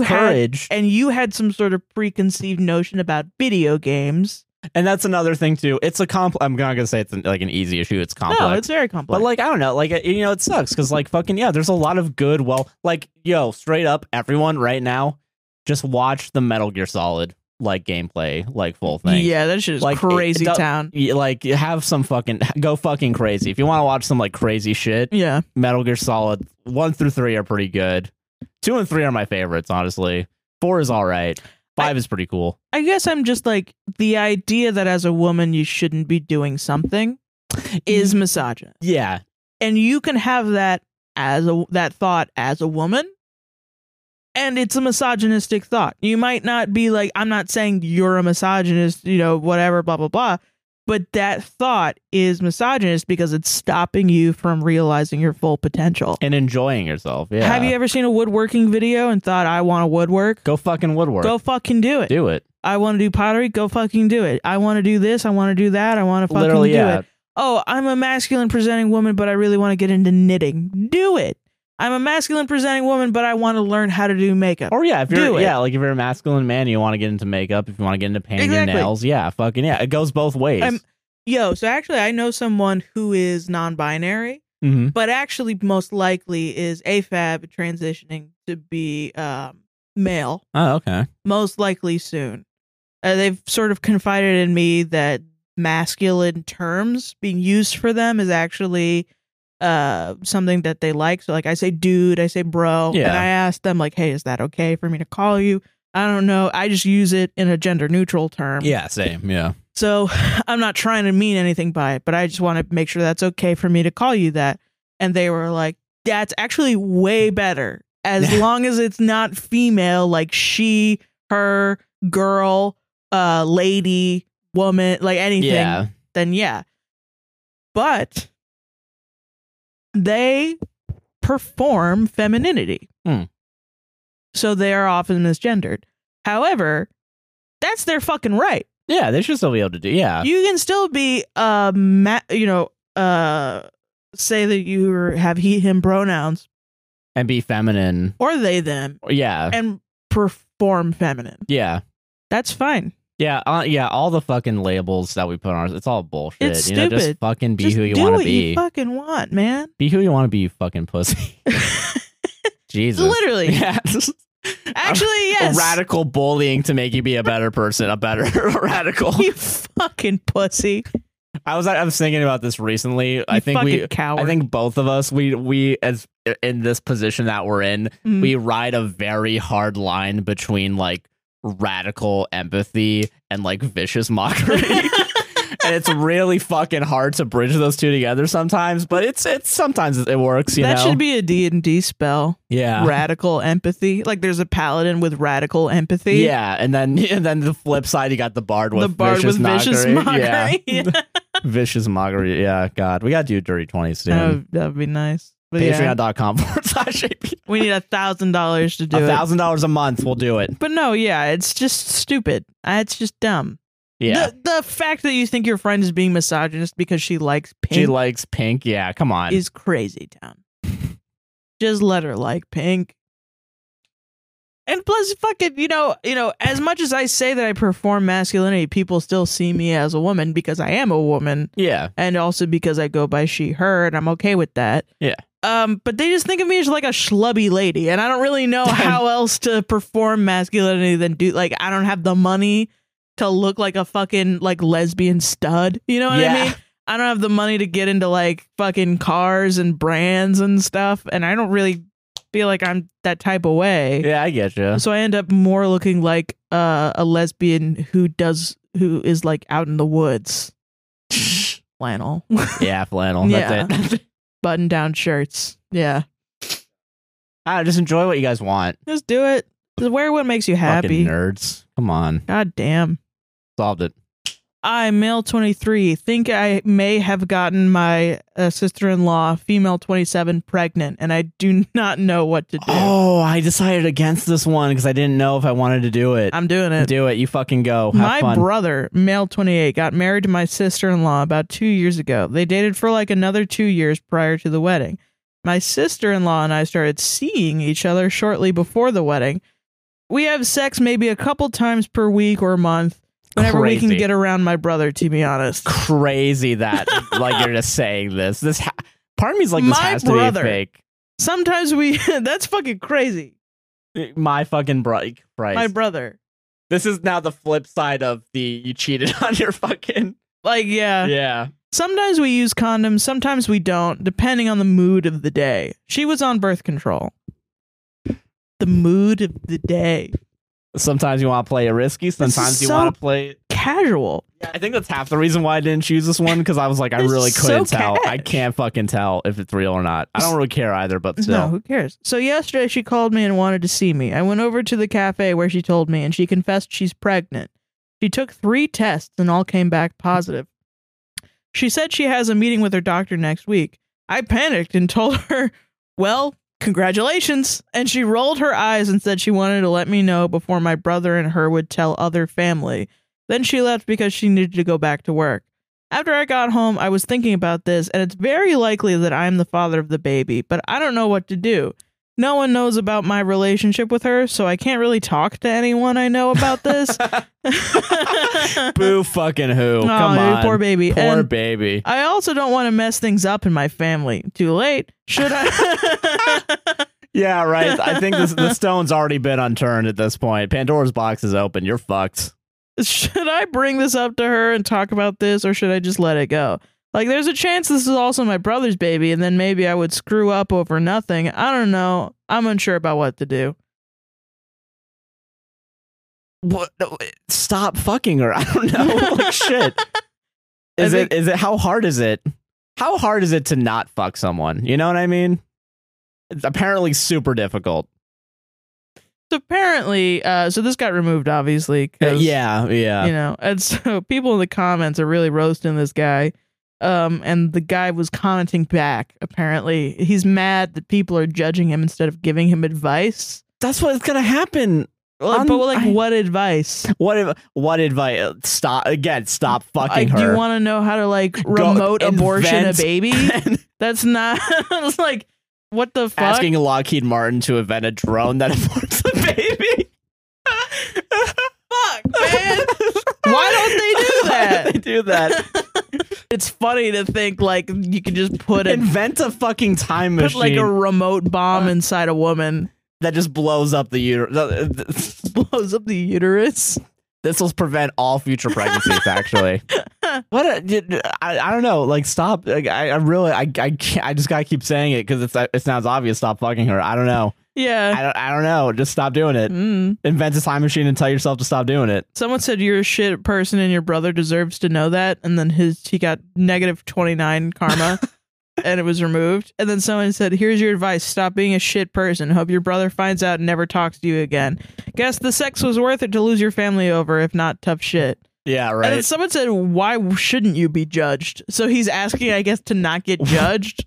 Speaker 1: discourage.
Speaker 2: and you had some sort of preconceived notion about video games.
Speaker 1: and that's another thing too. It's a complex. I'm not gonna say it's an, like an easy issue. It's complex.
Speaker 2: No, it's very complex.
Speaker 1: but like I don't know, like it- you know, it sucks because like fucking yeah, there's a lot of good. Well, like yo, straight up, everyone right now, just watch the Metal Gear Solid like gameplay, like full thing.
Speaker 2: yeah, that shit is
Speaker 1: Like, it-
Speaker 2: crazy
Speaker 1: it do-
Speaker 2: town.
Speaker 1: Y- like have some fucking go fucking crazy if you want to watch some like crazy shit
Speaker 2: Yeah,
Speaker 1: metal gear solid 1 through 3 are pretty good 2 and 3 are my favorites honestly 4 is all right 5 is pretty cool
Speaker 2: I guess I'm just like the idea that as a woman you shouldn't be doing something is
Speaker 1: Mm-hmm.
Speaker 2: misogynist.
Speaker 1: yeah
Speaker 2: and you can have that as a that thought as a woman and it's a misogynistic thought you might not be like i'm not saying you're a misogynist you know whatever blah blah blah but that thought is misogynist because it's stopping you from realizing your full potential
Speaker 1: and enjoying yourself yeah
Speaker 2: have you ever seen a woodworking video and thought i want to woodwork
Speaker 1: go fucking woodwork
Speaker 2: go fucking do it
Speaker 1: do it
Speaker 2: i want to do pottery go fucking do it i want to do this i want to do that i want to fucking
Speaker 1: literally
Speaker 2: do
Speaker 1: yeah
Speaker 2: it oh, I'm a masculine presenting woman, but I really want to get into knitting. Do it. I'm a masculine presenting woman, but I want to learn how to do makeup.
Speaker 1: or yeah if you're
Speaker 2: Do it.
Speaker 1: yeah like if you're a masculine man you want to get into makeup if you want to get into painting
Speaker 2: Exactly.
Speaker 1: your nails yeah fucking yeah it goes both ways
Speaker 2: I'm- Yo, so actually, I know someone who is non binary,
Speaker 1: Mhm.
Speaker 2: but actually, most likely is AFAB transitioning to be um, male,
Speaker 1: oh okay
Speaker 2: most likely soon. Uh, they've sort of confided in me that masculine terms being used for them is actually uh something that they like so like i say dude i say bro
Speaker 1: Yeah.
Speaker 2: and i ask them like hey is that okay for me to call you i don't know i just use it in a gender neutral term
Speaker 1: yeah same yeah
Speaker 2: so [LAUGHS] i'm not trying to mean anything by it but i just want to make sure that's okay for me to call you that and they were like that's actually way better
Speaker 1: [LAUGHS]
Speaker 2: as long as it's not female like she her girl uh lady woman like anything
Speaker 1: yeah
Speaker 2: then yeah. But they perform femininity.
Speaker 1: Hmm.
Speaker 2: So they are often misgendered. However, that's their fucking right.
Speaker 1: yeah they should still be able to do yeah
Speaker 2: You can still be uh ma- you know, uh say that you have he him pronouns
Speaker 1: and be feminine
Speaker 2: or they them
Speaker 1: yeah
Speaker 2: and perform feminine.
Speaker 1: yeah
Speaker 2: That's fine.
Speaker 1: Yeah, uh, yeah, all the fucking labels that we put on us, it's all bullshit.
Speaker 2: It's
Speaker 1: you know, just
Speaker 2: stupid.
Speaker 1: fucking be
Speaker 2: Just
Speaker 1: who you
Speaker 2: do
Speaker 1: want to
Speaker 2: what
Speaker 1: be.
Speaker 2: you fucking want, man.
Speaker 1: be who you want to be, you fucking
Speaker 2: [LAUGHS]
Speaker 1: pussy. Jesus.
Speaker 2: Literally.
Speaker 1: [LAUGHS] Yeah.
Speaker 2: Actually, yes.
Speaker 1: Radical bullying to make you be a better person, a better [LAUGHS] radical.
Speaker 2: You fucking pussy.
Speaker 1: I was I was thinking about this recently. I
Speaker 2: You
Speaker 1: think
Speaker 2: fucking
Speaker 1: we
Speaker 2: coward.
Speaker 1: I think both of us we we as in this position that we're in,
Speaker 2: Mm.
Speaker 1: we ride a very hard line
Speaker 2: [LAUGHS]
Speaker 1: between like radical empathy and like vicious mockery. and it's really fucking hard to bridge those two together sometimes. But it's it's sometimes it works. You
Speaker 2: that
Speaker 1: know,
Speaker 2: should be a D&D spell.
Speaker 1: yeah,
Speaker 2: Radical empathy. Like there's a paladin with radical empathy.
Speaker 1: yeah. And then [LAUGHS] and then the flip side, you got the bard with
Speaker 2: the bard
Speaker 1: vicious
Speaker 2: with vicious
Speaker 1: mockery. Yeah,
Speaker 2: mockery. [LAUGHS] Yeah.
Speaker 1: vicious mockery. Yeah, God, we gotta do dirty twenties soon.
Speaker 2: That would that'd be nice. But yeah,
Speaker 1: Patreon.com [LAUGHS] forward slash AP.
Speaker 2: we need a thousand dollars to do
Speaker 1: A
Speaker 2: it.
Speaker 1: thousand dollars a month, we'll do it.
Speaker 2: But no, yeah, it's just stupid. Uh, It's just dumb.
Speaker 1: Yeah,
Speaker 2: The the fact that you think your friend is being misogynist because she likes pink
Speaker 1: she likes pink. Yeah, come on.
Speaker 2: is crazy town. Just let her like pink. And plus fucking, you know, you know, as much as I say that I perform masculinity, people still see me as a woman because I am a woman
Speaker 1: yeah,
Speaker 2: and also because I go by she her and I'm okay with that.
Speaker 1: Yeah.
Speaker 2: Um, but they just think of me as like a schlubby lady, and I don't
Speaker 1: [LAUGHS]
Speaker 2: really know how else to perform masculinity than do like I don't have the money to look like a fucking like lesbian stud. You know what
Speaker 1: Yeah.
Speaker 2: I mean? I don't have the money to get into like fucking cars and brands and stuff, and I don't really feel like I'm that type of way.
Speaker 1: yeah, I get
Speaker 2: [LAUGHS]
Speaker 1: you.
Speaker 2: So I end up more looking like uh, a lesbian who does who is like out in
Speaker 1: [LAUGHS]
Speaker 2: the woods, flannel,
Speaker 1: Yeah, flannel. That's it.
Speaker 2: [LAUGHS] button down shirts. Yeah,
Speaker 1: I just enjoy what you guys want.
Speaker 2: just do it. Just wear what makes you
Speaker 1: Fucking
Speaker 2: happy.
Speaker 1: nerds. Come on,
Speaker 2: God damn.
Speaker 1: solved it.
Speaker 2: I male twenty three think I may have gotten my uh, sister in law female twenty seven pregnant, and I do [LAUGHS] not know what to do.
Speaker 1: Oh, I decided against this one because I didn't know if I wanted to do it.
Speaker 2: I'm doing it.
Speaker 1: do it. You fucking go. Have
Speaker 2: my
Speaker 1: fun.
Speaker 2: brother, male 28, got married to my sister in law about two years ago. They dated for like another two years prior to the wedding. My sister in law and I started seeing each other shortly before the wedding. We have sex maybe a couple times per week or month whenever we
Speaker 1: Crazy.
Speaker 2: can get around my brother, to be honest.
Speaker 1: Crazy
Speaker 2: [LAUGHS]
Speaker 1: that like you're just saying this. This ha- part of me's like this
Speaker 2: My
Speaker 1: has
Speaker 2: brother.
Speaker 1: to be fake.
Speaker 2: Sometimes we, [LAUGHS] that's fucking crazy.
Speaker 1: My fucking brother.
Speaker 2: My brother.
Speaker 1: this is now the flip side of the you cheated [LAUGHS] on your fucking.
Speaker 2: Like, yeah.
Speaker 1: Yeah.
Speaker 2: Sometimes we use condoms, sometimes we don't, depending on the mood of the day. She was on birth control. The mood of the day.
Speaker 1: Sometimes you want to play it risky.
Speaker 2: is
Speaker 1: Sometimes you
Speaker 2: so-
Speaker 1: want to play.
Speaker 2: Casual.
Speaker 1: I think that's half the reason why I didn't choose this one because I was like, I
Speaker 2: This
Speaker 1: really
Speaker 2: is so
Speaker 1: couldn't tell. I
Speaker 2: cash.
Speaker 1: can't fucking tell if it's real or not. I don't really care either, but
Speaker 2: No,
Speaker 1: still. [LAUGHS]
Speaker 2: who cares? So yesterday she called me and wanted to see me. I went over to the cafe where she told me and she confessed she's pregnant. She took 3 tests and all came back positive. She said she has a meeting with her doctor next week. I panicked and [LAUGHS] told her, "Well, congratulations." And she rolled her eyes and said she wanted to let me know before my brother and her would tell other family. Then she left because she needed to go back to work. After I got home, I was thinking about this, and it's very likely that I'm the father of the baby, but I don't know what to do. No one knows about my relationship with her, so I can't really talk to anyone I know
Speaker 1: [LAUGHS]
Speaker 2: about this.
Speaker 1: Oh, Boo fucking who.
Speaker 2: Oh,
Speaker 1: Come on.
Speaker 2: poor baby.
Speaker 1: Poor
Speaker 2: And-
Speaker 1: baby.
Speaker 2: I also don't want to mess things up in my family. Too late. Should
Speaker 1: [LAUGHS]
Speaker 2: I?
Speaker 1: [LAUGHS]
Speaker 2: [LAUGHS]
Speaker 1: Yeah, right. I think this, [LAUGHS] the stone's already been unturned at this point. Pandora's box is open. You're fucked.
Speaker 2: should I bring this up to her and talk about this, or should I just let it go? Like, there's a chance this is also my brother's baby, and then maybe I would screw up over nothing. I don't know. I'm unsure about what to do.
Speaker 1: What? no, Stop fucking her. [LAUGHS] I don't know. like shit.
Speaker 2: [LAUGHS] I
Speaker 1: Is
Speaker 2: think-
Speaker 1: it? Is it? How hard is it? How hard is it to not fuck someone? You know what I mean? It's apparently super difficult.
Speaker 2: So apparently, uh, so this got removed, obviously. 'cause,
Speaker 1: Uh, yeah, yeah.
Speaker 2: You know, and [LAUGHS] so people in the comments are really roasting this guy. Um, and the guy was commenting back. Apparently, he's mad that people are judging him instead of giving him advice.
Speaker 1: That's what's gonna happen. Un-
Speaker 2: but like,
Speaker 1: I-
Speaker 2: what advice?
Speaker 1: What? If, what advice? Stop again. Stop fucking
Speaker 2: Like,
Speaker 1: her.
Speaker 2: do you
Speaker 1: [LAUGHS]
Speaker 2: want to know how to like remote abortion
Speaker 1: invent-
Speaker 2: a baby? [LAUGHS] That's not [LAUGHS] it's like what the fuck.
Speaker 1: asking Lockheed Martin to invent a drone that [LAUGHS] aborts the baby?
Speaker 2: Fuck, man. Why don't they [LAUGHS] do
Speaker 1: [LAUGHS] Why
Speaker 2: that?
Speaker 1: don't they do that.
Speaker 2: It's funny to think like you can just put a
Speaker 1: Invent a fucking time
Speaker 2: put
Speaker 1: machine
Speaker 2: like a remote bomb inside a woman, [LAUGHS]
Speaker 1: that just blows up the uterus.
Speaker 2: blows up the uterus.
Speaker 1: This will prevent all future pregnancies. Actually, what? A, did- I, I don't know. Like, stop. Like, I, I really, I, I, can't, I just gotta keep saying it because it's it sounds obvious. Stop fucking her. I don't know.
Speaker 2: Yeah.
Speaker 1: I don't, I don't know. Just stop doing it.
Speaker 2: Mm.
Speaker 1: Invent a time machine and tell yourself to stop doing it.
Speaker 2: Someone said you're a shit person and your brother deserves to know that, and then his he got negative twenty nine [LAUGHS] karma, and it was removed. And then someone said, "Here's your advice: stop being a shit person. Hope your brother finds out and never talks to you again. Guess the sex was worth it to lose your family over. If not, tough shit."
Speaker 1: Yeah,
Speaker 2: And then someone said, "Why shouldn't you be judged?" So he's asking, I guess, to not [LAUGHS] get judged.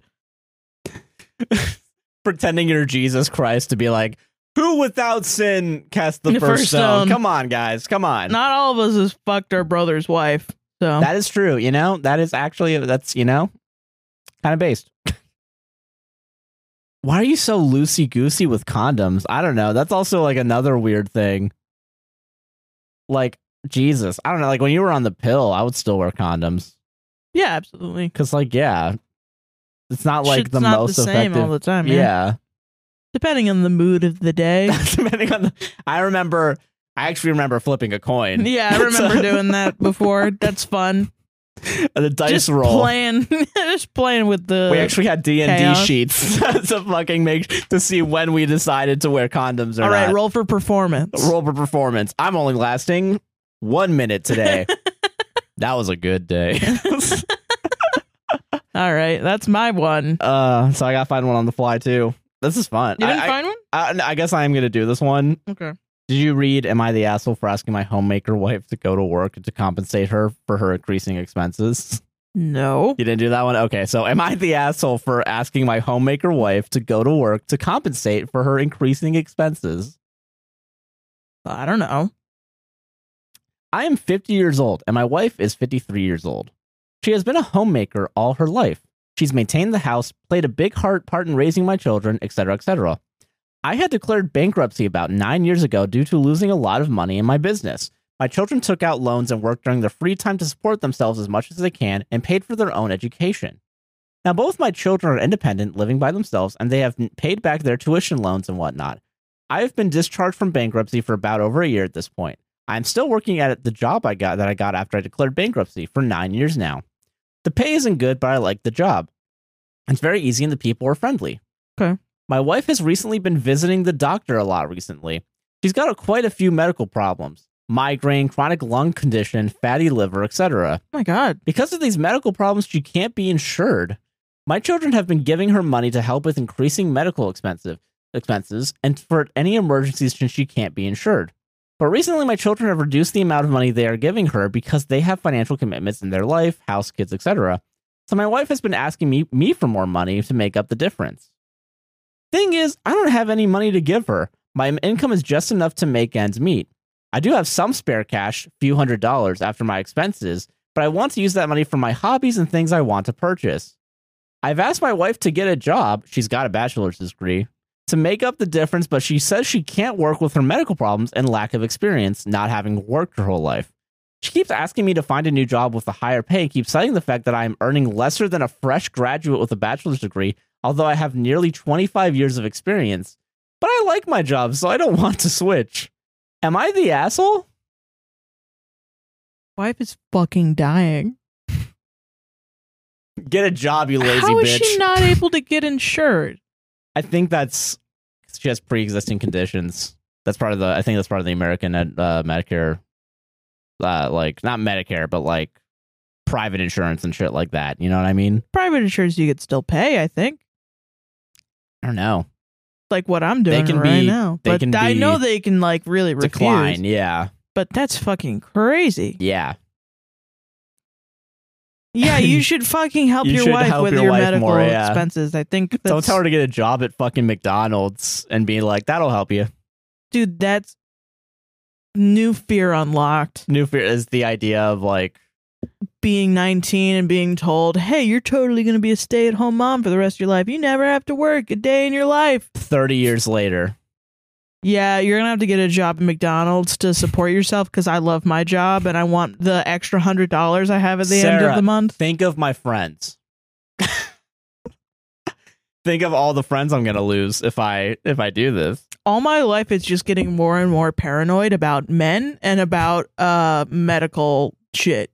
Speaker 1: Pretending you're Jesus Christ to be like, who without sin cast the,
Speaker 2: The
Speaker 1: first,
Speaker 2: first
Speaker 1: stone?
Speaker 2: stone.
Speaker 1: Come on, guys. Come on.
Speaker 2: not all of us has fucked our brother's wife. So
Speaker 1: that is true. You know, that is actually, that's, you know, kind of based. [LAUGHS] Why are you so loosey goosey with condoms? I don't know. That's also like another weird thing. Like, Jesus. I don't know. Like, when you were on the pill, I would still wear condoms.
Speaker 2: yeah, absolutely.
Speaker 1: Cause, like, yeah, it's not like
Speaker 2: Shit's
Speaker 1: the
Speaker 2: not
Speaker 1: most
Speaker 2: the same
Speaker 1: effective.
Speaker 2: all the time. Yeah.
Speaker 1: yeah. [LAUGHS]
Speaker 2: depending on the mood of the day. [LAUGHS]
Speaker 1: depending on the, I remember I actually remember flipping a coin.
Speaker 2: yeah, I
Speaker 1: [LAUGHS]
Speaker 2: remember doing that before. That's fun.
Speaker 1: The dice
Speaker 2: just
Speaker 1: roll.
Speaker 2: playing, [LAUGHS] just playing with the.
Speaker 1: we actually had D and D
Speaker 2: Chaos.
Speaker 1: sheets [LAUGHS] to fucking make to see when we decided to wear condoms or
Speaker 2: all right,
Speaker 1: not.
Speaker 2: roll for performance.
Speaker 1: roll for performance. I'm only lasting one minute
Speaker 2: [LAUGHS]
Speaker 1: today. that was a good day.
Speaker 2: All right, that's my one.
Speaker 1: uh, so I gotta find one on the fly too. This is fun.
Speaker 2: You didn't
Speaker 1: I,
Speaker 2: find one?
Speaker 1: I, I, I guess I am gonna do this one.
Speaker 2: Okay.
Speaker 1: Did you read Am I the Asshole for Asking My Homemaker Wife to Go to Work to Compensate Her for Her Increasing Expenses? [LAUGHS]
Speaker 2: No.
Speaker 1: You didn't do that one? Okay. So, am I the asshole for asking my homemaker wife to go to work to compensate for her increasing expenses?
Speaker 2: I don't know. Oh
Speaker 1: I am 50 years old, and my wife is 53 years old. She has been a homemaker all her life. She's maintained the house, played a big heart part in raising my children, etc., etc. I had declared bankruptcy about nine years ago due to losing a lot of money in my business. My children took out loans and worked during their free time to support themselves as much as they can and paid for their own education. Now, both my children are independent, living by themselves, and they have paid back their tuition loans and whatnot. I have been discharged from bankruptcy for about over a year at this point. I'm still working at the job I got that I got after I declared bankruptcy for nine years now. The pay isn't good, but I like the job. It's very easy and the people are friendly.
Speaker 2: Okay.
Speaker 1: My wife has recently been visiting the doctor a lot recently. She's got a, quite a few medical problems migraine, chronic lung condition, fatty liver, etc.
Speaker 2: Oh my God.
Speaker 1: Because of these medical problems, she can't be insured. My children have been giving her money to help with increasing medical expensive expenses and for any emergencies since she can't be insured. But recently, my children have reduced the amount of money they are giving her because they have financial commitments in their life, house, kids, etc. So my wife has been asking me, me for more money to make up the difference. Thing is, I don't have any money to give her. My income is just enough to make ends meet. I do have some spare cash, few hundred dollars after my expenses, but I want to use that money for my hobbies and things I want to purchase. I've asked my wife to get a job, she's got a bachelor's degree, to make up the difference, but she says she can't work with her medical problems and lack of experience, not having worked her whole life. She keeps asking me to find a new job with a higher pay and keeps citing the fact that I am earning lesser than a fresh graduate with a bachelor's degree, although I have nearly 25 years of experience. But I like my job, so I don't [LAUGHS] want to switch. Am I the asshole?
Speaker 2: Wife is fucking dying.
Speaker 1: Get a job, you lazy
Speaker 2: How is
Speaker 1: bitch. [LAUGHS]
Speaker 2: she not able to get insured?
Speaker 1: I think that's she has pre-existing conditions. That's part of the. I think that's part of the American uh, Medicare, uh, like not Medicare, but like private insurance and shit like that. You know what I mean?
Speaker 2: Private insurance you could still pay, I think.
Speaker 1: I don't know.
Speaker 2: Like what I'm doing
Speaker 1: can
Speaker 2: right
Speaker 1: be-
Speaker 2: now.
Speaker 1: they
Speaker 2: but
Speaker 1: can
Speaker 2: I
Speaker 1: be
Speaker 2: know they can like really refuse.
Speaker 1: Decline. Yeah,
Speaker 2: But that's fucking crazy.
Speaker 1: yeah.
Speaker 2: Yeah, you
Speaker 1: [LAUGHS]
Speaker 2: should fucking help
Speaker 1: You
Speaker 2: your
Speaker 1: should
Speaker 2: wife
Speaker 1: help
Speaker 2: with
Speaker 1: your
Speaker 2: your,
Speaker 1: wife
Speaker 2: medical
Speaker 1: more, yeah.
Speaker 2: expenses. I think that's,
Speaker 1: Don't tell her to get a job at fucking McDonald's and be like, "That'll help you."
Speaker 2: dude, that's new fear unlocked.
Speaker 1: New fear is the idea of like,
Speaker 2: Being 19 and being told, "Hey, you're totally going to be a stay-at-home mom for the rest of your life. You never have to work a day in your life."
Speaker 1: thirty years later.
Speaker 2: Yeah, you're going to have to get a job at McDonald's to support yourself cuz I love my job and I want the extra $100 I have at the end
Speaker 1: Sarah,
Speaker 2: of the month.
Speaker 1: Think of my friends. [LAUGHS] think of all the friends I'm gonna lose if I if I do this.
Speaker 2: all my life it's just getting more and more paranoid about men and about uh medical shit.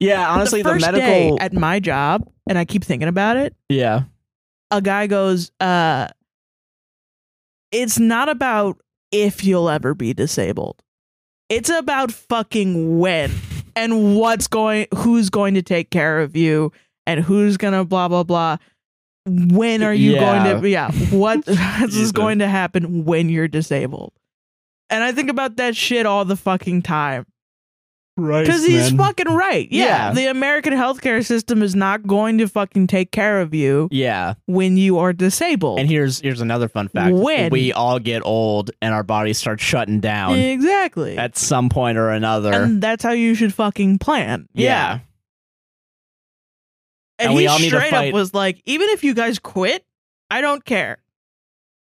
Speaker 1: Yeah, honestly,
Speaker 2: the,
Speaker 1: the,
Speaker 2: first
Speaker 1: medical.
Speaker 2: day at my job, and I keep thinking about it.
Speaker 1: yeah,
Speaker 2: A guy goes, uh, it's not about if you'll ever be disabled. It's about fucking when and what's going who's going to take care of you and who's going to blah blah blah. When are you
Speaker 1: Yeah.
Speaker 2: going to yeah, what this
Speaker 3: Jesus.
Speaker 2: is going to happen when you're disabled. And I think about that shit all the fucking time.
Speaker 1: Right.
Speaker 2: Because he's fucking right. Yeah,
Speaker 1: Yeah.
Speaker 2: The American healthcare system is not going to fucking take care of you
Speaker 1: Yeah.
Speaker 2: when you are disabled.
Speaker 1: And here's here's another fun fact.
Speaker 2: When?
Speaker 1: we all get old and our bodies start shutting down
Speaker 2: exactly.
Speaker 1: at some point or another.
Speaker 2: and that's how you should fucking plan.
Speaker 1: yeah.
Speaker 2: And,
Speaker 1: And we
Speaker 2: he
Speaker 1: all need to
Speaker 2: straight
Speaker 1: fight.
Speaker 2: up was like, even if you guys quit, I don't care.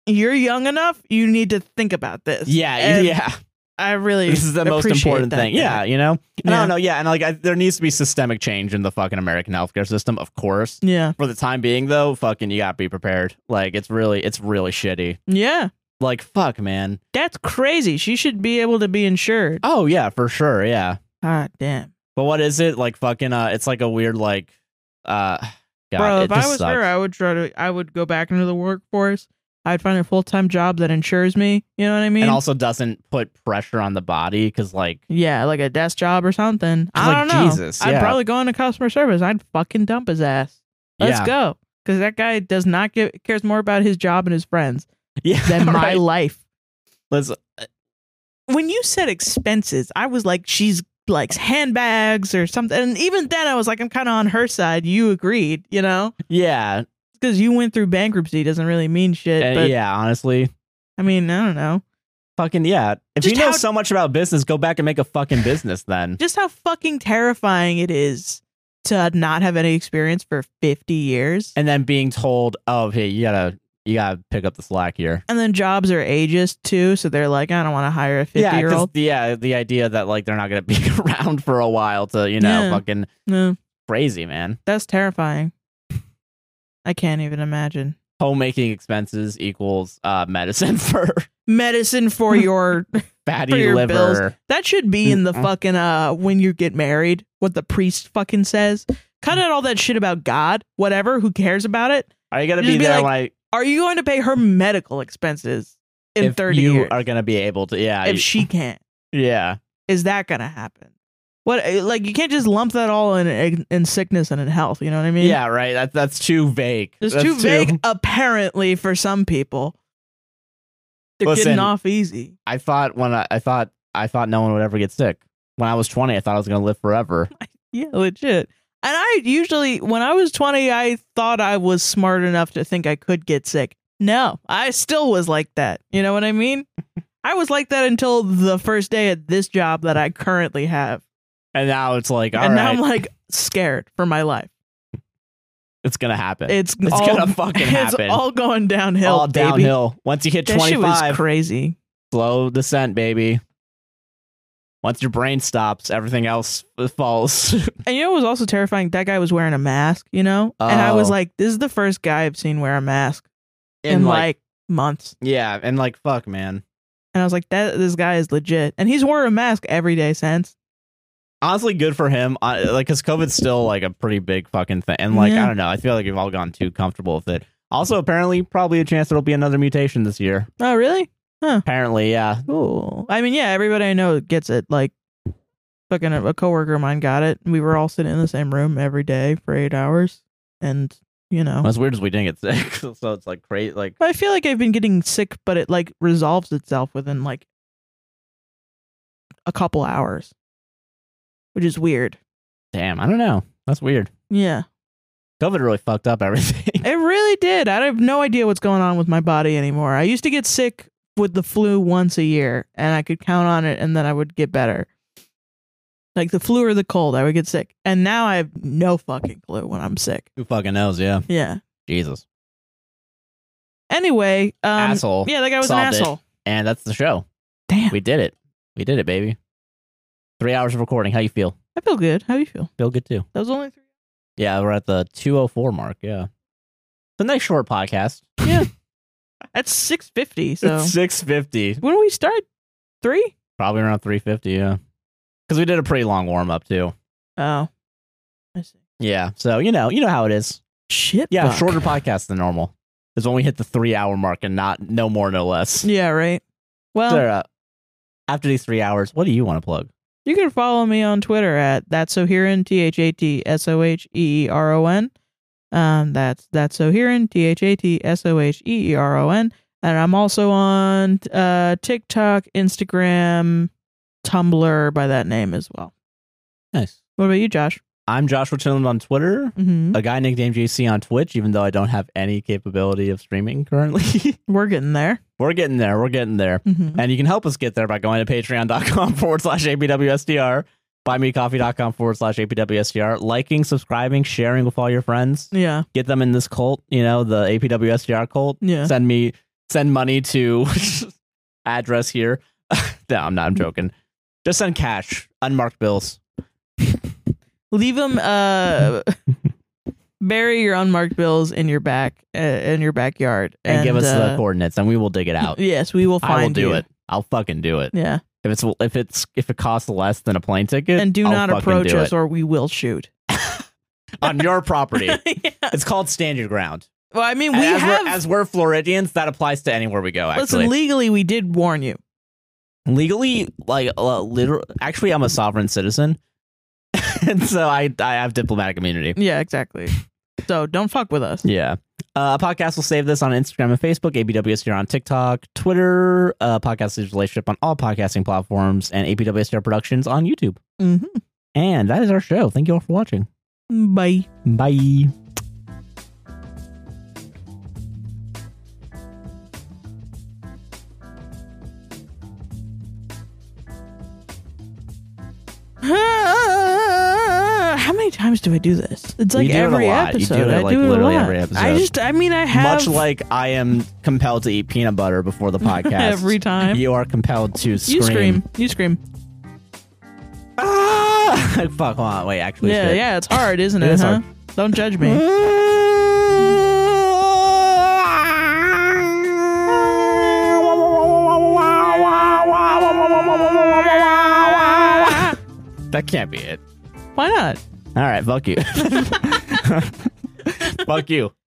Speaker 2: You're young enough, you need to think about this.
Speaker 1: Yeah.
Speaker 2: And
Speaker 1: yeah. [LAUGHS]
Speaker 2: I really
Speaker 1: This is the most
Speaker 2: appreciate
Speaker 1: important
Speaker 2: that
Speaker 1: thing.
Speaker 2: guy.
Speaker 1: Yeah. You know? And I
Speaker 2: Yeah.
Speaker 1: don't know. Yeah. And like, I, there needs to be systemic change in the fucking American healthcare system, of course.
Speaker 2: Yeah.
Speaker 1: For the time being, though, fucking, you got to be prepared. Like, it's really, it's really shitty.
Speaker 2: Yeah.
Speaker 1: Like, fuck, man.
Speaker 2: That's crazy. She should be able to be insured.
Speaker 1: Oh, yeah, for sure. Yeah.
Speaker 2: God damn.
Speaker 1: But what is it? Like, fucking, uh, it's like a weird, like, uh, [SIGHS] God,
Speaker 2: Bro,
Speaker 1: it
Speaker 2: if I
Speaker 1: just
Speaker 2: was
Speaker 1: sucks.
Speaker 2: her, I would try to I would go back into the workforce. I'd find a full time job that insures me. You know what I mean?
Speaker 1: and also doesn't put pressure on the body because, like,
Speaker 2: Yeah, like a desk job or something. I
Speaker 1: Like,
Speaker 2: don't know.
Speaker 1: Jesus,
Speaker 2: I'd
Speaker 1: yeah.
Speaker 2: probably go into customer service. I'd fucking dump his ass. Let's
Speaker 1: yeah,
Speaker 2: go. Because that guy does not give cares more about his job and his friends
Speaker 1: [LAUGHS] yeah,
Speaker 2: [LAUGHS] than my
Speaker 1: right.
Speaker 2: life.
Speaker 1: Let's, uh,
Speaker 2: When you said expenses, I was like, she's likes handbags or something. And even then, I was like, I'm kind of on her side. You agreed, you know,
Speaker 1: yeah,
Speaker 2: because you went through bankruptcy doesn't really mean shit.
Speaker 1: uh,
Speaker 2: but
Speaker 1: yeah. Honestly,
Speaker 2: I mean, I don't know.
Speaker 1: fucking yeah. If
Speaker 2: Just
Speaker 1: you know
Speaker 2: how-
Speaker 1: so much about business, go back and make a fucking business. Then
Speaker 2: Just how fucking terrifying it is to not have any experience for 50 years.
Speaker 1: and then being told, oh, hey, you gotta, you gotta pick up the slack here.
Speaker 2: And then jobs are ageist too, so they're like, I don't want to hire a fifty
Speaker 1: Yeah, 'cause
Speaker 2: year old.
Speaker 1: the- yeah, the idea that like they're not gonna [LAUGHS] be around for a while to you know
Speaker 2: Yeah.
Speaker 1: fucking
Speaker 2: No,
Speaker 1: crazy man.
Speaker 2: Mm, that's terrifying. I can't even imagine
Speaker 1: Homemaking expenses equals uh medicine [LAUGHS] for [LAUGHS]
Speaker 2: medicine for your.
Speaker 1: fatty
Speaker 2: For your
Speaker 1: liver.
Speaker 2: bills. that should be in the
Speaker 1: Mm-mm.
Speaker 2: fucking uh when you get married. What the priest fucking says. Cut out all that shit about God. Whatever. Who cares about it?
Speaker 1: Are you gonna
Speaker 2: Just
Speaker 1: be,
Speaker 2: be
Speaker 1: there
Speaker 2: like,
Speaker 1: like
Speaker 2: Are you going to pay her medical expenses in
Speaker 1: if
Speaker 2: thirty
Speaker 1: you
Speaker 2: years
Speaker 1: are gonna be able to? Yeah,
Speaker 2: if
Speaker 1: you-
Speaker 2: she can't?
Speaker 1: yeah.
Speaker 2: Is that going to happen? What eh, like you can't just lump that all in- in in sickness and in health. You know what I mean?
Speaker 1: Yeah, right. That, that's too vague.
Speaker 2: It's
Speaker 1: That's
Speaker 2: too vague, apparently, for some people. They're
Speaker 1: Listen.
Speaker 2: getting off easy.
Speaker 1: [LAUGHS] I thought when I, I thought I thought no one would ever get sick. When I was twenty, I thought I was gonna live
Speaker 2: [LAUGHS]
Speaker 1: forever.
Speaker 2: Yeah, legit. And I usually, when I was 20, I thought I was smart enough to think I could get sick. No, I still was like that. You know what I
Speaker 1: [LAUGHS]
Speaker 2: mean? I was like that until the first day at this job that I currently have.
Speaker 1: And now it's like, all right,
Speaker 2: and now I'm like scared for my life.
Speaker 1: it's gonna happen.
Speaker 2: It's,
Speaker 1: It's
Speaker 2: all,
Speaker 1: gonna fucking happen.
Speaker 2: [LAUGHS] It's all going downhill.
Speaker 1: all
Speaker 2: baby.
Speaker 1: downhill. Once you hit
Speaker 2: That shit was
Speaker 1: 25,
Speaker 2: crazy.
Speaker 1: slow descent, baby. Once your brain stops, everything else falls. [LAUGHS]
Speaker 2: And you know what was also terrifying? That guy was wearing a mask, you know? And I was
Speaker 1: Oh.
Speaker 2: like, this is the first guy I've seen wear a mask in,
Speaker 1: And,
Speaker 2: like, months.
Speaker 1: yeah, and like fuck, man.
Speaker 2: And I was like, that this guy is legit. And he's worn a mask every day since.
Speaker 1: Honestly, good for him. I, like, cause COVID's still like a pretty big fucking thing. And like,
Speaker 2: Yeah.
Speaker 1: I don't know. I feel like we've all gone too comfortable with it. Also, apparently, probably a chance there'll be another mutation this year.
Speaker 2: Oh, really?
Speaker 1: Apparently, yeah.
Speaker 2: Cool. I mean, yeah, everybody I know gets it. Like, fucking a, a coworker of mine got it. We were all sitting in the same room every day for eight hours. And, you know,
Speaker 1: As weird as we didn't get sick, [LAUGHS] so it's like crazy. Like,
Speaker 2: I feel like I've been getting sick, but it like resolves itself within like a couple hours, which is weird.
Speaker 1: damn, I don't know. That's weird.
Speaker 2: Yeah.
Speaker 1: COVID really fucked up everything. [LAUGHS]
Speaker 2: It really did. I have no idea what's going on with my body anymore. I used to get sick with the flu once a year and I could count on it and then I would get better. Like the flu or the cold, I would get sick. And now I have no fucking clue when I'm sick.
Speaker 1: Who fucking knows? Yeah,
Speaker 2: Yeah.
Speaker 1: Jesus,
Speaker 2: Anyway, um
Speaker 1: asshole.
Speaker 2: Yeah, that guy was an
Speaker 1: Solved it.
Speaker 2: asshole.
Speaker 1: And that's the show.
Speaker 2: Damn.
Speaker 1: We did it. We did it, baby. Three hours of recording. How you feel?
Speaker 2: I feel good. How do you feel?
Speaker 1: Feel good too.
Speaker 2: That was only three.
Speaker 1: Yeah, we're at the two oh four mark. Yeah, the next short podcast.
Speaker 2: That's 650. So
Speaker 1: six fifty,
Speaker 2: when do we start? 3?
Speaker 1: probably around three fifty. Yeah, because we did a pretty long warm up too.
Speaker 2: Oh. I see.
Speaker 1: Yeah, so you know, you know how it is.
Speaker 2: Shit.
Speaker 1: Yeah, [LAUGHS]
Speaker 2: fuck.
Speaker 1: shorter podcast than normal. is when we hit the three hour mark and not no more, no less.
Speaker 2: Yeah, right. Well,
Speaker 1: Sarah, after these three hours, what do you want to plug?
Speaker 2: You can follow me on Twitter at that's Soheron T H A T S O H E E R O N. Um, that's that's Soheron T H A T S O H E E R O N. And I'm also on uh, TikTok, Instagram, Tumblr by that name as well.
Speaker 1: Nice.
Speaker 2: What about you, Josh?
Speaker 1: I'm Joshua Chinland on Twitter,
Speaker 2: [LAUGHS] Mm-hmm.
Speaker 1: a guy nicknamed JC on Twitch, even though I don't have any capability of streaming currently. [LAUGHS]
Speaker 2: We're getting there.
Speaker 1: we're getting there. We're getting there.
Speaker 2: Mm-hmm.
Speaker 1: And you can help us get there by going to patreon.com [LAUGHS] forward slash APWSDR, buymecoffee.com forward slash APWSDR, liking, subscribing, sharing with all your friends.
Speaker 2: Yeah,
Speaker 1: Get them in this cult, you know, the APWSDR cult.
Speaker 2: yeah.
Speaker 1: Send me, send money to [LAUGHS] address here. [LAUGHS] no, I'm not, I'm joking. Just send cash, unmarked bills.
Speaker 2: Leave
Speaker 1: [LAUGHS]
Speaker 2: them. Uh, bury your unmarked bills in your back uh, in your backyard,
Speaker 1: And, give us
Speaker 2: uh,
Speaker 1: the coordinates and we will dig it out.
Speaker 2: Yes, we will find.
Speaker 1: I will do
Speaker 2: you.
Speaker 1: it. I'll fucking do it.
Speaker 2: Yeah.
Speaker 1: If it's if it's if it costs less than a plane ticket,
Speaker 2: and do
Speaker 1: I'll
Speaker 2: not
Speaker 1: fucking
Speaker 2: approach
Speaker 1: do
Speaker 2: us
Speaker 1: it.
Speaker 2: or we will shoot. [LAUGHS]
Speaker 1: on your property.
Speaker 2: yeah.
Speaker 1: It's called stand your ground.
Speaker 2: Well, I mean,
Speaker 1: And
Speaker 2: we
Speaker 1: as,
Speaker 2: have.
Speaker 1: we're, as we're Floridians, that applies to anywhere we go. Actually,
Speaker 2: listen, legally, we did warn you.
Speaker 1: legally, like uh, literal. Actually, I'm a sovereign citizen, [LAUGHS] and so I I have diplomatic immunity. [LAUGHS]
Speaker 2: Yeah, exactly. so don't fuck with us.
Speaker 1: Yeah. Uh, podcast will save this on Instagram and Facebook, ABWSDR on TikTok, Twitter, uh, Podcast is Relationship on all podcasting platforms, and ABWSDR Productions on YouTube.
Speaker 2: Mm-hmm.
Speaker 1: And that is our show. Thank you all for watching.
Speaker 2: Bye. [SIGHS]
Speaker 1: Bye.
Speaker 2: How many times do I do this? It's
Speaker 1: You
Speaker 2: like
Speaker 1: do it a
Speaker 2: every
Speaker 1: lot. You do
Speaker 2: episode.
Speaker 1: it,
Speaker 2: I
Speaker 1: like,
Speaker 2: do it
Speaker 1: literally
Speaker 2: a lot.
Speaker 1: every episode.
Speaker 2: I just, I mean, I have
Speaker 1: Much like I am compelled to eat peanut butter before
Speaker 2: [LAUGHS]
Speaker 1: the podcast.
Speaker 2: every time.
Speaker 1: You are compelled to
Speaker 2: You scream. You scream.
Speaker 1: Ah! [LAUGHS] Fuck, hold on. Wait, actually.
Speaker 2: Yeah,
Speaker 1: shit.
Speaker 2: yeah. It's hard, isn't it?
Speaker 1: [LAUGHS] It is
Speaker 2: huh?
Speaker 1: hard. Mm-hmm.
Speaker 2: Don't judge me.
Speaker 1: That can't be it.
Speaker 2: Why not? [LAUGHS]
Speaker 1: All right, [LAUGHS] fuck you. fuck you.